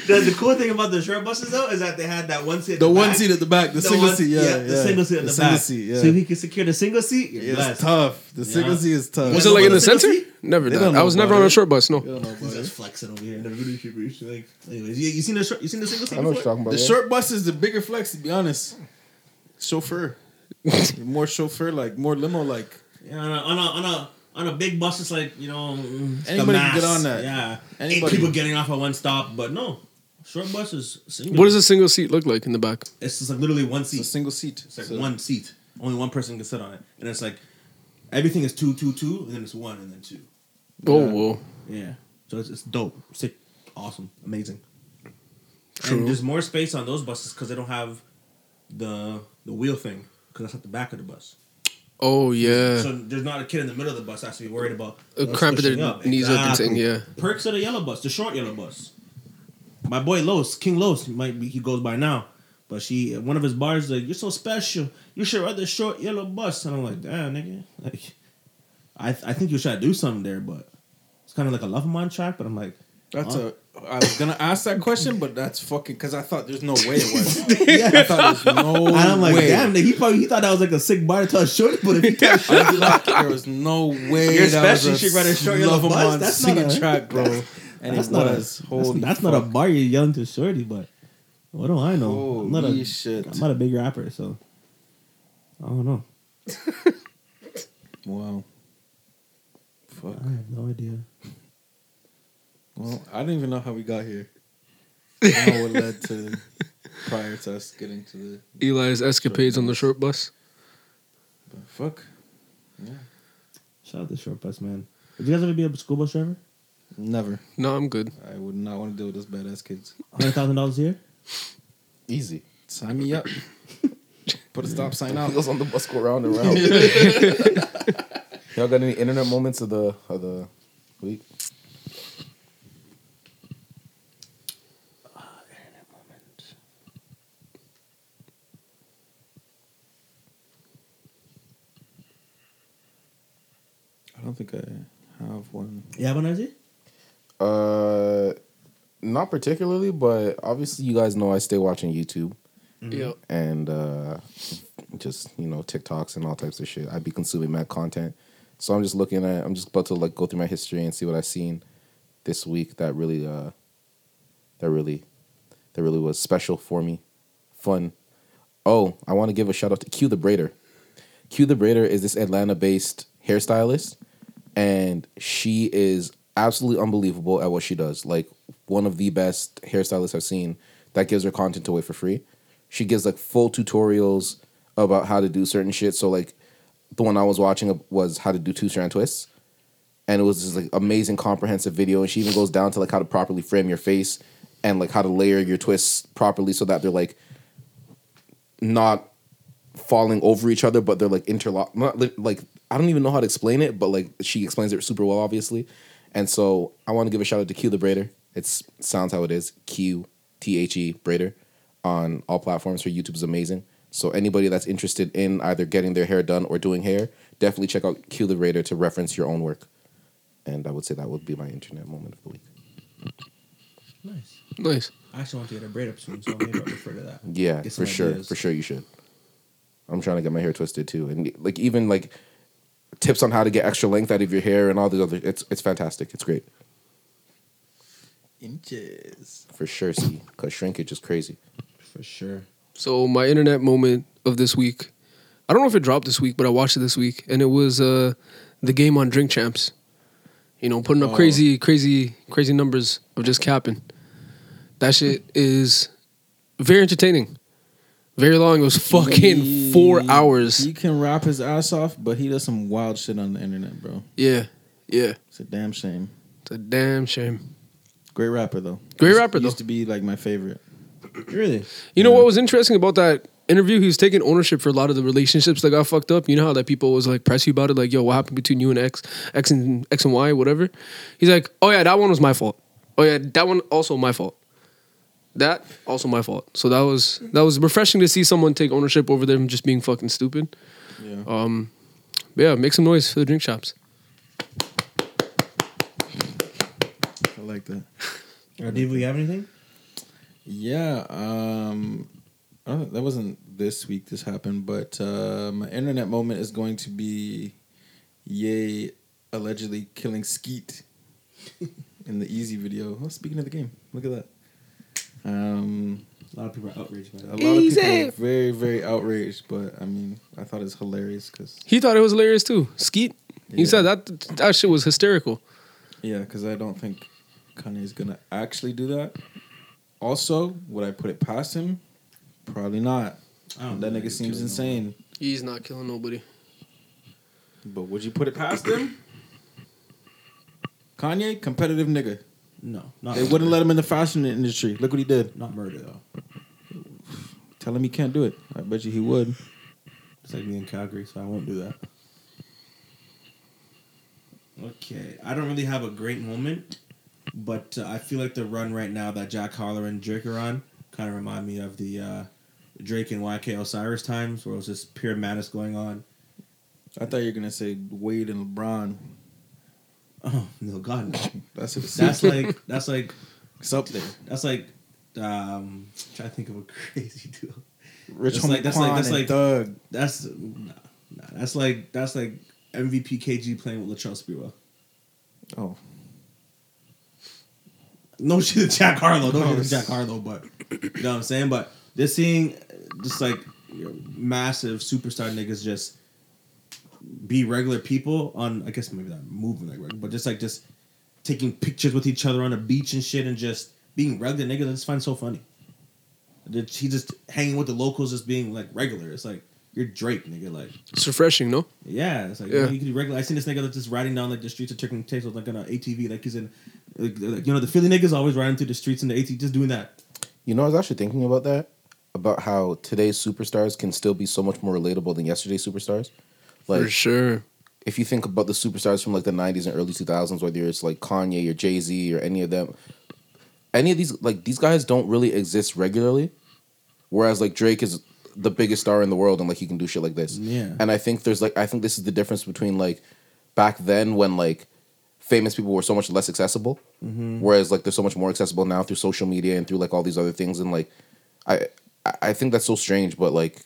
S3: The, the cool thing about the short buses though is that they had that one seat. at
S2: the one
S3: back.
S2: seat at the back, the,
S3: The
S2: single
S3: one-
S2: seat, yeah,
S3: the single seat at the, back.
S2: Single seat, yeah.
S3: So if you can secure the single seat, you're
S2: it's
S3: blessed.
S2: tough. The single
S3: Yeah.
S2: seat is tough.
S5: Was it like in the
S3: Single
S5: center?
S3: seat? Oh,
S5: Never.
S2: don't
S5: Done.
S2: know
S5: I was never
S2: about
S5: on
S2: it.
S5: a short bus. No.
S3: He's just flexing
S2: [laughs]
S3: over here. in the really should reach, Like, anyways, you, you seen the short, you seen the single seat?
S9: I know what you're
S3: before?
S9: talking about.
S2: The
S9: yeah.
S2: short bus is the bigger flex, to be honest. Chauffeur,
S3: [laughs]
S2: more chauffeur like, more limo like.
S3: Yeah, on a, on a on a on a big bus, it's like you know mm, it's the
S2: Anybody can
S3: mass.
S2: get on that.
S3: Yeah,
S2: Anybody.
S3: eight people getting off at one stop, but no, short bus is single.
S5: What does a single seat look like in the back?
S3: It's just like literally one
S2: It's a
S3: seat.
S2: single seat.
S3: It's like
S2: So-
S3: one seat. Only one person can sit on it, and it's like everything is two, two, two, and then it's one, and then two.
S5: Oh, whoa.
S3: Yeah, so it's, it's dope, sick, awesome, amazing.
S5: True.
S3: And there's more space on those buses because they don't have the the wheel thing because that's at the back of the bus.
S5: Oh yeah.
S3: So there's not a kid in the middle of the bus that has to be worried about
S5: Uh,
S3: us
S5: cramping their
S3: pushing up.
S5: knees up and
S3: Exactly.
S5: saying, yeah.
S3: Perks of the yellow bus, the short yellow bus. My boy Los, King Los, he might be he goes by now, but she one of his bars like you're so special. You should ride the short yellow bus, and I'm like, damn nigga, [laughs] like I I think you should do something there, but it's kind of like a love him on track. But I'm
S5: [laughs]
S3: like,
S2: That's
S3: Huh?
S2: a. I was gonna ask that
S4: [laughs]
S2: question, but that's fucking because I thought there's no way it
S3: [laughs]
S2: was. I thought there's no.
S3: and I'm like,
S2: way.
S3: damn nigga, he probably he thought that was like a sick bar to tell short, but if he tells short,
S2: I was like, there was no way.
S3: You're
S2: that was
S3: special,
S2: a
S3: you should write a short
S2: Love
S3: yellow
S2: 'em
S3: bus?
S2: on
S3: That's not
S2: singing
S3: a-
S2: track, bro. [laughs] And
S3: that's
S2: it
S3: not
S2: was.
S3: a
S2: Holy
S3: that's, that's not a
S2: fuck.
S3: bar you're yelling to shorty, but what do I know? I'm not
S2: Holy
S3: a
S2: shit.
S3: am not a big rapper, so I don't know.
S2: Wow. Fuck.
S3: I have no idea.
S2: Well, I don't even know how we got
S11: [laughs]
S2: here. I don't know what led to prior to us getting to the
S5: Eli's escapades on the short bus.
S2: but fuck.
S3: Shout out to Short Bus, man. Would you guys ever be a school bus driver?
S2: Never.
S5: No, I'm good.
S2: I would not want to deal with those badass kids.
S3: Hundred thousand dollars a year?
S9: Easy.
S2: Sign
S11: [laughs]
S2: me up. Put a stop sign out.
S9: Wheels on the bus go round and
S11: [laughs]
S9: round. Y'all got any internet moments of the of the week?
S2: I don't think I have one.
S3: You have an idea?
S9: Uh, not particularly, but obviously you guys know I stay watching YouTube
S5: Yeah.
S9: and uh, just you know TikToks and all types of shit. I be consuming mad content, so I'm just looking at. I'm just about to like go through my history and see what I've seen this week that really uh, that really that really was special for me, fun. Oh, I want to give a shout out to Q the Braider. Q the Braider is this Atlanta based hairstylist, and she is absolutely unbelievable at what she does. Like one of the best hairstylists I've seen that gives her content away for free. She gives like full tutorials about how to do certain shit. So like the one I was watching was how to do two strand twists and it was just like amazing comprehensive video and she even goes down to like how to properly frame your face and like how to layer your twists properly so that they're like not falling over each other but they're like interlock not li- like I don't even know how to explain it but like she explains it super well obviously and so I want to give a shout out to Q the Braider it's sounds how it is Q T H E Braider on all platforms her YouTube is amazing so anybody that's interested in either getting their hair done or doing hair definitely check out Q the Braider to reference your own work and I would say that would be my internet moment of the week.
S3: Nice.
S5: Nice.
S3: I actually want to get a braid up soon, so maybe I'll refer to that.
S9: Yeah,
S3: Get
S9: for
S3: some
S9: sure,
S3: ideas.
S9: for sure you should. I'm trying to get my hair twisted too, and like even like tips on how to get extra length out of your hair and all these other. It's it's fantastic. It's great
S2: Inches.
S9: for sure. See, because shrinkage is crazy.
S3: For sure.
S5: So my internet moment of this week, I don't know if it dropped this week, but I watched it this week, and it was uh, the game on Drink Champs. You know,
S2: Oh.
S5: putting up crazy, crazy, crazy numbers of just capping. That shit is very entertaining. Very long. It was fucking four
S2: He-
S5: hours.
S2: He can rap his ass off, but he does some wild shit on the internet, bro.
S5: Yeah, yeah.
S2: It's a damn shame.
S5: It's a damn shame.
S2: Great rapper though.
S5: Great
S2: Used-
S5: rapper, though.
S2: Used to be like my favorite.
S3: Really?
S5: You know what was interesting about that interview, he was taking ownership for a lot of the relationships that got fucked up. You know how that people was like press you about it, like, yo, what happened between you and X, X and X and Y, whatever. He's like, oh yeah, that one was my fault. Oh yeah, that one also my fault. That also my fault. So that was that was refreshing to see someone take ownership over them just being fucking stupid. Yeah. Um, but yeah, make some noise for the drink shops.
S11: I like that.
S3: Dave, you have anything?
S11: Yeah, um, I don't, that wasn't this week. This happened, but uh, my internet moment is going to be, yay, allegedly
S3: [laughs]
S11: killing Skeet in the easy video. Oh, speaking of the game, look at that. Um,
S3: A lot of people are outraged by
S11: a
S3: that.
S11: lot of people are very, very outraged, but I mean, I thought it was hilarious because
S5: He thought it was hilarious too. Skeet, he
S11: Yeah.
S5: said that that shit was hysterical.
S11: Yeah, because I don't think Kanye's gonna actually do that. Also, would I put it past him? Probably not.
S3: I don't
S11: that
S3: think
S11: nigga
S3: he's
S11: seems
S3: killing
S11: insane.
S5: He's not killing nobody.
S11: But would you put it past him? [clears throat] Kanye, competitive nigga.
S3: No, not
S11: They wouldn't let him in the fashion industry. Look what he did.
S3: Not murder though.
S11: Tell him he can't do it. I bet you he would.
S3: It's like me in Calgary, so I won't do that. Okay, I don't really have a great moment, but uh, I feel like the run right now that Jack Harlow and Drake are on kind of remind me of the uh, Drake and YK Osiris times, where it was just pure madness going on.
S11: I thought you were gonna say Wade and LeBron.
S3: Oh no, God, no.
S11: That's it. [laughs]
S3: that's like that's like
S11: it's up there.
S3: that's like um, trying to think of a [laughs] crazy duo.
S11: Rich
S3: That's
S11: homie
S3: like- that's
S11: Quan
S3: like- that's
S11: and
S3: like-
S11: Thug.
S3: That's nah, nah, that's like that's like MVP KG playing with Latrell Sprewell.
S11: Oh,
S3: no [laughs] shit to Jack Harlow. Don't shit
S11: course.
S3: to Jack Harlow, but you know what I'm saying. But they're seeing just like you know, massive superstar niggas just be regular people on. I guess maybe not moving like regular, but just like just taking pictures with each other on the beach and shit, and just being regular niggas. I just find so funny. That He just hanging with the locals, just being like regular. It's like you're Drake, nigga. Like
S5: It's refreshing, no?
S3: yeah, it's like
S5: Yeah.
S3: you can be regular. I seen this nigga that's just riding down like the streets of Turkey Tales like on an ATV, like he's in, like, like, you know, the Philly niggas always riding through the streets in the ATV, just doing that.
S9: You know, I was actually thinking about that, about how today's superstars can still be so much more relatable than yesterday's superstars. Like,
S5: For sure.
S9: if you think about the superstars from like the 90s and early 2000s whether it's like kanye or jay-z or any of them any of these like these guys don't really exist regularly whereas like drake is the biggest star in the world and like he can do shit like this
S3: Yeah.
S9: and i think there's like i think this is the difference between like back then when like famous people were so much less accessible whereas like they're so much more accessible now through social media and through like all these other things and like i i I think that's so strange but like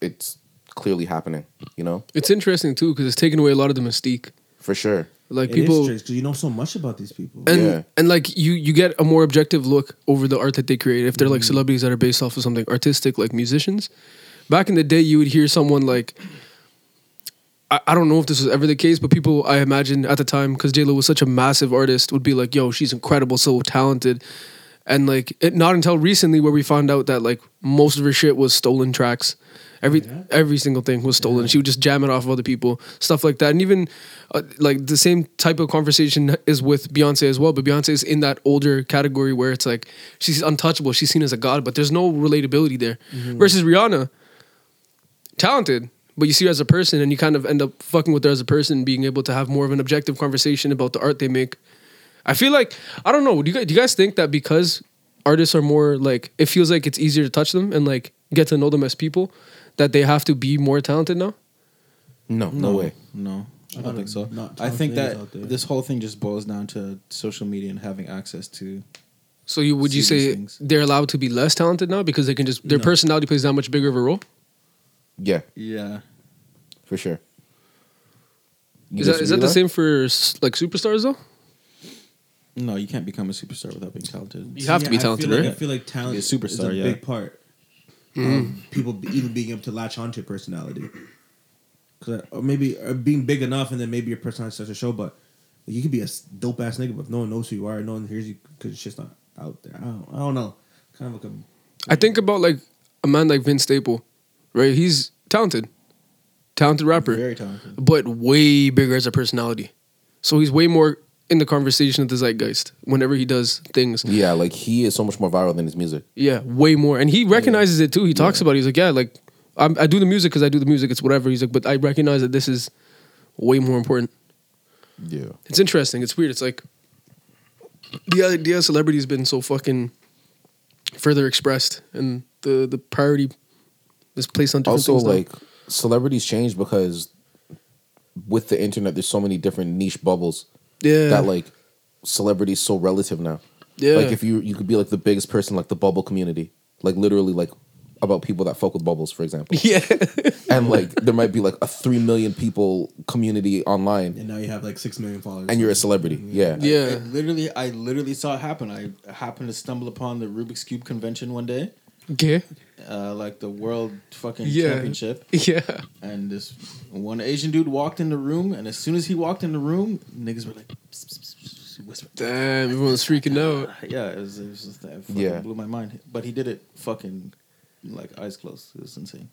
S9: it's clearly happening you know
S5: It's interesting too because it's taken away a lot of the mystique.
S9: for sure
S5: Like
S3: People,
S5: people
S3: because you know so much about these people.
S5: and
S9: Yeah.
S5: and like you you get a more objective look over the art that they create if they're like celebrities that are based off of something artistic like musicians. Back in the day, you would hear someone like. I I don't know if this was ever the case, but people I imagine at the time, because J Lo was such a massive artist, would be like, "Yo, she's incredible, so talented," and like it, not until recently where we found out that like most of her shit was stolen tracks every every single thing was stolen she would just jam it off of other people stuff like that and even uh, like the same type of conversation is with beyonce as well but beyonce is in that older category where it's like she's untouchable she's seen as a god but there's no relatability there versus rihanna talented but you see her as a person and you kind of end up fucking with her as a person being able to have more of an objective conversation about the art they make I feel like I don't know. Do you guys, do you guys think that because artists are more like it feels like it's easier to touch them and like get to know them as people that they have to be more talented now?
S9: No, no, way.
S11: No, I
S3: thought
S11: don't think so.
S3: not
S11: I
S3: talented is
S11: think that
S3: out there.
S11: this whole thing just boils down to social media and having access to.
S5: So you would you
S11: See these
S5: say
S11: things.
S5: they're allowed to be less talented now because they can just their personality plays that much bigger of a role?
S9: Yeah,
S11: Yeah,
S9: for sure. You
S5: Is that is that
S9: disagree
S5: the
S9: with
S5: same for s- like superstars though?
S11: no, you can't become a superstar without being talented.
S5: You have to be
S3: I
S5: talented,
S3: feel like,
S5: right? Hmm.
S3: I feel like talent
S11: be a superstar,
S3: is a
S11: yeah.
S3: big part. Of people be- even being able to latch onto your personality, 'Cause- uh, or maybe or being big enough, and then maybe your personality starts to show. But you could be a dope ass nigga, but if no one knows who you are, no one hears you because it's just not out there. I don't, I don't know. Kind of like a
S5: I think about like a man like Vince Staple, right? He's talented, talented rapper.
S11: Very talented.
S5: but way bigger as a personality. So he's way more in the conversation of the zeitgeist whenever he does things.
S9: Yeah, like he is so much more viral than his music.
S5: Yeah, way more. And he recognizes it too. He talks about it. He's like, yeah, like I'm, I do the music because I do the music. It's whatever. He's like, but I recognize that this is way more important.
S9: Yeah.
S5: It's interesting. It's weird. It's like the idea of celebrity has been so fucking further expressed, and the the priority is placed on different
S9: Also,
S5: things now.
S9: like celebrities change because with the internet, there's so many different niche bubbles
S5: yeah,
S9: that like celebrities so relative now.
S5: yeah,
S9: Like if you you could be like the biggest person, like the bubble community, like literally like about people that fuck with bubbles, for
S5: [laughs]
S9: example.
S5: [laughs] yeah,
S9: and like there might be like a three million people community online,
S3: And now you have like six million followers.
S9: and you're a celebrity. Yeah.
S5: yeah. [laughs]
S11: It literally, I literally saw it happen. I happened to stumble upon the Rubik's Cube convention one day,
S5: Okay.
S11: uh, like the world fucking
S5: Yeah.
S11: championship.
S5: Yeah.
S11: And this one Asian dude walked in the room, and as soon as he walked in the room, niggas were like, [sniffs] "Psst, psst, psst, psst, psst," whisper.
S5: Damn, everyone's freaking out.
S11: [laughs] Yeah, it was, it was just that fucking
S9: Yeah.
S11: blew my mind. But he did it fucking like eyes closed. It was insane.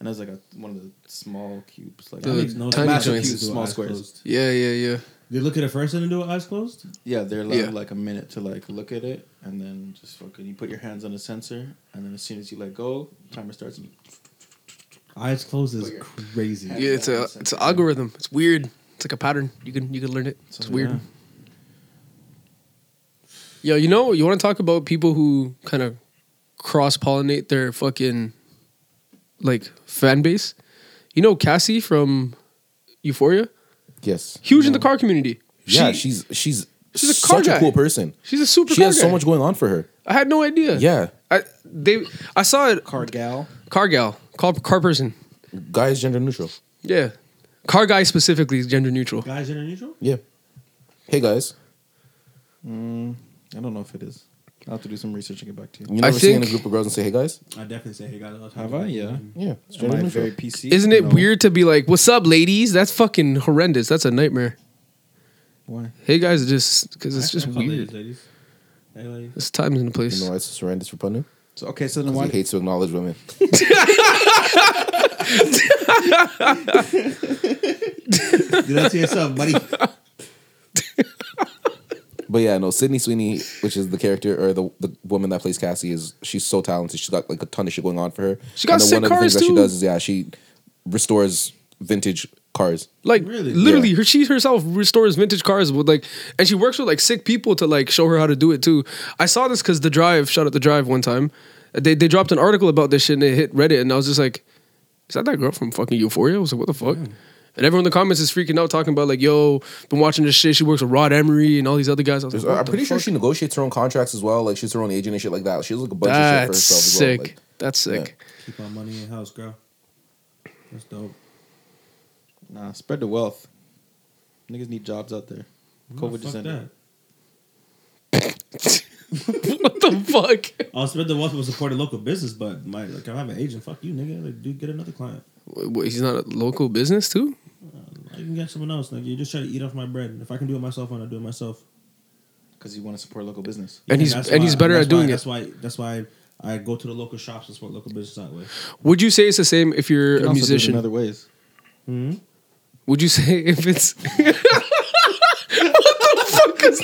S11: And I was like a, one of the small cubes, like
S5: The
S11: I mean,
S5: no
S11: the
S5: tiny
S11: massive
S5: joints.
S11: cubes, small squares.
S5: Yeah, yeah, yeah.
S3: They look at a person and do it eyes closed.
S11: Yeah, they're allowed
S5: Yeah.
S11: like a minute to like look at it, and then just fucking you put your hands on the sensor, and then as soon as you let go, timer starts. And
S3: Eyes closed is crazy.
S5: Yeah, it's a it's an algorithm. It's weird. It's like a pattern. You can you can learn it. It's weird. Yo, you know, you want to talk about people who kind of cross pollinate their fucking like fan base? You know, Cassie from Euphoria,
S9: Yes.
S5: huge in the car community.
S9: Yeah.
S5: She-
S9: She's she's
S5: she's a car
S9: such a
S5: guy.
S9: cool person.
S5: she's a super.
S9: She
S5: car
S9: has so
S5: guy.
S9: much going on for her.
S5: I had no idea.
S9: Yeah.
S5: I they I saw it.
S11: Car gal.
S5: Car gal, car, car person.
S9: Guy is gender neutral.
S5: Yeah, car guy specifically is gender neutral.
S3: Guys that are neutral.
S9: Yeah. Hey guys,
S11: I don't know if it is. I'll have to do some research and get back to you.
S9: you never seen
S5: think-
S9: a group of girls and say, "Hey guys."
S3: I definitely say hey guys. all the time.
S11: Have I? Yeah.
S9: Yeah. It's
S11: Am
S9: gender
S11: I
S9: neutral.
S11: very PC?
S5: Isn't it
S11: No.
S5: weird to be like, "What's up, ladies"? That's fucking horrendous. That's a nightmare.
S11: Why?
S5: Hey guys, just because
S3: I-
S5: it's just
S3: I call ladies,
S5: weird.
S3: ladies. Hey, ladies.
S5: It's times and a place.
S9: You know why it's so horrendous for Punu?
S11: So okay, so then
S9: 'Cause
S11: why?
S9: He hates to acknowledge women.
S3: Do that to yourself, buddy.
S5: [laughs]
S9: But yeah, no, Sydney Sweeney, which is the character or the the woman that plays Cassie, is she's so talented. She's got like a ton of shit going on for her.
S5: She got
S9: then
S5: sick cars,
S9: that she
S5: too.
S9: does is yeah, she restores vintage cars.
S5: Like
S3: Really?
S5: literally,
S9: Yeah.
S5: her she herself restores vintage cars with like, and she works with like sick people to like show her how to do it too. I saw this because the drive shout out the drive one time, they they dropped an article about this shit and it hit Reddit and I was just like, is that that girl from fucking Euphoria? I was like, what the fuck? And everyone in the comments is freaking out talking about like, yo, been watching this shit. She works with Rod Emery and all these other guys. I was
S9: There's-
S5: like,
S9: I'm
S5: what the
S9: pretty sure
S5: fuck?
S9: she negotiates her own contracts as well. Like she's her own agent and shit like that. She does like a bunch of shit
S5: That's
S9: for herself as
S5: sick.
S9: well. Like,
S5: That's sick.
S3: Keep our money in house, girl. That's dope.
S11: Nah, spread the wealth. Niggas need jobs out there. COVID
S3: Fuck
S11: just ended.
S3: that.
S5: [laughs] what the fuck?
S3: I'll spread the wealth and support a local business, but my like if I have an agent, fuck you, nigga. Like, dude, get another client.
S5: Wait, wait, he's not a local business too.
S3: I can get someone else. Like, you just try to eat off my bread. If I can do it myself, I'm gonna do it myself.
S11: Because you want to support local business.
S5: And he's-
S3: that's
S5: and he's better
S3: that's
S5: at doing
S3: why, That's why. That's why I go to the local shops and support local business that way.
S5: Would you say it's the same if you're
S11: You can
S5: a
S11: also do it
S5: musician?
S11: in other ways.
S5: Hmm? Would you [laughs] say if it's what the fuck is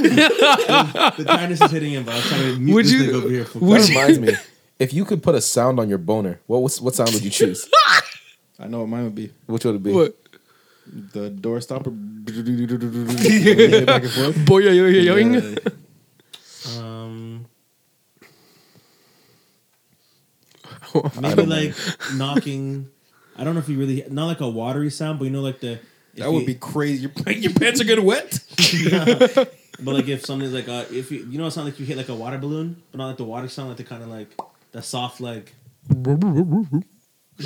S5: that?
S3: The kindness is hitting him, but I was trying to mute
S5: Would
S3: this
S5: you-
S3: nigga over here. For
S5: would
S9: that
S5: you-
S9: reminds me, if you could put a sound on your boner, what was, what sound would
S5: [laughs]
S9: you choose?
S11: I know what mine would be.
S9: Which would it be?
S5: What?
S11: The door
S5: [laughs]
S11: stopper.
S5: Boy, yo, yo, yo, yo.
S11: [laughs]
S3: um,
S9: I
S3: maybe
S9: don't
S3: like knocking. I don't know if you really not like a watery sound, but you know, like the if
S11: That would
S3: you-
S11: be crazy. Your, [laughs] your pants are getting wet.
S3: [laughs] But like if something's like uh, if you you know it sounds like you hit like a water balloon, but not like the water sound, like the kind of like the soft like like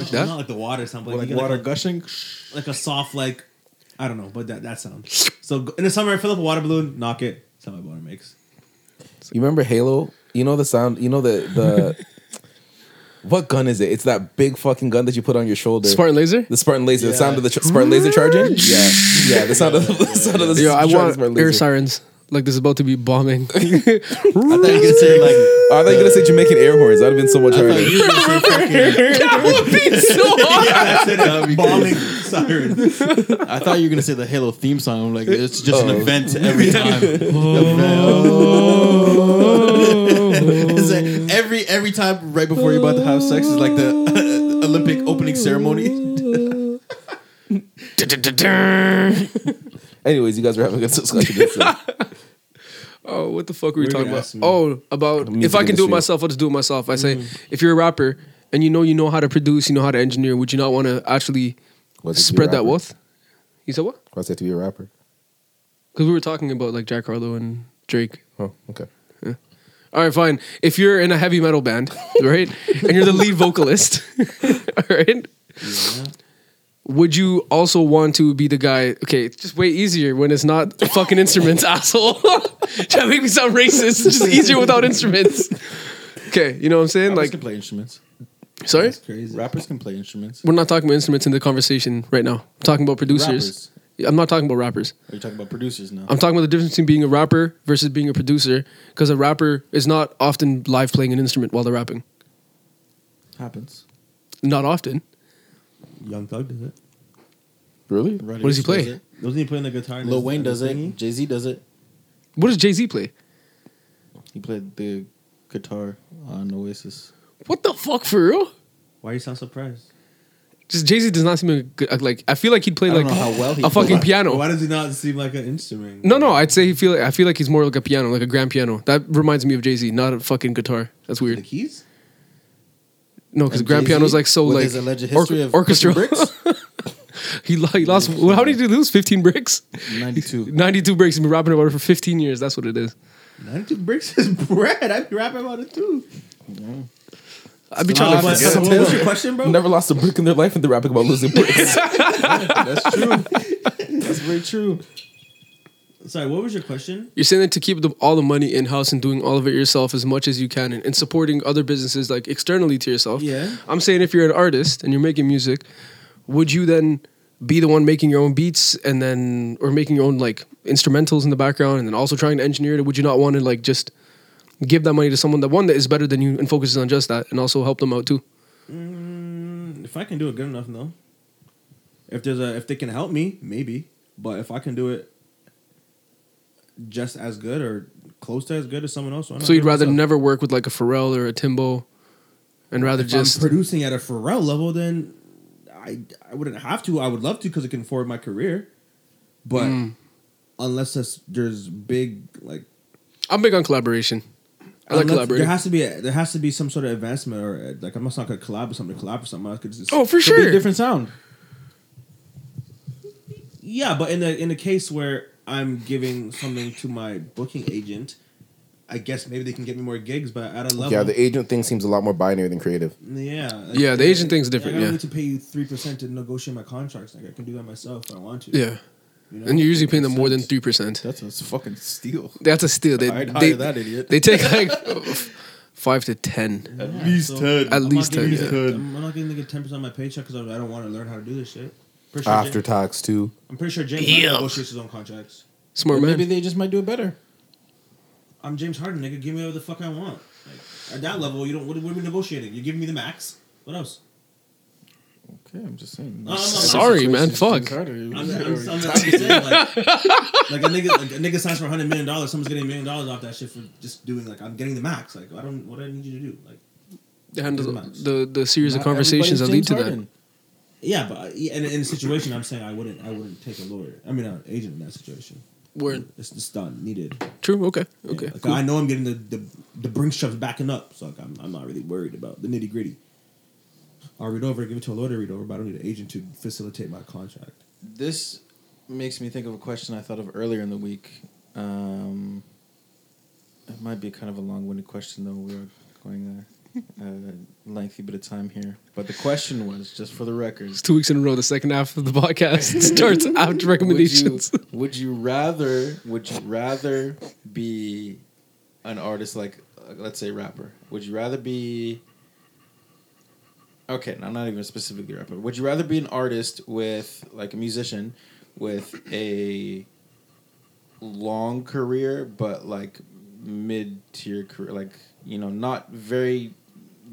S5: that?
S3: not like the water sound, but
S11: Like
S3: like, you get,
S11: water
S3: like,
S11: gushing.
S3: a, like a soft like I don't know, but that that sound. So go- in the summer, fill up a water balloon, knock it. That's how my water makes.
S9: [laughs]
S3: [laughs]
S9: You remember Halo? You know the sound. You know the the. [laughs] what gun is it? It's that big fucking gun that you put on your shoulder.
S5: Spartan laser.
S9: The Spartan laser, Mm-hmm. the sound of the ch- Spartan laser charging. Yeah, yeah, the sound of the sound of the
S5: Yo, I
S9: charging
S5: want
S9: Spartan
S5: air
S9: laser.
S5: sirens. like there's about to be [laughs] bombing.
S9: I thought you were gonna say
S3: [laughs]
S9: like I thought you were gonna say Jamaican air horns. That'd have been so much harder.
S3: [laughs]
S5: [laughs]
S3: That's it. Bombing sirens.
S11: I thought you were gonna say the Halo theme song. I'm like, it's just an event [laughs] every time. It's like every every time right before you're about to have sex is like the [laughs] Olympic opening ceremony.
S9: Anyways, you guys were having a good [laughs] discussion.
S5: oh, what the fuck were we talking
S3: gonna
S5: about?
S3: ask me.
S5: Oh, about if
S9: music
S5: I can do
S9: industry.
S5: it myself, I'll just do it myself. I say, if you're a rapper and you know you know how to produce, you know how to engineer, would you not want to actually
S9: Was it to be a
S5: spread that
S9: rapper?
S5: wealth? You said what?
S9: Was it to be a rapper?
S5: Because we were talking about like Jack Harlow and Drake.
S9: Oh, okay.
S5: All right, fine. If you're in a heavy metal band, [laughs] right, and you're the lead vocalist, [laughs] all right, would you also want to be the guy? Okay, it's just way easier when it's not fucking instruments, [laughs] asshole. Trying to make me sound racist. It's just easier without instruments. Okay, you know what I'm saying?
S11: Rappers
S5: Like,
S11: can play instruments.
S5: sorry,
S11: Crazy. Rappers can play instruments.
S5: we're not talking about instruments in the conversation right now. I'm talking about producers.
S11: Rappers.
S5: I'm not talking about rappers.
S11: Are you talking about producers now?
S5: I'm talking about the difference between being a rapper versus being a producer because a rapper is not often live playing an instrument while they're rapping.
S11: Happens.
S5: Not often.
S3: Young Thug does it.
S9: Really?
S11: What
S5: does he play?
S3: Wasn't he playing the guitar?
S11: Lil Wayne does
S9: Mm-hmm.
S11: it. Jay Z does it.
S5: What does Jay Z play?
S11: He played the guitar on Oasis.
S5: What the fuck for real?
S3: Why you sound surprised?
S5: Just Jay Z does not seem a good, like. I feel like he'd play
S11: I don't
S5: like
S11: know how well he
S5: a fucking piano.
S3: Why does he not seem like an instrument?
S5: No, no, I'd say he feel. I feel like he's more like a piano, like a grand piano. That reminds me of Jay Z, not a fucking guitar. That's
S3: The
S5: weird.
S3: keys?
S5: No, because
S11: And
S5: grand
S11: Jay-Z,
S5: piano's like so
S11: with
S5: like
S11: his alleged
S5: or-
S11: history of
S5: orchestral.
S11: pushing bricks?
S5: [laughs] he, lo- he lost. well, how did he lose? Fifteen bricks,
S11: 92.
S5: [laughs] ninety-two bricks. He's been rapping about it for fifteen years. That's what it is.
S3: 92 bricks is bread. I'd be rapping about it too.
S5: I'd be trying
S3: Uh,
S5: to.
S3: but-
S5: forget.
S3: so what was your question, bro?
S9: Never lost a brick in their life, and they're rapping about losing [laughs] bricks.
S11: That's very true.
S3: Sorry, what was your question?
S5: You're saying that to keep the, all the money in house and doing all of it yourself as much as you can and, and supporting other businesses like externally to yourself.
S3: Yeah.
S5: I'm saying if you're an artist and you're making music, would you then be the one making your own beats and then or making your own like instrumentals in the background and then also trying to engineer it? Or would you not want to like just give that money to someone that one that is better than you and focuses on just that and also help them out too?
S3: Mm, If I can do it good enough, no. If there's a if they can help me, maybe. But if I can do it just as good or close to as good as someone else, why not
S5: So
S3: do
S5: you'd
S3: it
S5: rather
S3: myself?
S5: never work with like a Pharrell or a Timbo and rather
S3: If
S5: just
S3: I'm producing at a Pharrell level, then I I wouldn't have to. I would love to because it can forward my career. But
S5: Hmm.
S3: unless there's, there's big like
S5: I'm big on collaboration. I like
S3: unless- there
S5: collaborating.
S3: has to be a, there has to be some sort of advancement or uh, like I'm not gonna collab with something to collab with someone else. 'cause it's-
S5: oh, for
S11: Could be a
S5: sure.
S11: different sound.
S3: Yeah, but in the in the case where I'm giving something to my booking agent, I guess maybe they can get me more gigs, but at a level,
S9: yeah, the agent thing seems a lot more binary than creative.
S3: yeah, like,
S5: Yeah, the agent thing's different,
S3: I don't
S5: yeah.
S3: need to pay you three percent to negotiate my contracts. Like I can do that myself if I want to.
S5: Yeah.
S3: you know?
S5: And you're usually paying them more than three percent.
S11: That's a fucking steal.
S5: That's a steal. They
S11: I'd
S5: they,
S11: hire that idiot.
S5: they take like [laughs] five to ten.
S3: Yeah,
S11: least 10.
S5: At least
S3: I'm not
S5: 10,
S3: giving
S5: yeah.
S3: you- I'm I'm not gonna get ten percent of my paycheck because I don't want to learn how to do this shit. Pretty sure
S9: After
S3: James,
S9: tax too.
S3: I'm pretty sure James Harden negotiates his own contracts.
S5: Smart man.
S11: Maybe they just might do it better.
S3: I'm James Harden, nigga. Give me whatever the fuck I want. Like, at that level, you don't. What, what are we negotiating? You're giving me the max. What else?
S11: Okay, I'm just saying.
S3: No, I'm not-
S5: Sorry, man. Fuck.
S3: I'm, I'm, I'm, I'm just saying,
S5: [laughs]
S3: like, like a nigga, like a nigga signs for hundred million dollars. Someone's getting a million dollars off that shit for just doing like I'm getting the max. Like I don't, what do I need you to do? Like
S5: And the,
S3: Max.
S5: the the series of conversations that lead to that.
S3: yeah, but uh, yeah, and in a situation, I'm saying I wouldn't, I wouldn't take a lawyer. I mean, an agent in that situation.
S5: Word.
S3: It's just not needed.
S5: True. Okay.
S3: Yeah,
S5: Okay.
S3: like,
S5: cool.
S3: I know I'm getting the the, the brink shoves backing up, so like, I'm I'm not really worried about the nitty gritty. I'll read over, give it to a lawyer to read over, but I don't need an agent to facilitate my contract.
S11: This makes me think of a question I thought of earlier in the week. Um, it might be kind of a long-winded question, though. We're going a, a lengthy bit of time here, but the question was just for the record:
S5: It's two weeks in a row. The second half of the podcast [laughs] starts after recommendations.
S11: Would you, would you rather? Would you rather be an artist like, uh, let's say, rapper? Would you rather be? Okay, no, not even specifically rapper. Would you rather be an artist with like a musician with a long career, but like mid tier career, like you know, not very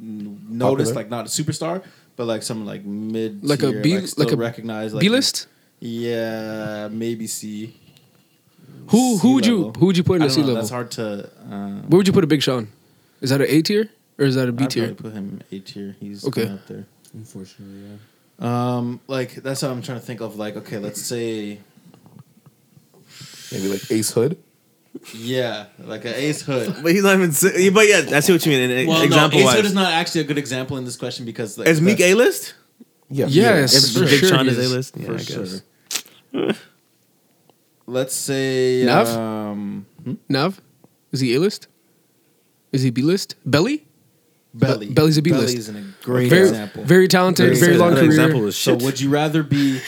S11: n- noticed,
S4: Popular.
S11: like not a superstar, but like some like mid
S5: Like a B-
S11: still
S5: like a
S11: recognized [laughs] like,
S5: B list.
S11: Yeah, maybe C.
S5: Who
S11: C
S5: who would you
S11: level.
S5: who would you put in
S11: I
S5: a
S11: don't
S5: C
S11: know,
S5: level?
S11: That's hard to. Um,
S5: Where would you put a Big Sean? Is that an A tier or is that a B
S11: I'd
S5: tier?
S11: probably put him A tier. He's
S5: Okay.
S11: okay up there.
S7: Unfortunately, yeah.
S11: Um, like that's how I'm trying to think of. Like, okay, let's say,
S4: Maybe like Ace Hood.
S11: yeah, like an
S5: [laughs]
S11: Ace Hood.
S3: But he's not even. si- But yeah, I see what you mean. and
S11: Well,
S3: example
S11: no, Ace
S3: wise,
S11: Hood is not actually a good example in this question because like,
S3: is Meek
S11: the-
S3: A list?
S4: Yeah.
S5: Yes, for
S3: Big
S5: sure.
S3: Sean
S5: he
S3: is
S5: is.
S3: A list. Yeah,
S11: for
S3: I guess.
S11: sure. Let's say,
S5: Nav?
S11: um,
S5: Nav, is he A list? Is he B list? Belly,
S11: Belly.
S5: Be- Belly's a B list.
S11: Belly's an- a great
S5: very
S11: example.
S5: very talented, very
S3: That
S5: long career.
S3: Example was
S11: so,
S3: shit.
S11: would you
S4: [laughs]
S11: rather be?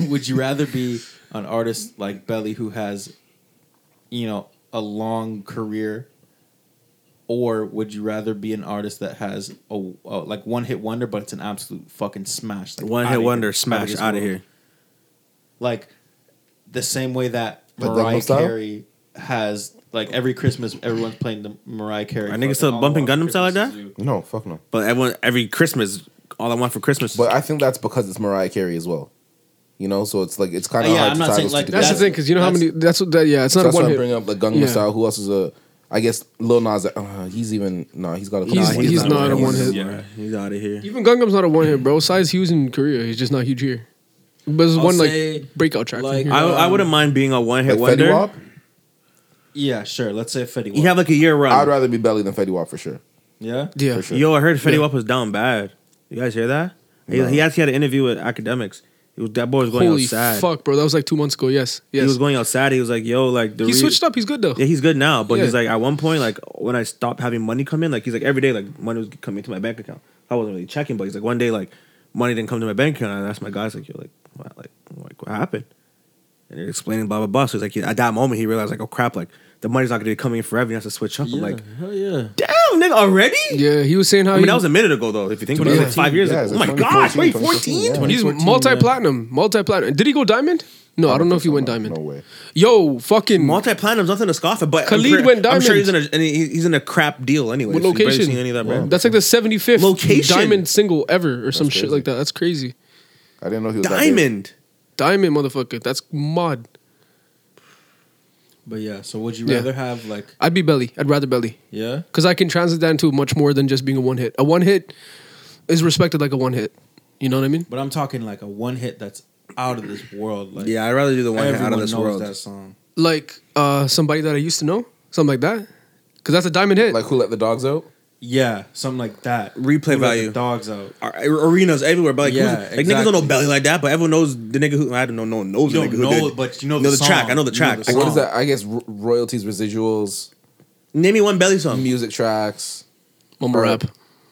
S11: would you rather be an artist like Belly who has, you know, a long career, or would you rather be an artist that has a, a like one hit wonder, but it's an absolute fucking smash? Like
S3: One
S11: outta
S3: hit
S11: here,
S3: wonder,
S11: outta
S3: smash
S11: this
S3: out of
S11: world.
S3: here.
S11: Like the same way that
S4: Like Gangnam
S11: Mariah
S4: Style?
S11: Carey has. Like every Christmas, everyone's playing the Mariah Carey.
S3: Are niggas
S11: fucking
S3: still
S11: All I
S3: bumping
S11: Want for
S3: Gangnam Style like
S11: Christmas
S3: that?
S11: Is You.
S4: No, fuck no.
S3: But everyone, every Christmas, all I want for Christmas.
S4: But I think that's because it's Mariah Carey as well. You know, so it's like it's kind
S11: Uh,
S4: of
S11: yeah,
S4: hard
S11: I'm
S4: to
S11: not
S4: tie
S11: saying,
S4: those
S11: like,
S4: two
S5: That's the
S4: together.
S5: thing, because you know how
S11: That's-
S5: many. That's what that. Yeah, it's
S4: So
S5: not a
S4: that's why
S5: one
S4: I bring
S5: hit.
S4: up like Gangnam
S5: Yeah.
S4: Style. Who else is a? I guess Lil Nas. Uh, he's even no. he's got a.
S5: He's-
S4: couple-
S5: he's not a
S4: he's-
S5: one hit.
S3: yeah, he's out of here.
S5: Even Gangnam's not a one hit, bro. Size huge in Korea. He's just not huge here. But it's
S2: I'll
S5: one
S2: say,
S5: like breakout track. from
S2: like,
S5: here.
S3: I, I wouldn't mind being a one hit
S4: Like Fetty
S3: wonder.
S4: Wap.
S11: Yeah, sure. Let's say Fetty.
S3: He
S11: Wap.
S3: have like a year
S4: I'd
S3: run.
S4: rather be Belly than Fetty Wap for sure.
S11: yeah.
S5: yeah,
S4: For sure.
S3: Yo, I heard Fetty
S5: Yeah.
S3: Wap was down bad. You guys hear that? He,
S4: No.
S3: he actually had an interview with academics. He was, that boy was going
S5: holy
S3: outside.
S5: fuck, bro. That was like two months ago. Yes, yes.
S3: He was going outside. He was like, "Yo, like the
S5: he
S3: re-
S5: switched up. He's good though.
S3: Yeah, he's good now, but he's
S5: Yeah.
S3: like at one point, like when I stopped having money come in, like he's like every day, like money was coming to my bank account. I wasn't really checking, but he's like one day, like money didn't come to my bank account. And I asked my guys, like, yo, like, what, like, like what happened? And they're explaining blah blah blah. So it's like yeah, at that moment he realized like, oh crap, like the money's not gonna be coming in forever. He has to switch up. I'm like,
S11: hell yeah.
S3: damn, nigga, already?
S5: yeah, he was saying how
S3: I mean,
S5: he,
S3: that was a minute ago though. If you think about it, it was, like five years
S4: Yeah,
S3: ago.
S4: it's
S3: Oh
S4: like
S3: my gosh, wait,
S4: 2014,
S3: fourteen?
S4: 2014,
S5: he's multi platinum, multi platinum. Did he go diamond? No, I don't know if he went diamond.
S4: No way.
S5: Yo, fucking
S3: Multi platinum's nothing to scoff at, but
S5: Khalid
S3: I'm sure,
S5: went
S3: I'm sure
S5: diamond.
S3: he's in a and he- he's in a crap deal anyway.
S5: What
S3: so you've barely
S5: location?
S3: seen any of that, bro.
S5: That's like the 75th
S3: Location.
S5: diamond single ever or some shit
S4: crazy.
S5: like that. That's crazy.
S4: I didn't know he was that big.
S3: Diamond.
S5: Diamond motherfucker. That's mod.
S11: But yeah, so would you
S5: Yeah.
S11: rather have like
S5: I'd be belly. I'd rather belly.
S11: yeah?
S5: Because I can translate that into much more than just being a one hit. A one hit is respected like a one hit. You know what I mean?
S11: But I'm talking like a one hit that's out of this world. Like
S3: Yeah, I'd rather do the one hit
S11: everyone
S3: out of this
S11: knows
S3: world.
S11: that song.
S5: Like uh somebody that I used to know. Something like that. Because that's a diamond hit.
S4: Like who let the dogs out?
S11: Yeah, something like that.
S3: Replay
S11: Who let
S3: value.
S11: The dogs out.
S3: ar- arenas everywhere. But like,
S11: Yeah,
S3: who's- like niggas don't know
S11: exactly.
S3: belly like that. But everyone knows the nigga who I don't know. No one knows
S11: You
S3: the
S11: don't
S3: nigga who
S11: know
S3: did.
S11: it, but you know
S3: know
S11: the
S3: the, track.
S11: song.
S3: I know the
S11: You know
S3: track.
S11: the
S3: I
S4: What
S3: know-
S4: is that? I guess ro- royalties, residuals,
S3: Name me one belly song.
S4: music tracks.
S5: Mumble
S4: Or-
S5: rap.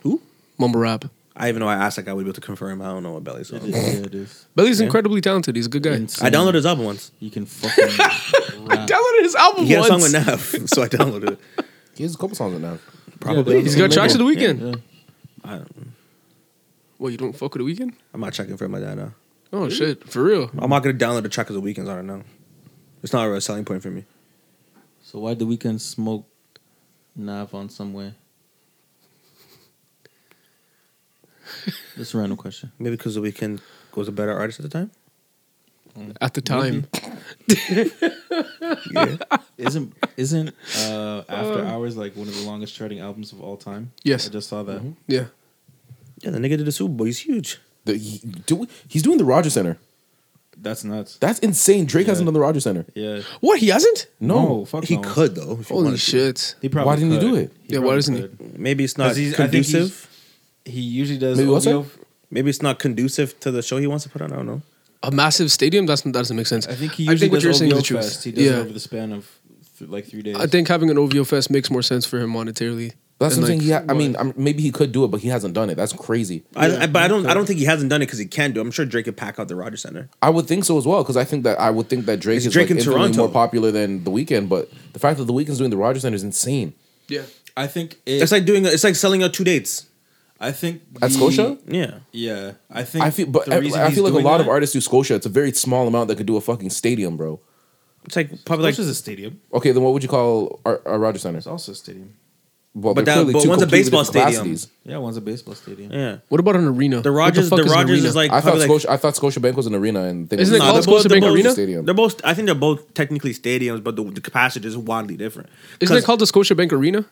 S3: Who?
S5: Mumble rap.
S3: I even know I asked like I would be able to confirm. I don't know what belly song.
S11: It is, yeah, it is.
S5: Belly's incredibly talented. He's a good guy. [laughs]
S3: I downloaded his album once.
S11: You
S9: [laughs]
S11: can fucking rap.
S5: Downloaded his album
S3: He had a song
S5: once.
S3: with Nav, [laughs] so I
S11: [laughs]
S3: downloaded it.
S4: He has a couple songs in now.
S3: Probably.
S5: He's got tracks of the weekend.
S11: Yeah.
S3: I don't,
S5: What you don't fuck with the weekend?
S3: I'm not checking for my dad now.
S5: Oh shit, for real.
S3: I'm not gonna download the track of the weekends. I don't know. It's not a real selling point for me.
S11: So why the weekend smoke Nav on somewhere? Just a random question.
S3: Maybe because the weekend was a better artist at the time.
S5: At the time,
S3: Yeah.
S11: Isn't isn't uh, After Hours like one of the longest charting albums of all time?
S5: Yes.
S11: I just saw
S3: Mm-hmm.
S11: that.
S5: yeah.
S3: yeah, the nigga did the Super Bowl. He's huge.
S4: The, he, do, he's doing the Rogers Center.
S11: That's nuts.
S4: That's insane. Drake hasn't
S11: Yeah.
S4: done the Rogers Center.
S11: Yeah.
S5: What he hasn't?
S4: No.
S11: Oh, fuck
S3: He
S11: no.
S3: could though. if he
S5: Holy
S3: wanted to.
S5: shit!
S11: He probably
S4: Why didn't he
S11: could.
S4: do it?
S5: Yeah, why
S11: probably
S5: doesn't he?
S11: could.
S3: Maybe it's not
S11: 'Cause he's- I think he's-
S3: conducive.
S11: He usually does
S4: Maybe what's
S11: audio.
S3: Maybe it's not conducive to the show he wants to put on. I don't know.
S5: A massive stadium? That's that doesn't make sense.
S11: I think he usually
S5: what
S11: does
S5: you're
S11: OVO
S5: saying is the truth.
S11: fest. He does it
S5: Yeah.
S11: over the span of th- like three days.
S5: I think having an OVO fest makes more sense for him monetarily.
S4: That's
S5: than,
S4: what I'm saying.
S5: like,
S4: He ha- I mean, I'm, maybe he could do it, but he hasn't done it. That's crazy.
S3: I, I, but I don't. I don't think he hasn't done it because he can do. it. I'm sure Drake could pack out the Rogers Center.
S4: I would think so as well because I think that I would think that Drake
S3: It's
S4: is
S3: Drake
S4: like
S3: in
S4: infinitely
S3: Toronto.
S4: more popular than The Weeknd, but the fact that The Weeknd's doing the Rogers Center is insane.
S5: yeah.
S11: I think it,
S3: It's like doing. It's like selling out two dates.
S11: I think
S4: At
S11: the-
S4: Scotia?
S3: Yeah.
S11: Yeah, I think.
S4: I feel, but
S11: the reason
S4: I, I
S11: he's
S4: feel like a
S11: doing
S4: lot of
S11: that-
S4: artists do Scotia. It's a very small amount that could do a fucking stadium, bro.
S3: It's like probably like
S11: Which is a stadium.
S9: Okay, then what would you call our, our Rogers Center?
S11: It's also a stadium.
S9: Well,
S3: But
S9: they're
S3: that-
S9: clearly
S3: but
S9: two
S3: one's a
S9: completely
S3: baseball
S9: different
S3: stadium.
S9: capacities.
S11: Yeah, one's a baseball stadium.
S3: yeah.
S5: What about an arena?
S3: The
S5: What
S3: Rogers,
S5: fuck
S3: the
S5: is an
S3: Rogers
S5: arena?
S3: is like
S9: I thought
S3: probably like
S9: Scotia, I thought Scotiabank was an arena, and they
S5: Isn't it
S9: No,
S5: called
S9: they're
S3: they're
S5: Scotia
S3: both, they're
S5: Bank
S3: both-
S5: Arena?
S9: Stadium.
S3: They're both. I think they're both technically stadiums, but the, the capacity is wildly different.
S5: Isn't it called the Scotiabank Arena?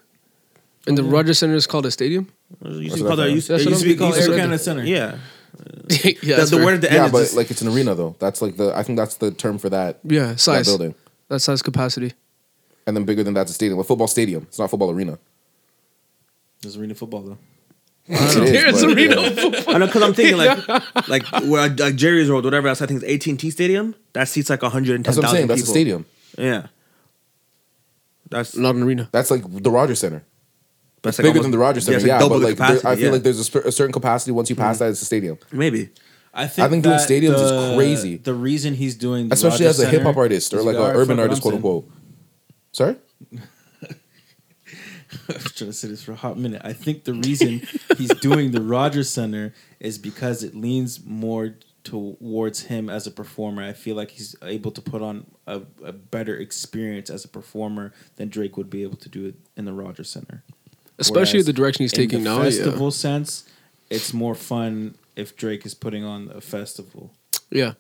S5: And the Rogers Center is called a stadium.
S3: Mm-hmm. It used to
S9: That's
S3: be called
S9: what I
S3: that. Used,
S5: thought.
S3: it used to
S5: That's
S3: be
S5: what I'm
S3: called
S5: saying.
S3: Air
S5: Canada
S3: Canada
S5: [laughs]
S2: Center.
S3: Yeah,
S5: yeah,
S3: the,
S5: that's
S3: the
S5: fair.
S3: word at the end
S9: Yeah,
S3: is
S9: but
S3: just-
S9: like it's an arena though. That's like the I think that's the term for that,
S5: yeah,
S9: that
S5: size.
S9: building.
S5: That size
S11: [laughs]
S5: capacity.
S9: And then bigger than that's a stadium, a football stadium. It's not a football arena.
S11: It's arena football though.
S9: It
S5: [laughs] It's
S9: is, but-
S5: arena.
S3: I know because I'm thinking
S11: [laughs]
S3: like like where like Jerry's World, whatever else. I think it's AT&T Stadium. That seats like 110,000
S9: That's what I'm saying.
S3: people.
S9: That's a stadium.
S3: Yeah, that's
S5: Not an arena.
S9: That's like the Rogers Center.
S3: that's
S9: bigger than the Rogers Center.
S3: it's
S9: Yeah,
S3: double
S9: but
S3: the
S9: like there,
S3: capacity.
S9: I feel
S3: yeah. Mm.
S9: like there's a, sp- a certain capacity once you pass that it's a stadium.
S3: maybe.
S11: I think,
S9: think doing
S11: that
S9: stadiums is
S11: the-
S9: crazy.
S11: The reason he's doing, the
S9: Especially
S11: Rogers
S9: as a hip hop
S11: Center
S9: artist or
S11: is
S9: like
S11: we
S9: an
S11: are
S9: urban
S11: fucking
S9: artist, quote
S11: Ramson.
S9: unquote. Sorry?
S11: I've tried to say this for a hot minute. I think
S9: [laughs]
S11: the reason he's doing the Rogers Center is because it leans more towards him as a performer. I feel like he's able to put on a, a better experience as a performer than Drake would be able to do it in the Rogers Center.
S5: Especially
S11: Whereas
S5: the direction he's
S11: in
S5: taking
S11: the
S5: now.
S11: Festival sense, it's more fun if Drake is putting on a festival.
S5: Yeah.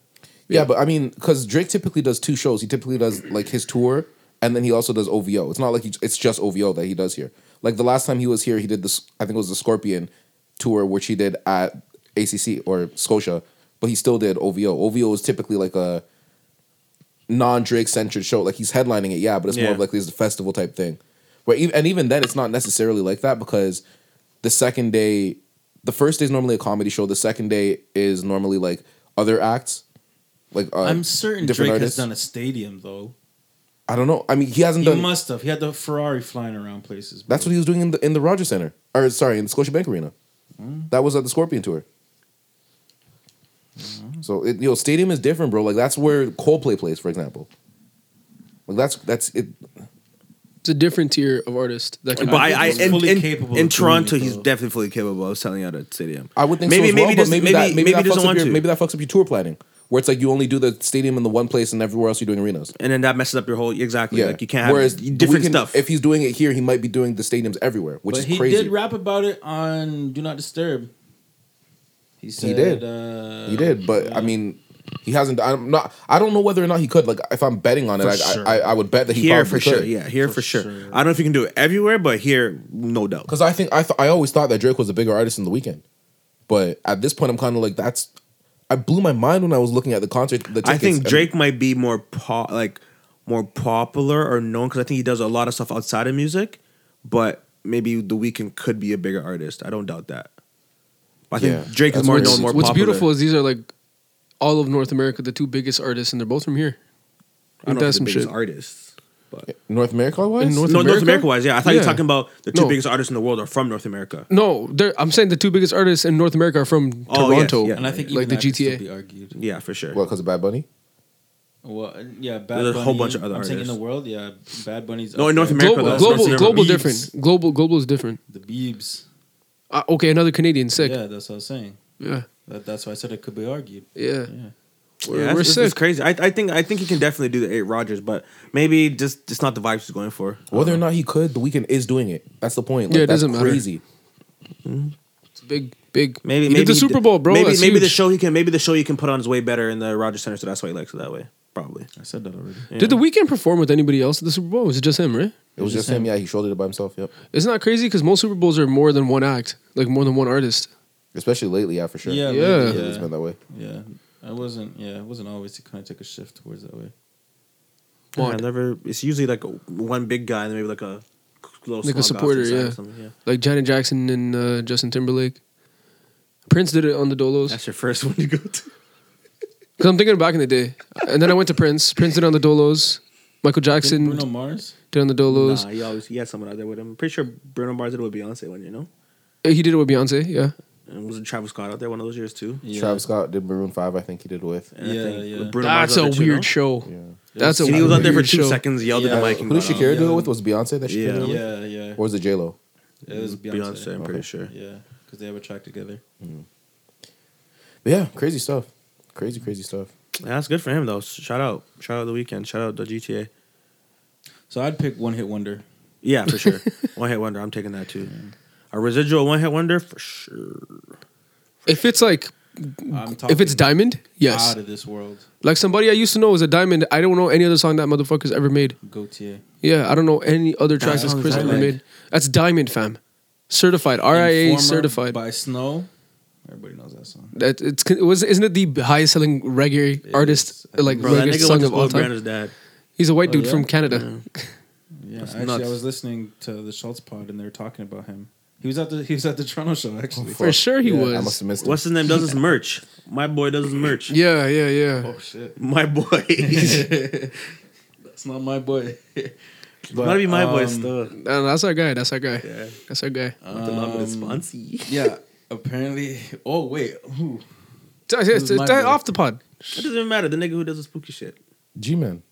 S9: Yeah, but I mean, because Drake typically does two shows. He typically does like his tour, and then he also does OVO. It's not like he, it's just OVO that he does here. Like the last time he was here, he did this. I think it was the Scorpion tour, which he did at ACC or Scotia, but he still did OVO. OVO is typically like a non-Drake centered show. Like he's headlining it, yeah, but it's more
S3: Yeah.
S9: of like this festival type thing. Where even, and even then, it's not necessarily like that because the second day, the first day is normally a comedy show. The second day is normally like other acts. Like uh,
S11: I'm certain Drake
S9: different
S11: has
S9: artists.
S11: done a stadium though.
S9: I don't know. I mean, he hasn't
S11: He
S9: done.
S11: must have. He had the Ferrari flying around places.
S9: That's what he was doing in the in the Rogers Center, or sorry, in the Scotiabank Arena.
S3: Mm.
S9: That was at the Scorpion tour.
S3: Mm-hmm.
S9: So it, yo, stadium is different, bro. Like that's where Coldplay plays, for example. Like that's that's it.
S5: It's a different tier of artist that can
S3: But I, I
S11: he's
S3: in,
S11: fully
S3: in,
S11: capable
S3: in
S11: of doing
S3: Toronto,
S11: it,
S3: he's
S11: though.
S3: definitely fully capable of selling out a stadium.
S9: I would think
S3: Maybe-
S9: so as well,
S3: maybe
S9: but
S3: just-
S9: maybe
S3: maybe-
S9: that maybe,
S3: maybe he
S9: that fucks
S3: doesn't
S9: up
S3: want
S9: your,
S3: to.
S9: maybe that fucks up your tour planning, where it's like you only do the stadium in the one place and everywhere else you're doing arenas.
S3: and then that messes up your whole exactly.
S9: Yeah,
S3: Like you can't have
S9: Whereas we
S3: different
S9: can-
S3: stuff.
S9: If he's doing it here, he might be doing the stadiums everywhere, which
S11: but
S9: is
S11: he
S9: crazy.
S11: did rap about it on Do Not Disturb. He said
S9: did.
S11: Uh,
S9: He did, but I mean, he hasn't. I'm not. I don't know whether or not he could. Like, if I'm betting on it, I,
S11: sure.
S9: I, I would bet that he
S3: here
S9: probably
S3: for sure,
S9: could.
S3: yeah, here for,
S11: For
S3: sure.
S11: sure.
S3: I don't know if you can do it everywhere, but here, no doubt.
S9: Because I think I th- I always thought that Drake was a bigger artist in the weekend, but at this point, I'm kind of like that's. I blew my mind when I was looking at the concert. The tickets, um,
S3: I think
S9: and-
S3: Drake might be more po- like more popular or known because I think he does a lot of stuff outside of music, but maybe The Weeknd could be a bigger artist. I don't doubt that. I think
S9: Yeah,
S3: Drake is
S9: that's
S3: more
S9: where
S3: known,
S9: it's-
S3: more
S5: What's
S3: popular.
S5: beautiful is these are like all of North America, the two biggest artists, and they're both from here.
S3: I don't know
S5: That's
S3: if
S5: some
S3: the biggest
S5: shit.
S3: artists.
S9: North America wise.
S5: In North-
S3: no, North
S5: America?
S3: America wise, yeah. I thought you were
S5: Yeah.
S3: talking about the two
S5: No.
S3: biggest artists in the world are from North America.
S5: No, they're- I'm saying the two biggest artists in North America are from
S3: Oh, yes,
S5: Toronto.
S3: yeah.
S11: and I think
S5: Like
S11: even
S5: the
S11: that could
S5: GTA.
S11: still be argued.
S3: Yeah, for sure.
S9: what? Because of Bad Bunny.
S11: Well, uh, yeah, Bad
S3: There's
S11: Bunny,
S3: a whole bunch of other
S11: I'm saying in
S3: artists.
S11: the world, yeah, Bad Bunny's
S3: No,
S11: up
S3: in North
S11: there.
S3: America,
S5: global,
S3: though.
S5: global,
S3: North
S5: global
S3: America.
S5: different. Global, global is different.
S11: The Beebs.
S5: Uh, okay, another Canadian, sick.
S11: Yeah, that's what I was saying.
S5: Yeah,
S11: That, that's why I said it could be argued.
S5: yeah. We're,
S3: Yeah,
S5: we're
S3: it's,
S5: sick.
S3: it's crazy. I, I think I think he can definitely do the eight Rogers, but maybe just just not the vibes he's going for.
S9: Whether or not he could, the weekend is doing it. That's the point. Like,
S5: Yeah, it
S9: that's
S5: doesn't matter.
S9: Crazy.
S5: It's big, big.
S3: Maybe
S5: He
S3: maybe
S5: did the
S3: he
S5: Super
S3: did-
S5: Bowl, bro.
S3: Maybe
S5: That's
S3: maybe the
S5: huge.
S3: show he can maybe the show he can put on is way better in the Rogers Center, so that's why he likes it that way. Probably.
S11: I said that already.
S5: Did the weekend perform with anybody else at the Super Bowl? Was it just him, right?
S9: It was just him. Yeah, he shouldered it by himself. Yep.
S5: It's not crazy because most Super Bowls are more than one act, like more than one artist.
S9: Especially lately, yeah, for sure.
S11: Yeah,
S5: Yeah.
S11: lately,
S9: it's been
S11: yeah,
S9: that way.
S11: yeah. I wasn't. Yeah, I wasn't always to kind of take a shift towards that way.
S3: Yeah,
S5: Wand.
S3: I never. It's usually like one big guy and maybe like a little
S5: Like
S3: small guy
S5: a
S3: off
S5: supporter,
S3: the side or
S5: yeah.
S3: something, yeah.
S5: Like Janet Jackson and uh, Justin Timberlake. Prince did it on the Dolos.
S3: That's your first [laughs] one to go to.
S5: Because I'm thinking back in the day. And then I went to Prince. Prince did it on the Dolos. Michael
S11: Didn't
S5: Jackson
S11: Bruno Mars.
S5: did it on the Dolos.
S3: Nah, he always he had someone out there with him. I'm pretty sure Bruno Mars did it with Beyonce one, you know.
S5: He did it with Beyonce, yeah.
S3: And was it Travis Scott out there one of those years too?
S11: Yeah.
S9: Travis Scott did Maroon Five. I think he did with.
S3: And I
S11: Yeah,
S3: think
S11: yeah.
S3: Bruno Mars
S5: That's a
S3: out there, too,
S5: weird
S3: no?
S5: show. That's a
S3: And he was out there for
S5: weird
S3: two
S5: show.
S3: seconds, yelled at
S11: Yeah.
S3: the mic.
S9: Who
S3: And
S9: did
S3: got
S9: Shakira
S3: out.
S9: do it with? Was it Beyonce that Shakira
S3: Yeah.
S9: did it with?
S11: Yeah, yeah.
S9: Or was it J Lo?
S11: It was Beyonce.
S3: Beyonce, I'm pretty sure.
S11: Yeah, because they have a track together.
S9: But yeah, crazy stuff. Crazy, crazy stuff.
S3: that's good for him though. Shout out, shout out the weekend, shout out the GTA.
S11: So I'd pick One Hit Wonder.
S3: Yeah, for sure. one hit wonder. I'm taking that too. A residual one hit wonder for sure.
S5: If it's like
S11: I'm talking
S5: if it's diamond, yes.
S11: out of this world.
S5: Like somebody I used to know is a diamond. I don't know any other song that motherfucker's ever made.
S11: Gautier.
S5: Yeah, I don't know any other tracks this
S11: sounds
S5: Chris ever
S11: diamond.
S5: made. That's diamond, fam. Certified RIA
S11: Informer
S5: certified.
S11: by Snow. Everybody knows that song.
S5: That it's it was isn't it the highest selling reggae
S11: It
S5: artist
S11: is. I
S5: like
S3: Bro, that
S5: reggae
S3: nigga went
S5: song
S3: to
S5: of
S3: school
S5: all
S3: with
S5: time?
S3: Brandon's dad.
S5: He's a white
S11: Oh,
S5: dude
S11: yeah?
S5: from Canada.
S11: Yeah,
S5: That's
S11: actually,
S5: nuts.
S11: I was listening to the Schultz pod and they were talking about him. He was at the he was at the Toronto show actually.
S5: [laughs] For sure he
S9: Yeah, I must
S5: was.
S9: have missed
S3: What's his name? Does his merch? My boy does his merch.
S5: Yeah, yeah, yeah.
S11: Oh, shit,
S3: My boy. [laughs]
S11: that's not my boy. But,
S3: Gotta be my boy
S11: um,
S3: still.
S5: No, no, that's our guy. That's our guy. That's our
S11: Uh,
S5: guy.
S3: With the love and it's fancy.
S11: Yeah, apparently. Oh wait, who?
S5: T- t-
S11: was
S5: t-
S11: my
S5: t-
S11: boy.
S5: off the pod.
S3: It doesn't even matter. The nigga who does the spooky shit.
S9: G Man.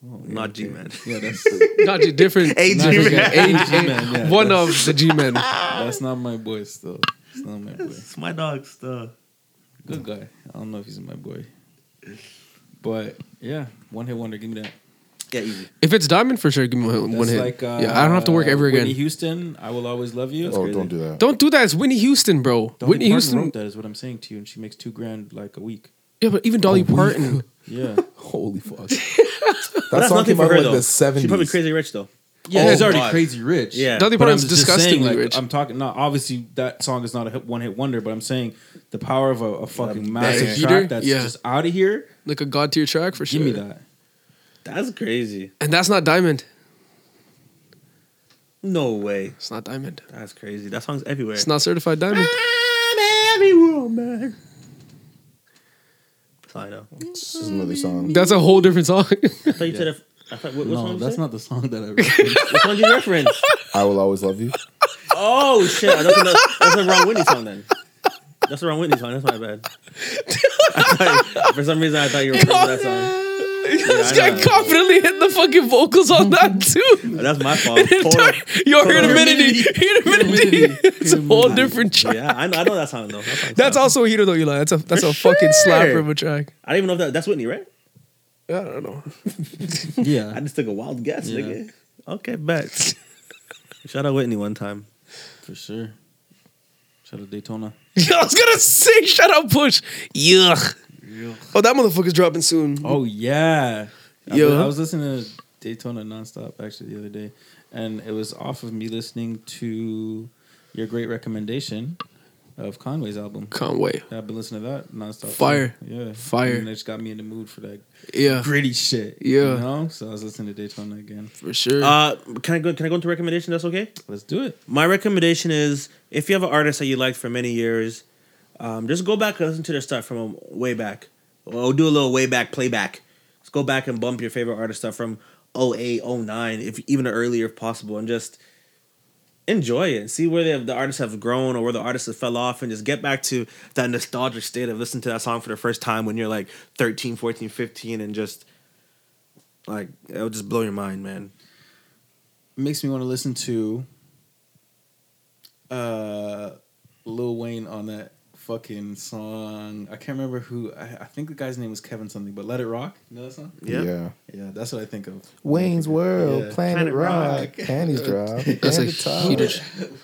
S3: Not G man.
S11: Yeah, that's
S5: Got you
S9: [laughs]
S5: different.
S3: A
S5: not
S3: G-Man.
S5: just a- A-
S11: G-Man, yeah,
S5: One of
S11: [laughs]
S5: the G men.
S11: that's not my boy still. It's not my boy.
S3: It's my dog still.
S11: Good guy. I don't know if he's my boy, but yeah, one hit wonder. Give me that.
S3: Yeah, easy.
S5: If it's diamond, for sure, give me one,
S11: That's
S5: one hit.
S11: like uh,
S5: yeah, I don't have to work ever again.
S11: Whitney Houston, I will always love you.
S9: Oh, don't do that.
S5: don't do that. It's Whitney Houston, bro.
S11: Dolly
S5: Whitney
S11: Parton
S5: Houston.
S11: wrote that is what I'm saying to you, and she makes two grand like a week.
S5: Yeah, but even
S11: Oh,
S5: Dolly
S11: [laughs]
S5: Parton.
S11: Yeah,
S3: [laughs]
S9: Holy fuck.
S3: But
S9: That
S3: that's
S9: song
S3: nothing
S9: came
S3: for
S9: out
S3: her
S9: in
S3: though.
S9: like the 70s.
S3: She's probably crazy rich though.
S11: yeah,
S3: Oh,
S11: it's already
S3: God.
S11: crazy rich.
S3: [laughs] Yeah.
S5: Dolly
S11: But I'm
S5: Parton's
S11: just saying,
S5: disgustingly
S11: like,
S5: rich.
S11: I'm talking. Not obviously that song is not a one hit wonder, but I'm saying the power of a, a fucking massive
S5: banger. Heater?
S11: track that's
S5: Yeah.
S11: just out of here.
S5: like a god tier track for sure.
S11: Give me that.
S3: That's crazy.
S5: And that's not diamond.
S3: No way.
S5: It's not diamond.
S3: That's crazy. That song's everywhere.
S5: It's not certified diamond.
S3: I'm every woman. Sorry though.
S9: This is another song.
S5: That's a whole different song. [laughs]
S3: I thought you said. If, I thought, what, what
S11: no,
S3: song
S11: that's
S3: you
S11: not the song
S3: [laughs]
S11: that I wrote.
S3: said? Which one did you reference?
S9: I Will Always Love You.
S3: [laughs] Oh shit! That's a, that's a wrong Whitney song then. That's a wrong Whitney song. That's my bad. I thought- for some reason, I thought you were referring to that [laughs] song.
S5: this
S3: I
S5: guy
S3: know.
S5: confidently hit the fucking vocals on that too.
S3: That's my fault. [laughs] Total.
S5: Yo, here in a minute. Here in a minute. It's a whole different track.
S3: Yeah, I know, I know that song though. That song
S5: That's
S3: sucks.
S5: also a heater though, Eli. That's a that's a
S3: For
S5: fucking
S3: sure.
S5: slapper of a track.
S3: I don't even know if that, that's Whitney, right?
S5: I don't know.
S3: I
S11: yeah,
S3: just took a wild guess,
S11: Yeah.
S3: nigga. Okay, [laughs] bet. Shout out Whitney one time.
S11: for sure. Shout out Daytona.
S5: [laughs] I was gonna say, shut up, push. Yuck. Oh, that motherfucker's dropping soon.
S11: Oh yeah, I-
S5: Yo.
S11: I, was listening to Daytona nonstop actually the other day, and it was off of me listening to your great recommendation of Conway's album.
S5: Conway.
S11: I've been listening to that nonstop.
S5: Fire.
S11: yeah,
S5: Fire.
S11: And it just got me in the mood for that
S5: Yeah,
S11: gritty shit.
S5: Yeah.
S11: you know. So I was listening to Daytona again.
S5: for sure.
S3: Uh, can I go? Can I go into recommendation? That's okay.
S11: Let's do it.
S3: My recommendation is if you have an artist that you liked for many years, um, just go back and listen to their stuff from um, way back. Or do a little way back playback. Just go back and bump your favorite artist stuff from 08, 09, if even earlier if possible, and just enjoy it and see where they have, the artists have grown or where the artists have fell off and just get back to that nostalgic state of listening to that song for the first time when you're like 13, 14, 15 and just like it'll just blow your mind, man.
S11: makes me want to listen to uh Lil Wayne on that fucking song. I can't remember who. I, I think the guy's name was Kevin something, but Let It Rock. You know that song?
S3: Yeah.
S9: Yeah.
S11: Yeah, that's what I think of.
S9: Wayne's World,
S11: Yeah.
S9: Planet,
S3: Planet
S9: Rock,
S3: Rock.
S9: Panties Drop.
S5: That's a
S9: Bandit Top.
S5: heater.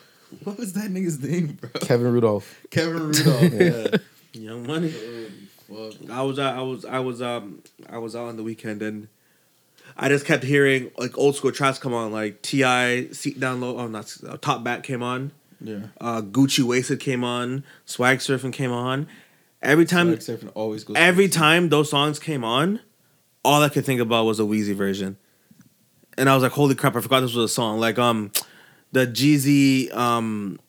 S11: What was that nigga's name, bro?
S9: Kevin Rudolph.
S11: Kevin [laughs] Rudolph. yeah.
S3: Young Money. I was out- I was I was um I was out on the weekend and I just kept hearing like old school tracks come on like Ti seat down low oh not uh, top back came on
S11: Yeah.
S3: uh Gucci wasted came on swag surfing came on every time
S11: Black Serpent always goes.
S3: every time those songs came on all I could think about was a Wheezy version and I was like holy crap I forgot this was a song like um the Jeezy um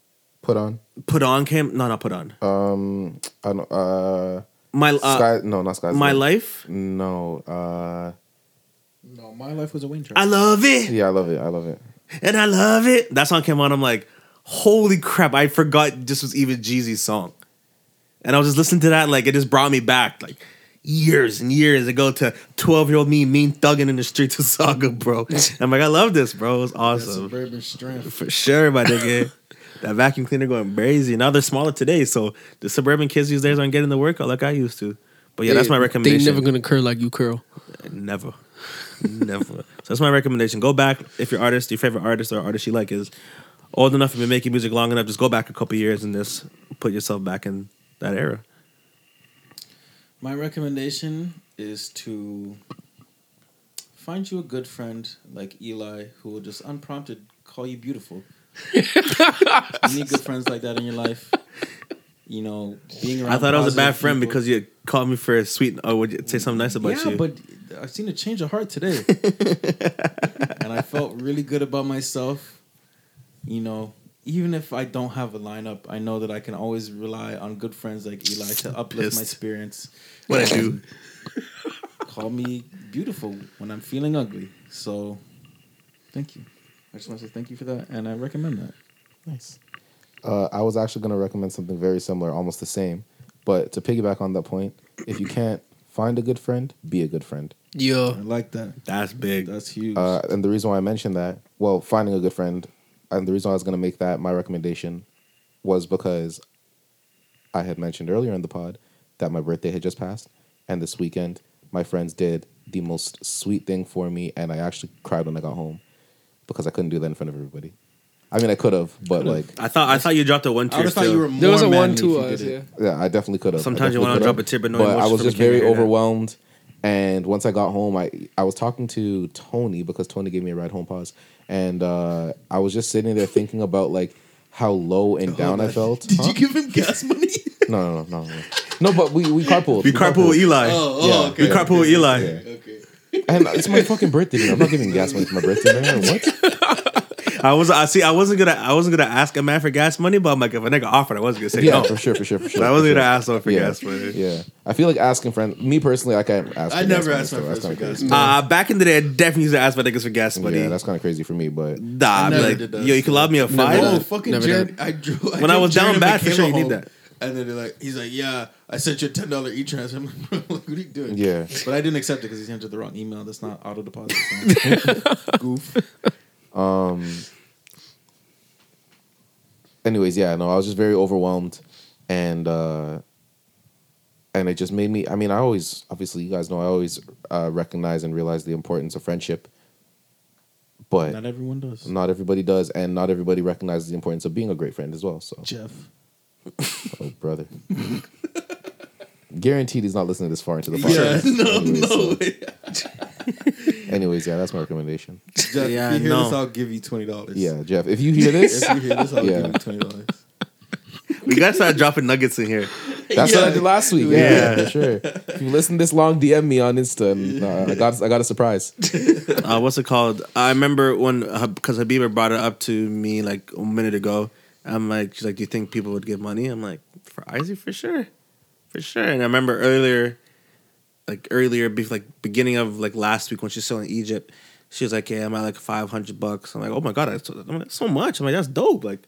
S9: Put on.
S3: put on came no not put on
S9: Um, I don't. Uh,
S3: my uh,
S9: Sky. No, not Sky.
S3: my life
S9: No. Uh,
S11: No, my life was a Wayne
S3: I
S11: track.
S3: love it
S9: yeah, I love it. I love it.
S3: and I love it. That song came on. I'm like, holy crap! I forgot this was even Jeezy's song, and I was just listening to that. Like it just brought me back, like years and years ago to 12 year old me, mean thugging in the streets of Saga,
S5: [laughs]
S3: bro. I'm like, I love this, bro. It was awesome
S11: Suburban Strength.
S3: for sure, my nigga. that vacuum cleaner going crazy. Now they're smaller today, so the suburban kids these days aren't getting the workout like I used to. But yeah, that's my recommendation.
S5: They never gonna curl like you curl.
S3: Never. Never. So that's my recommendation. Go back if your artist, your favorite artist or artist you like is old enough and been making music long enough, just go back a couple years and just put yourself back in that era.
S2: My recommendation is to find you a good friend like Eli who will just unprompted call you [laughs] beautiful. you need good friends like that in your life. You know, being around.
S3: I thought I was a bad
S2: positive
S3: friend
S2: people-
S3: because you called me for a sweet or would you say something nice about
S2: yeah,
S3: you.
S2: but I've seen a change of heart
S3: [laughs]
S2: today, and I felt really good about myself. You know, even if I don't have a lineup, I know that I can always rely on good friends like Eli to uplift my
S3: Pissed.
S2: spirits.
S3: what I do.
S2: Call me beautiful when I'm feeling ugly. So, thank you. I just want to say thank you for that, and I recommend that.
S4: Uh, I was actually going to recommend something very similar, almost the same. But to piggyback on that point, if you can't find a good friend, be a good friend.
S2: I
S5: Yo,
S2: like that.
S3: That's big.
S2: That's huge.
S4: Uh, and the reason why I mentioned that, well, finding a good friend, and the reason why I was going to make that my recommendation was because I had mentioned earlier in the pod that my birthday had just passed. And this weekend, my friends did the most sweet thing for me. And I actually cried when I got home because I couldn't do that in front of everybody. I mean, I could have, but like,
S3: I thought I thought you dropped a one uh,
S2: I
S3: tier.
S2: would thought you were more
S5: there was a
S2: manly
S5: one
S2: if
S5: two
S2: you
S5: us.
S2: did it.
S5: Yeah.
S4: Yeah, I definitely could have.
S3: Sometimes you
S4: definitely
S3: wanna
S4: could
S3: drop
S4: have.
S3: a tip, but no
S4: But I
S3: emotion
S4: was
S3: from
S4: just
S3: the kid
S4: very
S3: hear that.
S4: overwhelmed. And once I got home, I I was talking to Tony because Tony gave me a ride home. Pause. And uh, I was just sitting there thinking about like how low
S3: Oh,
S4: and down I
S3: [laughs]
S4: felt. Did you give him [laughs] gas money? no, no, no, no, no. No, but we we carpooled.
S3: we carpool with Eli.
S2: Oh,
S4: yeah,
S3: We carpool with Eli.
S4: and it's my fucking birthday. man. I'm not giving gas money for my
S3: [laughs]
S4: birthday. Man. What?
S3: I was I see I wasn't gonna I wasn't gonna ask a man for gas money, but I'm like if a nigga offered, I wasn't gonna say
S4: Yeah,
S3: no.
S4: for sure, for sure, for sure.
S3: I
S4: for
S3: wasn't
S4: sure.
S3: gonna ask someone for
S4: Yeah.
S3: gas money.
S4: Yeah, I feel like asking friends. Me personally, I can't ask.
S2: I
S4: for
S2: never
S4: gas
S2: asked
S4: money,
S2: my
S4: so that's
S2: friends for
S4: kinda
S2: gas
S4: crazy.
S3: Uh, back in the day, I definitely used to ask my niggas for gas money.
S4: Yeah, that's kind of crazy for me, but
S3: Nah, I'd be
S2: never
S3: like,
S2: did that.
S3: yo, you can lob me a five.
S2: Oh, fucking
S5: Never
S2: Jared.
S5: did.
S2: I drew.
S3: When I was down bad, for sure you need that.
S2: And then they're like, he's like, yeah, I sent you a ten dollar e transfer. [laughs] I'm like, bro, like, what are you doing?
S4: Yeah.
S2: but I didn't accept it because he sent you the wrong email. That's not auto deposit. [laughs] so- Goof.
S4: anyways, yeah, no, I was just very overwhelmed, and uh, and it just made me. I mean, I always, obviously, you guys know, I always uh, recognize and realize the importance of friendship, but
S2: Not
S4: not,
S2: everyone does.
S4: everybody does, and not everybody recognizes the importance of being a great friend as well. So,
S2: Jeff.
S4: oh, brother, guaranteed he's not listening this far into the podcast.
S2: [laughs]
S4: no, no. anyways, yeah, that's my recommendation.
S2: Jeff,
S3: Yeah,
S2: if you hear
S3: no.
S2: this, I'll give you twenty dollars.
S4: Yeah, Jeff, if you hear this,
S2: If you hear this, I'll
S4: Yeah.
S2: give you twenty dollars.
S3: We gotta start dropping nuggets in here.
S4: That's what I did last week. Yeah,
S3: Yeah.
S4: for sure. If you listen this long, DM me on Insta. And, uh, I got I got a surprise.
S3: Uh, what's it called? I remember when because Habiba brought it up to me like a minute ago. I'm like, she's like, do you think people would give money? I'm like, for Izzy, for sure, for sure. And I remember earlier, like earlier, be- like beginning of like last week when she's still in Egypt, she was like, yeah, I'm at like 500 bucks. I'm like, oh my god, that's, I'm like, so much. I'm like, that's dope. Like,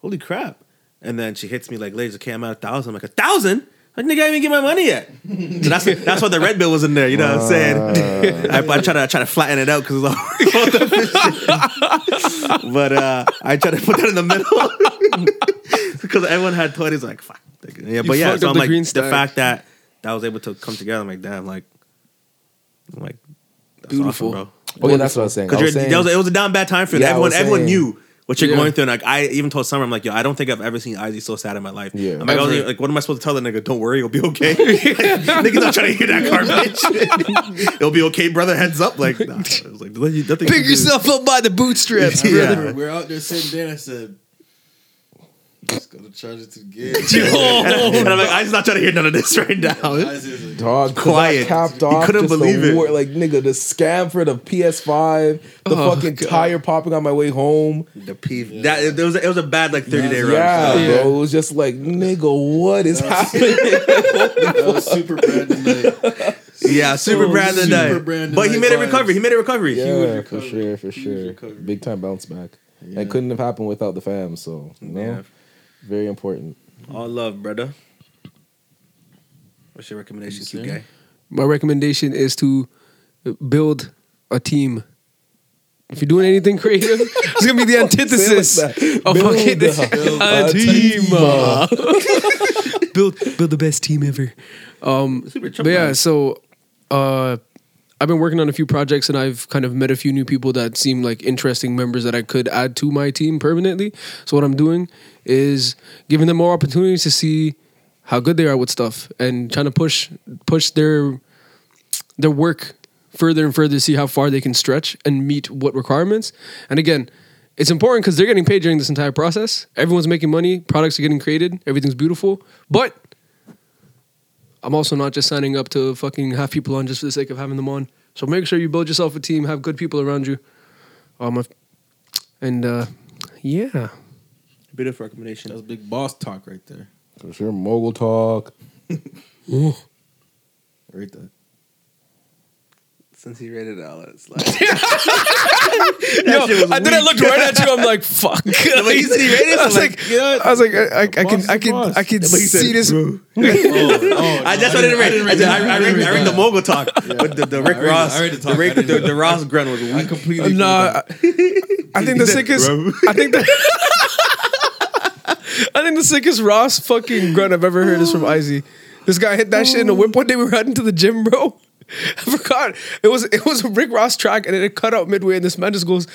S3: holy crap. And then she hits me like, ladies, okay, I'm at a thousand. I'm like, a thousand? Like, nigga, I didn't even get my money yet. [laughs] So that's that's why the red bill was in there. You know what I'm saying? [laughs] I, I try to I try to flatten it out because it's all. all the shit. [laughs] but uh, I try to put that in the middle [laughs] because everyone had twenties. Like fuck. Yeah, but yeah.
S5: fucked
S3: So
S5: up
S3: I'm
S5: the
S3: like
S5: green
S3: the
S5: stack.
S3: fact that that I was able to come together. I'm like damn. Like, I'm like that's
S5: Beautiful.
S3: awesome, bro.
S4: Oh yeah, that's what I was saying. I
S3: Because
S4: was
S3: you're-
S4: saying
S3: that was- it was a down bad time for you.
S4: Yeah, I
S3: everyone.
S4: was
S3: Everyone
S4: saying-
S3: knew what you're
S5: Yeah.
S3: going through. And like I even told Summer, I'm like, yo, I don't think I've ever seen Izzy so sad in my life.
S4: Yeah.
S3: I'm like, I was
S5: Ever.
S3: even- like, what am I supposed to tell the nigga? Don't worry, it'll be okay. [laughs] Niggas not trying to hear that garbage. [laughs] it'll be okay, brother. Heads up. Like, nah. I was like, nothing you can
S5: Pick
S3: do.
S5: yourself up by the bootstraps,
S3: [laughs] Yeah.
S5: brother.
S2: We're out there sitting there. and I [laughs] said, just gonna charge it to the gig.
S3: [laughs] and I'm like, I'm not trying to hear none of this right
S5: [laughs]
S3: now.
S2: Isaac's like,
S4: dog 'cause I
S3: quiet.
S4: capped
S3: You
S4: off.
S3: couldn't
S4: just the
S3: believe it.
S4: war- like nigga, the scam for the PS5, the
S5: Oh,
S4: fucking
S5: God.
S4: tire popping on my way home.
S3: The P. That it was. It was a bad like 30 day run.
S4: Yeah,
S5: Yeah.
S4: bro, it was just like nigga, what is happening? [laughs]
S2: that was super Brandon [laughs] night.
S3: Yeah, super Brandon
S2: super
S3: died.
S2: Brandon
S3: but he
S2: Knight
S3: made a
S2: vibes.
S3: recovery. He made a recovery.
S4: yeah, for
S2: recovery.
S4: sure, for sure,
S2: recovery.
S4: big time bounce back. It couldn't have happened without the fam. So you know,
S3: Yeah.
S4: very important.
S3: All love, brother. What's your recommendation, cute guy?
S5: My recommendation is to build a team. If you're doing anything creative, it's gonna be the antithesis of fucking a, team. [laughs] uh. build build the best team ever. Um, but yeah, so uh, I've been working on a few projects and I've kind of met a few new people that seem like interesting members that I could add to my team permanently. So what I'm doing is giving them more opportunities to see how good they are with stuff and trying to push push their their work further and further to see how far they can stretch and meet what requirements. And again, it's important because they're getting paid during this entire process. Everyone's making money, products are getting created, everything's beautiful. But I'm also not just signing up to fucking have people on just for the sake of having them on. So make sure you build yourself a team, have good people around you. Um, I've- and uh, yeah,
S3: Beautiful recommendation.
S2: That's big boss talk right there.
S4: For sure, mogul talk.
S2: Right there.
S3: Since he read it out,
S5: [laughs]
S3: it's like
S5: yo, I then I looked right at you. I'm
S3: [laughs]
S5: like, fuck. [laughs] I was like, I was like, I, I, I can, I can, I can see this.
S3: I just I didn't read. I, did- I, I read, I read the mogul talk, but the, the Rick
S2: I read-
S3: Ross,
S2: I read the
S3: the,
S2: talk, I
S3: Rick,
S2: didn't
S3: the,
S2: read
S3: the Ross grunt was weak.
S2: Completely.
S5: Nah, I, I think the sickest. I think [laughs] the. I think the sickest Ross fucking grunt I've ever heard is from Izzy. This guy hit that shit in a whip one day. We were heading to the gym, bro. [laughs] I forgot it was it was a Rick Ross track, and then it cut out midway, and this man just goes.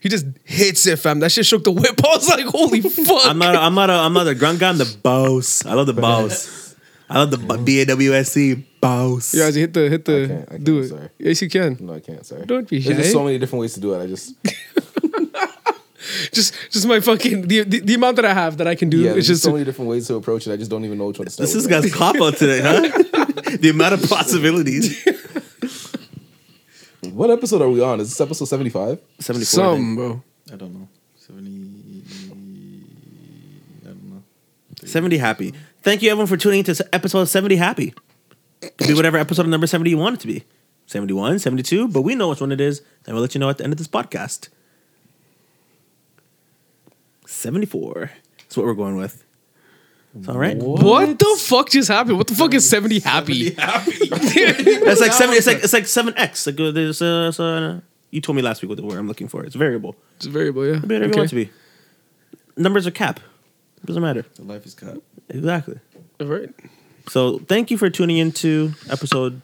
S5: He just hits it, fam. That shit shook the whip. [laughs] I was like, "Holy fuck!"
S3: I'm not. A, I'm not. A, I'm not a grunt guy. I'm the boss. I love the boss. I love the B A W S E boss.
S5: yeah, Izzy, hit the hit the.
S4: I can't- I can't,
S5: do it.
S4: sorry.
S5: Yes, you can.
S4: No, I can't. Sorry.
S5: Don't be
S4: There's
S5: shy.
S4: just so many different ways to do it. I just
S5: Just just my fucking the, the the amount that I have that I can do.
S4: yeah.
S5: it's
S4: There's just
S5: just
S4: so many different ways to approach it. I just don't even know which one to start.
S3: This
S4: with
S3: is guy's cop out today, huh? [laughs] the amount of possibilities.
S4: What episode are we on? Is this episode 75?
S3: Seventy four.
S5: some, bro.
S2: I don't know. 70. I don't know.
S3: 70 happy. Thank you everyone for tuning in to episode 70 happy. It could be whatever episode number 70 you want it to be. 71, 72, but we know which one it is, and we'll let you know at the end of this podcast. 74 is what we're going with. It's all right.
S5: What? the fuck just happened? What the fuck is 70 happy?
S3: That's like seven. It's like it's like seven X. Like uh, there's uh, so, uh, you told me last week what the word I'm looking for. It's variable.
S5: It's a variable, yeah.
S3: It'll be whatever you want it to be. Numbers are cap. Doesn't matter.
S2: The life is cut.
S3: Exactly.
S5: Right.
S3: So thank you for tuning in to [laughs] episode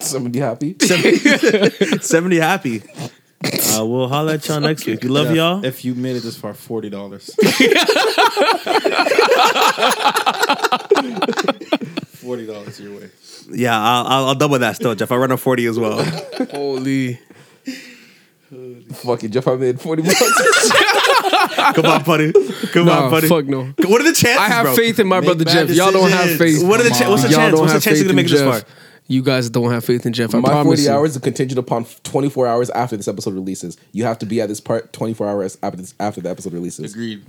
S4: Somebody happy?
S3: 70 happy. Uh, we'll holler at y'all next week. We love y'all.
S2: If you made it this far, forty dollars. forty dollars your way.
S3: Yeah, I'll, I'll, I'll double that still, Jeff. I run a 40 as well. [laughs]
S5: Holy.
S4: Fucking Jeff, I made 40 bucks.
S3: Come on, buddy. Come
S5: Nah,
S3: on, buddy.
S5: fuck no.
S3: What are the chances,
S5: I have
S3: bro?
S5: faith in my brother Jeff. Y'all don't have faith.
S3: What are the cha- what's the
S5: Y'all
S3: chance?
S5: don't
S3: What's the
S5: have
S3: chance you're
S5: faith
S3: gonna
S5: in
S3: make it this far?
S5: Jeff. You guys don't have faith in Jeff. I
S4: My
S5: promise
S4: 40
S5: you.
S4: hours is contingent upon 24 hours after this episode releases. You have to be at this part 24 hours after, this, after the episode releases.
S2: Agreed.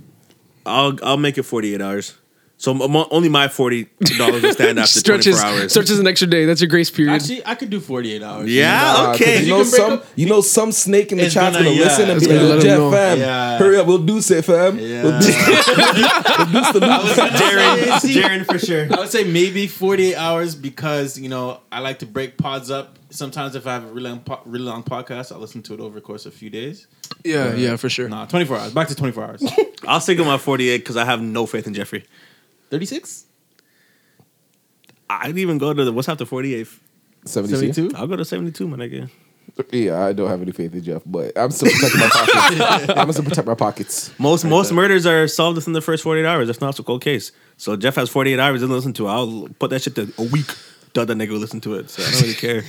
S3: I'll, I'll make it 48 hours. So m- mo- only my $40 will stand after
S5: stretches,
S3: 24 hours.
S5: stretches an extra day. That's your grace period.
S2: Actually, I could do forty-eight hours.
S3: yeah,
S4: Nah, 'cause
S3: okay.
S4: You know some, you know some snake in the
S2: It's
S4: chat's
S2: gonna-
S4: gonna,
S2: yeah,
S4: listen and
S5: it's
S4: be
S5: gonna
S4: like,
S5: let 'em
S4: Jeff,
S5: know."
S4: fam,
S2: Yeah.
S4: hurry up, we'll do it, fam.
S2: Yeah.
S4: We'll do
S2: I was [laughs] Darren, Darren for sure. I would say maybe 48 hours because you know I like to break pods up. Sometimes if I have a really long, po- really long podcast, I'll listen to it over the course of a few days.
S5: yeah, yeah, for sure.
S2: Nah, 24 hours. Back to 24 [laughs] hours.
S3: I'll stick with my 48 because I have no faith in Jeffrey.
S2: 36,
S3: I'd even go to the, what's after 48?
S4: 72?
S2: 72.
S3: I'll go to 72, my nigga.
S4: Yeah, I don't have any faith in Jeff, but I'm still protecting my
S2: [laughs]
S4: pockets. I'm still protect my pockets.
S3: Most most murders are solved within the first 48 hours. That's not a cold case. So Jeff has 48 hours and listen to it. I'll put that shit to a week. Dud that nigga will listen to it. So I don't really care.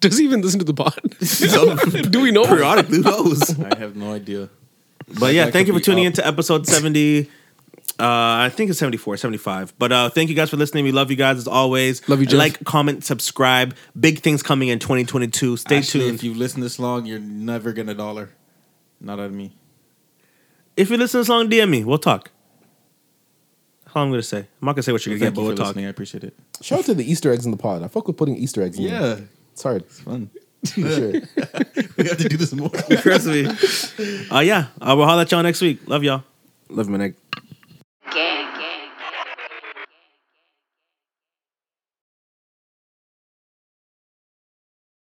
S5: Does he even listen to
S3: [laughs]
S5: the pod? [laughs] Do we know?
S3: Periodically, who knows?
S2: I have no idea.
S3: But yeah,
S2: That
S3: thank you
S2: could
S3: for
S2: be
S3: tuning
S2: up.
S3: in to episode 70. Uh, I think it's 74, 75. But uh, thank you guys for listening. We love you guys as always.
S5: Love you, Jeff.
S3: Like, comment, subscribe. Big things coming in 2022. Stay
S2: Actually,
S3: tuned.
S2: If you listen this long, you're never gonna dollar. Not out of me.
S3: If you listen this long, DM me. We'll talk. That's all I'm going to say. I'm not going to say what you're
S2: Thank you
S3: going to get, but
S2: for
S3: we'll talk.
S2: listening. I appreciate it.
S4: Shout out to the Easter eggs in the pod. I fuck with putting Easter eggs in there. It's hard.
S2: [laughs] fun.
S4: For sure.
S2: we have to do this more.
S3: Trust me. Uh, yeah, uh, we'll holler at y'all next week. Love y'all. Love you, my nigga.